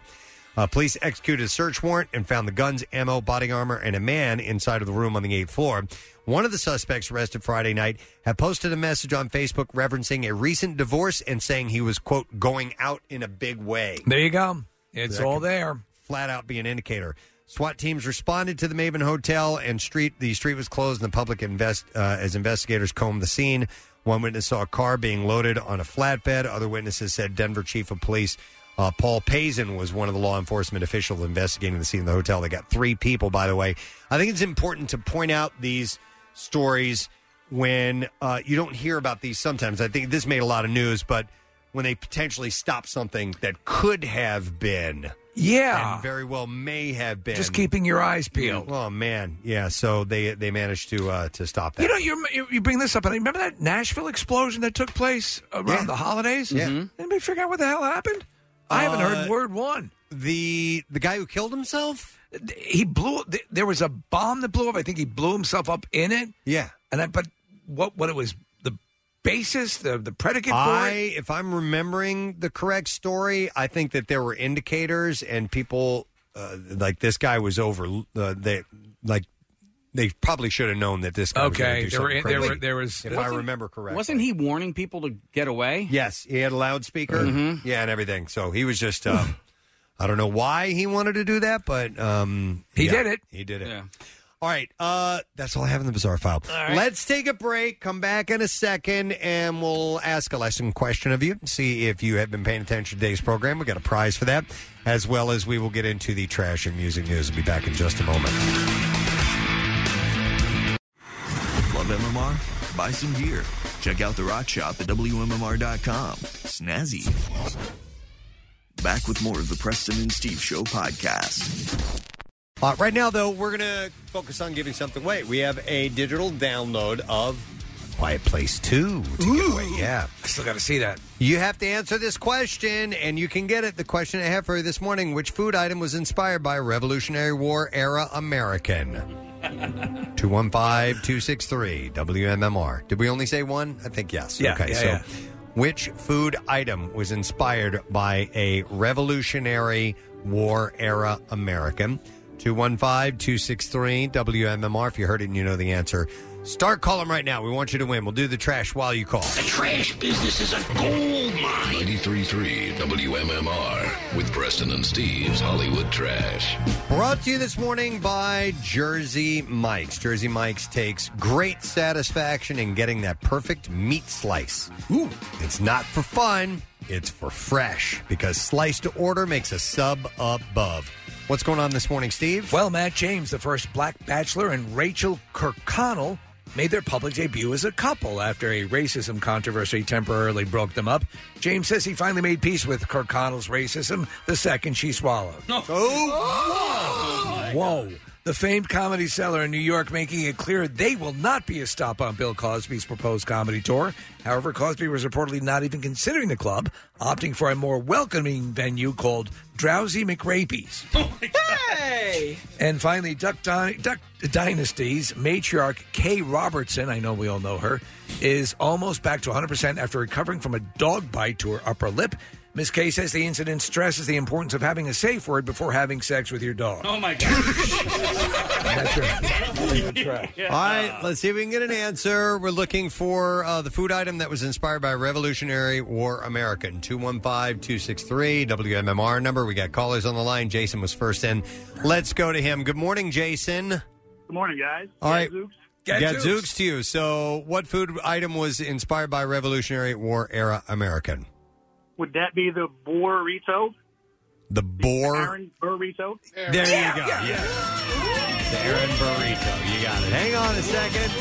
[SPEAKER 1] Uh, police executed a search warrant and found the guns, ammo, body armor, and a man inside of the room on the eighth floor. One of the suspects arrested Friday night had posted a message on Facebook referencing a recent divorce and saying he was, quote, going out in a big way.
[SPEAKER 4] There you go. It's
[SPEAKER 1] So that
[SPEAKER 4] all
[SPEAKER 1] could
[SPEAKER 4] there.
[SPEAKER 1] Flat out be an indicator. SWAT teams responded to the Maven Hotel and street. The street was closed, and the public invest uh, as investigators combed the scene. One witness saw a car being loaded on a flatbed. Other witnesses said Denver Chief of Police uh, Paul Pazin was one of the law enforcement officials investigating the scene of the hotel. They got three people, by the way. I think it's important to point out these stories when uh, you don't hear about these. Sometimes I think this made a lot of news, but when they potentially stop something that could have been.
[SPEAKER 4] Yeah.
[SPEAKER 1] And very well may have been.
[SPEAKER 4] Just keeping your eyes peeled.
[SPEAKER 1] Oh man, yeah. So they they managed to uh, to stop that.
[SPEAKER 4] You know, you you- you bring this up, and I remember that Nashville explosion that took place around the holidays.
[SPEAKER 1] Yeah.
[SPEAKER 4] Anybody figure out what the hell happened? I haven't
[SPEAKER 1] Uh,
[SPEAKER 4] heard word one.
[SPEAKER 1] the the guy who killed himself.
[SPEAKER 4] he blew. th- There was a bomb that blew up. I think he blew himself up in it.
[SPEAKER 1] Yeah,
[SPEAKER 4] and I, but what what it was the basis, the the predicate for it.
[SPEAKER 1] I, if I'm remembering the correct story, I think that there were indicators and people uh, like this guy was over. Uh, they like they probably should have known that this guy. was gonna do something crazy. If I remember correctly,
[SPEAKER 6] Wasn't he warning people to get away?
[SPEAKER 1] Yes, he had a loudspeaker.
[SPEAKER 6] Mhm.
[SPEAKER 1] Yeah, and everything. So he was just. Uh, I don't know why he wanted to do that, but um,
[SPEAKER 4] He
[SPEAKER 1] yeah,
[SPEAKER 4] did it.
[SPEAKER 1] He did it. All right. Uh, that's all I have in the bizarre file.
[SPEAKER 4] right.
[SPEAKER 1] Let's take a break. Come back in a second, and we'll ask a lesson question of you. See if you have been paying attention to today's program. We got a prize for that, as well as we will get into the trash and music news. We'll be back in just a moment.
[SPEAKER 7] Love MMR? Buy some gear. Check out the rock shop at WMMR.com. Snazzy. Back with more of the Preston and Steve Show podcast.
[SPEAKER 1] Uh, right now, though, we're going to focus on giving something away. We have a digital download of Quiet Place 2 to give away. Yeah.
[SPEAKER 4] I still got to see that.
[SPEAKER 1] You have to answer this question, and you can get it. The question I have for you this morning Which food item was inspired by Revolutionary War era American? 215 263 WMMR. Did we only say one? I think yes.
[SPEAKER 4] Yeah,
[SPEAKER 1] okay,
[SPEAKER 4] yeah,
[SPEAKER 1] so
[SPEAKER 4] yeah.
[SPEAKER 1] which food item was inspired by a Revolutionary War era American? 215 263 WMMR. If you heard it and you know the answer, start calling right now. We want you to win. We'll do the trash while you call.
[SPEAKER 20] Trash business is a gold mine. 933 WMMR with Preston and Steve's Hollywood Trash.
[SPEAKER 1] Brought to you this morning by Jersey Mike's. Jersey Mike's takes great satisfaction in getting that perfect meat slice. Ooh. It's not for fun, it's for fresh because slice to order makes a sub above. What's going on this morning, Steve?
[SPEAKER 4] Well, Matt James, the first black bachelor, and Rachel Kirkconnell made their public debut as a couple after a racism controversy temporarily broke them up. James says he finally made peace with Kirkconnell's racism the second she swallowed.
[SPEAKER 6] No.
[SPEAKER 4] Whoa. The famed comedy seller in New York making it clear they will not be a stop on Bill Cosby's proposed comedy tour. However, Cosby was reportedly not even considering the club, opting for a more welcoming venue called Drowsy McRapies.
[SPEAKER 5] Hey!
[SPEAKER 4] And finally, Duck, Di- Duck Dynasty's matriarch Kay Robertson, I know we all know her, is almost back to 100% after recovering from a dog bite to her upper lip. Miss Kay says the incident stresses the importance of having a safe word before having sex with your dog.
[SPEAKER 6] Oh my god!
[SPEAKER 1] All right, let's see if we can get an answer. We're looking for uh, the food item that was inspired by Revolutionary War American. 215 263 WMMR number. We got callers on the line. Jason was first in. Let's go to him. Good morning, Jason.
[SPEAKER 19] Good morning, guys.
[SPEAKER 1] All right.
[SPEAKER 19] Gadzooks.
[SPEAKER 1] Gadzooks to you. So, what food item was inspired by Revolutionary War era American?
[SPEAKER 19] Would that be the burrito?
[SPEAKER 1] The boar.
[SPEAKER 19] Aaron burrito.
[SPEAKER 1] There you go. Yeah. The Aaron burrito. You got it. Hang on a second.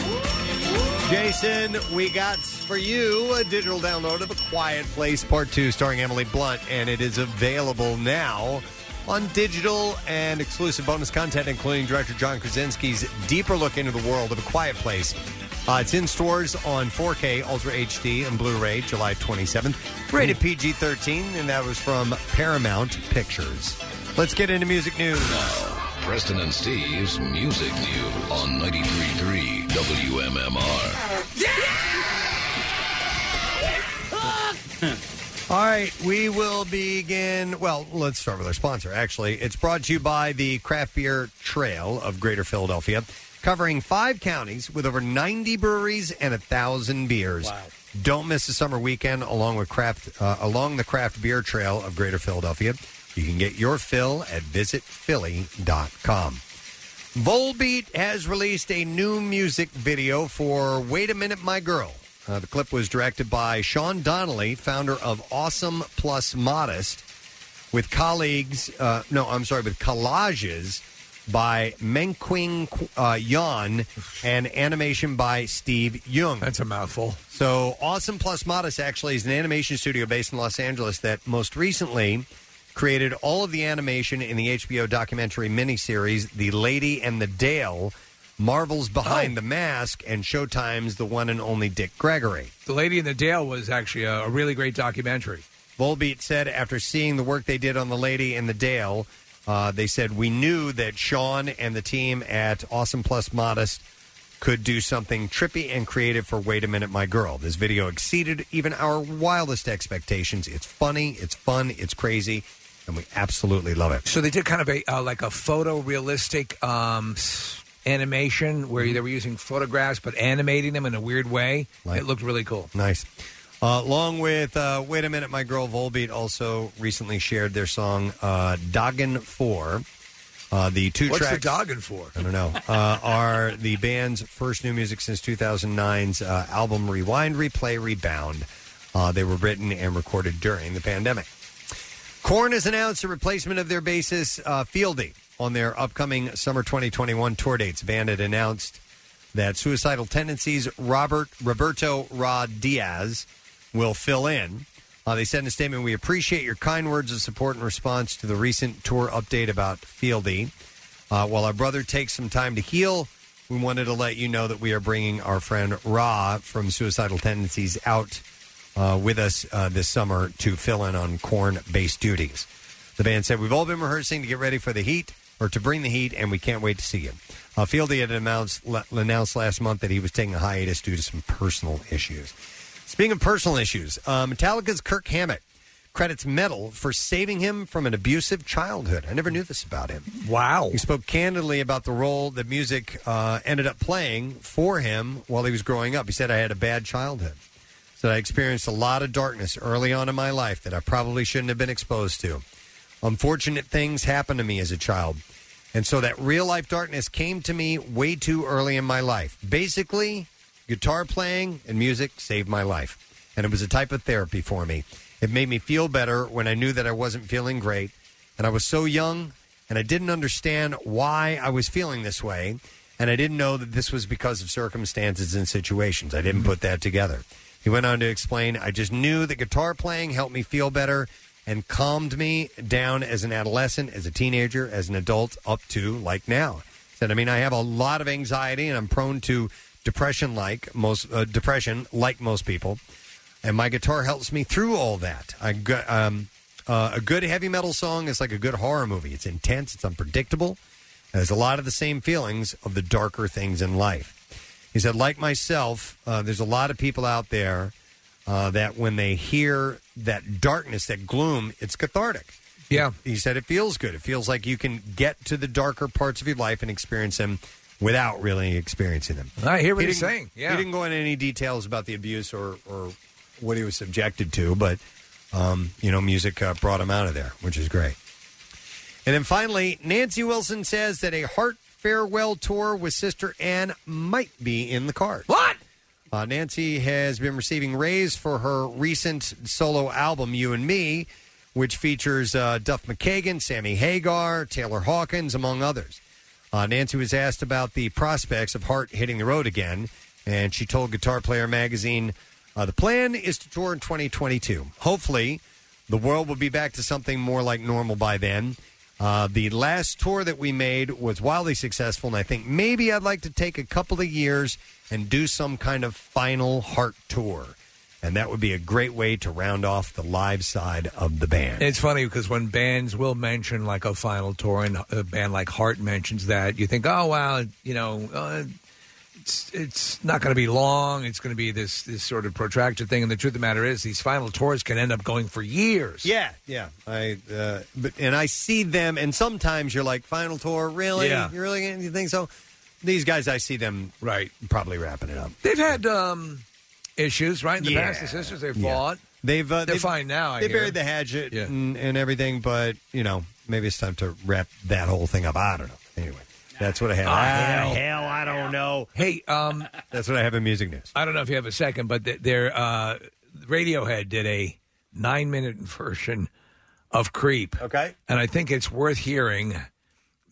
[SPEAKER 1] Jason, we got for you a digital download of A Quiet Place Part 2 starring Emily Blunt, and it is available now on digital and exclusive bonus content, including director John Krasinski's deeper look into the world of A Quiet Place. Uh, it's in stores on 4K, Ultra HD, and Blu ray July 27th. Rated PG 13, and that was from Paramount Pictures. Let's get into music news.
[SPEAKER 20] Preston and Steve's Music News on 933 WMMR.
[SPEAKER 1] All right, we will begin. Well, let's start with our sponsor, actually. It's brought to you by the Craft Beer Trail of Greater Philadelphia, covering five counties with over 90 breweries and a 1,000 beers. Don't miss the summer weekend along with craft uh, along the Craft Beer Trail of Greater Philadelphia. You can get your fill at visitphilly.com. Volbeat has released a new music video for Wait a Minute, My Girl. Uh, the clip was directed by Sean Donnelly, founder of Awesome Plus Modest, with colleagues, uh, no, I'm sorry, with collages by Menquing uh, Yan and animation by Steve Young. That's
[SPEAKER 4] a mouthful.
[SPEAKER 1] So, Awesome Plus Modest actually is an animation studio based in Los Angeles that most recently created all of the animation in the HBO documentary miniseries The Lady and the Dale, Marvel's
[SPEAKER 4] Oh.
[SPEAKER 1] Behind the Mask, and Showtime's The One and Only Dick Gregory.
[SPEAKER 4] The Lady in the Dale was actually a, a really great documentary.
[SPEAKER 1] Volbeat said after seeing the work they did on The Lady and the Dale, Uh, they said we knew that Sean and the team at Awesome Plus Modest could do something trippy and creative for Wait a Minute, My Girl. This video exceeded even our wildest expectations. It's funny, it's fun, it's crazy, and we absolutely love it.
[SPEAKER 4] So they did kind of a uh, like a photorealistic um, s- animation where they were using photographs but animating them in a weird way.
[SPEAKER 1] Like-
[SPEAKER 4] it looked really cool.
[SPEAKER 1] Nice. Uh, along with uh, Wait a Minute, My Girl Volbeat also recently shared their song uh, Doggin' 4. Uh, the two
[SPEAKER 4] What's
[SPEAKER 1] tracks.
[SPEAKER 4] the dogging for?
[SPEAKER 1] I don't know. Uh, are the band's first new music since 2009's uh, album Rewind, Replay, Rebound. Uh, they were written and recorded during the pandemic. Korn has announced a replacement of their bassist uh, Fieldy on their upcoming summer 2021 tour dates. The band had announced that Suicidal Tendencies Robert Roberto Rod Diaz will fill in. Uh, they said in a statement, "We appreciate your kind words of support in response to the recent tour update about Fieldy. Uh, while our brother takes some time to heal, we wanted to let you know that we are bringing our friend Ra from Suicidal Tendencies out." uh, with us uh, this summer to fill in on corn based duties. The band said, We've all been rehearsing to get ready for the heat or to bring the heat, and we can't wait to see you. Uh, Fieldy had announced, l- announced last month that he was taking a hiatus due to some personal issues. Speaking of personal issues, uh, Metallica's Kirk Hammett credits Metal for saving him from an abusive childhood. I never knew this about him.
[SPEAKER 4] Wow.
[SPEAKER 1] He spoke candidly about the role that music uh, ended up playing for him while he was growing up. He said, I had a bad childhood. So I experienced a lot of darkness early on in my life that I probably shouldn't have been exposed to. Unfortunate things happened to me as a child. And so that real life darkness came to me way too early in my life. Basically, guitar playing and music saved my life. And it was a type of therapy for me. It made me feel better when I knew that I wasn't feeling great. And I was so young and I didn't understand why I was feeling this way. And I didn't know that this was because of circumstances and situations. I didn't put that together. He went on to explain I just knew that guitar playing helped me feel better and calmed me down as an adolescent, as a teenager, as an adult, up to like now. Said, I mean, I have a lot of anxiety and I'm prone to depression like most uh, depression like most people and my guitar helps me through all that. I go- um, uh, a good heavy metal song is like a good horror movie. It's intense, it's unpredictable, and there's a lot of the same feelings of the darker things in life. He said, like myself, uh, there's a lot of people out there uh, that when they hear that darkness, that gloom, it's cathartic.
[SPEAKER 4] Yeah.
[SPEAKER 1] He said it feels good. It feels like you can get to the darker parts of your life and experience them without really experiencing them.
[SPEAKER 4] I hear what he's
[SPEAKER 1] didn't-
[SPEAKER 4] saying. Yeah.
[SPEAKER 1] He didn't go into any details about the abuse or, or what he was subjected to, but, um, you know, music uh, brought him out of there, which is great. And then finally, Nancy Wilson says that a heart farewell tour with Sister Anne might be in the cards.
[SPEAKER 4] What?
[SPEAKER 1] Uh, Nancy has been receiving raise for her recent solo album, You and Me, which features uh, Duff McKagan, Sammy Hagar, Taylor Hawkins, among others. Uh, Nancy was asked about the prospects of Hart hitting the road again, and she told Guitar Player magazine, uh, "The plan is to tour in 2022. Hopefully, the world will be back to something more like normal by then." Uh, the last tour that we made was wildly successful, and I think maybe I'd like to take a couple of years and do some kind of final heart tour. And that would be a great way to round off the live side of the band.
[SPEAKER 4] It's funny because when bands will mention like a final tour, and uh, a band like Heart mentions that, you think, oh wow, you know, uh, it's it's not going to be long. It's going to be this this sort of protracted thing. And the truth of the matter is, these final tours can end up going for years.
[SPEAKER 1] Yeah, yeah. I uh, but, and I see them, and sometimes you're like, "Final tour, really?
[SPEAKER 4] Yeah.
[SPEAKER 1] You really you think so?" These guys, I see them
[SPEAKER 4] right,
[SPEAKER 1] probably wrapping it up.
[SPEAKER 4] They've had um, issues, right? In the
[SPEAKER 1] Yeah.
[SPEAKER 4] past, the sisters they
[SPEAKER 1] Yeah.
[SPEAKER 4] fought.
[SPEAKER 1] They've uh,
[SPEAKER 4] They're
[SPEAKER 1] they've-
[SPEAKER 4] fine now, I
[SPEAKER 1] they
[SPEAKER 4] hear.
[SPEAKER 1] buried the hatchet and, and everything, but you know, maybe it's time to wrap that whole thing up. I don't know. Anyway, that's what I have. Ah, hell, I don't know.
[SPEAKER 4] Hey, um,
[SPEAKER 1] that's what I have in music news.
[SPEAKER 4] I don't know if you have a second, but th- their uh, Radiohead did a nine-minute version of "Creep."
[SPEAKER 1] Okay,
[SPEAKER 4] and I think it's worth hearing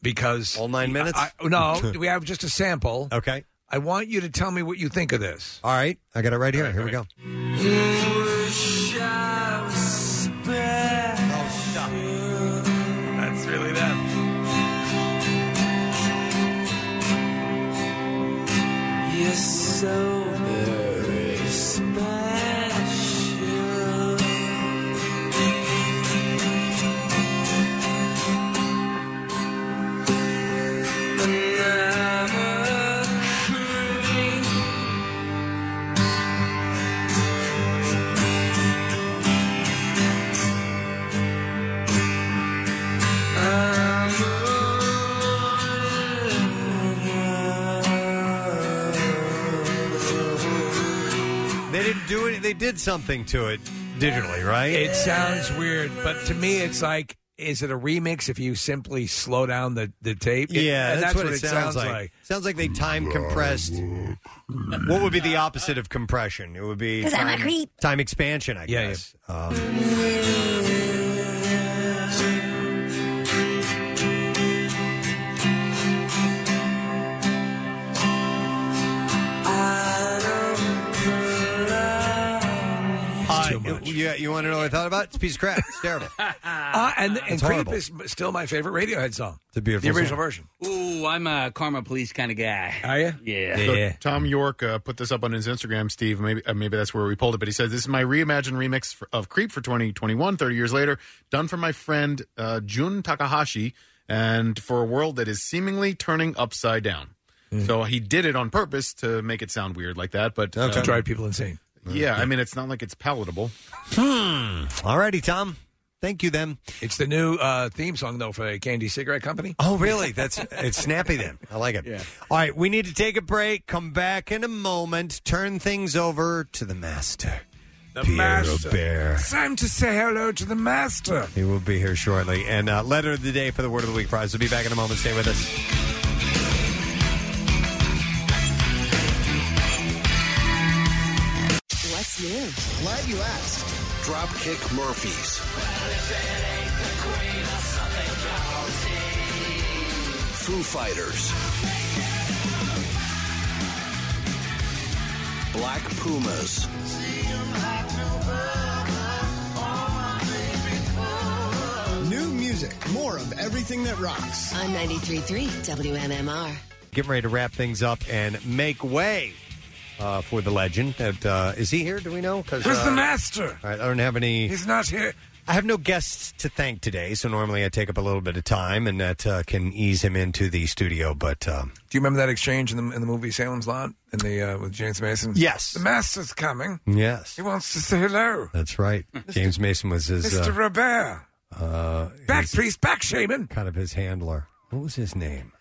[SPEAKER 4] because all
[SPEAKER 1] nine minutes.
[SPEAKER 4] no, we have just a sample.
[SPEAKER 1] Okay,
[SPEAKER 4] I want you to tell me what you think of this.
[SPEAKER 1] All right, I got it right here. here we go.
[SPEAKER 5] Oh, stop.
[SPEAKER 4] That's really them.
[SPEAKER 5] You're so very special.
[SPEAKER 1] they, they did something to it digitally, right?
[SPEAKER 4] It sounds weird, but to me, it's like, is it a remix if you simply slow down the, the tape? It-
[SPEAKER 1] Yeah,
[SPEAKER 4] and
[SPEAKER 1] that's, what, it sounds, like. Sounds like they time compressed. what would be the opposite of compression? It would be
[SPEAKER 4] 'Cause I'm a
[SPEAKER 1] time,
[SPEAKER 4] creep.
[SPEAKER 1] time expansion, I
[SPEAKER 4] Yeah,
[SPEAKER 1] guess. Um, I- yeah, Uh, you want to know what I thought about? It's a piece of crap. It's terrible.
[SPEAKER 4] Uh, and and
[SPEAKER 1] It's
[SPEAKER 4] Creep
[SPEAKER 1] horrible.
[SPEAKER 4] is still my favorite Radiohead song.
[SPEAKER 1] It's a beautiful
[SPEAKER 4] The original
[SPEAKER 1] song.
[SPEAKER 4] version.
[SPEAKER 6] Ooh, I'm a Karma Police kind of guy.
[SPEAKER 4] Are you?
[SPEAKER 6] Yeah.
[SPEAKER 3] So Tom York uh, put this up on his Instagram, Steve. Maybe uh, maybe that's where we pulled it, but he says this is my reimagined remix for, of Creep for 2021, 30 years later, done for my friend uh, Jun Takahashi, and for a world that is seemingly turning upside down. So he did it on purpose to make it sound weird like that, but
[SPEAKER 4] Oh, To
[SPEAKER 3] um,
[SPEAKER 4] drive people insane.
[SPEAKER 3] Yeah, I mean it's not like it's palatable.
[SPEAKER 1] Hmm. All righty, Tom. Thank you, then.
[SPEAKER 4] It's the new uh, theme song, though, for the Candy Cigarette Company.
[SPEAKER 1] Oh, really? That's it's snappy then. I like it. All right, we need to take a break. Come back in a moment. Turn things over to the master,
[SPEAKER 4] The
[SPEAKER 1] Pierre
[SPEAKER 4] master.
[SPEAKER 1] Bear.
[SPEAKER 4] It's time to say hello to the master.
[SPEAKER 1] He will be here shortly. And uh, letter of the day for the word of the week prize. We'll be back in a moment. Stay with us.
[SPEAKER 17] What's new?
[SPEAKER 11] Glad you asked. Dropkick Murphys. Foo Fighters. Black Pumas.
[SPEAKER 21] New music, more of everything that rocks.
[SPEAKER 17] On 93.3 WMMR.
[SPEAKER 1] Getting ready to wrap things up and make way uh, for the legend. That uh, is he here? Do we know? Because
[SPEAKER 4] Where's the master?
[SPEAKER 1] I don't have any.
[SPEAKER 4] He's not here.
[SPEAKER 1] I have no guests to thank today, so normally I take up a little bit of time, and that uh, can ease him into the studio. But um,
[SPEAKER 4] Do you remember that exchange in the, in the movie Salem's Lot in the uh, with James Mason?
[SPEAKER 1] Yes.
[SPEAKER 4] The master's coming.
[SPEAKER 1] yes,
[SPEAKER 4] He wants to say hello.
[SPEAKER 1] that's right. James Mason was his
[SPEAKER 4] Mr.
[SPEAKER 1] uh,
[SPEAKER 4] Robert.
[SPEAKER 1] uh,
[SPEAKER 4] Back priest, back shaman.
[SPEAKER 1] Kind of his handler. What was his name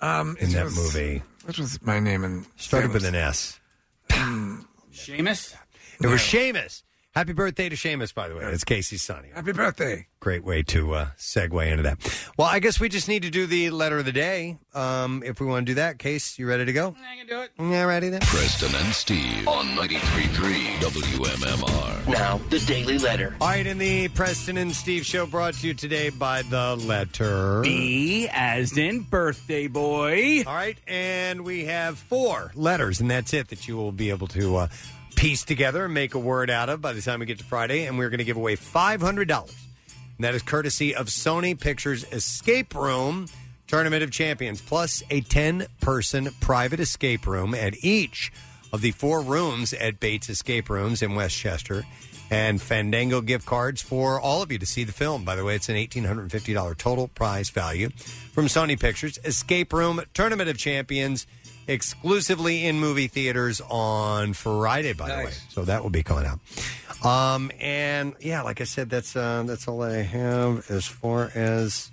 [SPEAKER 4] Um,
[SPEAKER 1] in
[SPEAKER 4] it
[SPEAKER 1] that
[SPEAKER 4] was-
[SPEAKER 1] movie?
[SPEAKER 4] What was hmm. my name? And
[SPEAKER 1] started with an S.
[SPEAKER 6] Seamus?
[SPEAKER 1] It was Seamus. Happy birthday to Seamus, by the way. It's Casey's son.
[SPEAKER 4] Happy birthday.
[SPEAKER 1] Great way to uh, segue into that. Well, I guess we just need to do the letter of the day. Um, if we want to do that, Case, you ready to go? I can do it. Yeah, ready then.
[SPEAKER 20] Preston and Steve on 93.3 WMMR.
[SPEAKER 11] Now, the Daily Letter.
[SPEAKER 1] All right, in the Preston and Steve show brought to you today by the letter
[SPEAKER 6] B, as in birthday boy.
[SPEAKER 1] All right, and we have four letters, and that's it that you will be able to uh, piece together and make a word out of by the time we get to Friday. And we're going to give away $500. And that is courtesy of Sony Pictures Escape Room Tournament of Champions, plus a 10 person private escape room at each of the four rooms at Bates Escape Rooms in Westchester. And Fandango gift cards for all of you to see the film. By the way, it's an $1,850 total prize value from Sony Pictures Escape Room Tournament of Champions, exclusively in movie theaters on Friday, by the way. So that will be coming out. Um, and yeah, like I said, that's uh, that's all I have as far as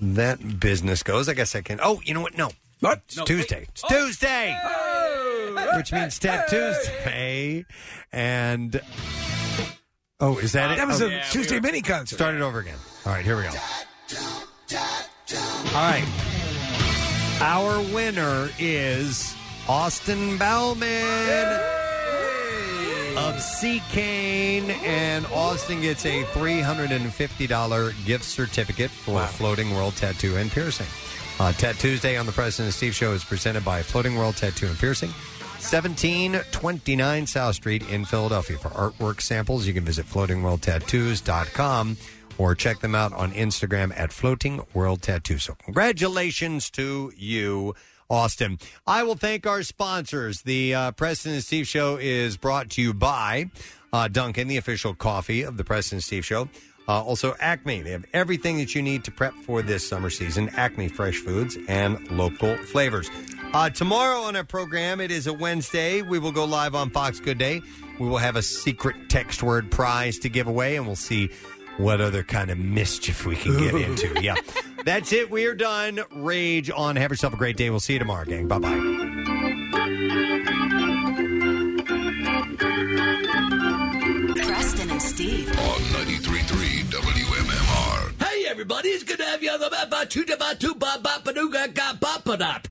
[SPEAKER 1] that business goes. I guess I can. Oh, you know what? No, what? It's Tuesday. It's Tuesday,
[SPEAKER 4] Oh,
[SPEAKER 1] which means Tap Tuesday, and oh, is that it?
[SPEAKER 4] Uh, That was
[SPEAKER 1] Oh.
[SPEAKER 4] a Yeah, Tuesday we were- mini concert.
[SPEAKER 1] Start it over again. All right, here we go. All right, our winner is Austin Bauman of Sea Cane, and Austin gets a $350 gift certificate for Floating World Tattoo and Piercing. Uh, Tattoos Day on the President and Steve Show is presented by Floating World Tattoo and Piercing, 1729 South Street in Philadelphia. For artwork samples, you can visit floatingworldtattoos.com or check them out on Instagram at Floating World Tattoo. So, congratulations to you. Austin. I will thank our sponsors. The uh, Preston and Steve Show is brought to you by uh, Duncan, the official coffee of the Preston and Steve Show. Uh, also, Acme. They have everything that you need to prep for this summer season. Acme Fresh Foods and local flavors. Uh, tomorrow on our program, it is a Wednesday. We will go live on Fox Good Day. We will have a secret text word prize to give away, and we'll see what other kind of mischief we can get into. Yeah. That's it. We are done. Rage on. Have yourself a great day. We'll see you tomorrow, gang. Bye bye.
[SPEAKER 8] Thank you.
[SPEAKER 5] everybody. It's good to have you on the map. Ba- Tuda ba- tu- ba- ba- ba- doo- ga- ga- ba- ba- dop.